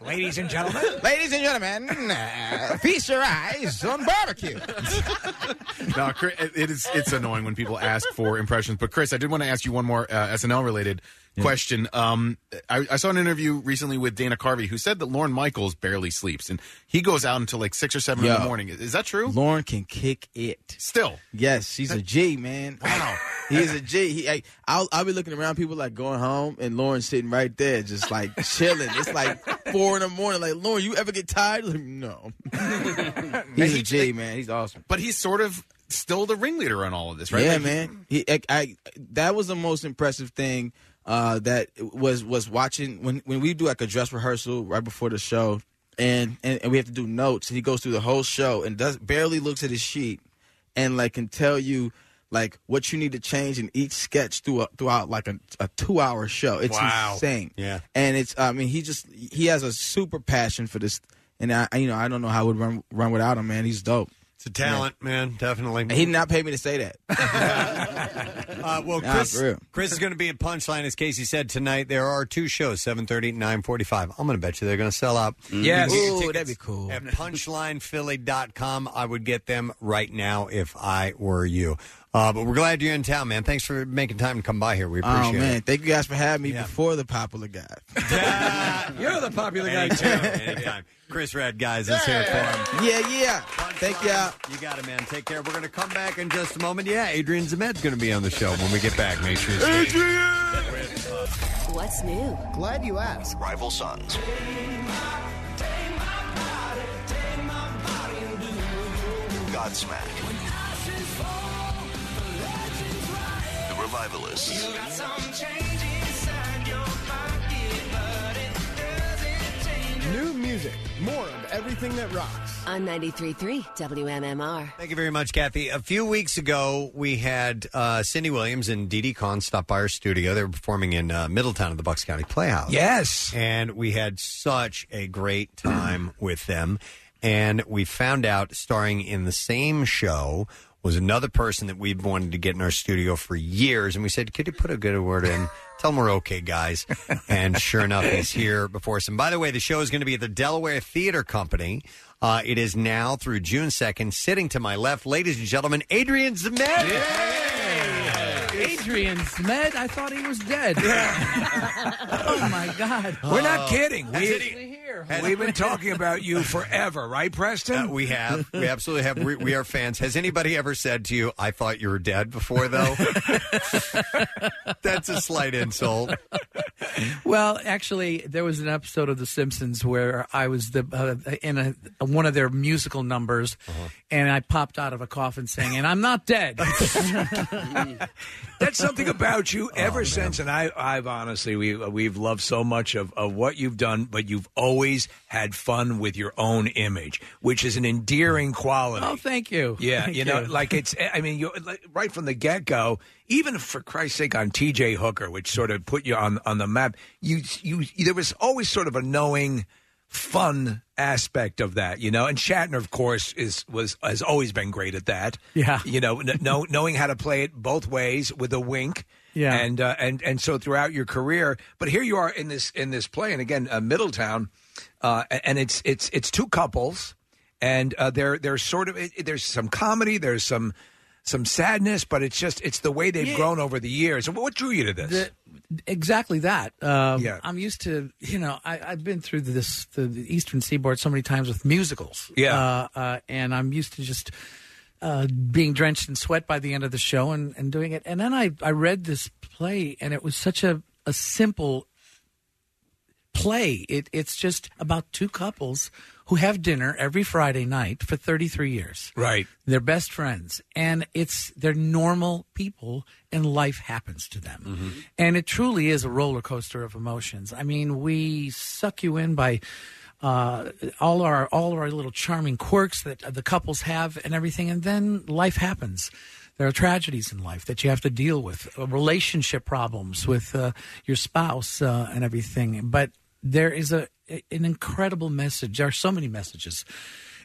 [SPEAKER 3] Ladies and gentlemen.
[SPEAKER 21] Ladies and gentlemen, uh, feast your eyes on barbecue.
[SPEAKER 7] no, Chris, it is. It's annoying when people ask for impressions. But Chris, I did want to ask you one more uh, SNL related question. Um, I, I saw an interview recently with Dana Carvey who said that Lauren Michaels barely sleeps and he goes out until like six or seven in the
[SPEAKER 21] Yo.
[SPEAKER 7] morning. Is that true?
[SPEAKER 21] Lauren can kick it.
[SPEAKER 7] Still,
[SPEAKER 21] Yes, she's a G, man. Wow. He is a G. He, I, I'll, I'll be looking around people like going home, and Lauren's sitting right there, just like chilling. It's like four in the morning. Like Lauren, you ever get tired? Like, no. He's a G, man. He's awesome.
[SPEAKER 7] but he's sort of still the ringleader on all of this, right?
[SPEAKER 21] Yeah,
[SPEAKER 7] Like,
[SPEAKER 21] man. He, I, I- that was the most impressive thing uh, that was was watching when when we do like a dress rehearsal right before the show, and and, and we have to do notes. And he goes through the whole show and does barely looks at his sheet, and like can tell you like what you need to change in each sketch through a, throughout like a, a two hour show. It's
[SPEAKER 5] Wow.
[SPEAKER 21] insane.
[SPEAKER 5] Yeah.
[SPEAKER 21] and it's I mean he just he has a super passion for this, and I you know I don't know how I would run run without him, man. He's dope. It's a
[SPEAKER 1] talent, man. Definitely.
[SPEAKER 21] And he did not pay me to say that.
[SPEAKER 1] Uh, well,
[SPEAKER 21] Nah,
[SPEAKER 1] Chris,
[SPEAKER 21] for real.
[SPEAKER 1] Chris is going to be at Punchline, as Casey said tonight. There are two shows, 7.30 9.45. I'm going to bet you they're going to sell out.
[SPEAKER 21] Yes.
[SPEAKER 1] You can get
[SPEAKER 21] Ooh,
[SPEAKER 1] tickets
[SPEAKER 21] that'd be cool.
[SPEAKER 1] At punchlinephilly.com. I would get them right now if I were you. Uh, but we're glad you're in town, man. Thanhanks for making time to come by here. We appreciate
[SPEAKER 21] oh man,
[SPEAKER 1] it.
[SPEAKER 21] thank you guys for having me
[SPEAKER 1] Yeah.
[SPEAKER 21] before the popular guy.
[SPEAKER 1] You're the popular guy, too. Anytime. Chris Red, guys, is here for him.
[SPEAKER 21] Yeah, yeah. Thank y'all.
[SPEAKER 1] You got it, man. Take care. We're going to come back in just a moment. Yeah, Adrian Zemed's going to be on the show when we get back. Make sure you stay-
[SPEAKER 11] What's new? Glad you asked.
[SPEAKER 9] Rival Sons. Godsmack. The Revivalists.
[SPEAKER 22] New music, more of everything that rocks.
[SPEAKER 11] On 93.3 WMMR.
[SPEAKER 1] Thank you very much, Kathy. A few weeks ago, we had uh, Cindy Williams and Dee Dee Khan stop by our studio. They were performing in uh, Middletown at the Bucks County Playhouse.
[SPEAKER 3] Yes.
[SPEAKER 1] And we had such a great time with them. And we found out starring in the same show was another person that we've wanted to get in our studio for years. And we said, could you put a good word in? Tell them we're okay, guys. And sure enough, he's here before us. And by the way, the show is going to be at the Delaware Theater Company. Uh, it is now through June 2nd. Sitting to my left, ladies and gentlemen, Adrian Zemed.
[SPEAKER 23] Adrian Smed, I thought he was dead. oh my God.
[SPEAKER 3] We're
[SPEAKER 21] Oh.
[SPEAKER 3] not kidding.
[SPEAKER 23] Has
[SPEAKER 3] We,
[SPEAKER 23] any- has-
[SPEAKER 3] we've been talking about you e-, forever, right,
[SPEAKER 1] Uh,
[SPEAKER 3] Preston?
[SPEAKER 1] we have. We absolutely have. We, we are fans. Has anybody ever said to you, I thought you were dead before, though? That's a slight insult.
[SPEAKER 23] Well, actually, there was an episode of The Simpsons where I was the uh, in a, one of their musical numbers, and I popped out of a coffin saying, "And I'm not dead."
[SPEAKER 3] That's something about you
[SPEAKER 21] Oh,
[SPEAKER 3] ever since, and I, I've honestly, we we've loved so much of, of what you've done, but you've always had fun with your own image, which is an endearing quality.
[SPEAKER 23] Oh, thank you.
[SPEAKER 3] Yeah,
[SPEAKER 23] Thank
[SPEAKER 3] you know, like it's. eh, I mean, you like, right from the get go. Even for Christ's sake, on T.J. Hooker, which sort of put you on on the map. You you there was always sort of a knowing, fun aspect of that, you know. And Shatner, of course, is was has always been great at that.
[SPEAKER 23] Yeah.
[SPEAKER 3] you know, kn- know knowing how to play it both ways with a wink.
[SPEAKER 23] Yeah.
[SPEAKER 3] and uh, and and so throughout your career, but here you are in this in this play, and again, uh, Middletown, uh, a- and it's it's it's two couples and uh, there there's sort of it, it- there's some comedy, there's some some sadness, but it's just it's the way they've
[SPEAKER 23] Yeah.
[SPEAKER 3] grown over the years. What drew you to this?
[SPEAKER 23] The- exactly that. Um, I'm used to, you know, I, I've been through this the, the Eastern Seaboard so many times with musicals.
[SPEAKER 24] Yeah.
[SPEAKER 23] uh, uh, and I'm used to just uh, being drenched in sweat by the end of the show and, and doing it. And then I I read this play, and it was such a a simple play. It, it's just about two couples who have dinner every Friday night for 33 years.
[SPEAKER 3] Right.
[SPEAKER 23] They're best friends, and it's they're normal people, and life happens to them. And it truly is a roller coaster of emotions. I mean, we suck you in by uh, all our all our little charming quirks that the couples have and everything, and then life happens. There are tragedies in life that you have to deal with, uh, relationship problems with uh, your spouse uh, and everything. But there is a an incredible message. There are so many messages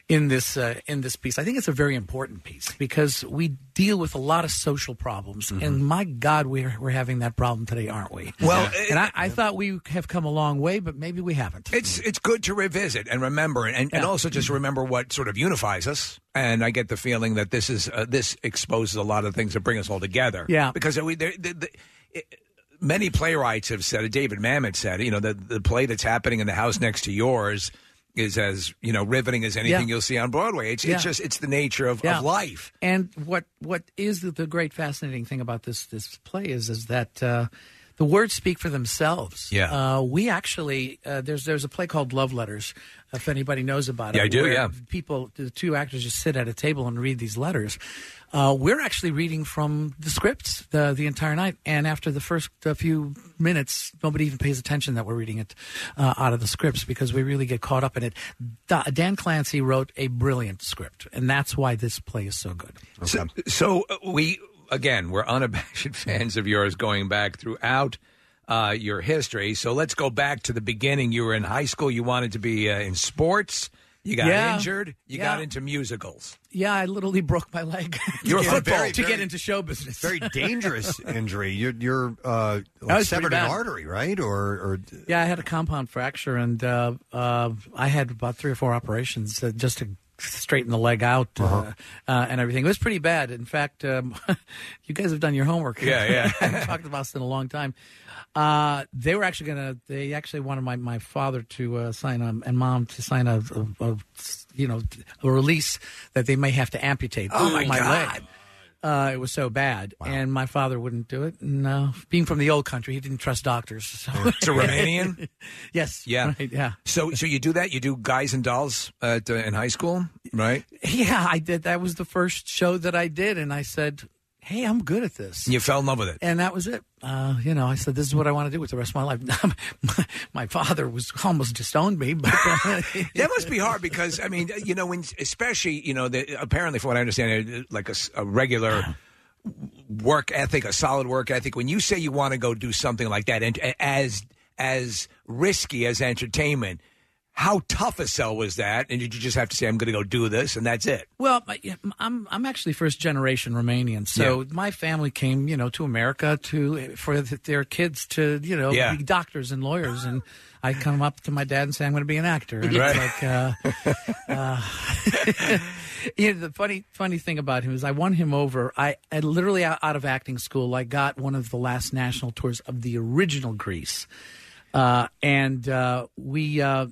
[SPEAKER 23] in this uh, in this piece. I think it's a very important piece because we deal with a lot of social problems,
[SPEAKER 3] Mm-hmm.
[SPEAKER 23] and my God, we're we're having that problem today, aren't we?
[SPEAKER 3] Well,
[SPEAKER 23] and I, I thought we have come a long way, but maybe we haven't.
[SPEAKER 3] It's it's good to revisit and remember, and, and also just remember what sort of unifies us. And I get the feeling that this is uh, this exposes a lot of things that bring us all together.
[SPEAKER 23] Yeah.
[SPEAKER 3] because we there, the, the, it- many playwrights have said, David Mamet said, you know, the the play that's happening in the house next to yours is as you know riveting as anything
[SPEAKER 23] Yeah.
[SPEAKER 3] you'll see on Broadway. It's
[SPEAKER 23] Yeah.
[SPEAKER 3] it's just it's the nature of,
[SPEAKER 23] Yeah.
[SPEAKER 3] of life.
[SPEAKER 23] And what what is the, the great fascinating thing about this this play is is that uh, the words speak for themselves.
[SPEAKER 3] Yeah.
[SPEAKER 23] Uh, we actually uh, there's there's a play called Love Letters. If anybody knows about it,
[SPEAKER 3] Yeah, I do,
[SPEAKER 23] where
[SPEAKER 3] yeah.
[SPEAKER 23] people the two actors just sit at a table and read these letters. Uh, we're actually reading from the scripts the the entire night, and after the first uh, few minutes, nobody even pays attention that we're reading it uh, out of the scripts because we really get caught up in it. Da- Dan Clancy wrote a brilliant script, and that's why this play is so good.
[SPEAKER 3] So, so uh, we again, we're unabashed fans of yours going back throughout uh, your history. So let's go back to the beginning. You were in high school. You wanted to be uh, in sports. You got
[SPEAKER 23] Yeah.
[SPEAKER 3] injured. You
[SPEAKER 23] Yeah.
[SPEAKER 3] got into musicals.
[SPEAKER 23] Yeah, I literally broke my leg.
[SPEAKER 3] You're a
[SPEAKER 23] to get-
[SPEAKER 3] football-
[SPEAKER 23] to
[SPEAKER 3] very-
[SPEAKER 23] get into show business.
[SPEAKER 1] Very dangerous injury. You're, you're uh,
[SPEAKER 23] That was
[SPEAKER 1] severed
[SPEAKER 23] pretty
[SPEAKER 1] an
[SPEAKER 23] bad.
[SPEAKER 1] artery, right? Or, or
[SPEAKER 23] Yeah, I had a compound fracture, and uh, uh, I had about three or four operations uh, just to straighten the leg out uh,
[SPEAKER 3] Uh-huh.
[SPEAKER 23] uh and everything. It was pretty bad. In fact, um, you guys have done your homework.
[SPEAKER 3] Yeah, yeah.
[SPEAKER 23] I haven't talked to Boston in a long time. Uh, they were actually gonna. They actually wanted my, my father to uh, sign a, and mom to sign a, a, a you know a release that they may have to amputate
[SPEAKER 3] Oh, my God.
[SPEAKER 23] leg. Uh, it was so bad, and my father wouldn't do it. No, being from the old country, he didn't trust doctors. So.
[SPEAKER 3] It's a Romanian.
[SPEAKER 23] yes.
[SPEAKER 3] Yeah.
[SPEAKER 23] Right, yeah.
[SPEAKER 3] So so you do that. You do guys and dolls at, uh, in high school, right?
[SPEAKER 23] Yeah, I did. That was the first show that I did, and I said, "Hey, I'm good at this."
[SPEAKER 3] You fell in love with it.
[SPEAKER 23] And that was it. Uh, you know, I said, "This is what I want to do with the rest of my life." my, my father was almost disowned me, but uh,
[SPEAKER 3] that must be hard because I mean, you know, when especially you know, the, apparently from what I understand, uh, like a, s- a regular work ethic, a solid work ethic. When you say you want to go do something like that, and as as risky as entertainment, how tough a sell was that? And did you just have to say, "I'm going to go do this," and that's it?
[SPEAKER 23] Well, I- yeah, I'm I'm actually first generation Romanian, so
[SPEAKER 3] Yeah.
[SPEAKER 23] my family came, you know, to America to for th- their kids to, you know,
[SPEAKER 3] Yeah.
[SPEAKER 23] be doctors and lawyers, and I come up to my dad and say I'm going to be an actor, and
[SPEAKER 3] Right.
[SPEAKER 23] it's like, uh, uh, you know, the funny funny thing about him is I won him over. I, I literally out out of acting school, I got one of the last national tours of the original Greece uh, and uh, we uh,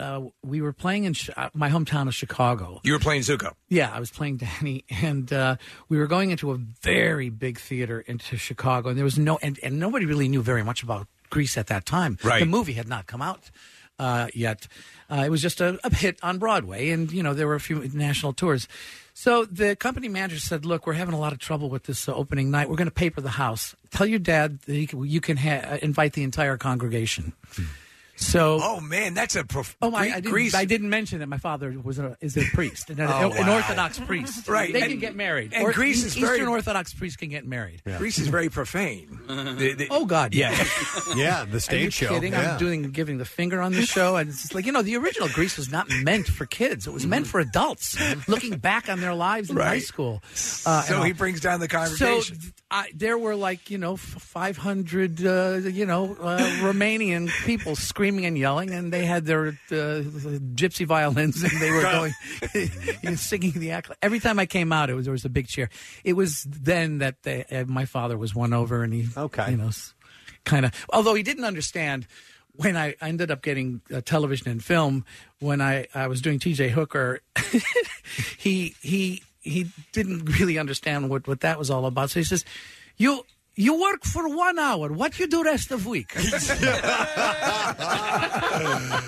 [SPEAKER 23] uh, we were playing in sh- uh, my hometown of Chicago.
[SPEAKER 3] You were playing Zuko.
[SPEAKER 23] Yeah, I was playing Danny, and uh, we were going into a very big theater into Chicago, and there was no and, and nobody really knew very much about Greece at that time.
[SPEAKER 6] Right.
[SPEAKER 23] the movie had not come out. Uh, yet uh, it was just a, a hit on Broadway, and you know there were a few national tours. So the company manager said, "Look, we're having a lot of trouble with this uh, opening night. We're going to paper the house. Tell your dad that he can, you can ha- uh, invite the entire congregation." So
[SPEAKER 3] Oh man, that's a prof-
[SPEAKER 23] Oh, I, I, didn't,
[SPEAKER 3] Greece.
[SPEAKER 23] I didn't mention that my father was a, is a priest, an,
[SPEAKER 3] Oh,
[SPEAKER 23] an
[SPEAKER 3] wow.
[SPEAKER 23] Orthodox priest.
[SPEAKER 3] Right,
[SPEAKER 23] They
[SPEAKER 3] and-
[SPEAKER 23] can get married.
[SPEAKER 3] and Greece is
[SPEAKER 23] Eastern
[SPEAKER 3] very-
[SPEAKER 23] Orthodox priests can get married.
[SPEAKER 3] Greece is very profane. The- the-
[SPEAKER 23] Oh God!
[SPEAKER 3] yeah,
[SPEAKER 23] Are you Kidding? I'm doing giving the finger on the show, and it's just like you know, the original Greece was not meant for kids. It was meant for adults looking back on their lives in high
[SPEAKER 3] Mm. Right.
[SPEAKER 23] school. Uh, and
[SPEAKER 3] so
[SPEAKER 23] all.
[SPEAKER 3] he brings down the
[SPEAKER 23] So
[SPEAKER 3] congregation.
[SPEAKER 23] th- I, there were like you know f- 500 uh, you know uh, Romanian people screaming and yelling, and they had their uh, gypsy violins, and they were going and singing the act. Every time I came out, it was there was a big cheer. It was then that they, uh, my father was won over, and he okay you know kind of although he didn't understand. When I I ended up getting uh, television and film, when I, I was doing TJ Hooker, he he he didn't really understand what what that was all about. So he says, "You You work for one hour. What you do rest of week?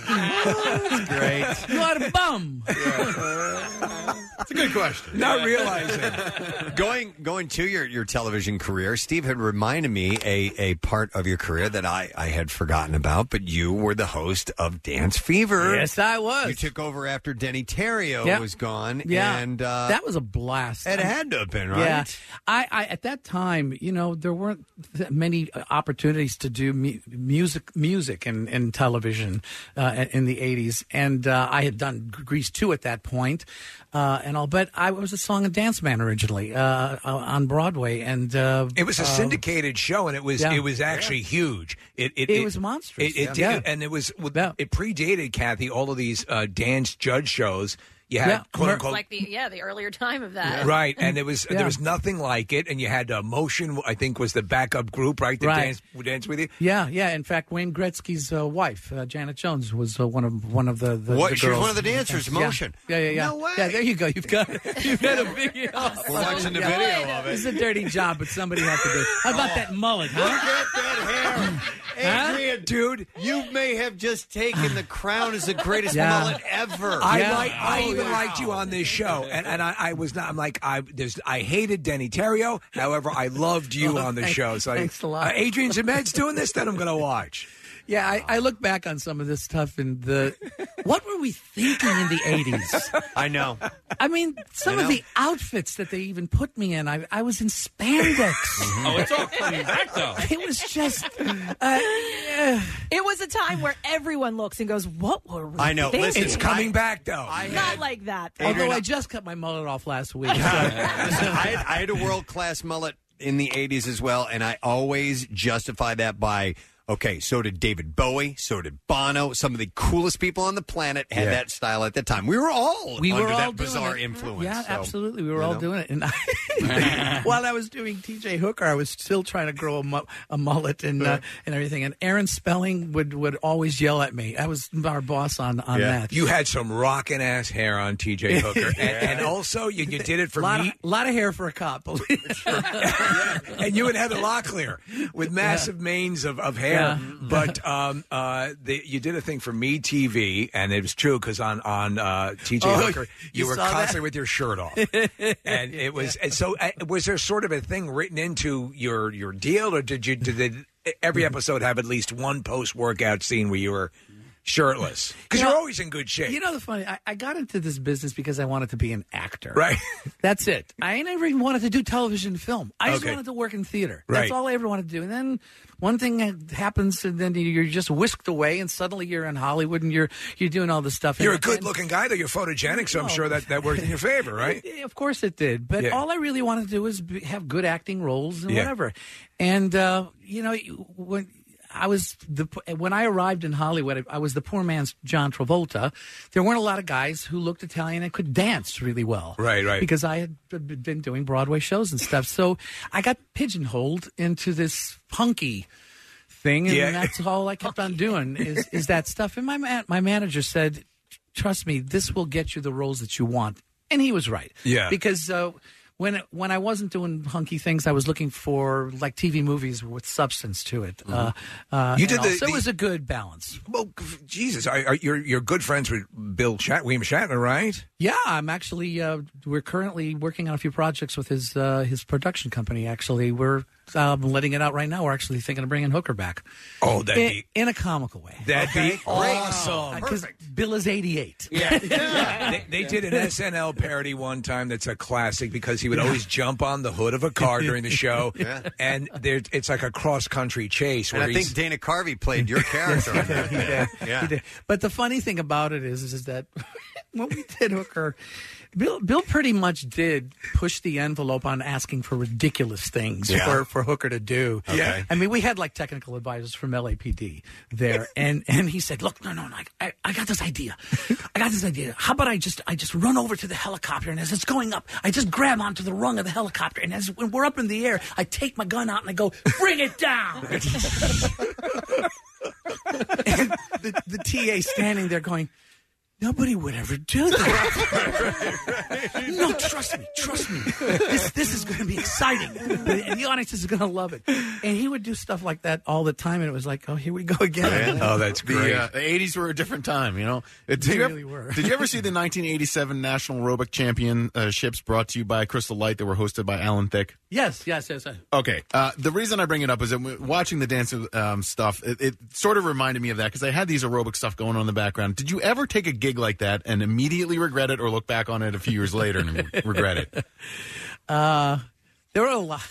[SPEAKER 1] Great.
[SPEAKER 23] You are bum.
[SPEAKER 7] It's a good question.
[SPEAKER 3] Not realizing.
[SPEAKER 1] going going to your, your television career, Steve had reminded me a, a part of your career that I, I had forgotten about, but you were the host of Dance Fever.
[SPEAKER 23] Yes, I was.
[SPEAKER 1] You took over after Denny Terrio
[SPEAKER 23] Yep.
[SPEAKER 1] was gone.
[SPEAKER 23] Yeah.
[SPEAKER 1] And uh,
[SPEAKER 23] that was a blast.
[SPEAKER 1] It had to have been, right?
[SPEAKER 23] Yeah. I, I at that time, you know, there weren't th- many uh, opportunities to do mu- music, music, and, and television uh, in the '80s. And uh, I had done Grease two at that point, uh, and all. But I was a song and dance man originally uh, on Broadway, and uh,
[SPEAKER 3] It was a
[SPEAKER 23] uh,
[SPEAKER 3] syndicated show, and it was
[SPEAKER 23] yeah.
[SPEAKER 3] it was actually huge. It it,
[SPEAKER 23] It was monstrous,
[SPEAKER 3] It, it
[SPEAKER 23] yeah.
[SPEAKER 3] did, and it was it predated Kathy all of these uh, dance judge shows. You had
[SPEAKER 2] yeah.
[SPEAKER 3] quote unquote
[SPEAKER 2] like the yeah the earlier time of that.
[SPEAKER 3] Right, and it was
[SPEAKER 23] Yeah.
[SPEAKER 3] there was nothing like it, and you had uh, motion. I think was the backup group, right? To
[SPEAKER 23] Right.
[SPEAKER 3] dance, dance with you.
[SPEAKER 23] Yeah, yeah. In fact, Wayne Gretzky's uh, wife, uh, Janet Jones, was uh, one of one of the, the,
[SPEAKER 1] What?
[SPEAKER 23] the
[SPEAKER 1] She was
[SPEAKER 23] girls.
[SPEAKER 1] one of the dancers,
[SPEAKER 23] Yeah.
[SPEAKER 1] Motion.
[SPEAKER 23] Yeah, yeah, yeah.
[SPEAKER 1] No way.
[SPEAKER 23] Yeah, there you go. You've got you've got a video.
[SPEAKER 1] We're watching the video of it. Oh,
[SPEAKER 23] It's a dirty job, but somebody had to do. it. How about that mullet? Huh?
[SPEAKER 1] Look at that hair. Adrian, dude, you may have just taken the crown as the greatest
[SPEAKER 3] Yeah.
[SPEAKER 1] mullet ever.
[SPEAKER 3] I like, I
[SPEAKER 23] Oh,
[SPEAKER 3] even liked you on this show, and, and I, I was not. I'm like I there's I hated Denny Terrio. However, I loved you on the
[SPEAKER 23] Oh, thank-
[SPEAKER 3] show. So
[SPEAKER 23] thanks
[SPEAKER 3] I,
[SPEAKER 23] a lot.
[SPEAKER 3] Uh, Adrian Zemed's doing this, then I'm going to watch.
[SPEAKER 23] Yeah, I, I look back on some of this stuff and the what were we thinking in the eighties?
[SPEAKER 1] I know.
[SPEAKER 23] I mean, some
[SPEAKER 1] I
[SPEAKER 23] of
[SPEAKER 1] know.
[SPEAKER 23] the outfits that they even put me in, I, I was in spandex.
[SPEAKER 4] Oh, it's all coming back
[SPEAKER 1] Oh.
[SPEAKER 4] though.
[SPEAKER 23] It was just. Uh,
[SPEAKER 2] It was a time where everyone looks and goes, "What were we?"
[SPEAKER 1] I know.
[SPEAKER 2] Thinking?
[SPEAKER 1] Listen, It's coming
[SPEAKER 3] back though.
[SPEAKER 2] Not like that.
[SPEAKER 1] Adrian,
[SPEAKER 23] although I just cut my mullet off last week. so-
[SPEAKER 1] Listen, I, had, I had a world class mullet in the 80s as well, and I always justify that by. Okay, so did David Bowie, so did Bono. Some of the coolest people on the planet had
[SPEAKER 23] Yeah.
[SPEAKER 1] that style at the time. We were all
[SPEAKER 23] we
[SPEAKER 1] under
[SPEAKER 23] were
[SPEAKER 1] that
[SPEAKER 23] all doing
[SPEAKER 1] bizarre
[SPEAKER 23] it.
[SPEAKER 1] influence.
[SPEAKER 23] Yeah,
[SPEAKER 1] so,
[SPEAKER 23] absolutely. We were
[SPEAKER 1] you
[SPEAKER 23] all
[SPEAKER 1] know.
[SPEAKER 23] doing it. And I, while I was doing TJ Hooker, I was still trying to grow a, mu- a mullet and uh, and everything. And Aaron Spelling would, would always yell at me. I was our boss on on that.
[SPEAKER 3] you had some rocking ass hair on TJ Hooker, and, and also you, you did it for
[SPEAKER 23] lot
[SPEAKER 3] me.
[SPEAKER 23] Of, lot of hair for a cop. believe it.
[SPEAKER 3] and you and Heather Locklear with massive manes of, of hair.
[SPEAKER 23] Yeah.
[SPEAKER 3] But um, uh, the, you did a thing for Me TV, and it was true because on on uh, TJ
[SPEAKER 23] Oh,
[SPEAKER 3] Hooker, you,
[SPEAKER 23] you
[SPEAKER 3] were
[SPEAKER 23] saw that?
[SPEAKER 3] constantly with your shirt off, and it was. And so, uh, was there sort of a thing written into your your deal, or did you did it, every episode have at least one post workout scene where you were shirtless? Because
[SPEAKER 23] You
[SPEAKER 3] you're
[SPEAKER 23] know-
[SPEAKER 3] always in good shape,
[SPEAKER 23] You know the funny. I, I got into this business because I wanted to be an actor.
[SPEAKER 3] right?
[SPEAKER 23] That's it. I never even wanted to do television and film. I just
[SPEAKER 3] Okay.
[SPEAKER 23] wanted to work in theater.
[SPEAKER 3] Right.
[SPEAKER 23] That's all I ever wanted to do. And then one thing happens, and then you're just whisked away, and suddenly you're in Hollywood, and you're you're doing all this stuff.
[SPEAKER 3] You're a
[SPEAKER 23] And- and-
[SPEAKER 3] good-looking guy, though. You're photogenic, so I'm sure that that worked in your favor, right?
[SPEAKER 23] Yeah, Of course it did. But
[SPEAKER 3] Yeah.
[SPEAKER 23] all I really wanted to do was be, have good acting roles and
[SPEAKER 3] Yeah.
[SPEAKER 23] whatever. And uh, you know you- when. I was the when I arrived in Hollywood. I was the poor man's John Travolta. There weren't a lot of guys who looked Italian and could dance really well.
[SPEAKER 3] Right, right.
[SPEAKER 23] Because I had b- b- been doing Broadway shows and stuff, so I got pigeonholed into this punky thing, and
[SPEAKER 3] Yeah.
[SPEAKER 23] that's all I kept on doing is, is that stuff. And my man, my manager said, "Trust me, this will get you the roles that you want," and he was right.
[SPEAKER 3] Yeah.
[SPEAKER 23] because uh, when when I wasn't doing hunky things, I was looking for like TV movies with substance to it. Uh, uh,
[SPEAKER 3] Mm-hmm. You did
[SPEAKER 23] and
[SPEAKER 3] the-
[SPEAKER 23] also
[SPEAKER 3] the-
[SPEAKER 23] it was a good balance.
[SPEAKER 3] Well, Jesus, I, I, you're you're good friends with Bill Shat- William Shatner, right?
[SPEAKER 23] Yeah, I'm actually. Uh, we're currently working on a few projects with his uh, his production company. Actually, we're um, letting it out right now. We're actually thinking of bringing Hooker back.
[SPEAKER 3] Oh, that'd
[SPEAKER 23] in,
[SPEAKER 3] be-
[SPEAKER 23] in a comical way.
[SPEAKER 3] That'd be
[SPEAKER 23] Uh, 'cause Bill is 88.
[SPEAKER 3] Yeah, They, they did an SNL parody one time that's a classic because he would always jump on the hood of a car during the show,
[SPEAKER 1] Yeah.
[SPEAKER 3] and there, it's like a cross country chase.
[SPEAKER 1] And
[SPEAKER 3] Where
[SPEAKER 1] I think Dana Carvey played your character. on that thing. Yeah.
[SPEAKER 23] He did. But the funny thing about it is, is that when we did Hooker, Bill Bill pretty much did push the envelope on asking for ridiculous things
[SPEAKER 6] Yeah.
[SPEAKER 23] for, for Hooker to do.
[SPEAKER 6] Okay. Yeah.
[SPEAKER 23] I mean, we had like technical advisors from LAPD there, and and he said, "Look, no, no, no I- I, I got this idea. I got this idea. How about I just I just run over to the helicopter, and as it's going up, I just grab onto the rung of the helicopter, and as when we're up in the air, I take my gun out and I go, bring it down." the, the TA standing there going, Nobody would ever do that. No, trust me, trust me. This this is going to be exciting, and the audience is going to love it. And he would do stuff like that all the time, and it was like, oh, here we go again.
[SPEAKER 21] Oh,
[SPEAKER 7] Yeah. The, uh, the 80s were a different time, you know. Uh, Did
[SPEAKER 23] They
[SPEAKER 7] you
[SPEAKER 23] really
[SPEAKER 7] ever,
[SPEAKER 23] were.
[SPEAKER 7] did you ever see the 1987 National Aerobic Championships brought to you by Crystal Light that were hosted by Alan Thicke?
[SPEAKER 23] Yes, yes, yes.
[SPEAKER 7] Okay. Uh, the reason I bring it up is that w- watching the dance um, stuff, it, it sort of reminded me of that because I had these aerobic stuff going on in the background. Did you ever take a gig like that and immediately regret it or look back on it a few years later and re- regret it?
[SPEAKER 23] Uh, there were a lot.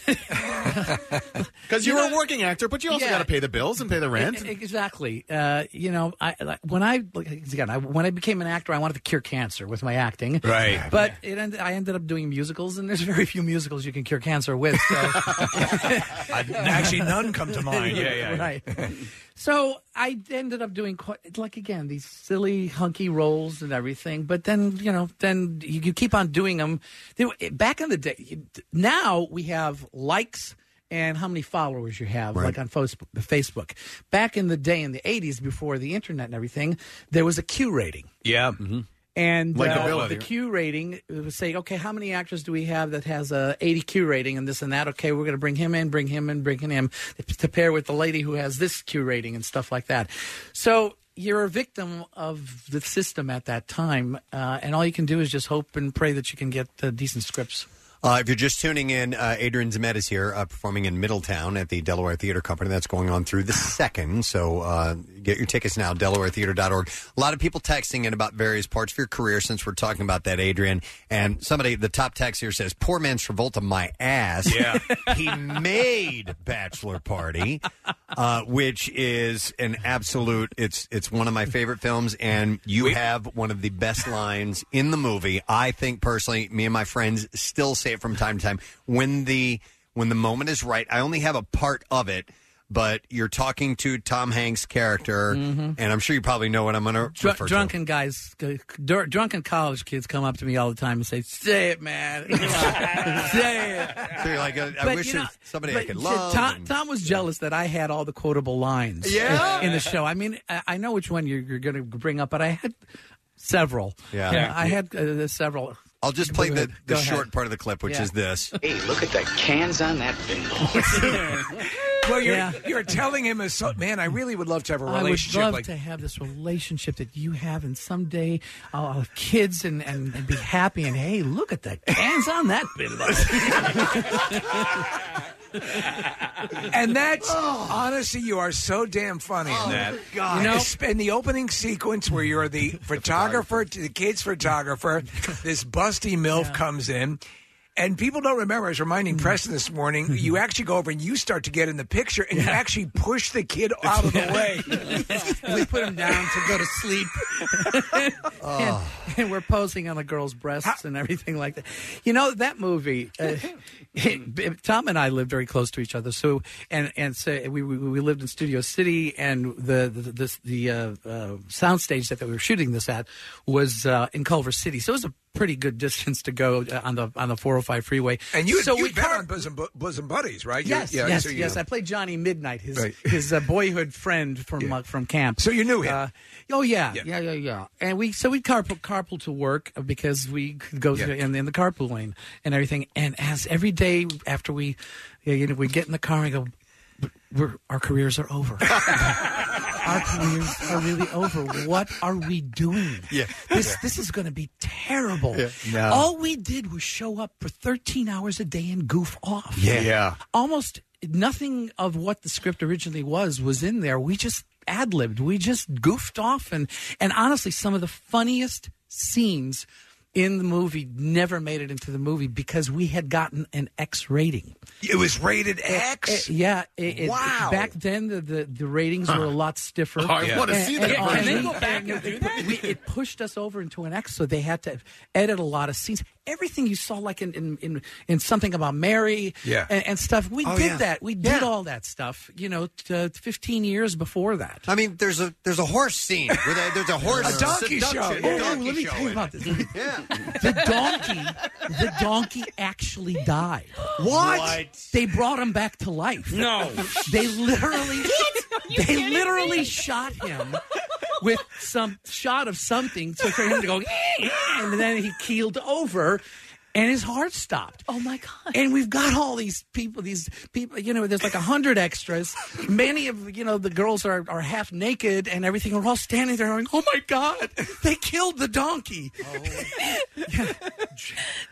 [SPEAKER 7] Because you, were a working actor, but you also
[SPEAKER 23] Yeah.
[SPEAKER 7] got to pay the bills and pay the rent.
[SPEAKER 23] E- e- Exactly. Uh, you know, I like, when I like, again, I, when I became an actor, I wanted to cure cancer with my acting.
[SPEAKER 7] Right.
[SPEAKER 23] But it ended, I ended up doing musicals, and there's very few musicals you can cure cancer with. So.
[SPEAKER 3] actually, none come to mind.
[SPEAKER 23] Yeah, yeah, yeah. Right. So I ended up doing quite, like again these silly hunky roles and everything. But then you know, then you, you keep on doing them. eh, back in the day, you- now we have likes and how many followers you have, like on Fos- Facebook. Back in the day, in the '80s, before the internet and everything, there was a Q rating.
[SPEAKER 3] Yeah.
[SPEAKER 23] And
[SPEAKER 3] Like
[SPEAKER 23] uh,
[SPEAKER 3] ability,
[SPEAKER 23] the
[SPEAKER 3] right?
[SPEAKER 23] Q rating it would say, okay, how many actors do we have that has a 80 Q rating and this and that? Okay, we're going to bring him in, bring him in, bring him in to pair with the lady who has this Q rating and stuff like that. So you're a victim of the system at that time, uh, and all you can do is just hope and pray that you can get uh, decent scripts.
[SPEAKER 1] Uh, if you're just tuning in, uh, Adrian Zemed is here uh, performing in Middletown at the Delaware Theater Company. That's going on through the second. So uh, get your tickets now, DelawareTheater.org. A lot of people texting in about various parts of your career since we're talking about that, Adrian. And somebody, the top text here says, Poor man's Travolta, my ass. Yeah. he made Bachelor Party, uh, which is an absolute, it's, it's one of my favorite films. And you have one of the best lines in the movie. I think personally, me and my friends still say it from time to time. When the, when the moment is right, I only have a part of it. But you're talking to Tom Hanks' character,
[SPEAKER 23] Mhm.
[SPEAKER 1] and I'm sure you probably know what I'm going to
[SPEAKER 23] Dr-
[SPEAKER 1] refer to.
[SPEAKER 23] drunken guys, g- dr- drunken college kids come up to me all the time and say, "Say it, man, say it."
[SPEAKER 1] So you're like, I, I
[SPEAKER 23] But,
[SPEAKER 1] wish
[SPEAKER 23] you
[SPEAKER 1] there
[SPEAKER 23] know,
[SPEAKER 1] was somebody I
[SPEAKER 23] but
[SPEAKER 1] could
[SPEAKER 23] t-
[SPEAKER 1] love.
[SPEAKER 23] Tom, Tom was jealous that I had all the quotable lines
[SPEAKER 1] Yeah?
[SPEAKER 23] in the show. I mean, I, I know which one you're, you're going to bring up, but I had several.
[SPEAKER 1] Yeah.
[SPEAKER 23] You know, I had uh, several.
[SPEAKER 1] I'll just play the,
[SPEAKER 23] Go
[SPEAKER 1] the
[SPEAKER 23] ahead.
[SPEAKER 1] short part of the clip, which
[SPEAKER 23] Yeah.
[SPEAKER 1] is this.
[SPEAKER 6] Hey, look at the cans on that thing.
[SPEAKER 3] Well, you're,
[SPEAKER 23] Yeah.
[SPEAKER 3] you're telling him, as so, man, I really would love to have a
[SPEAKER 23] I would
[SPEAKER 3] relationship
[SPEAKER 23] love
[SPEAKER 3] like
[SPEAKER 23] to have this relationship that you have, and someday I'll, I'll have kids and, and, and be happy. And hey, look at the cans on that bimbo.
[SPEAKER 3] And that's honestly, you are so damn funny in that.
[SPEAKER 23] Oh. God.
[SPEAKER 3] You know,
[SPEAKER 23] Yes.
[SPEAKER 3] in the opening sequence where you're the photographer, to the kids photographer, this busty milf comes in. And people don't remember. I was
[SPEAKER 23] Mm.
[SPEAKER 3] reminding Preston this morning. You actually go over and you start to get in the picture, and you actually push the kid out of the way.
[SPEAKER 23] we put him down to go to sleep. Ah. and, and we're posing on the girl's breasts and everything like that. You know that movie. Uh, it- Tom and I lived very close to each other, so and and so we we, we lived in Studio City, and the the this, the uh, uh, soundstage that, that we were shooting this at was uh, in Culver City, so it was a pretty good distance to go uh, on the on the 405 freeway.
[SPEAKER 3] And you,
[SPEAKER 23] so
[SPEAKER 3] you
[SPEAKER 23] we
[SPEAKER 3] bet on bosom, bosom buddies, right? You-
[SPEAKER 23] Yes,
[SPEAKER 3] yeah,
[SPEAKER 23] yes,
[SPEAKER 3] so you-
[SPEAKER 23] yes. I played Johnny Midnight, his
[SPEAKER 3] Right.
[SPEAKER 23] his uh, boyhood friend from uh, from camp. So
[SPEAKER 3] you knew him.
[SPEAKER 23] oh yeah, yeah, yeah, yeah, And we so we carpool carpool to work because we could go through in, in the carpool lane and everything. And as every day after we, you know, we get in the car and go, "But we're, our careers are over. our careers are really over. What are we doing?
[SPEAKER 1] Yeah.
[SPEAKER 23] This this is going to be terrible.
[SPEAKER 1] Yeah. No.
[SPEAKER 23] All we did was show up for 13 hours a day and goof off.
[SPEAKER 1] Yeah. Yeah.
[SPEAKER 23] Almost nothing of what the script originally was was in there. We just ad libbed. We just goofed off and and honestly, some of the funniest scenes in the movie never made it into the movie because we had gotten an X rating.
[SPEAKER 3] It was rated X?
[SPEAKER 23] Uh, yeah. it- it-
[SPEAKER 3] Wow.
[SPEAKER 23] Back then, the, the, the ratings
[SPEAKER 3] Huh.
[SPEAKER 23] were a lot stiffer.
[SPEAKER 3] I wanna
[SPEAKER 23] And-
[SPEAKER 3] see that
[SPEAKER 23] and-
[SPEAKER 3] version.
[SPEAKER 23] and-
[SPEAKER 3] Can they go
[SPEAKER 23] and it- we- It pushed us over into an X, so they had to edit a lot of scenes. Everything you saw, like in in, in, in something about Mary,
[SPEAKER 3] Yeah.
[SPEAKER 23] and, and stuff. We
[SPEAKER 1] Oh,
[SPEAKER 23] did
[SPEAKER 1] yeah.
[SPEAKER 23] that. We did all that stuff. You know, t- uh, fifteen years before that.
[SPEAKER 1] I mean, there's a there's a horse scene. Where they, there's a horse
[SPEAKER 23] A donkey show.
[SPEAKER 1] seduction.
[SPEAKER 23] Oh,
[SPEAKER 1] Donkey
[SPEAKER 23] let me
[SPEAKER 1] show
[SPEAKER 23] tell you
[SPEAKER 1] in
[SPEAKER 23] about
[SPEAKER 1] it.
[SPEAKER 23] this. The donkey, the donkey actually died.
[SPEAKER 1] What? What?
[SPEAKER 23] They brought him back to life.
[SPEAKER 4] No.
[SPEAKER 23] they literally,
[SPEAKER 4] Are you
[SPEAKER 23] they
[SPEAKER 4] kidding
[SPEAKER 23] literally
[SPEAKER 4] me?
[SPEAKER 23] shot him with some shot of something to, for him to go, "Eh!" and then he keeled over. And his heart stopped.
[SPEAKER 2] Oh my god!
[SPEAKER 23] And we've got all these people, these people. You know, there's like a hundred extras. Many of you know the girls are, are half naked and everything. We're all standing there going, "Oh my god! They killed the donkey."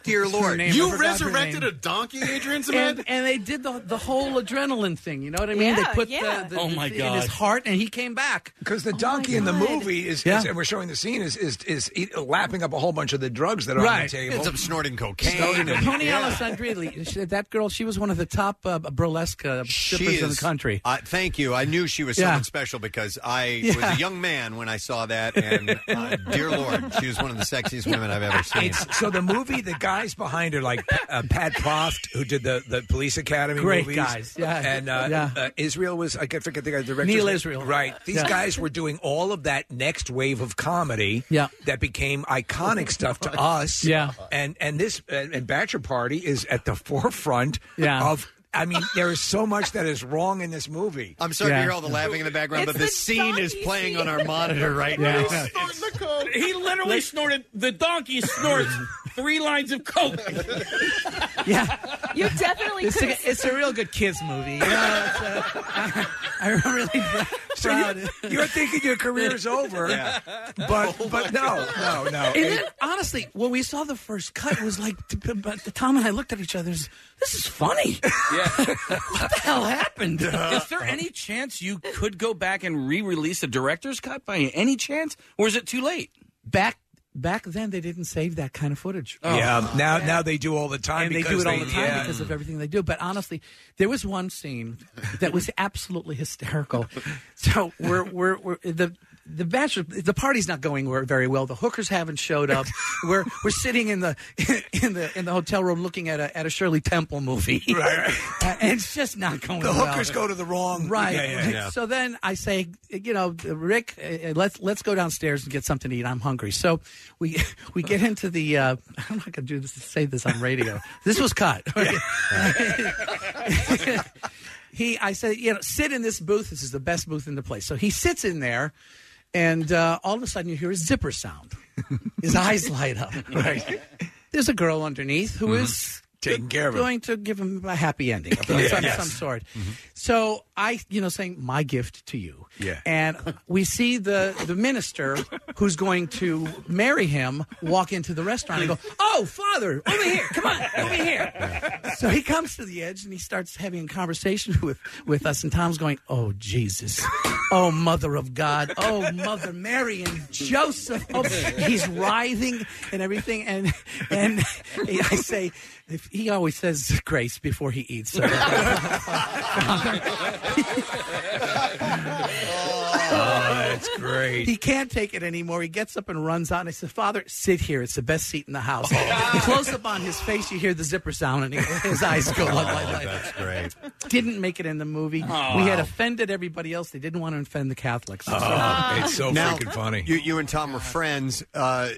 [SPEAKER 1] Dear Lord,
[SPEAKER 7] Oh. you resurrected a donkey, Adrian Smith?
[SPEAKER 23] and, and they did the, the whole adrenaline thing. You know what I mean?
[SPEAKER 7] Yeah,
[SPEAKER 23] they put
[SPEAKER 7] yeah.
[SPEAKER 23] the, the
[SPEAKER 7] Oh, my
[SPEAKER 23] the- in
[SPEAKER 7] God.
[SPEAKER 23] his heart, and he came back
[SPEAKER 3] because the donkey in the movie is, is- and we're showing the scene is is is eat, lapping up a whole bunch of the drugs that are on the
[SPEAKER 23] Right.
[SPEAKER 3] table.
[SPEAKER 23] Ends up
[SPEAKER 1] snorting
[SPEAKER 3] Snorting it.
[SPEAKER 23] Tony
[SPEAKER 3] Yeah.
[SPEAKER 23] Alessandrini, she- that girl, she was one of the top uh, burlesque uh, strippers in the country.
[SPEAKER 1] Uh, thank you. I knew she was
[SPEAKER 23] Yeah.
[SPEAKER 1] someone special because I was
[SPEAKER 23] Yeah.
[SPEAKER 1] a young man when I saw that, and uh, dear Lord, she was one of the sexiest women I've ever seen.
[SPEAKER 3] It's, so the movie, the guys behind her, like uh, Pat Proft, who did the, the Police Academy
[SPEAKER 23] Great
[SPEAKER 3] movies,
[SPEAKER 23] guys, yeah.
[SPEAKER 3] and uh,
[SPEAKER 23] Yeah.
[SPEAKER 3] uh, Israel was I can't forget the guy director
[SPEAKER 23] Neil Israel.
[SPEAKER 3] right? These
[SPEAKER 23] Yeah.
[SPEAKER 3] guys were doing all of that next wave of comedy,
[SPEAKER 23] Yeah.
[SPEAKER 3] that became iconic stuff to us,
[SPEAKER 23] Yeah.
[SPEAKER 3] And and this and, and Bachelor Party is at the forefront,
[SPEAKER 1] Yeah.
[SPEAKER 3] of. I mean, there is so much that is wrong in this movie.
[SPEAKER 1] I'm sorry to hear all the laughing in the background, but the, scene is playing on our monitor right now.
[SPEAKER 4] He literally snorted the donkey snorts three lines of coke.
[SPEAKER 2] You definitely
[SPEAKER 23] It's
[SPEAKER 2] could.
[SPEAKER 23] a, it's a real good kids movie. You know, it's, uh, I, am really pr- proud.
[SPEAKER 3] you're, thinking your career's over,
[SPEAKER 23] Yeah.
[SPEAKER 3] but but no, no, no.
[SPEAKER 23] And then, honestly, when we saw the first cut, it was like, t- but Tom and I looked at each other. This is funny. what the hell happened?
[SPEAKER 4] Is there any chance you could go back and re-release a director's cut by any chance, or is it too late?
[SPEAKER 23] Back back then, they didn't save that kind of footage.
[SPEAKER 1] Oh.
[SPEAKER 3] yeah, now now they do all the time.
[SPEAKER 23] and they do
[SPEAKER 3] because
[SPEAKER 23] it all the time
[SPEAKER 3] yeah.
[SPEAKER 23] because of everything they do. But honestly, there was one scene that was absolutely hysterical. So we're we're, we're the. The bachelor, the party's not going where- very well. The hookers haven't showed up. We're we're sitting in the in the in the hotel room looking at a at a Shirley Temple movie.
[SPEAKER 3] Right,
[SPEAKER 23] Uh, and it's just not going.
[SPEAKER 3] The
[SPEAKER 23] well.
[SPEAKER 3] hookers go to the wrong-
[SPEAKER 23] Right.
[SPEAKER 3] Yeah, yeah, yeah.
[SPEAKER 23] So then I say, you know, Rick, uh, let's let's go downstairs and get something to eat. I'm hungry. So we we get into the. Uh, I'm not going to do this. Say this on radio. this was cut. he, I said, you know, sit in this booth. This is the best booth in the place. So he sits in there, and uh, all of a sudden you hear a zipper sound. His eyes light up. Right. There's a girl underneath who is
[SPEAKER 3] Mm-hmm. taking care of him.
[SPEAKER 23] going to give him a happy ending of some,
[SPEAKER 3] Yeah.
[SPEAKER 23] some
[SPEAKER 3] Yes.
[SPEAKER 23] sort.
[SPEAKER 1] Mm-hmm.
[SPEAKER 23] So I, you know, saying my gift to you.
[SPEAKER 3] Yeah.
[SPEAKER 23] And we see the the minister who's going to marry him walk into the restaurant and go, "Oh, father, over here. Come on, over here." So he comes to the edge and he starts having a conversation with with us and Tom's going, "Oh, Jesus. Oh, mother of God. Oh, mother Mary and Joseph." Oh, he's writhing and everything and and I say if he always says grace before he eats. So Oh,
[SPEAKER 3] that's great.
[SPEAKER 23] He can't take it anymore. He gets up and runs out. And I said, Father, sit here. It's the best seat in the house. Close up on his face, you hear the zipper sound, and he, his eyes go up like that.
[SPEAKER 1] That's great.
[SPEAKER 23] Didn't make it in the movie.
[SPEAKER 1] Oh.
[SPEAKER 23] We had offended everybody else. They didn't want to offend the Catholics. Oh,
[SPEAKER 1] Now, You, you and Tom were friends. Uh,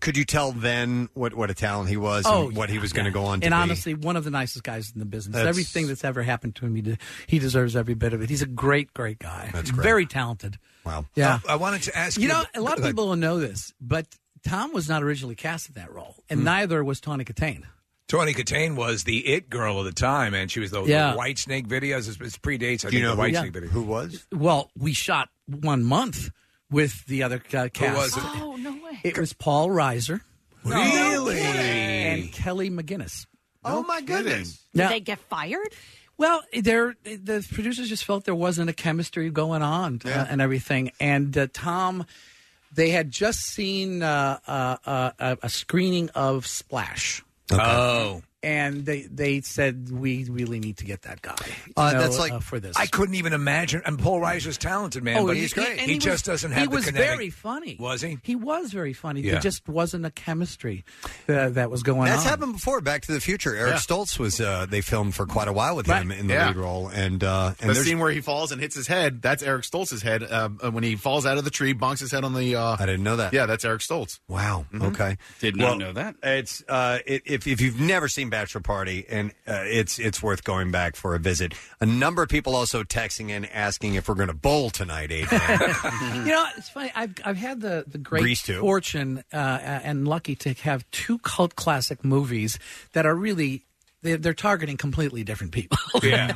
[SPEAKER 1] could you tell then what, what a talent he was
[SPEAKER 23] Oh,
[SPEAKER 1] and what he
[SPEAKER 23] yeah,
[SPEAKER 1] was going to
[SPEAKER 23] yeah.
[SPEAKER 1] go on to
[SPEAKER 23] And
[SPEAKER 1] be?
[SPEAKER 23] honestly, one of the nicest guys in the business.
[SPEAKER 1] That's-
[SPEAKER 23] Everything that's ever happened to him, he, de- he deserves every bit of it. He's a great, great guy.
[SPEAKER 3] That's
[SPEAKER 23] He's
[SPEAKER 3] great.
[SPEAKER 23] Very talented.
[SPEAKER 1] Wow.
[SPEAKER 23] Yeah.
[SPEAKER 3] I, I wanted to ask you.
[SPEAKER 23] You know, a lot of people don't know this, but Tom was not originally cast in that role, and neither was Tawny Katane.
[SPEAKER 3] Tony Katane was the it girl of the time, and she was the,
[SPEAKER 23] Yeah.
[SPEAKER 3] the White Snake videos. It's, it's predates. I
[SPEAKER 23] Do you
[SPEAKER 3] think, the
[SPEAKER 23] know who-
[SPEAKER 3] White
[SPEAKER 23] yeah.
[SPEAKER 3] Snake video.
[SPEAKER 1] Who was?
[SPEAKER 23] Well, we shot one month with the other uh, cast.
[SPEAKER 3] was it?
[SPEAKER 23] Oh no way! It was Paul Reiser,
[SPEAKER 3] Really?
[SPEAKER 23] and Kelly McGinnis.
[SPEAKER 1] Oh my goodness!
[SPEAKER 23] Did
[SPEAKER 2] they get fired?
[SPEAKER 23] Well, there the producers just felt there wasn't a chemistry going on uh, and everything. And uh, Tom, they had just seen uh, uh, uh, a- a screening of Splash.
[SPEAKER 3] Oh.
[SPEAKER 23] And they, they said we really need to get that guy. you
[SPEAKER 3] Uh,
[SPEAKER 23] know,
[SPEAKER 3] that's like
[SPEAKER 23] uh, for this.
[SPEAKER 3] I couldn't even imagine. And Paul Reiser's talented man, but
[SPEAKER 23] Oh, he-
[SPEAKER 3] he's
[SPEAKER 23] he-
[SPEAKER 3] great.
[SPEAKER 23] and
[SPEAKER 3] He,
[SPEAKER 23] was-
[SPEAKER 3] just doesn't have
[SPEAKER 23] He
[SPEAKER 3] the
[SPEAKER 23] was
[SPEAKER 3] kinetic.
[SPEAKER 23] very funny.
[SPEAKER 3] Was he?
[SPEAKER 23] He was very funny.
[SPEAKER 1] Yeah.
[SPEAKER 23] There just wasn't a chemistry uh, that was going
[SPEAKER 1] That's
[SPEAKER 23] on.
[SPEAKER 1] happened before. Back to the Future. Eric
[SPEAKER 23] Yeah.
[SPEAKER 1] Stoltz was. Uh, they filmed for quite a while with
[SPEAKER 7] Right.
[SPEAKER 1] him in the
[SPEAKER 7] Yeah.
[SPEAKER 1] lead role, and uh, and
[SPEAKER 7] the
[SPEAKER 1] there's
[SPEAKER 7] scene where he falls and hits his head, that's Eric Stoltz's head. Uh, uh, when he falls out of the tree, bonks his head on the. Uh, I
[SPEAKER 1] didn't know that.
[SPEAKER 7] Yeah, that's Eric Stoltz.
[SPEAKER 1] Wow. Oh, Okay.
[SPEAKER 7] Mm-hmm. Did not know that.
[SPEAKER 1] It's uh, it, if if you've never seen amazing bachelor party, and uh, it's it's worth going back for a visit. A number of people also texting in asking if we're going to bowl tonight, Adrian.
[SPEAKER 23] you know, it's funny. I've I've had the the great
[SPEAKER 1] Grease, too.
[SPEAKER 23] fortune uh, and lucky to have two cult classic movies that are really they're, they're targeting completely different people.
[SPEAKER 12] Yeah.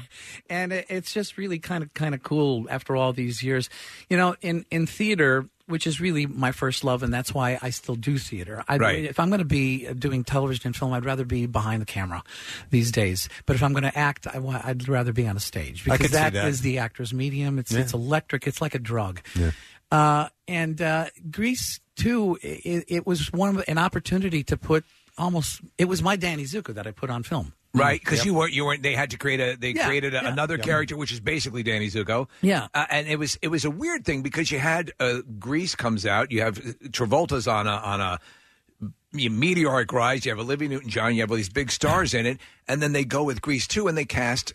[SPEAKER 23] and it, it's just really kind of kind of cool after all these years. You know, in in theater. Which is really my first love, and that's why I still do theater. I,
[SPEAKER 14] Right.
[SPEAKER 23] If I'm going to be doing television and film, I'd rather be behind the camera these days. But if I'm going to act, I, wa- I'd rather be on a stage
[SPEAKER 1] I
[SPEAKER 23] because
[SPEAKER 1] could see
[SPEAKER 23] that
[SPEAKER 1] that.
[SPEAKER 23] is the actor's medium. It's
[SPEAKER 1] Yeah.
[SPEAKER 23] it's electric. It's like a drug.
[SPEAKER 1] Yeah.
[SPEAKER 23] Uh, and uh, Greece too. It, it was one of, an opportunity to put almost. It was my Danny Zuko that I put on film.
[SPEAKER 3] Right, because you weren't. You weren't. They had to create a. They
[SPEAKER 23] Mm-hmm. Yeah,
[SPEAKER 3] created a,
[SPEAKER 23] yeah.
[SPEAKER 3] another
[SPEAKER 23] Yeah.
[SPEAKER 3] character, which is basically Danny Zuko.
[SPEAKER 23] Yeah.
[SPEAKER 3] uh, and it was. It was a weird thing because you had uh, Grease comes out. You have uh, Travolta's on a on a you meteoric rise. You have Olivia Newton John. You have all these big stars in it, and then they go with Grease too, and they cast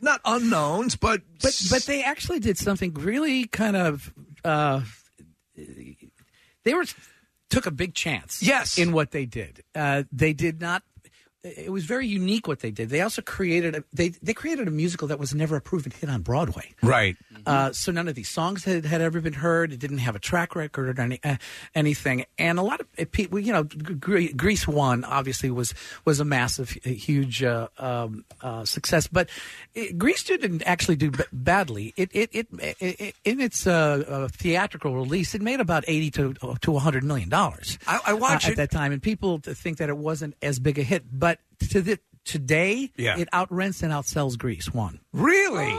[SPEAKER 3] not unknowns, but
[SPEAKER 23] But but they actually did something really kind of. Uh, they were took a big chance. Yes, in what they did. Uh, they did not. It was very unique what they did. They also created a they they created a musical that was never a proven hit on Broadway.
[SPEAKER 3] right.
[SPEAKER 23] Uh, so none of these songs had, had ever been heard. It didn't have a track record or any, uh, anything. And a lot of it, people, you know, Gre- Greece one obviously was was a massive, a huge uh, um, uh, success. But it, Greece two didn't actually do b- badly. It it, it it it in its uh, uh, theatrical release, it made about eighty to uh, to one hundred million dollars.
[SPEAKER 3] I, I watch
[SPEAKER 23] uh,
[SPEAKER 3] it-
[SPEAKER 23] at that time, and people think that it wasn't as big a hit. But to the today,
[SPEAKER 3] Yeah.
[SPEAKER 23] it outrents and outsells Greece one.
[SPEAKER 3] Really?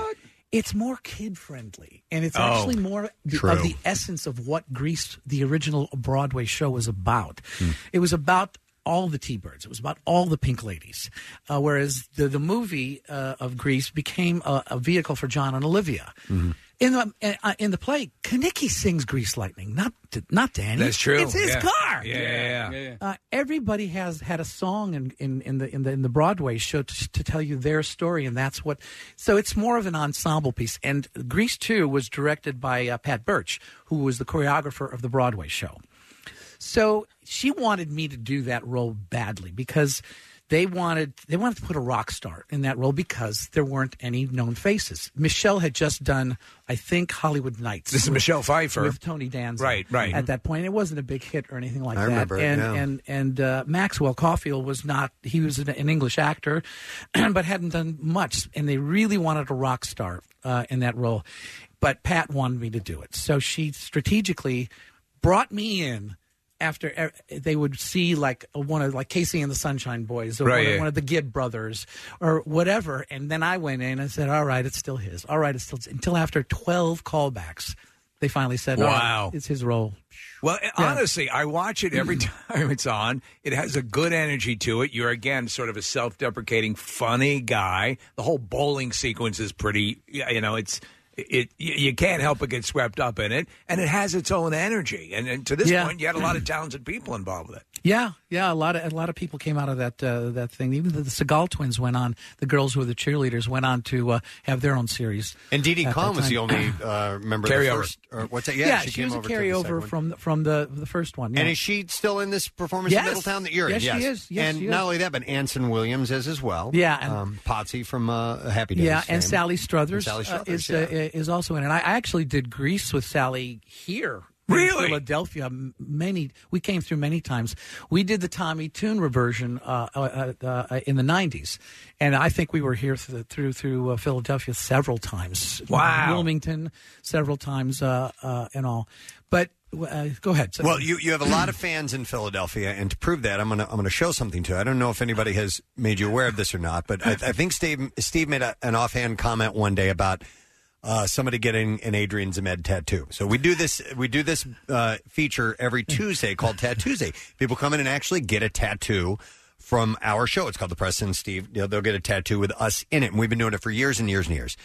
[SPEAKER 23] It's more kid friendly, and it's
[SPEAKER 3] Oh,
[SPEAKER 23] actually more the,
[SPEAKER 3] true.
[SPEAKER 23] of the essence of what Grease, the original Broadway show, was about.
[SPEAKER 3] Hmm.
[SPEAKER 23] It was about all the T-Birds. It was about all the Pink Ladies. Uh, whereas the the movie uh, of Grease became a, a vehicle for John and Olivia.
[SPEAKER 1] Mm-hmm.
[SPEAKER 23] In the uh, in the play, Kanicki sings "Grease Lightning," not to, not Danny.
[SPEAKER 3] That's true.
[SPEAKER 23] It's his
[SPEAKER 3] Yeah.
[SPEAKER 23] car.
[SPEAKER 3] Yeah, yeah, yeah. Yeah,
[SPEAKER 23] Uh, everybody has had a song in, in, in the in the in the Broadway show to, to tell you their story, and that's what. So it's more of an ensemble piece. And Grease Two was directed by uh, Pat Birch, who was the choreographer of the Broadway show. So she wanted me to do that role badly because they wanted they wanted to put a rock star in that role because there weren't any known faces. Michelle had just done, I think, Hollywood Nights.
[SPEAKER 3] This is
[SPEAKER 23] with-
[SPEAKER 3] Michelle Pfeiffer.
[SPEAKER 23] with Tony Danza,
[SPEAKER 3] Right, right.
[SPEAKER 23] At that point, it wasn't a big hit or anything like
[SPEAKER 3] I
[SPEAKER 23] that.
[SPEAKER 3] remember it,
[SPEAKER 23] and
[SPEAKER 3] yeah.
[SPEAKER 23] and and uh, Maxwell Caulfield was not he was an, an English actor, but hadn't done much, and they really wanted a rock star uh, in that role, but Pat wanted me to do it, so she strategically brought me in. After e- they would see like one of like Casey and the Sunshine Boys or
[SPEAKER 3] Right,
[SPEAKER 23] one, of-
[SPEAKER 3] yeah.
[SPEAKER 23] one of the Gibb brothers or whatever, and then I went in and said, "All right, it's still his. All right, it's still until after twelve callbacks, they finally said, "All right,
[SPEAKER 3] Wow.
[SPEAKER 23] it's his role."
[SPEAKER 3] Well, eh, honestly, I watch it every time it's on. It has a good energy to it. You're again sort of a self-deprecating, funny guy. The whole bowling sequence is pretty. yeah, You know, it's it. You you can't help but get swept up in it, and it has its own energy. And, and to this
[SPEAKER 23] Yeah.
[SPEAKER 3] point, you had a lot of talented people involved with it.
[SPEAKER 23] Yeah, yeah, a lot of a lot of people came out of that uh, that thing. Even the, the Seagal twins went on. The girls who were the cheerleaders went on to uh, have their own series.
[SPEAKER 1] And Dee Dee
[SPEAKER 23] at that
[SPEAKER 1] Khan was
[SPEAKER 23] time.
[SPEAKER 1] the only uh, member of the
[SPEAKER 23] Carryover.
[SPEAKER 1] first. Or what's that? Yeah,
[SPEAKER 23] yeah,
[SPEAKER 1] she,
[SPEAKER 23] she,
[SPEAKER 1] came
[SPEAKER 23] was
[SPEAKER 1] over
[SPEAKER 23] a
[SPEAKER 1] to the second
[SPEAKER 23] carryover
[SPEAKER 1] one.
[SPEAKER 23] from the, from the the first one. Yeah.
[SPEAKER 1] And is she still in this performance
[SPEAKER 23] Yes.
[SPEAKER 1] in Middletown that you're in?
[SPEAKER 23] Yes, she is. Yes,
[SPEAKER 1] and
[SPEAKER 23] she
[SPEAKER 1] not
[SPEAKER 23] is.
[SPEAKER 1] only that, but Anson Williams is as well.
[SPEAKER 23] Yeah, and-
[SPEAKER 1] um, Potsy from uh, Happy Days.
[SPEAKER 23] yeah,
[SPEAKER 1] fame.
[SPEAKER 23] and Sally Struthers,
[SPEAKER 1] And Sally
[SPEAKER 23] uh,
[SPEAKER 1] Struthers,
[SPEAKER 23] is uh, is also in it. I I actually did Grease with Sally here. Really, in Philadelphia. m- Many we came through many times. We did the Tommy Toon reversion uh, uh, uh, uh, in the '90s, and I think we were here through through, through uh, Philadelphia several times.
[SPEAKER 1] Wow.
[SPEAKER 23] Wilmington several times uh, uh, and all. But uh, go ahead. So-
[SPEAKER 1] Well, you, you have a lot of fans in Philadelphia, and to prove that, I'm gonna I'm gonna show something to. you. I don't know if anybody has made you aware of this or not, but I, I think Steve Steve made a, an offhand comment one day about uh, somebody getting an Adrian Zemed tattoo. So we do this we do this uh, feature every Tuesday called Tattooesday. People come in and actually get a tattoo from our show. It's called the Preston and Steve. You know, they'll get a tattoo with us in it, and we've been doing it for years and years and years.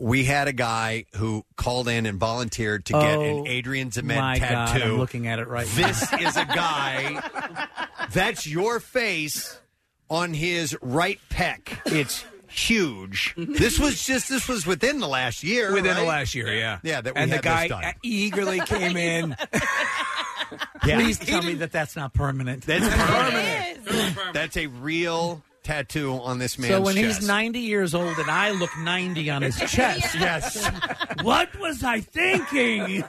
[SPEAKER 1] We had a guy who called in and volunteered to get
[SPEAKER 23] Oh,
[SPEAKER 1] an Adrian Zemed
[SPEAKER 23] my God,
[SPEAKER 1] tattoo.
[SPEAKER 23] I'm looking at it right now.
[SPEAKER 1] This is a guy. That's your face on his right pec. It's huge. This was just. This was within the last year.
[SPEAKER 3] Within the
[SPEAKER 1] right?
[SPEAKER 3] last year, yeah,
[SPEAKER 1] Yeah, that we
[SPEAKER 3] and
[SPEAKER 1] had
[SPEAKER 3] the guy
[SPEAKER 1] this
[SPEAKER 23] uh,
[SPEAKER 1] done.
[SPEAKER 3] eagerly came in.
[SPEAKER 1] Yeah.
[SPEAKER 23] Please
[SPEAKER 1] He
[SPEAKER 23] tell me that that's not permanent.
[SPEAKER 1] That's permanent. That's a real tattoo on this man's
[SPEAKER 23] So when
[SPEAKER 1] chest.
[SPEAKER 23] he's 90 years old and I look 90 on his chest,
[SPEAKER 1] yes.
[SPEAKER 23] What was I thinking?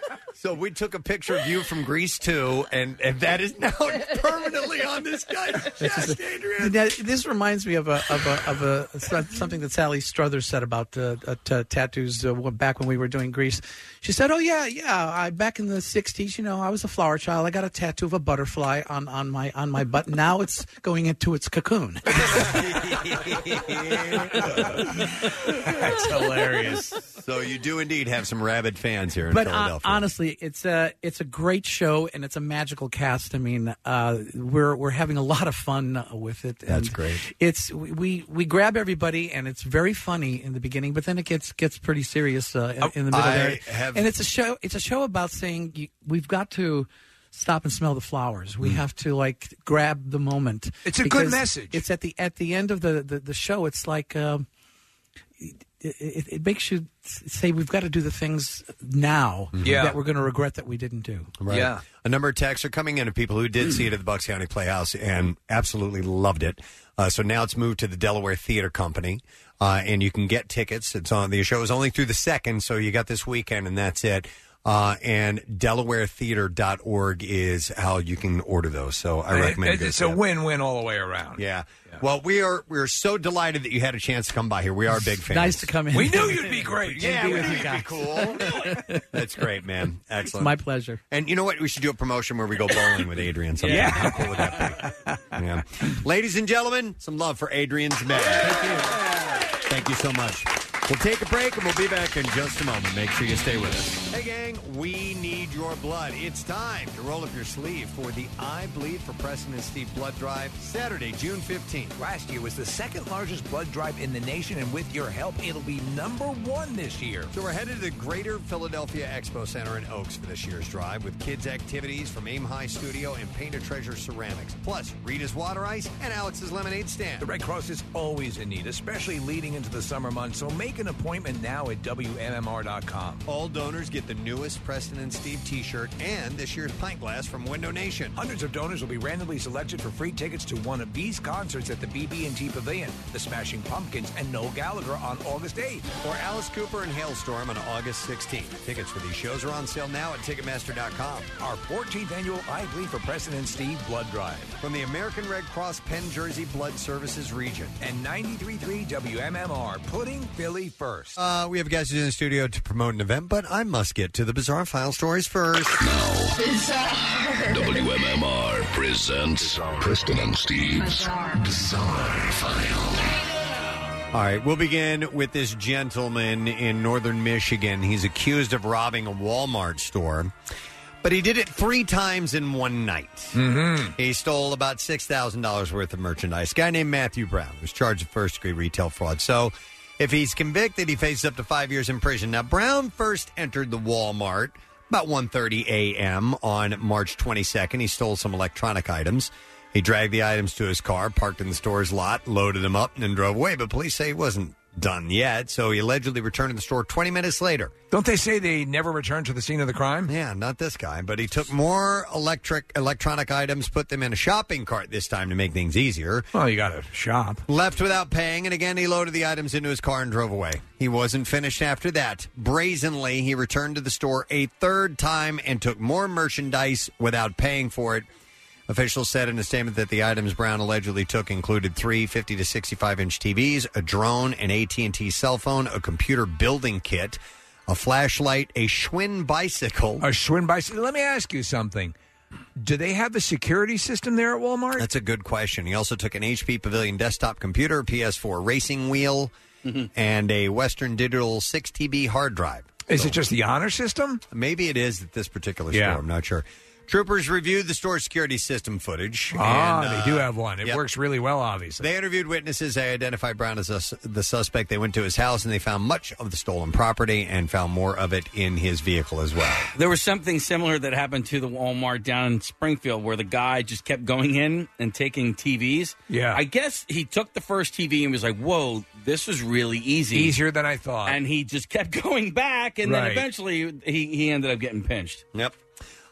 [SPEAKER 1] so we took a picture of you from Greece too, and and that is now permanently on this guy's chest.
[SPEAKER 23] Now, this reminds me of a of a, of a so- something that Sally Struthers said about uh, uh, t- tattoos uh, wh- back when we were doing Greece. She said, "Oh yeah, yeah. I back in the '60s, you know, I was a flower child. I got a tattoo of a butterfly on on my on my butt. Now it's going into its cocoon."
[SPEAKER 1] That's hilarious. So you do indeed have some rabid fans here in
[SPEAKER 23] but uh,
[SPEAKER 1] Philadelphia.
[SPEAKER 23] honestly, it's a it's a great show and it's a magical cast. I mean, uh, we're we're having a lot of fun uh, with it.
[SPEAKER 1] That's
[SPEAKER 23] and
[SPEAKER 1] great.
[SPEAKER 23] It's we, we we grab everybody and it's very funny in the beginning, but then it gets gets pretty serious uh, in, in the middle
[SPEAKER 1] I
[SPEAKER 23] there.
[SPEAKER 1] have-
[SPEAKER 23] And it's a show it's a show about saying you, we've got to stop and smell the flowers. We have to like grab the moment.
[SPEAKER 3] Hmm. It's a good
[SPEAKER 23] Because
[SPEAKER 3] message.
[SPEAKER 23] It's at the at the end of the the, the show. It's like. Um, it, it, it makes you s- say we've got to do the things now
[SPEAKER 3] Mm-hmm.
[SPEAKER 1] Mhm. Yeah.
[SPEAKER 23] that we're going to regret that we didn't do.
[SPEAKER 1] Right. A number of texts are coming in of people who did see it at the Bucks County Playhouse and absolutely loved it. Uh, so now it's moved to the Delaware Theater Company, uh, and you can get tickets. It's on the show is only through the second, so you got this weekend, and that's it. Uh, and DelawareTheater.org is how you can order those. So I recommend. you
[SPEAKER 3] It-
[SPEAKER 1] go
[SPEAKER 3] it's
[SPEAKER 1] see
[SPEAKER 3] a
[SPEAKER 1] that.
[SPEAKER 3] win-win all the way around.
[SPEAKER 1] Yeah. Well, we are we are so delighted that you had a chance to come by here. We are big fans.
[SPEAKER 23] Nice to come in.
[SPEAKER 3] We knew you'd be great.
[SPEAKER 1] Yeah,
[SPEAKER 23] Be
[SPEAKER 1] we
[SPEAKER 23] with
[SPEAKER 1] knew
[SPEAKER 23] you
[SPEAKER 1] you'd be
[SPEAKER 23] guys.
[SPEAKER 1] cool. That's great, man. Excellent.
[SPEAKER 23] my pleasure.
[SPEAKER 1] And you know what? We should do a promotion where we go bowling with Adrian. Sometime.
[SPEAKER 23] Yeah.
[SPEAKER 1] How cool would that be? Yeah. Ladies and gentlemen, some love for Adrian's men. Thank you. Thank you so much. We'll take a break and we'll be back in just a moment. Make sure you stay with us. Hey, gang, we need your blood. It's time to roll up your sleeve for the I Bleed for Preston and Steve Blood Drive, Saturday, June 15th.
[SPEAKER 3] Last year was the second largest blood drive in the nation, and with your help, it'll be number one this year.
[SPEAKER 1] So we're headed to the Greater Philadelphia Expo Center in Oaks for this year's drive with kids' activities from Aim High Studio and Paint a Treasure Ceramics, plus Rita's Water Ice and Alex's Lemonade Stand.
[SPEAKER 3] The Red Cross is always in need, especially leading into the summer months, so make an appointment now at WMMR.com.
[SPEAKER 1] All donors get the newest Preston and Steve t shirt and this year's pint glass from Window Nation.
[SPEAKER 3] Hundreds of donors will be randomly selected for free tickets to one of these concerts at the BB&T Pavilion, The Smashing Pumpkins, and Noel Gallagher on August 8th.
[SPEAKER 1] Or Alice Cooper and Hailstorm on August 16th. Tickets for these shows are on sale now at Ticketmaster.com.
[SPEAKER 3] Our 14th annual I Bleed for President Steve Blood Drive.
[SPEAKER 1] From the American Red Cross Penn Jersey Blood Services region.
[SPEAKER 3] And 93.3 WMMR, putting Philly first.
[SPEAKER 1] Uh, we have guys who's in the studio to promote an event, but I must get to the bizarre file stories first.
[SPEAKER 20] WMMR presents Preston and Steve's Bizarre File.
[SPEAKER 1] All right, we'll begin with this gentleman in northern Michigan. He's accused of robbing a Walmart store, but he did it three times in one night. Mm-hmm. He stole about $6,000 worth of merchandise. A guy named Matthew Brown was charged with first degree retail fraud. So if he's convicted, he faces up to five years in prison. Now, Brown first entered the Walmart about 1.30 a.m. on March 22nd. He stole some electronic items. He dragged the items to his car, parked in the store's lot, loaded them up, and then drove away. But police say he wasn't done yet, so he allegedly returned to the store 20 minutes later.
[SPEAKER 3] Don't they say they never return to the scene of the crime?
[SPEAKER 1] Yeah, not this guy, but he took more electric electronic items, put them in a shopping cart this time to make things easier.
[SPEAKER 3] Well, you got to shop.
[SPEAKER 1] Left without paying, and again he loaded the items into his car and drove away. He wasn't finished after that. Brazenly, he returned to the store a third time and took more merchandise without paying for it. Officials said in a statement that the items Brown allegedly took included three 50 to 65 inch TVs, a drone, an AT&T cell phone, a computer building kit, a flashlight, a Schwinn bicycle.
[SPEAKER 3] A Schwinn bicycle. Let me ask you something. Do they have a security system there at Walmart?
[SPEAKER 1] That's a good question. He also took an HP Pavilion desktop computer, a PS4 racing wheel, and a Western Digital 6 TB hard drive.
[SPEAKER 3] Is it just the honor system?
[SPEAKER 1] Maybe it is at this particular
[SPEAKER 3] Yeah.
[SPEAKER 1] store. I'm not sure. Troopers reviewed the store security system footage.
[SPEAKER 3] Ah,
[SPEAKER 1] and,
[SPEAKER 3] they do
[SPEAKER 1] uh,
[SPEAKER 3] have one. It
[SPEAKER 1] yep.
[SPEAKER 3] works really well, obviously.
[SPEAKER 1] They interviewed witnesses. They identified Brown as a, the suspect. They went to his house and they found much of the stolen property and found more of it in his vehicle as well.
[SPEAKER 4] There was something similar that happened to the Walmart down in Springfield where the guy just kept going in and taking TVs.
[SPEAKER 3] Yeah.
[SPEAKER 4] I guess he took the first TV and was like, whoa, this was really easy.
[SPEAKER 3] Easier than I thought.
[SPEAKER 4] And he just kept going back. And then
[SPEAKER 1] Right.
[SPEAKER 4] eventually he, he ended up getting pinched.
[SPEAKER 1] Yep.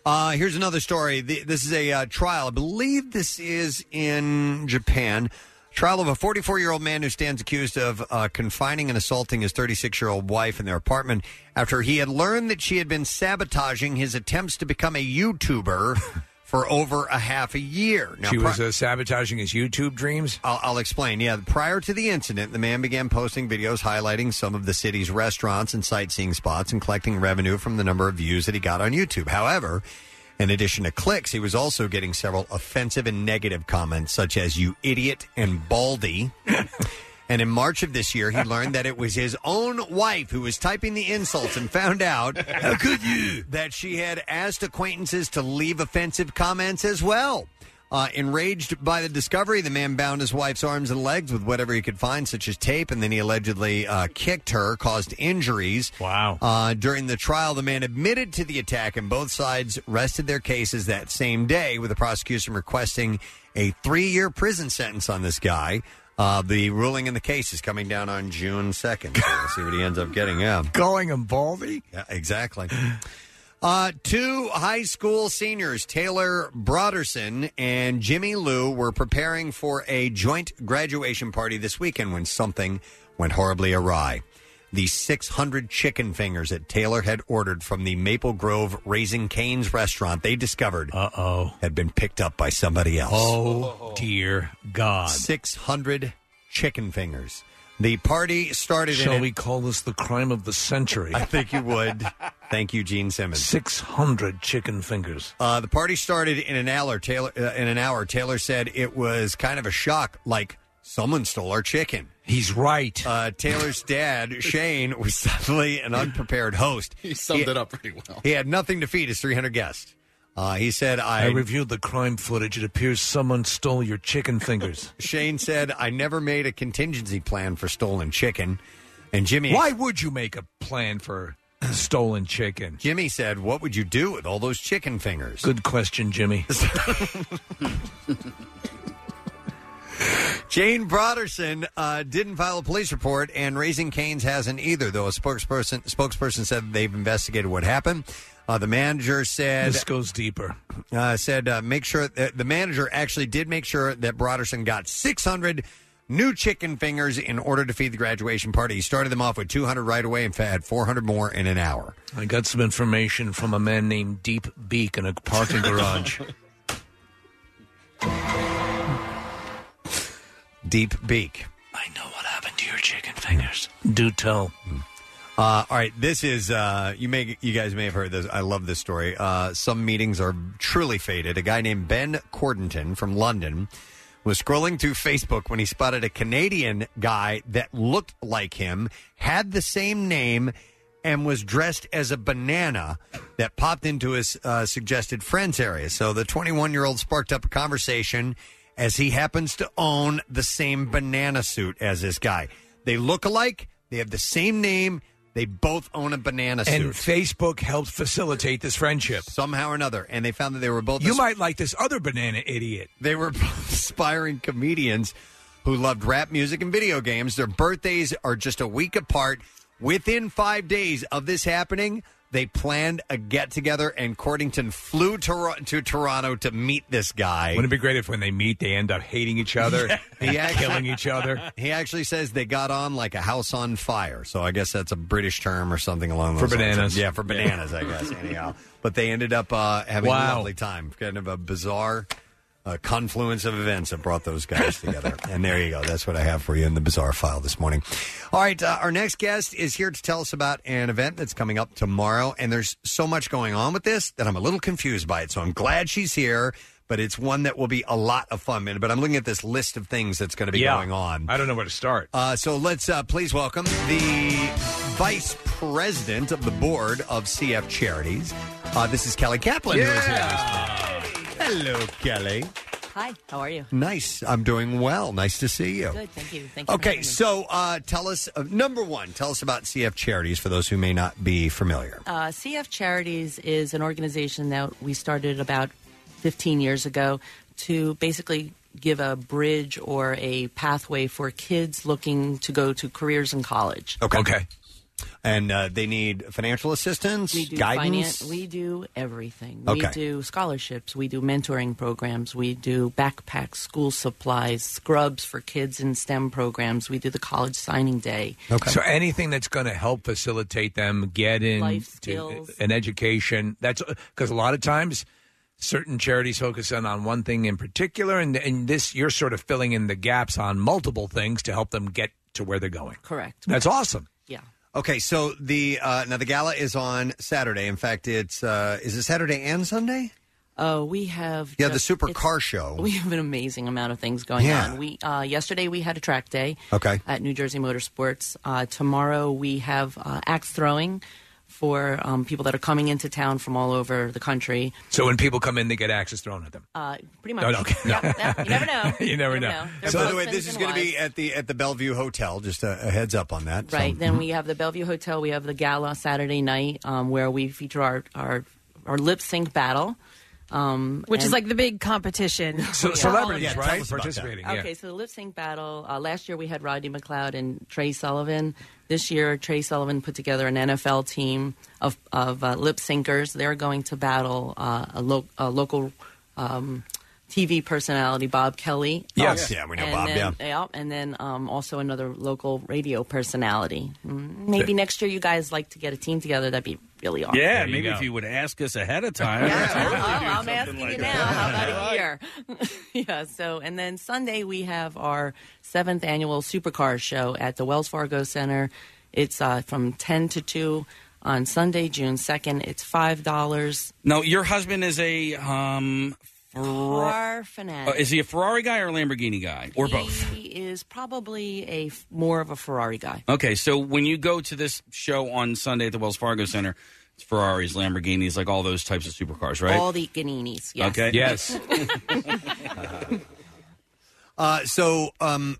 [SPEAKER 1] Uh, here's another story. The, this is a uh, trial. I believe this is in Japan. Trial of a 44 year old man who stands accused of uh, confining and assaulting his 36 year old wife in their apartment after he had learned that she had been sabotaging his attempts to become a YouTuber for over a half a year.
[SPEAKER 3] she
[SPEAKER 1] pri-
[SPEAKER 3] was uh, sabotaging his YouTube dreams.
[SPEAKER 1] I'll, I'll explain. Yeah, prior to the incident, the man began posting videos highlighting some of the city's restaurants and sightseeing spots and collecting revenue from the number of views that he got on YouTube. However, in addition to clicks, he was also getting several offensive and negative comments, such as "you idiot" and "baldy." And in March of this year, he learned that it was his own wife who was typing the insults and found out how could you that she had asked acquaintances to leave offensive comments as well. Uh, enraged by the discovery, the man bound his wife's arms and legs with whatever he could find, such as tape, and then he allegedly uh, kicked her, caused injuries. Wow. Uh, during the trial, the man admitted to the attack, and both sides rested their cases that same day, with the prosecution requesting a three year prison sentence on this guy. Uh, the ruling in the case is coming down on June 2nd. So we'll see what he ends up getting. Yeah.
[SPEAKER 3] Calling him Baldy?
[SPEAKER 1] Yeah, exactly. Uh, two high school seniors, Taylor Broderson and Jimmy Lou, were preparing for a joint graduation party this weekend when something went horribly awry. The 600 chicken fingers that Taylor had ordered from the Maple Grove Raising Canes restaurant, they discovered, uh oh, had been picked up by somebody else.
[SPEAKER 23] Oh,
[SPEAKER 1] dear God. 600 chicken fingers. The party started
[SPEAKER 3] Shall
[SPEAKER 1] in.
[SPEAKER 3] we call this the crime of the century?
[SPEAKER 1] I think you would. Thank you, Gene Simmons.
[SPEAKER 3] 600 chicken fingers.
[SPEAKER 1] Uh, the party started in an hour. Taylor, uh, in an hour, Taylor said it was kind of a shock. Like someone stole our chicken.
[SPEAKER 3] He's right.
[SPEAKER 1] Uh, Taylor's dad, Shane, was suddenly an unprepared host.
[SPEAKER 7] He summed
[SPEAKER 1] He-
[SPEAKER 7] it up pretty well.
[SPEAKER 1] He had nothing to feed his 300 guests. Uh, he said,
[SPEAKER 3] I,
[SPEAKER 1] "I."
[SPEAKER 3] reviewed the crime footage. It appears someone stole your chicken fingers.
[SPEAKER 1] Shane said, "I never made a contingency plan for stolen chicken." And Jimmy,
[SPEAKER 3] Why would you make a plan for stolen chicken?
[SPEAKER 1] Jimmy said, "What would you do with all those chicken fingers?"
[SPEAKER 3] Good question, Jimmy.
[SPEAKER 1] Jane Broderson uh, didn't file a police report, and Raising Canes hasn't either, though a spokesperson spokesperson said they've investigated what happened. Uh, the manager said
[SPEAKER 3] This goes deeper.
[SPEAKER 1] uh, said uh, make sure that the manager actually did make sure that Broderson got 600 new chicken fingers in order to feed the graduation party. He started them off with 200 right away and had 400 more in an hour.
[SPEAKER 3] I got some information from a man named Deep Beak in a parking garage.
[SPEAKER 1] Deep Beak.
[SPEAKER 3] happened to your chicken fingers? Do tell.
[SPEAKER 1] Uh, all right, this is uh, you may you guys may have heard this. I love this story. Uh, some meetings are truly faded. A guy named Ben Cordenton from London was scrolling through Facebook when he spotted a Canadian guy that looked like him, had the same name, and was dressed as a banana that popped into his uh, suggested friends area. So the 21 year old sparked up a conversation as he happens to own the same banana suit as this guy. They look alike. They have the same name. They both own a banana suit
[SPEAKER 3] And Facebook helped facilitate this friendship.
[SPEAKER 1] somehow or another, and they found that they were both.
[SPEAKER 3] You might like this other banana idiot.
[SPEAKER 1] They were both aspiring comedians who loved rap music and video games. Their birthdays are just a week apart. Within five days of this happening, they planned a get together, and Cordington flew to, to Toronto to meet this guy.
[SPEAKER 3] Wouldn't it be great if when they meet they end up hating each other, and
[SPEAKER 1] He actually-
[SPEAKER 3] killing each other
[SPEAKER 1] He actually says they got on like a house on fire. So I guess that's a British term or something along
[SPEAKER 3] for
[SPEAKER 1] those lines.
[SPEAKER 3] bananas?
[SPEAKER 1] Yeah, for bananas, I guess. Anyhow, but they ended up uh, having a
[SPEAKER 3] Wow.
[SPEAKER 1] lovely time. Kind of a bizarre uh, confluence of events that brought those guys together. and there you go. That's what I have for you in the bizarre file this morning. All right, uh, our next guest is here to tell us about an event that's coming up tomorrow. And there's so much going on with this that I'm a little confused by it. So I'm glad she's here. But it's one that will be a lot of fun. man. But I'm looking at this list of things that's going to be
[SPEAKER 3] Yeah.
[SPEAKER 1] going on.
[SPEAKER 3] I don't know where to start.
[SPEAKER 1] Uh, so let's uh, please welcome the vice president of the board of CF Charities. Uh, this is Kelly Kaplan. who is here. Hello, Kelly.
[SPEAKER 12] Hi, how are you?
[SPEAKER 1] Nice. I'm doing well. Nice to see you.
[SPEAKER 12] Good, thank you. Thank you. for having
[SPEAKER 1] Okay,
[SPEAKER 12] me.
[SPEAKER 1] so uh, tell us uh, number one. Tell us about CF Charities for those who may not be familiar.
[SPEAKER 12] Uh, CF Charities is an organization that we started about 15 years ago to basically give a bridge or a pathway for kids looking to go to careers in college.
[SPEAKER 1] Okay.
[SPEAKER 3] Okay.
[SPEAKER 1] and uh, they need financial assistance,
[SPEAKER 12] We do
[SPEAKER 1] guidance.
[SPEAKER 12] finan- we do everything. We
[SPEAKER 1] Okay.
[SPEAKER 12] do scholarships. We do mentoring programs. We do backpacks, school supplies, scrubs for kids in STEM programs. We do the college signing day.
[SPEAKER 3] So anything that's going to help facilitate them get in
[SPEAKER 12] Life
[SPEAKER 3] to
[SPEAKER 12] skills.
[SPEAKER 3] an education. That's because a lot of times certain charities focus on, on one thing in particular, and and this you're sort of filling in the gaps on multiple things to help them get to where they're going.
[SPEAKER 12] Correct.
[SPEAKER 3] That's awesome.
[SPEAKER 12] Yeah.
[SPEAKER 1] Okay, so the uh, now the gala is on Saturday. In fact, it's uh, is it Saturday and Sunday?
[SPEAKER 12] Uh, we have
[SPEAKER 1] Yeah, the
[SPEAKER 12] just-
[SPEAKER 1] super
[SPEAKER 12] it's-
[SPEAKER 1] car show.
[SPEAKER 12] We have an amazing amount of things going
[SPEAKER 1] Yeah.
[SPEAKER 12] on. We uh, yesterday we had a track day.
[SPEAKER 1] Okay.
[SPEAKER 12] At New Jersey Motorsports. Uh, tomorrow we have uh, axe throwing for um, people that are coming into town from all over the country.
[SPEAKER 3] So when people come in, they get axes thrown at them.
[SPEAKER 12] Uh, pretty much.
[SPEAKER 3] No,
[SPEAKER 1] Oh,
[SPEAKER 3] no, okay.
[SPEAKER 12] Yeah, yeah, you never know.
[SPEAKER 3] you never know.
[SPEAKER 12] They're
[SPEAKER 1] And by the
[SPEAKER 12] both
[SPEAKER 1] way, this
[SPEAKER 12] things
[SPEAKER 1] is
[SPEAKER 12] in
[SPEAKER 1] going to be
[SPEAKER 12] life.
[SPEAKER 1] at the at the Bellevue Hotel. Just a, a heads up on that. So- mm-hmm.
[SPEAKER 12] Right. Then we have the Bellevue Hotel. We have the gala Saturday night um, where we feature our our, our lip sync battle, um,
[SPEAKER 2] Which is
[SPEAKER 12] and-
[SPEAKER 2] like the big competition.
[SPEAKER 3] So celebrities, right? Participating. yeah.
[SPEAKER 12] Okay, so the lip sync battle. Uh, last year we had Rodney McLeod and Trey Sullivan. This year Trey Sullivan put together an NFL team of, of uh, lip syncers. They're going to battle uh, a, lo- a local um, TV personality, Bob Kelly.
[SPEAKER 1] Yes. Yeah, we know
[SPEAKER 12] and
[SPEAKER 1] Bob,
[SPEAKER 12] Then, yeah. and then um, also another local radio personality. Mm, Maybe next year you guys like to get a team together. That'd be really awesome.
[SPEAKER 4] Yeah, maybe if you would ask us ahead of time.
[SPEAKER 12] I'm asking you now. How about a year? yeah. So, and then Sunday we have our seventh annual Supercar Show at the Wells Fargo Center. It's uh, from ten to two on Sunday, June second. It's five dollars.
[SPEAKER 4] No, your husband is a um. Ferra-
[SPEAKER 12] Car
[SPEAKER 4] Uh,
[SPEAKER 12] fanatic.
[SPEAKER 4] is he a Ferrari guy or a Lamborghini guy or both?
[SPEAKER 3] Oh,
[SPEAKER 12] He is probably a f- more of a Ferrari guy.
[SPEAKER 4] Okay, so when you go to this show on Sunday at the Wells Fargo Center, it's Ferraris, Lamborghinis, like all those types of supercars, right?
[SPEAKER 12] All the Ganinis. Yes.
[SPEAKER 4] Okay. Yes.
[SPEAKER 1] Uh, so, um,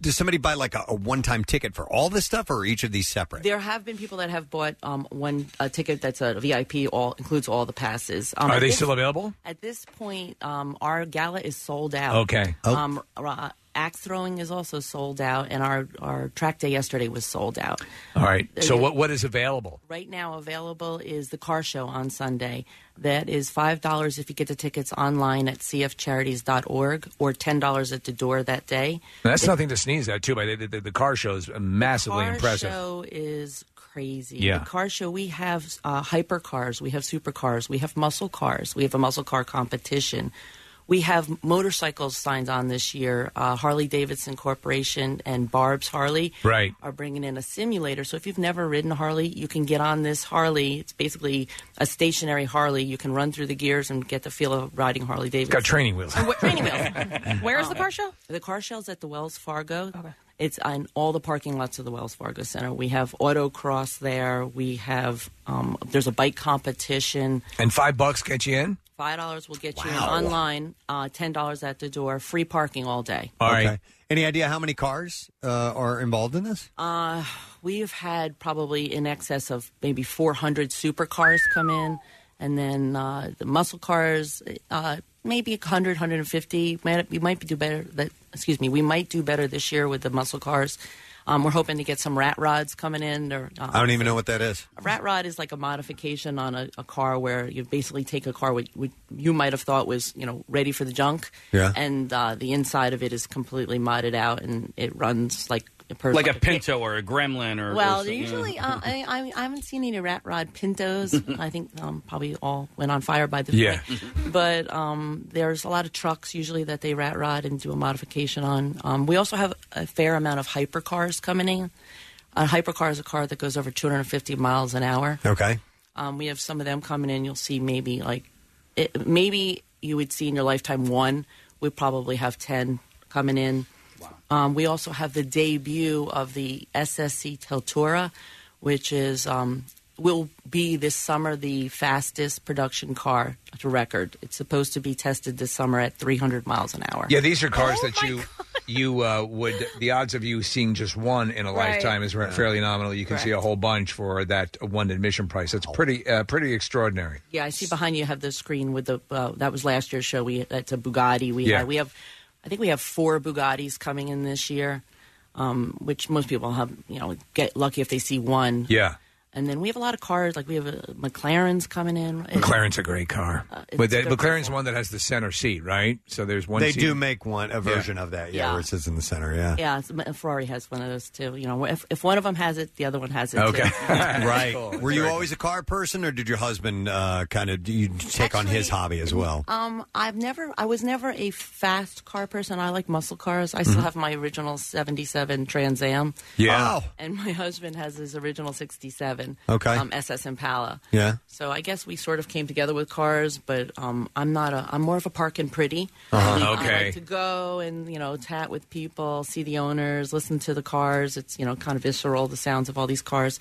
[SPEAKER 1] does somebody buy like a, a one-time ticket for all this stuff, or are each of these separate?
[SPEAKER 12] There have been people that have bought um, one a ticket that's a VIP, all includes all the passes. Um,
[SPEAKER 3] Are
[SPEAKER 12] at
[SPEAKER 3] they
[SPEAKER 12] this-
[SPEAKER 3] still available?
[SPEAKER 12] At this point, um, our gala is sold out.
[SPEAKER 3] Okay. Oh.
[SPEAKER 12] Um, ra- axe throwing is also sold out, and our our track day yesterday was sold out.
[SPEAKER 3] All right. So what what is available?
[SPEAKER 12] Right now, available is the car show on Sunday. That is five dollars if you get the tickets online at cfcharities.org, or ten dollars at the door that day.
[SPEAKER 3] Now, that's nothing to sneeze at, too. By the, the, the car show is massively
[SPEAKER 12] car
[SPEAKER 3] impressive.
[SPEAKER 12] show is crazy.
[SPEAKER 3] Yeah.
[SPEAKER 12] The car show, we have uh, hyper cars, we have super cars, we have muscle cars, we have a muscle car competition. We have motorcycles signed on this year. Uh, Harley Davidson Corporation and Barb's Harley
[SPEAKER 3] Right.
[SPEAKER 12] are bringing in a simulator. So if you've never ridden a Harley, you can get on this Harley. It's basically a stationary Harley. You can run through the gears and get the feel of riding Harley Davidson.
[SPEAKER 3] Got training wheels.
[SPEAKER 12] training wheels.
[SPEAKER 2] Where is the car show?
[SPEAKER 12] Um, The car show's at the Wells Fargo. It's on all the parking lots of the Wells Fargo Center. We have autocross there. We have um, there's a bike competition.
[SPEAKER 3] And five bucks get you in?
[SPEAKER 12] Five dollars will get you in
[SPEAKER 3] Wow.
[SPEAKER 12] online. Uh, Ten dollars at the door. Free parking all day.
[SPEAKER 1] All right. Any idea how many cars uh, are involved in this?
[SPEAKER 12] Uh, we've had probably in excess of maybe 400 supercars come in, and then uh, the muscle cars, uh, maybe 100, 150. Might- We might do better. That, excuse me, we might do better this year with the muscle cars. Um, we're hoping to get some rat rods coming in. Or uh,
[SPEAKER 1] I don't even know what that is.
[SPEAKER 12] a rat rod is like a modification on a, a car where you basically take a car which, which you might have thought was you know ready for the junk,
[SPEAKER 1] Yeah.
[SPEAKER 12] and uh, the inside of it is completely modded out and it runs like a per-
[SPEAKER 4] like a Pinto or a Gremlin or.
[SPEAKER 12] well,
[SPEAKER 4] or some-
[SPEAKER 12] usually
[SPEAKER 4] yeah.
[SPEAKER 12] uh, I, I, I haven't seen any rat rod pintos. I think um, probably all went on fire by the
[SPEAKER 4] Yeah.
[SPEAKER 12] point. But um, there's a lot of trucks usually that they rat rod and do a modification on. Um, we also have a fair amount of hypercars coming in. A hypercar is a car that goes over 250 miles an hour.
[SPEAKER 1] Okay.
[SPEAKER 12] Um, we have some of them coming in. You'll see maybe like it, maybe you would see in your lifetime one. We probably have ten coming in. Um, we also have the debut of the SSC Teltura, which is um, will be this summer the fastest production car to record. It's supposed to be tested this summer at 300 miles an hour.
[SPEAKER 3] Yeah, these are cars
[SPEAKER 12] Oh
[SPEAKER 3] that you you uh, would the odds of you seeing just one in a
[SPEAKER 12] Right.
[SPEAKER 3] lifetime is fairly nominal. You can see a whole bunch for that one admission price.
[SPEAKER 1] Oh.
[SPEAKER 3] That's pretty uh, pretty extraordinary.
[SPEAKER 12] Yeah, I see behind you have the screen with the uh, that was last year's show. We that's a Bugatti. We
[SPEAKER 3] Yeah.
[SPEAKER 12] had, we have, I think we have four Bugattis coming in this year. um, which most people have, you know, get lucky if they see one.
[SPEAKER 3] Yeah.
[SPEAKER 12] And then we have a lot of cars, like we have a McLaren's coming in. It-
[SPEAKER 3] McLaren's a great car,
[SPEAKER 12] Uh, it's-
[SPEAKER 3] but the,
[SPEAKER 12] they're
[SPEAKER 3] McLaren's one that has the center seat, right? So there's one.
[SPEAKER 1] They
[SPEAKER 3] seat-
[SPEAKER 1] do make one a version
[SPEAKER 3] Yeah.
[SPEAKER 1] of that, yeah,
[SPEAKER 12] Yeah.
[SPEAKER 1] where it sits in the center, yeah.
[SPEAKER 12] Yeah, it's, Ferrari has one of those too. You know, if, if one of them has it, the other one has it.
[SPEAKER 1] Okay.
[SPEAKER 12] too.
[SPEAKER 1] right. Were you always a car person, or did your husband uh, kind of you take on his hobby as well?
[SPEAKER 12] Um, I've never, I was never a fast car person. I like muscle cars. I still
[SPEAKER 1] Mhm.
[SPEAKER 12] have my original 77 Trans Am.
[SPEAKER 1] Yeah. Wow.
[SPEAKER 12] And my husband has his original 67.
[SPEAKER 1] Okay.
[SPEAKER 12] Um, SS Impala.
[SPEAKER 1] Yeah.
[SPEAKER 12] So I guess we sort of came together with cars, but um, I'm not a, I'm more of a park and pretty.
[SPEAKER 3] Uh-huh.
[SPEAKER 12] I mean, I
[SPEAKER 3] Okay.
[SPEAKER 12] like to go and, you know, chat with people, see the owners, listen to the cars. It's, you know, kind of visceral, the sounds of all these cars.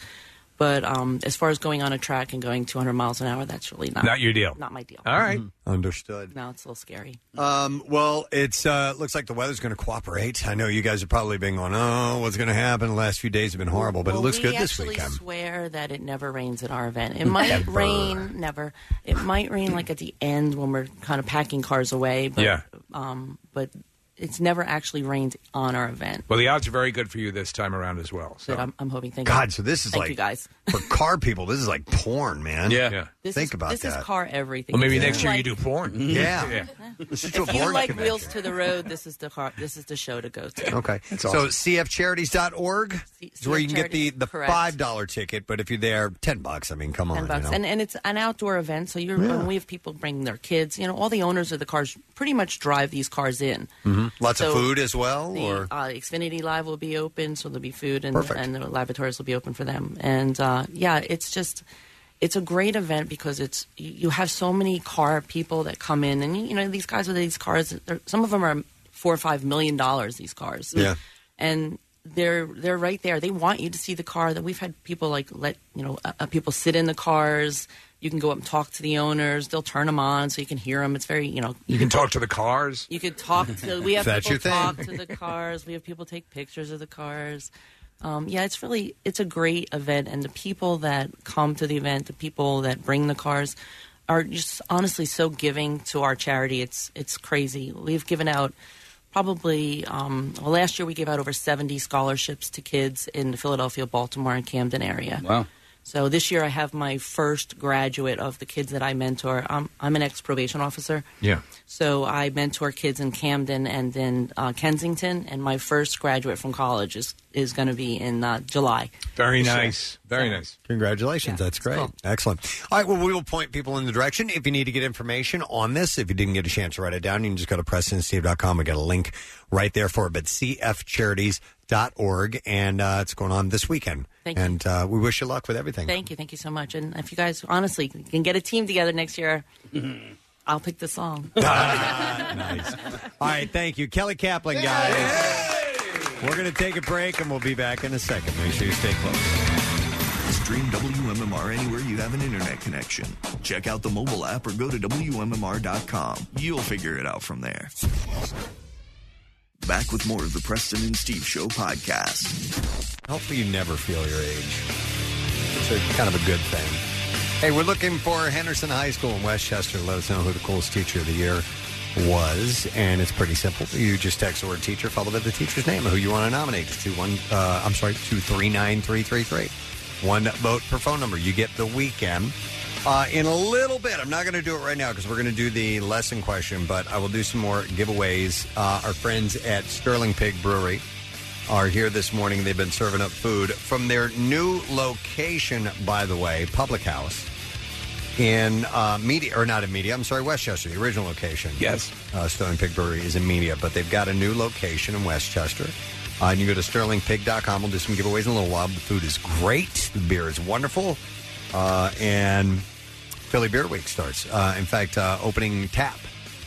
[SPEAKER 12] But um, as far as going on a track and going 200 miles an hour, that's really not
[SPEAKER 1] Not your deal.
[SPEAKER 12] Not my deal.
[SPEAKER 1] All right. Understood.
[SPEAKER 12] Now it's a little scary.
[SPEAKER 1] Um, well, it's uh, looks like the weather's going to cooperate. I know you guys have probably been going, oh, what's going to happen? The last few days have been horrible, but it looks
[SPEAKER 12] we
[SPEAKER 1] good this
[SPEAKER 12] actually
[SPEAKER 1] weekend.
[SPEAKER 12] swear that it never rains at our event. It might
[SPEAKER 1] Never.
[SPEAKER 12] rain, never. It might rain like at the end when we're kind of packing cars away. But,
[SPEAKER 3] Yeah.
[SPEAKER 12] Um, but it's never actually rained on our event.
[SPEAKER 3] Well, the odds are very good for you this time around as well.
[SPEAKER 12] So
[SPEAKER 3] So.
[SPEAKER 12] I'm, I'm hoping. Thank
[SPEAKER 3] God,
[SPEAKER 12] you.
[SPEAKER 3] so this is
[SPEAKER 12] thank
[SPEAKER 3] like-
[SPEAKER 12] you guys.
[SPEAKER 1] For car people, this is like porn, man.
[SPEAKER 3] Yeah. Yeah.
[SPEAKER 12] This
[SPEAKER 1] Think
[SPEAKER 12] is,
[SPEAKER 1] about
[SPEAKER 12] this
[SPEAKER 1] that.
[SPEAKER 12] is car everything.
[SPEAKER 3] Well, maybe
[SPEAKER 12] If
[SPEAKER 3] next year you
[SPEAKER 12] like-
[SPEAKER 3] do porn.
[SPEAKER 1] Yeah.
[SPEAKER 12] If
[SPEAKER 1] do a
[SPEAKER 12] you
[SPEAKER 1] porn
[SPEAKER 12] like
[SPEAKER 1] convention.
[SPEAKER 12] wheels to the road, this is the car. This is the show to go to.
[SPEAKER 1] Okay. So cfcharities.org is where you can get the, the
[SPEAKER 12] Correct.
[SPEAKER 1] $5 ticket, but if you're there, 10 bucks. I mean, come on.
[SPEAKER 12] Ten bucks,
[SPEAKER 1] you know?
[SPEAKER 12] and and it's an outdoor event, so you're.
[SPEAKER 1] Yeah.
[SPEAKER 12] and we have people bring their kids. You know, all the owners of the cars pretty much drive these cars in.
[SPEAKER 1] Mhm. Lots of
[SPEAKER 12] So
[SPEAKER 1] food as well,
[SPEAKER 12] the,
[SPEAKER 1] or
[SPEAKER 12] uh, Xfinity Live will be open, so there'll be food and
[SPEAKER 1] Perfect.
[SPEAKER 12] and the lavatories will be open for them. And uh, yeah, it's just it's a great event because it's you, you have so many car people that come in, and you, you know these guys with these cars. they're- Some of them are four or five million dollars. These cars,
[SPEAKER 14] Yeah.
[SPEAKER 12] and they're they're right there. They want you to see the car. That we've had people like let you know uh, uh, people sit in the cars. You can go up and talk to the owners. They'll turn them on so you can hear them. It's very you know
[SPEAKER 3] You can talk to the cars.
[SPEAKER 12] you could talk to. We have
[SPEAKER 3] That's
[SPEAKER 12] people
[SPEAKER 3] your
[SPEAKER 12] talk
[SPEAKER 3] thing.
[SPEAKER 12] to the cars. We have people take pictures of the cars. Um, yeah, it's really it's a great event, and the people that come to the event, the people that bring the cars, are just honestly so giving to our charity. It's it's crazy. We've given out probably um, well, last year we gave out over seventy scholarships to kids in the Philadelphia, Baltimore, and Camden area.
[SPEAKER 4] Wow.
[SPEAKER 12] So this year I have my first graduate of the kids that I mentor. I'm, I'm an ex probation officer.
[SPEAKER 3] Yeah.
[SPEAKER 12] So I mentor kids in Camden and then uh, Kensington, and my first graduate from college is is going to be in uh, July.
[SPEAKER 3] Very
[SPEAKER 12] This year.
[SPEAKER 3] nice. Very nice.
[SPEAKER 1] Congratulations. That's great. Excellent. All right. Well, we will point people in the direction. If you need to get information on this, if you didn't get a chance to write it down, you can just go to PrestonSteve.com. We got a link right there for it. But cfcharities.org. And uh, it's going on this weekend.
[SPEAKER 12] Thank you.
[SPEAKER 1] and uh, we wish you luck with everything.
[SPEAKER 12] Thank you, thank you so much. And if you guys honestly can get a team together next year, I'll pick the song.
[SPEAKER 1] nice. All right. Thank you. Kelly Kaplan, guys. We're going to take a break and we'll be back in a second. Make sure you stay close.
[SPEAKER 9] Stream WMMR anywhere you have an internet connection. Check out the mobile app or go to WMMR.com. You'll figure it out from there. Back with more of the Preston and Steve Show podcast.
[SPEAKER 1] Hopefully, you never feel your age. It's a, kind of a good thing. Hey, we're looking for Henderson High School in Westchester. Let us know who the coolest teacher of the year was. And it's pretty simple. You just text the word teacher, followed by the teacher's name, who you want to nominate. It's two one. Uh, I'm sorry, two three nine three three three. One vote per phone number. You get the weekend. Uh, in a little bit, I'm not going to do it right now because we're going to do the lesson question, but I will do some more giveaways. Uh, our friends at Sterling Pig Brewery are here this morning. They've been serving up food from their new location, by the way, Public House in uh, media or not in media. I'm sorry, Westchester, the original location. Yes, uh, Sterling Pig Brewery is in media, but they've got a new location in Westchester. Uh, and you go to sterlingpig.com. We'll do some giveaways in a little while. The food is great. The beer is wonderful, uh, and Philly Beer Week starts. Uh, in fact, uh, opening tap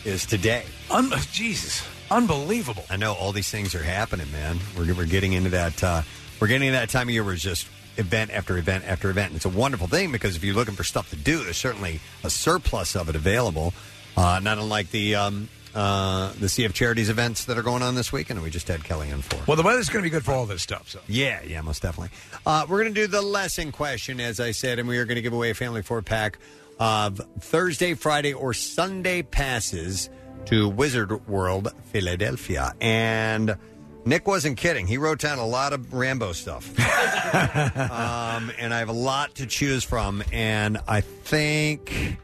[SPEAKER 1] is today.
[SPEAKER 3] Un- oh, Jesus, unbelievable!
[SPEAKER 1] I know all these things are happening, man. We're, we're getting into that. Uh, we're getting into that time of year where it's just event after event after event. And it's a wonderful thing because if you're looking for stuff to do, there's certainly a surplus of it available. Uh, not unlike the um, uh, the Sea of Charities events that are going on this weekend. We just had Kelly in for.
[SPEAKER 3] Well, the weather's going to be good for all this stuff. So
[SPEAKER 1] Yeah, yeah, most definitely. Uh, we're going to do the lesson question, as I said, and we are going to give away a family four pack of Thursday, Friday, or Sunday passes to Wizard World Philadelphia. And Nick wasn't kidding. He wrote down a lot of Rambo stuff. um, and I have a lot to choose from. And I think,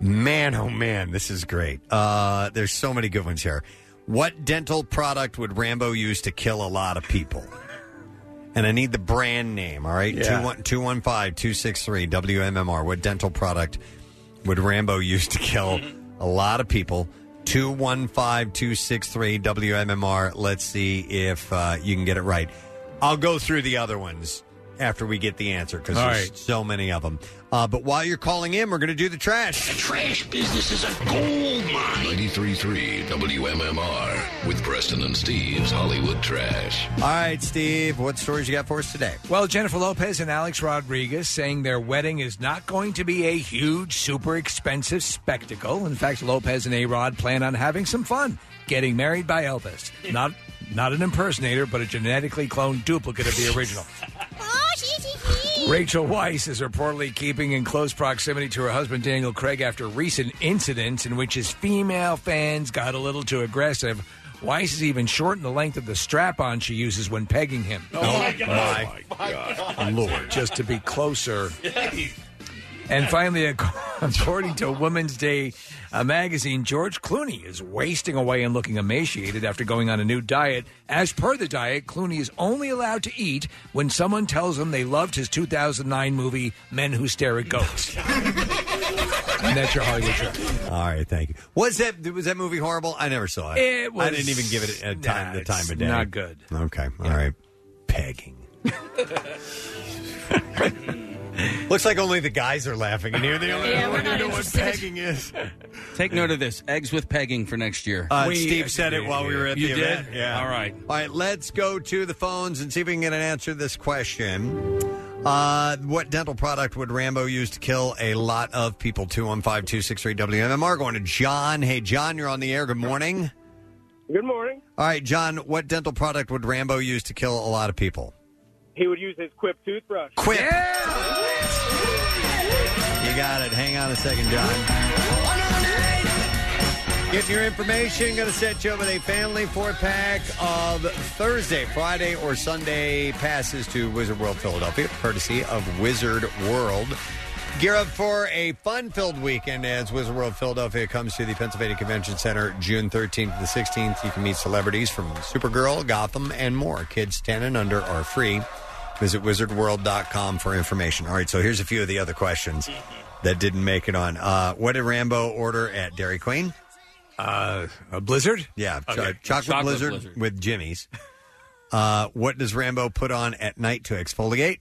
[SPEAKER 1] man, oh man, this is great. Uh, there's so many good ones here. What dental product would Rambo use to kill a lot of people? And I need the brand name, all right?
[SPEAKER 14] Yeah.
[SPEAKER 1] 215 263 WMMR. What dental product would Rambo use to kill a lot of people? 215 263 WMMR. Let's see if uh, you can get it right. I'll go through the other ones after we get the answer because
[SPEAKER 14] All
[SPEAKER 1] there's
[SPEAKER 14] right.
[SPEAKER 1] so many of them. Uh, but while you're calling in, we're going to do the trash.
[SPEAKER 20] Trash business is a gold mine. 93.3 WMMR with Preston and Steve's Hollywood Trash.
[SPEAKER 1] All right, Steve, what stories you got for us today?
[SPEAKER 3] Well, Jennifer Lopez and Alex Rodriguez saying their wedding is not going to be a huge, super expensive spectacle. In fact, Lopez and A Rod plan on having some fun, getting married by Elvis. Not not an impersonator, but a genetically cloned duplicate of the original. Rachel Weisz is reportedly keeping in close proximity to her husband Daniel Craig after recent incidents in which his female fans got a little too aggressive. Weiss has even shortened the length of the strap on she uses when pegging him. Oh,
[SPEAKER 14] my God.
[SPEAKER 3] Lord, just to be closer.
[SPEAKER 12] uh,
[SPEAKER 3] And finally, ac- according to Women's Day uh, magazine, George Clooney is wasting away and looking emaciated after going on a new diet. As per the diet, Clooney is only allowed to eat when someone tells him they loved his 2009 movie, Men Who Stare at Ghosts. and that's your Hollywood trip.
[SPEAKER 1] All right, thank you. Was that was that movie horrible? I never saw it.
[SPEAKER 3] It was-
[SPEAKER 1] I didn't even give it a time
[SPEAKER 3] Nah,
[SPEAKER 1] the time
[SPEAKER 3] it's
[SPEAKER 1] of day.
[SPEAKER 3] not good.
[SPEAKER 1] Okay, all right. Pegging. Looks like only the guys are laughing in here. The only
[SPEAKER 14] Yeah, we're
[SPEAKER 1] one who
[SPEAKER 14] not
[SPEAKER 1] know what
[SPEAKER 14] interested.
[SPEAKER 1] pegging is.
[SPEAKER 4] Take note of this: eggs with pegging for next year.
[SPEAKER 1] Uh, Steve said it while we were at
[SPEAKER 4] you
[SPEAKER 1] the
[SPEAKER 4] did?
[SPEAKER 1] event.
[SPEAKER 4] All right.
[SPEAKER 1] All right. Let's go to the phones and see if we can get an answer to this question. Uh, what dental product would Rambo use to kill a lot of people? 215 263 WMMR. Going to John. Hey, John, you're on the air. Good morning.
[SPEAKER 15] Good morning.
[SPEAKER 1] All right, John, what dental product would Rambo use to kill a lot of people?
[SPEAKER 15] He would use his Quip toothbrush.
[SPEAKER 1] Quip. You got it. Hang on a second, John. Getting your information. Going to set you up with a family four pack of Thursday, Friday, or Sunday passes to Wizard World Philadelphia, courtesy of Wizard World. Gear up for a fun filled weekend as Wizard World Philadelphia comes to the Pennsylvania Convention Center June 13th to the 16th. You can meet celebrities from Supergirl, Gotham, and more. Kids 10 and under are free. Visit wizardworld.com for information. All right, so here's a few of the other questions that didn't make it on. Uh, what did Rambo order at Dairy Queen?
[SPEAKER 3] Uh, a blizzard?
[SPEAKER 1] Yeah, cho-
[SPEAKER 3] Okay.
[SPEAKER 1] chocolate,
[SPEAKER 3] Chocolate
[SPEAKER 1] blizzard,
[SPEAKER 3] blizzard.
[SPEAKER 1] with Jimmy's. Uh, what does Rambo put on at night to exfoliate?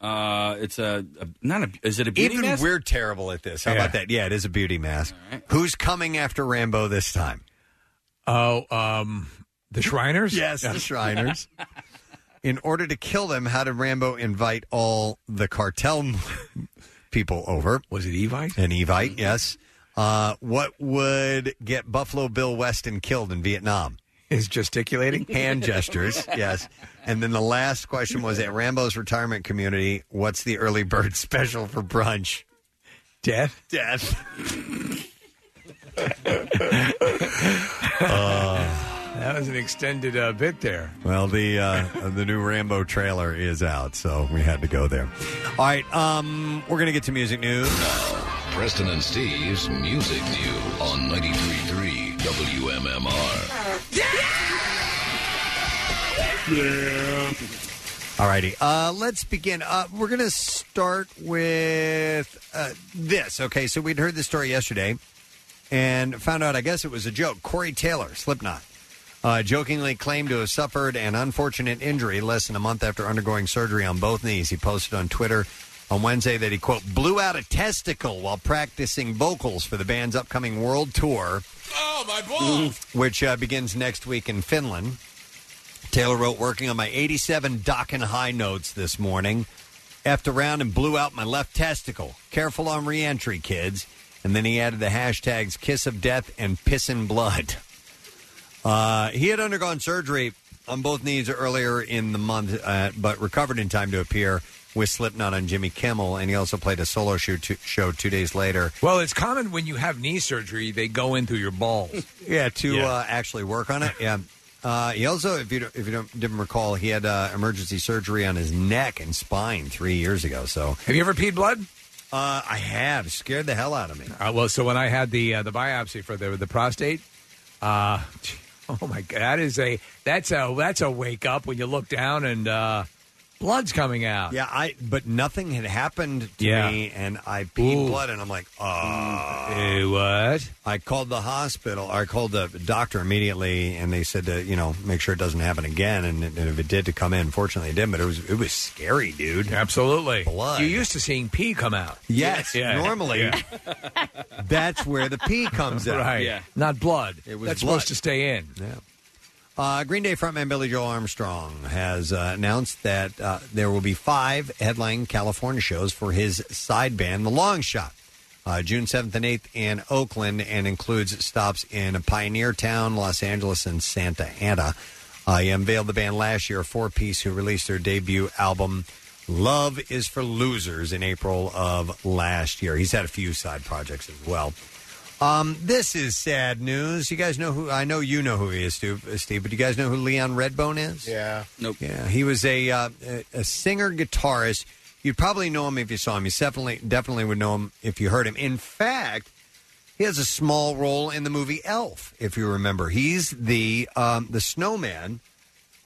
[SPEAKER 4] Uh, it's a, a not a. Is it a beauty
[SPEAKER 1] Even
[SPEAKER 4] mask?
[SPEAKER 1] we're terrible at this. How about that? Yeah, it is a beauty mask. Who's coming after Rambo this time?
[SPEAKER 3] Oh, um, the Shriners?
[SPEAKER 1] Yes, the Shriners. In order to kill them, how did Rambo invite all the cartel m- people over?
[SPEAKER 3] Was it Evite?
[SPEAKER 1] An Evite, yes. Uh, what would get Buffalo Bill Weston killed in Vietnam?
[SPEAKER 3] Is gesticulating?
[SPEAKER 1] Hand gestures, yes. And then the last question was at Rambo's retirement community, what's the early bird special for brunch?
[SPEAKER 3] Death?
[SPEAKER 1] Death.
[SPEAKER 3] That was an extended uh, bit there.
[SPEAKER 1] Well, the uh, the new Rambo trailer is out, so we had to go there. All right, um, we're gonna get to music news.
[SPEAKER 20] Preston and Steve's Music News on 93.3 WMMR.
[SPEAKER 1] Yeah. All righty. Uh, let's begin. Uh, we're going to start with uh, this. Okay, so we'd heard this story yesterday and found out, I guess it was a joke. Corey Taylor, Slipknot, uh, jokingly claimed to have suffered an unfortunate injury less than a month after undergoing surgery on both knees. He posted on Twitter on Wednesday that he, quote, blew out a testicle while practicing vocals for the band's upcoming world tour
[SPEAKER 14] Oh, my
[SPEAKER 1] which uh, begins next week in Finland. Taylor wrote, working on my 87 dock and high notes this morning. Effed around and blew out my left testicle. Careful on reentry, kids. And then he added the hashtags kiss of death and pissin' blood. Uh, he had undergone surgery on both knees earlier in the month, uh, but recovered in time to appear with Slipknot on Jimmy Kimmel. And he also played a solo show two, show two days later.
[SPEAKER 3] Well, it's common when you have knee surgery, they go in through your balls.
[SPEAKER 1] Yeah, to
[SPEAKER 3] Yeah.
[SPEAKER 1] Uh, actually work on it. Yeah. Uh, he also, if you don't, if you don't didn't recall, he had uh, emergency surgery on his neck and spine three years ago. So,
[SPEAKER 3] have you ever peed blood?
[SPEAKER 1] Uh, I have. It Scared the hell out of me.
[SPEAKER 3] Uh, well, so when I had the uh, the biopsy for the the prostate, uh, oh my god, that is a that's a that's a wake up when you look down and uh, blood's coming out.
[SPEAKER 1] Yeah, I but nothing had happened to
[SPEAKER 3] Yeah.
[SPEAKER 1] me, and I peed
[SPEAKER 3] Ooh.
[SPEAKER 1] blood, and I'm like, oh,
[SPEAKER 3] what?
[SPEAKER 1] I called the hospital. Or I called the doctor immediately, and they said to you know make sure it doesn't happen again, and, and if it did, to come in. Fortunately, it didn't, but it was it was scary, dude.
[SPEAKER 3] Absolutely,
[SPEAKER 1] blood.
[SPEAKER 3] You're used to seeing pee come out.
[SPEAKER 1] Yes,
[SPEAKER 3] Yeah.
[SPEAKER 1] normally
[SPEAKER 3] Yeah.
[SPEAKER 1] that's where the pee comes out.
[SPEAKER 3] Right. Not blood.
[SPEAKER 1] It was
[SPEAKER 3] That's
[SPEAKER 1] blood.
[SPEAKER 3] supposed to stay in.
[SPEAKER 1] Yeah. Uh, Green Day frontman Billy Joel Armstrong has uh, announced that uh, there will be five headline California shows for his side band, The Long Shot, uh, June 7th and 8th in Oakland, and includes stops in Pioneer Town, Los Angeles, and Santa Ana. Uh, he unveiled the band last year, a four piece, who released their debut album, Love is for Losers, in April of last year. He's had a few side projects as well. Um, this is sad news. You guys know who I know. You know who he is, Stu- uh, Steve. But you guys know who Leon Redbone is?
[SPEAKER 7] Yeah.
[SPEAKER 4] Nope.
[SPEAKER 1] Yeah, he was a uh, a- a singer guitarist. You'd probably know him if you saw him. You definitely definitely would know him if you heard him. In fact, he has a small role in the movie Elf. If you remember, he's the um, the snowman.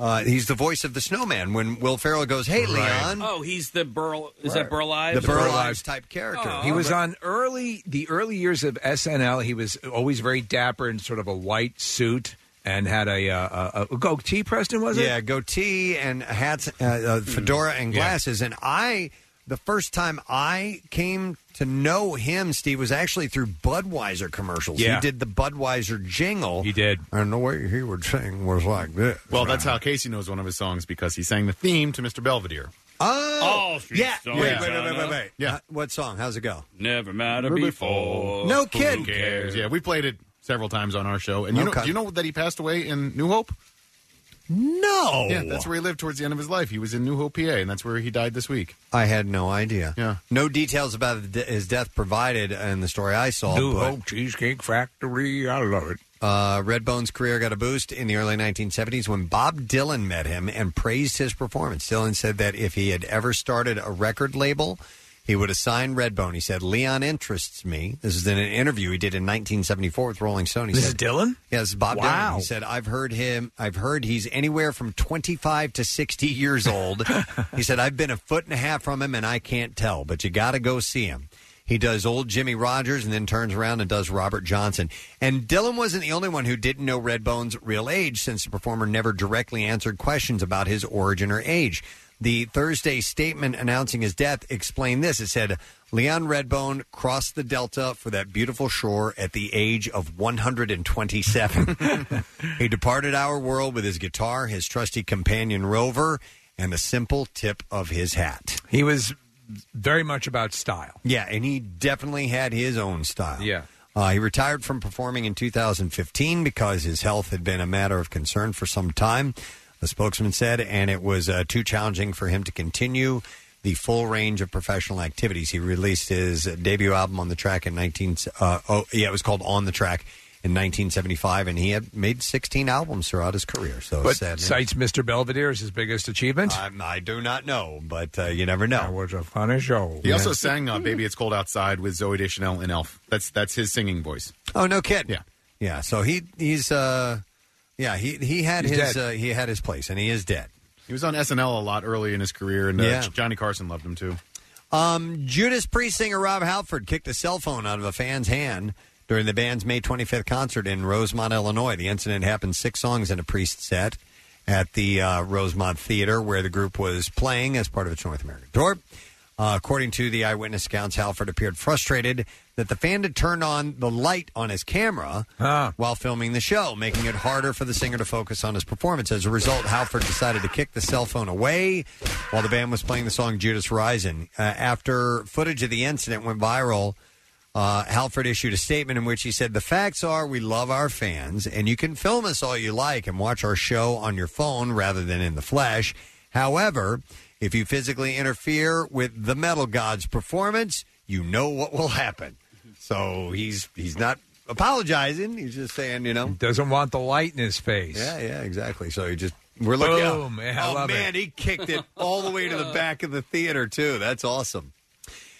[SPEAKER 1] Uh, he's the voice of the snowman when Will Ferrell goes, "Hey, Leon."
[SPEAKER 4] Oh, he's the Burl. Is that
[SPEAKER 1] Right.
[SPEAKER 4] Burl Ives? Oh,
[SPEAKER 1] The The Burl Burl Ives Ives. type character.
[SPEAKER 3] He was on early the early years of SNL. He was always very dapper in sort of a white suit and had a uh, a, a goatee. Preston was it?
[SPEAKER 1] Yeah, goatee and hats, uh, uh, fedora and
[SPEAKER 3] Yeah.
[SPEAKER 1] glasses. And I, the first time I came to know him, Steve, was actually through Budweiser commercials.
[SPEAKER 7] Yeah.
[SPEAKER 1] He did the Budweiser jingle. He
[SPEAKER 3] did.
[SPEAKER 1] And the way he would sing was like this.
[SPEAKER 7] Well, that's how Casey knows one of his songs because he sang the theme to Mr. Belvedere.
[SPEAKER 1] Oh,
[SPEAKER 7] she's
[SPEAKER 1] yeah.
[SPEAKER 7] so
[SPEAKER 1] Wait, wait, wait, wait, wait,
[SPEAKER 7] done
[SPEAKER 1] wait.
[SPEAKER 7] up. Yeah.
[SPEAKER 1] Uh, what song? How's it go?
[SPEAKER 4] Never matter
[SPEAKER 7] Remember-
[SPEAKER 4] before.
[SPEAKER 1] No kid.
[SPEAKER 7] Who cares? Yeah, we played it several times on our show. And you
[SPEAKER 1] Okay.
[SPEAKER 7] know, do you know that he passed away in New Hope?
[SPEAKER 1] No.
[SPEAKER 7] Yeah, that's where he lived towards the end of his life. He was in New Hope, PA, and that's where he died this week.
[SPEAKER 1] I had no idea.
[SPEAKER 7] Yeah.
[SPEAKER 1] No details about the de- his death provided in the story I saw.
[SPEAKER 3] New
[SPEAKER 1] but-
[SPEAKER 3] Hope Cheesecake Factory. I love it.
[SPEAKER 1] Uh, Redbone's career got a boost in the early 1970s when Bob Dylan met him and praised his performance. Dylan said that if he had ever started a record label, he would have signed Redbone. He said, Leon interests me. This is in an interview he did in 1974 with Rolling Stone. He
[SPEAKER 3] This
[SPEAKER 1] said,
[SPEAKER 3] is Dylan?
[SPEAKER 1] Yes, Bob Dylan.
[SPEAKER 3] Wow.
[SPEAKER 1] He said, I've heard him. I've heard he's anywhere from 25 to 60 years old. he said, I've been a foot and a half from him and I can't tell, but you got to go see him. He does old Jimmy Rogers and then turns around and does Robert Johnson. And Dylan wasn't the only one who didn't know Redbone's real age since the performer never directly answered questions about his origin or age. The Thursday statement announcing his death explained this. It said, Leon Redbone crossed the Delta for that beautiful shore at the age of 127. he departed our world with his guitar, his trusty companion Rover, and the simple tip of his hat.
[SPEAKER 3] He was very much about style.
[SPEAKER 1] Yeah, and he definitely had his own style.
[SPEAKER 3] Yeah.
[SPEAKER 1] Uh, he retired from performing in 2015 because his health had been a matter of concern for some time, a spokesman said, and it was uh, too challenging for him to continue the full range of professional activities. He released his debut album on the track in 19. Uh, oh, yeah, it was called On the Track in 1975, and he had made 16 albums throughout his career. So
[SPEAKER 3] but
[SPEAKER 1] sad. news.
[SPEAKER 3] cites Mr. Belvedere as his biggest achievement.
[SPEAKER 1] I'm- I do not know, but uh, you never know. That
[SPEAKER 3] was a funny show.
[SPEAKER 7] He also sang uh, "Baby It's Cold Outside" with Zoe Deschanel and Elf. That's that's his singing voice.
[SPEAKER 1] Oh no, kid.
[SPEAKER 7] Yeah,
[SPEAKER 1] yeah. So he he's uh, yeah he he had
[SPEAKER 7] He's
[SPEAKER 1] his
[SPEAKER 7] dead.
[SPEAKER 1] uh, he had his place, and he is dead.
[SPEAKER 7] he was on SNL a lot early in his career, and uh,
[SPEAKER 1] Yeah.
[SPEAKER 7] Johnny Carson loved him too.
[SPEAKER 1] Um, Judas Priest singer Rob Halford kicked a cell phone out of a fan's hand during the band's May 25th concert in Rosemont, Illinois. The incident happened six songs in a Priest set at the uh, Rosemont Theater, where the group was playing as part of its North American tour. Uh, according to the eyewitness accounts, Halford appeared frustrated that the fan had turned on the light on his camera while filming the show, making it harder for the singer to focus on his performance. As a result, Halford decided to kick the cell phone away while the band was playing the song Judas Rising. Uh, after footage of the incident went viral, uh, Halford issued a statement in which he said, The facts are we love our fans, and you can film us all you like and watch our show on your phone rather than in the flesh. However, if you physically interfere with the metal god's performance, you know what will happen. So he's he's not apologizing. He's just saying, you know,
[SPEAKER 3] doesn't want the light in his face.
[SPEAKER 1] Yeah, yeah, exactly. So he just we're looking.
[SPEAKER 3] Boom. Yeah, I
[SPEAKER 1] oh
[SPEAKER 3] love
[SPEAKER 1] man,
[SPEAKER 3] it.
[SPEAKER 1] he kicked it all the way to the back of the theater too. That's awesome.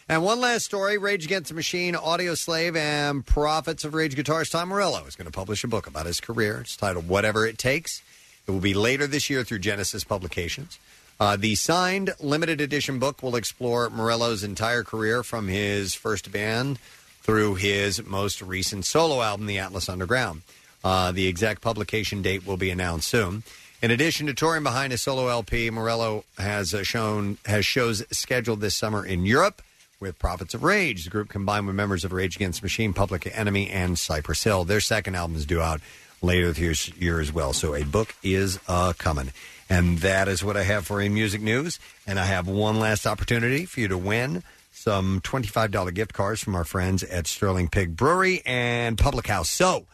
[SPEAKER 1] And one last story: Rage Against the Machine, Audio Slave, and Prophets of Rage guitarist Tom Morello is going to publish a book about his career. It's titled "Whatever It Takes." It will be later this year through Genesis Publications. Uh, the signed limited edition book will explore Morello's entire career from his first band through his most recent solo album, The Atlas Underground. Uh, the exact publication date will be announced soon. In addition to touring behind his solo LP, Morello has uh, shown has shows scheduled this summer in Europe with Prophets of Rage. The group combined with members of Rage Against the Machine, Public Enemy, and Cypress Hill. Their second album is due out later this year, year as well. So a book is uh, coming. And that is what I have for in music news. And I have one last opportunity for you to win some $25 gift cards from our friends at Sterling Pig Brewery and Public House. So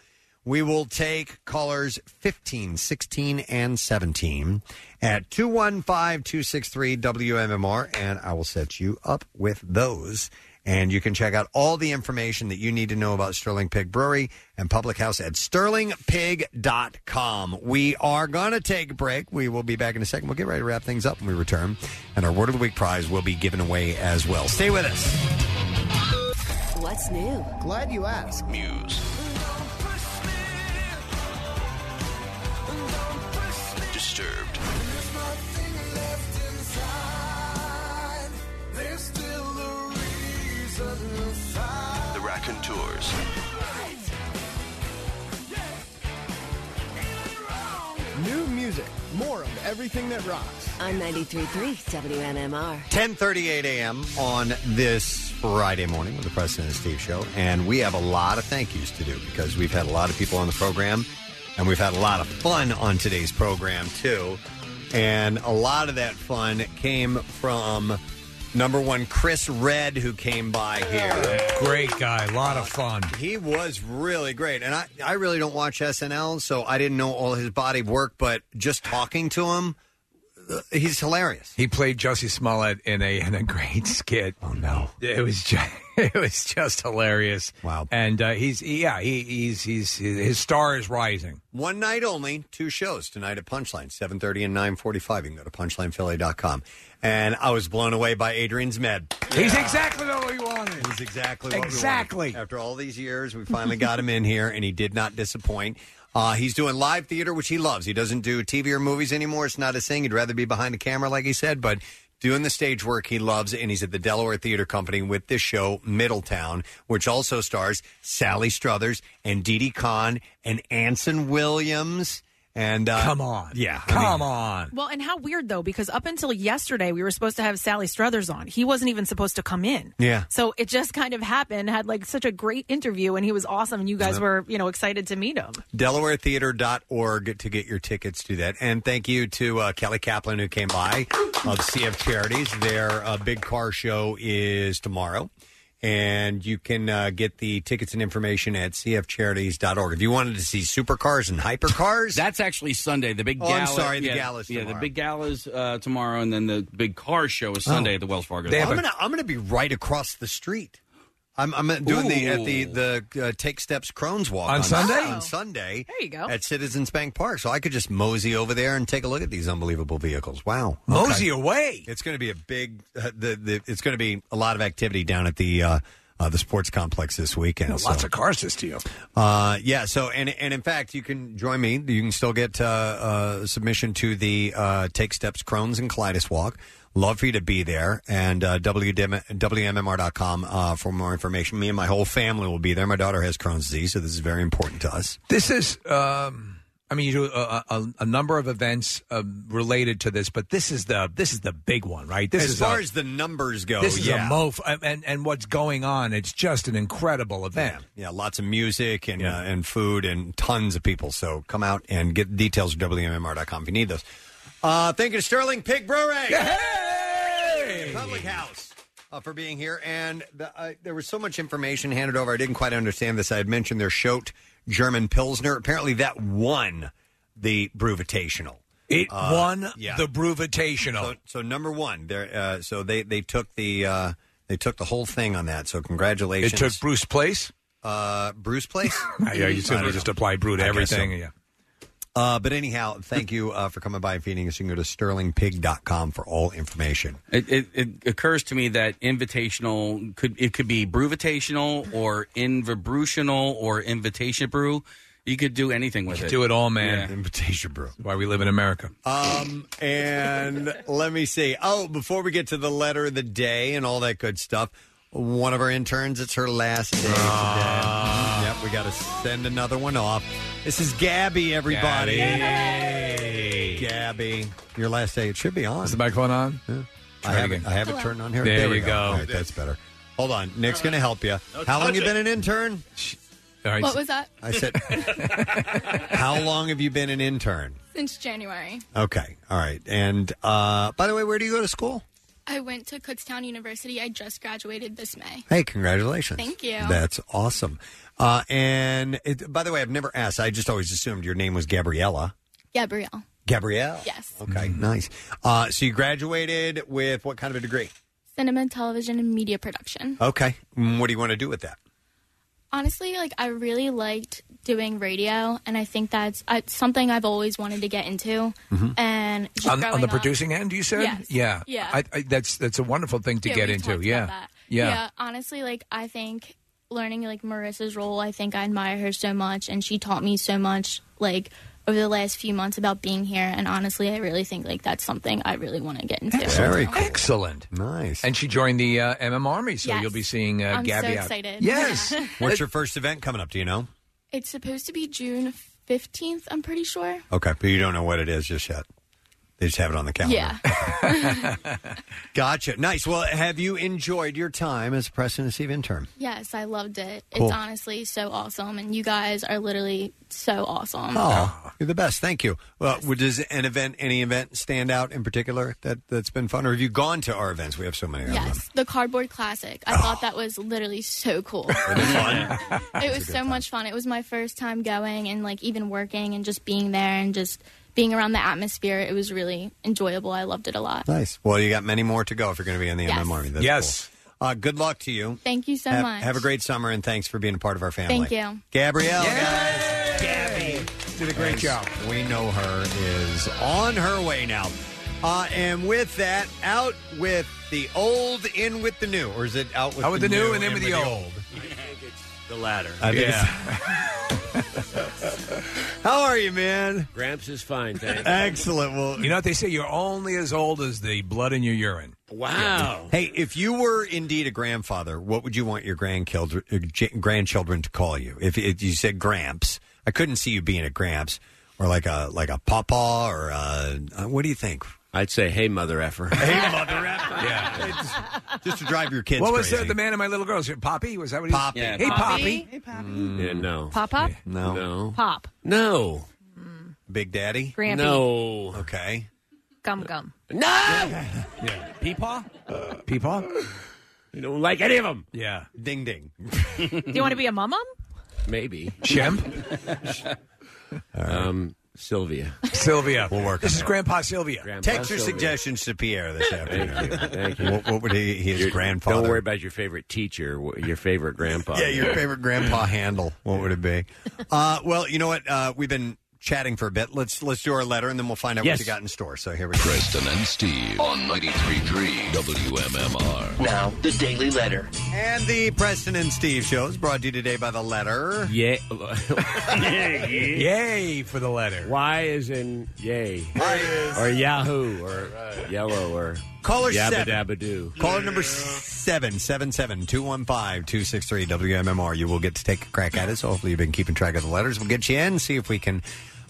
[SPEAKER 1] we will take callers 15, 16, and 17 at 215 263 WMMR, and I will set you up with those. And you can check out all the information that you need to know about Sterling Pig Brewery and Public House at sterlingpig.com. We are going to take a break. We will be back in a second. We'll get ready to wrap things up when we return. And our Word of the Week prize will be given away as well. Stay with us.
[SPEAKER 11] What's new? Glad you asked.
[SPEAKER 20] News. Disturbed. The Raconteurs.
[SPEAKER 22] New music, more of everything that rocks.
[SPEAKER 11] On 93.3 WMMR.
[SPEAKER 1] 10:38 a.m. on this Friday morning with the President and Steve Show, and we have a lot of thank yous to do because we've had a lot of people on the program, and we've had a lot of fun on today's program too, and a lot of that fun came from number one Chris Red who came by here.
[SPEAKER 3] Great guy, a lot of fun.
[SPEAKER 1] He was really great, and I I really don't watch SNL, so I didn't know all his body of work, but just talking to him, uh, he's hilarious.
[SPEAKER 3] He played Jussie Smollett in a in a great skit. Oh no! It was just it was just hilarious. Wow! And uh, he's yeah he, he's he's his star is rising.
[SPEAKER 1] One night only, two shows tonight at Punchline, 7.30 and 9.45. You can go to punchlinephilly.com. And I was blown away by Adrian's med.
[SPEAKER 3] He's exactly what we wanted.
[SPEAKER 1] He's exactly what we
[SPEAKER 3] exactly.
[SPEAKER 1] After all these years, we finally got him in here, and he did not disappoint. Uh, he's doing live theater, which he loves. He doesn't do TV or movies anymore. It's not his thing. He'd rather be behind the camera, like he said, but doing the stage work he loves. And he's at the Delaware Theater Company with this show, Middletown, which also stars Sally Struthers and Dee Dee Khan and Anson Williams. And uh,
[SPEAKER 3] Come on.
[SPEAKER 1] yeah,
[SPEAKER 3] Come on.
[SPEAKER 2] Well, and how weird though, because up until yesterday we were supposed to have Sally Struthers on. He wasn't even supposed to come in.
[SPEAKER 1] Yeah.
[SPEAKER 2] So it just kind of happened. Had like such a great interview, and he was awesome, and you guys
[SPEAKER 1] Yeah.
[SPEAKER 2] were you know excited to meet him.
[SPEAKER 1] DelawareTheater.org to get your tickets to that. And thank you to uh, Kelly Kaplan, who came by of CF Charities. Their uh, big car show is tomorrow. And you can uh, get the tickets and information at cfcharities.org. If you wanted to see supercars and hypercars,
[SPEAKER 4] that's actually Sunday. The big
[SPEAKER 1] Oh, I'm sorry, the galas.
[SPEAKER 4] Yeah, the big galas uh, tomorrow, and then the big car show is
[SPEAKER 1] Oh.
[SPEAKER 4] Sunday at the Wells Fargo.
[SPEAKER 1] I'm gonna I'm gonna be right across the street. I'm I'm doing the at the the uh, Take Steps Crohn's Walk
[SPEAKER 3] On Sunday?
[SPEAKER 1] on Sunday
[SPEAKER 2] Oh. There you go.
[SPEAKER 1] at Citizens Bank Park, so I could just mosey over there and take a look at these unbelievable vehicles. Wow,
[SPEAKER 3] Mosey away.
[SPEAKER 1] It's going to be a big. Uh, the, the it's going to be a lot of activity down at the uh, uh, the sports complex this weekend. so.
[SPEAKER 3] Lots of cars this deal.
[SPEAKER 1] Uh, yeah. So, and and in fact, you can join me. You can still get uh, uh, submission to the uh, Take Steps Crohn's and Colitis Walk. Love for you to be there. And uh, WDM WMMR.com uh, for more information. Me and my whole family will be there. My daughter has Crohn's disease, so this is very important to us.
[SPEAKER 3] This is, um, I mean, you do a, a, a number of events um, related to this, but this is the this is the big one, right? This
[SPEAKER 1] as
[SPEAKER 3] is
[SPEAKER 1] far
[SPEAKER 3] a-
[SPEAKER 1] as the numbers go,
[SPEAKER 3] this is
[SPEAKER 1] yeah.
[SPEAKER 3] a mof, and- and and what's going on? It's just an incredible event.
[SPEAKER 1] Yeah, lots of music and uh, and food and tons of people. So come out and get details at WMMR.com if you need those. Uh, thank you to Sterling Pig Brewery. Public House uh, for being here. And the, uh, there was so much information handed over. I didn't quite understand this. I had mentioned their Schote German Pilsner. Apparently, that won the Brewvitational.
[SPEAKER 3] It
[SPEAKER 1] Uh,
[SPEAKER 3] won
[SPEAKER 1] yeah.
[SPEAKER 3] the Brewvitational.
[SPEAKER 1] So, so number one, there. Uh, so they they took the uh, they took the whole thing on that. So congratulations.
[SPEAKER 3] It took Bruce Place.
[SPEAKER 1] uh, Brew's place.
[SPEAKER 3] Yeah, you
[SPEAKER 1] I
[SPEAKER 3] simply
[SPEAKER 1] don't
[SPEAKER 3] just
[SPEAKER 1] know.
[SPEAKER 3] apply brew to
[SPEAKER 1] I guess
[SPEAKER 3] everything.
[SPEAKER 1] so.
[SPEAKER 3] Yeah.
[SPEAKER 1] Uh, but anyhow, thank you uh, for coming by and feeding us. You can go to sterlingpig.com for all information.
[SPEAKER 4] It, it, it occurs to me that invitational could it could be brewvitational or invibrutional or invitation brew. You could do anything with
[SPEAKER 3] You
[SPEAKER 4] it.
[SPEAKER 3] do it all, man.
[SPEAKER 1] Invitation brew.
[SPEAKER 3] Why we live in America.
[SPEAKER 1] Um, and let me see. Oh, before we get to the letter of the day and all that good stuff, one of our interns, it's her last day today.
[SPEAKER 3] Ah.
[SPEAKER 1] yep, we got to send another one off. This is Gabby, everybody. Gabby. Your last day. It should be on. Is the
[SPEAKER 3] microphone on?
[SPEAKER 1] I
[SPEAKER 3] Try it
[SPEAKER 1] have it,
[SPEAKER 3] again.
[SPEAKER 1] I have it turned on here.
[SPEAKER 3] There
[SPEAKER 1] we
[SPEAKER 3] you go.
[SPEAKER 1] All right, that's better. Hold on. Nick's going to help you.
[SPEAKER 14] No
[SPEAKER 1] How long you been
[SPEAKER 14] touching.
[SPEAKER 1] an intern? All
[SPEAKER 14] What was that?
[SPEAKER 1] I said, how long have you been an intern?
[SPEAKER 14] Since January,
[SPEAKER 1] Okay. All right. And uh, by the way, where do you go to school?
[SPEAKER 14] I went to Cookstown University. I just graduated this May.
[SPEAKER 1] Hey, congratulations.
[SPEAKER 14] Thank you.
[SPEAKER 1] That's awesome. Uh, and it, by the way, I've never asked. I just always assumed your name was Gabriella.
[SPEAKER 14] Gabrielle.
[SPEAKER 1] Gabrielle.
[SPEAKER 14] Yes.
[SPEAKER 1] Okay. Nice. Uh, so you graduated with what kind of a degree?
[SPEAKER 14] Cinema, television, and media production.
[SPEAKER 1] Okay. Mm, What do you want to do with that?
[SPEAKER 14] Honestly, like I really liked doing radio, and I think that's uh, something I've always wanted to get into.
[SPEAKER 3] Mhm.
[SPEAKER 14] And just
[SPEAKER 3] on, on
[SPEAKER 14] growing
[SPEAKER 3] the
[SPEAKER 14] up-
[SPEAKER 3] producing end, you said,
[SPEAKER 14] Yes.
[SPEAKER 3] yeah,
[SPEAKER 14] Yeah.
[SPEAKER 3] I, I, that's that's a wonderful thing to
[SPEAKER 14] Yeah,
[SPEAKER 3] get
[SPEAKER 14] we
[SPEAKER 3] into.
[SPEAKER 14] talked
[SPEAKER 3] Yeah.
[SPEAKER 14] about that.
[SPEAKER 3] yeah,
[SPEAKER 14] Honestly, like I think learning like Marissa's role, I think I admire her so much, and she taught me so much like over the last few months about being here. And honestly, I really think like that's something I really want to get into.
[SPEAKER 3] Very excellent,
[SPEAKER 1] nice.
[SPEAKER 3] And she joined the uh, MM Army, so
[SPEAKER 14] Yes.
[SPEAKER 3] you'll be seeing uh,
[SPEAKER 14] I'm so
[SPEAKER 3] Gabby. out.
[SPEAKER 14] excited.
[SPEAKER 3] Yes.
[SPEAKER 14] Yeah.
[SPEAKER 1] What's your first event coming up? Do you know?
[SPEAKER 14] It's supposed to be June fifteenth. I'm pretty sure.
[SPEAKER 1] Okay. But you don't know what it is just yet. They just have it on the calendar.
[SPEAKER 14] Yeah.
[SPEAKER 1] Gotcha. Nice. Well, have you enjoyed your time as a Preston and Steve intern?
[SPEAKER 14] Yes, I loved it.
[SPEAKER 1] Cool.
[SPEAKER 14] It's honestly so awesome, and you guys are literally so awesome.
[SPEAKER 1] Oh, you're the best. Thank you. Well, would- does an event, any event, stand out in particular that that's been fun, or have you gone to our events? We have so many. of them.
[SPEAKER 14] Yes, the cardboard classic. I thought that was literally so cool. it was so much fun. It was my first time going and like even working and just being there and just being around the atmosphere. It was really enjoyable. I loved it a lot.
[SPEAKER 1] Nice. Well, you got many more to go if you're going to be in the
[SPEAKER 14] Yes.
[SPEAKER 1] MM Army. That's yes. Cool. Uh, good luck to you.
[SPEAKER 14] Thank you so
[SPEAKER 1] have,
[SPEAKER 14] much.
[SPEAKER 1] Have a great summer, and thanks for being a part of our family.
[SPEAKER 14] Thank you.
[SPEAKER 1] Gabrielle. guys. Gabby
[SPEAKER 3] did a great job.
[SPEAKER 1] We know her is on her way now. Uh, and with that, out with the old, in with the new, or is it out with,
[SPEAKER 3] Out with the new and in
[SPEAKER 1] in
[SPEAKER 3] with the old.
[SPEAKER 16] The latter.
[SPEAKER 1] I think How are you, man?
[SPEAKER 16] Gramps is fine, thanks.
[SPEAKER 1] Excellent. Well,
[SPEAKER 3] you know what they say? You're only as old as the blood in your urine.
[SPEAKER 16] Wow.
[SPEAKER 1] Hey, if you were indeed a grandfather, what would you want your grandchildren uh, j- grandchildren to call you? If, if you said Gramps, I couldn't see you being a Gramps or like a like a Papa or a, uh, what do you think?
[SPEAKER 16] I'd say, hey, mother effer.
[SPEAKER 1] Hey, mother effer. Just to drive your kids
[SPEAKER 3] What was
[SPEAKER 1] crazy.
[SPEAKER 3] the, the man and my little girls? Poppy? Was that what he
[SPEAKER 1] Poppy.
[SPEAKER 3] Was?
[SPEAKER 1] Yeah,
[SPEAKER 3] hey,
[SPEAKER 14] Poppy.
[SPEAKER 3] Poppy.
[SPEAKER 16] Yeah, no.
[SPEAKER 14] Pop up,
[SPEAKER 1] Mm. No. No.
[SPEAKER 14] pop,
[SPEAKER 16] No.
[SPEAKER 1] Big Daddy?
[SPEAKER 14] Grampy.
[SPEAKER 16] No.
[SPEAKER 1] Okay.
[SPEAKER 14] gum gum.
[SPEAKER 16] No!
[SPEAKER 3] Yeah.
[SPEAKER 16] Peepaw?
[SPEAKER 1] Uh,
[SPEAKER 3] Peepaw?
[SPEAKER 16] You don't like any of them.
[SPEAKER 3] Yeah.
[SPEAKER 1] Ding ding.
[SPEAKER 16] Do
[SPEAKER 2] you want to be a mum?
[SPEAKER 16] Maybe.
[SPEAKER 3] Shemp?
[SPEAKER 16] um, Sylvia.
[SPEAKER 3] Sylvia.
[SPEAKER 1] We'll work on
[SPEAKER 3] This is
[SPEAKER 1] that.
[SPEAKER 3] Grandpa Sylvia.
[SPEAKER 1] Text your suggestions to Pierre this afternoon.
[SPEAKER 16] Thank you. Thank you.
[SPEAKER 1] What, what would he, his
[SPEAKER 16] Your-
[SPEAKER 1] grandfather?
[SPEAKER 16] Don't worry about your favorite teacher, wh- your favorite grandpa.
[SPEAKER 1] Yeah, your favorite grandpa handle. What would it be? Uh, well, you know what? Uh, we've been chatting for a bit. Let's let's do our letter, and then we'll find out
[SPEAKER 20] Yes.
[SPEAKER 1] what you got in store. So here we go.
[SPEAKER 20] Preston and Steve on 93.3 WMMR.
[SPEAKER 1] Now,
[SPEAKER 20] the Daily Letter.
[SPEAKER 1] And the Preston and Steve show is brought to you today by the letter.
[SPEAKER 16] Yeah.
[SPEAKER 3] Yay for the letter.
[SPEAKER 16] Why is in yay? Or Yahoo or uh, Yellow or
[SPEAKER 1] Caller
[SPEAKER 16] Yabba
[SPEAKER 1] seven.
[SPEAKER 16] Dabba Doo.
[SPEAKER 1] Caller number seven seven seven two one five two six three WMMR. You will get to take a crack at it. So hopefully you've been keeping track of the letters. We'll get you in, see if we can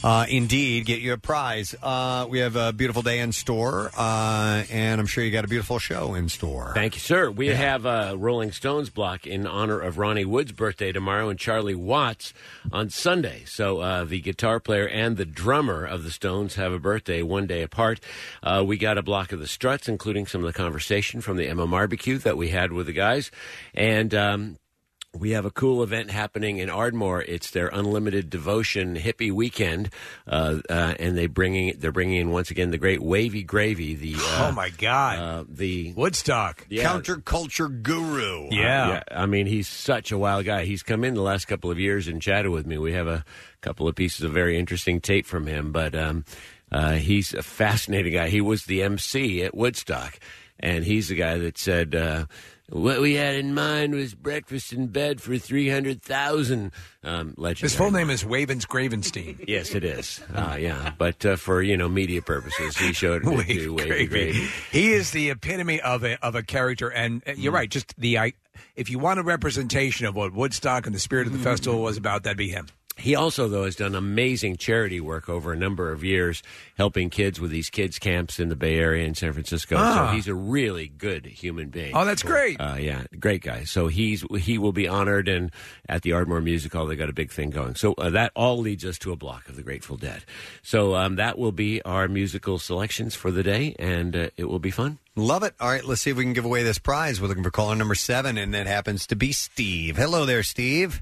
[SPEAKER 1] uh, indeed get you a prize. Uh, we have a beautiful day in store, uh, and I'm sure you got a beautiful show in store.
[SPEAKER 16] Thank you, sir. We
[SPEAKER 1] Yeah.
[SPEAKER 16] have a Rolling Stones block in honor of Ronnie Wood's birthday tomorrow and Charlie Watts on Sunday. So uh, the guitar player and the drummer of the Stones have a birthday one day apart. Uh, we got a block of the Struts, including some of the conversation from the MMR barbecue that we had with the guys, and. Um, We have a cool event happening in Ardmore. It's their Unlimited Devotion Hippie Weekend, uh, uh, and they bringing they're bringing in once again the great Wavy Gravy. The uh,
[SPEAKER 3] Oh, my God.
[SPEAKER 16] uh, the
[SPEAKER 3] Woodstock
[SPEAKER 1] counterculture guru.
[SPEAKER 16] yeah. I mean, he's such a wild guy. He's come in the last couple of years and chatted with me. We have a couple of pieces of very interesting tape from him, but um, uh, he's a fascinating guy. He was the MC at Woodstock, and he's the guy that said, uh, "What we had in mind was breakfast in bed for three hundred thousand. Um, legendary.
[SPEAKER 3] His full name is Wavens Gravenstein.
[SPEAKER 16] Yes, it is. Uh, yeah, but uh, for you know media purposes, he showed it
[SPEAKER 3] Wavy
[SPEAKER 16] to Wavy Gravy.
[SPEAKER 3] He is the epitome of a of a character, and uh,
[SPEAKER 1] Hmm.
[SPEAKER 3] you're right. Just the I, if you want a representation of what Woodstock and the spirit
[SPEAKER 1] Hmm.
[SPEAKER 3] of the festival was about, that'd be him.
[SPEAKER 16] He also, though, has done amazing charity work over a number of years, helping kids with these kids camps in the Bay Area and San Francisco.
[SPEAKER 3] Ah.
[SPEAKER 16] So he's a really good human being.
[SPEAKER 3] Oh, that's great.
[SPEAKER 16] Uh, yeah, great guy. So he's he will be honored, and at the Ardmore Music Hall, they got a big thing going. So uh, that all leads us to a block of the Grateful Dead. So um, that will be our musical selections for the day, and uh, it will be fun.
[SPEAKER 1] Love it. All right, let's see if we can give away this prize. We're looking for caller number seven, and that happens to be Steve. Hello there, Steve.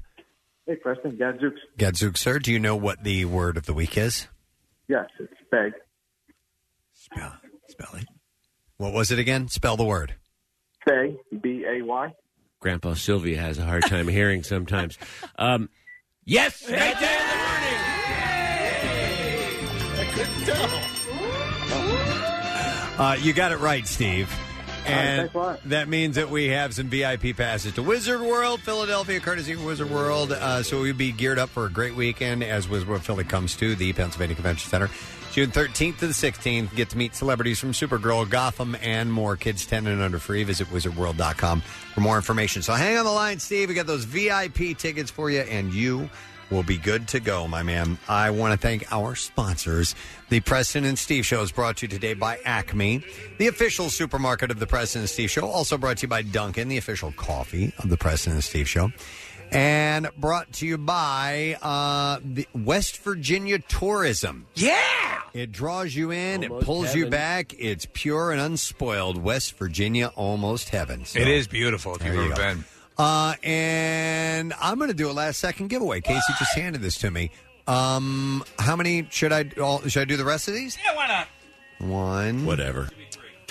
[SPEAKER 13] Hey, Preston, Gadzooks.
[SPEAKER 1] Gadzook, sir, do you know what the word of the week is?
[SPEAKER 13] Yes, it's Beg.
[SPEAKER 1] What was it again? Spell the word.
[SPEAKER 13] Bay, B A Y.
[SPEAKER 16] Grandpa Sylvia has a hard time hearing sometimes. Um, yes, that's it.
[SPEAKER 1] Uh, you got it right, Steve. And
[SPEAKER 13] thanks a lot.
[SPEAKER 1] that means that we have some VIP passes to Wizard World, Philadelphia, courtesy of Wizard World. Uh, so we'll be geared up for a great weekend as Wizard World Philly comes to the Pennsylvania Convention Center. June 13th to the 16th, get to meet celebrities from Supergirl, Gotham, and more. Kids 10 and under free. Visit wizardworld.com for more information. So hang on the line, Steve. We got those VIP tickets for you, and you will be good to go, my man. I want to thank our sponsors. The Preston and Steve Show is brought to you today by Acme, the official supermarket of the Preston and Steve Show. Also brought to you by Duncan, the official coffee of the Preston and Steve Show. And brought to you by uh, the West Virginia Tourism.
[SPEAKER 3] Yeah!
[SPEAKER 1] It draws you in, it pulls you back. It's pure and unspoiled West Virginia, almost heaven. So-
[SPEAKER 3] it is beautiful if
[SPEAKER 1] There
[SPEAKER 3] you've
[SPEAKER 1] you
[SPEAKER 3] ever
[SPEAKER 1] go.
[SPEAKER 3] been.
[SPEAKER 1] uh, and I'm going to do a last second giveaway. Casey just handed this to me. Um, how many should I all, should I do the rest of these?
[SPEAKER 8] Yeah, why not?
[SPEAKER 1] One, whatever.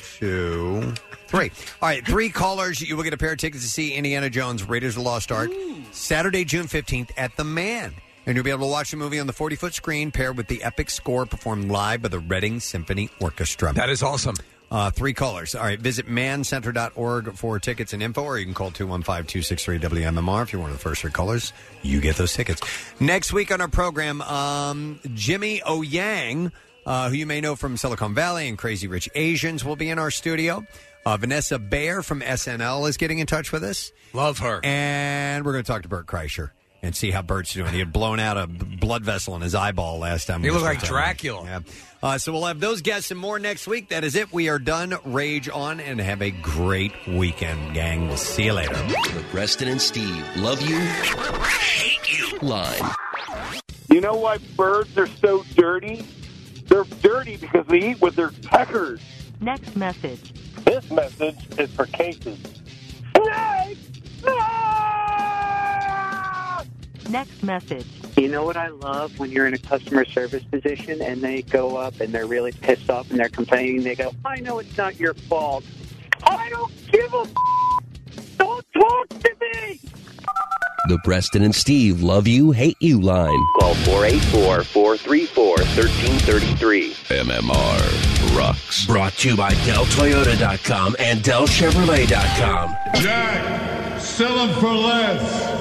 [SPEAKER 1] Two, three. All right, three callers. You will get a pair of tickets to see Indiana Jones: Raiders of the Lost Ark Saturday, June 15th at the Man. And you'll be able to watch the movie on the 40 foot screen paired with the epic score performed live by the Reading Symphony Orchestra.
[SPEAKER 3] That is awesome.
[SPEAKER 1] Uh, three callers. All right, visit mancenter.org for tickets and info, or you can call 215 263 WMMR if you're one of the first three callers. You get those tickets. Next week on our program, um, Jimmy O Yang, uh, who you may know from Silicon Valley and Crazy Rich Asians, will be in our studio. Uh, Vanessa Bayer from SNL is getting in touch with us.
[SPEAKER 3] Love her.
[SPEAKER 1] And we're going to talk to Bert Kreischer and see how Bert's doing. He had blown out a b- blood vessel in his eyeball last time.
[SPEAKER 3] He
[SPEAKER 1] we
[SPEAKER 3] looked
[SPEAKER 1] were
[SPEAKER 3] like
[SPEAKER 1] talking.
[SPEAKER 3] Dracula.
[SPEAKER 1] Yeah. Uh, so we'll have those guests and more next week. That is it. We are done. Rage on and have a great weekend, gang. We'll see you later.
[SPEAKER 17] Preston and Steve love you, hate you. Live.
[SPEAKER 15] You know why birds are so dirty? They're dirty because they eat with their peckers. Next message. This message is for cases.
[SPEAKER 18] Next message.
[SPEAKER 24] You know what I love when you're in a customer service position and they go up and they're really pissed off and they're complaining. They go, I know it's not your fault. I don't give a. Don't talk to me.
[SPEAKER 17] The Preston and Steve love you, hate you line.
[SPEAKER 25] Call 484 434 1333.
[SPEAKER 20] MMR rocks.
[SPEAKER 17] Brought to you by DellToyota.com and DellChevrolet.com.
[SPEAKER 26] Jack, sell them for less.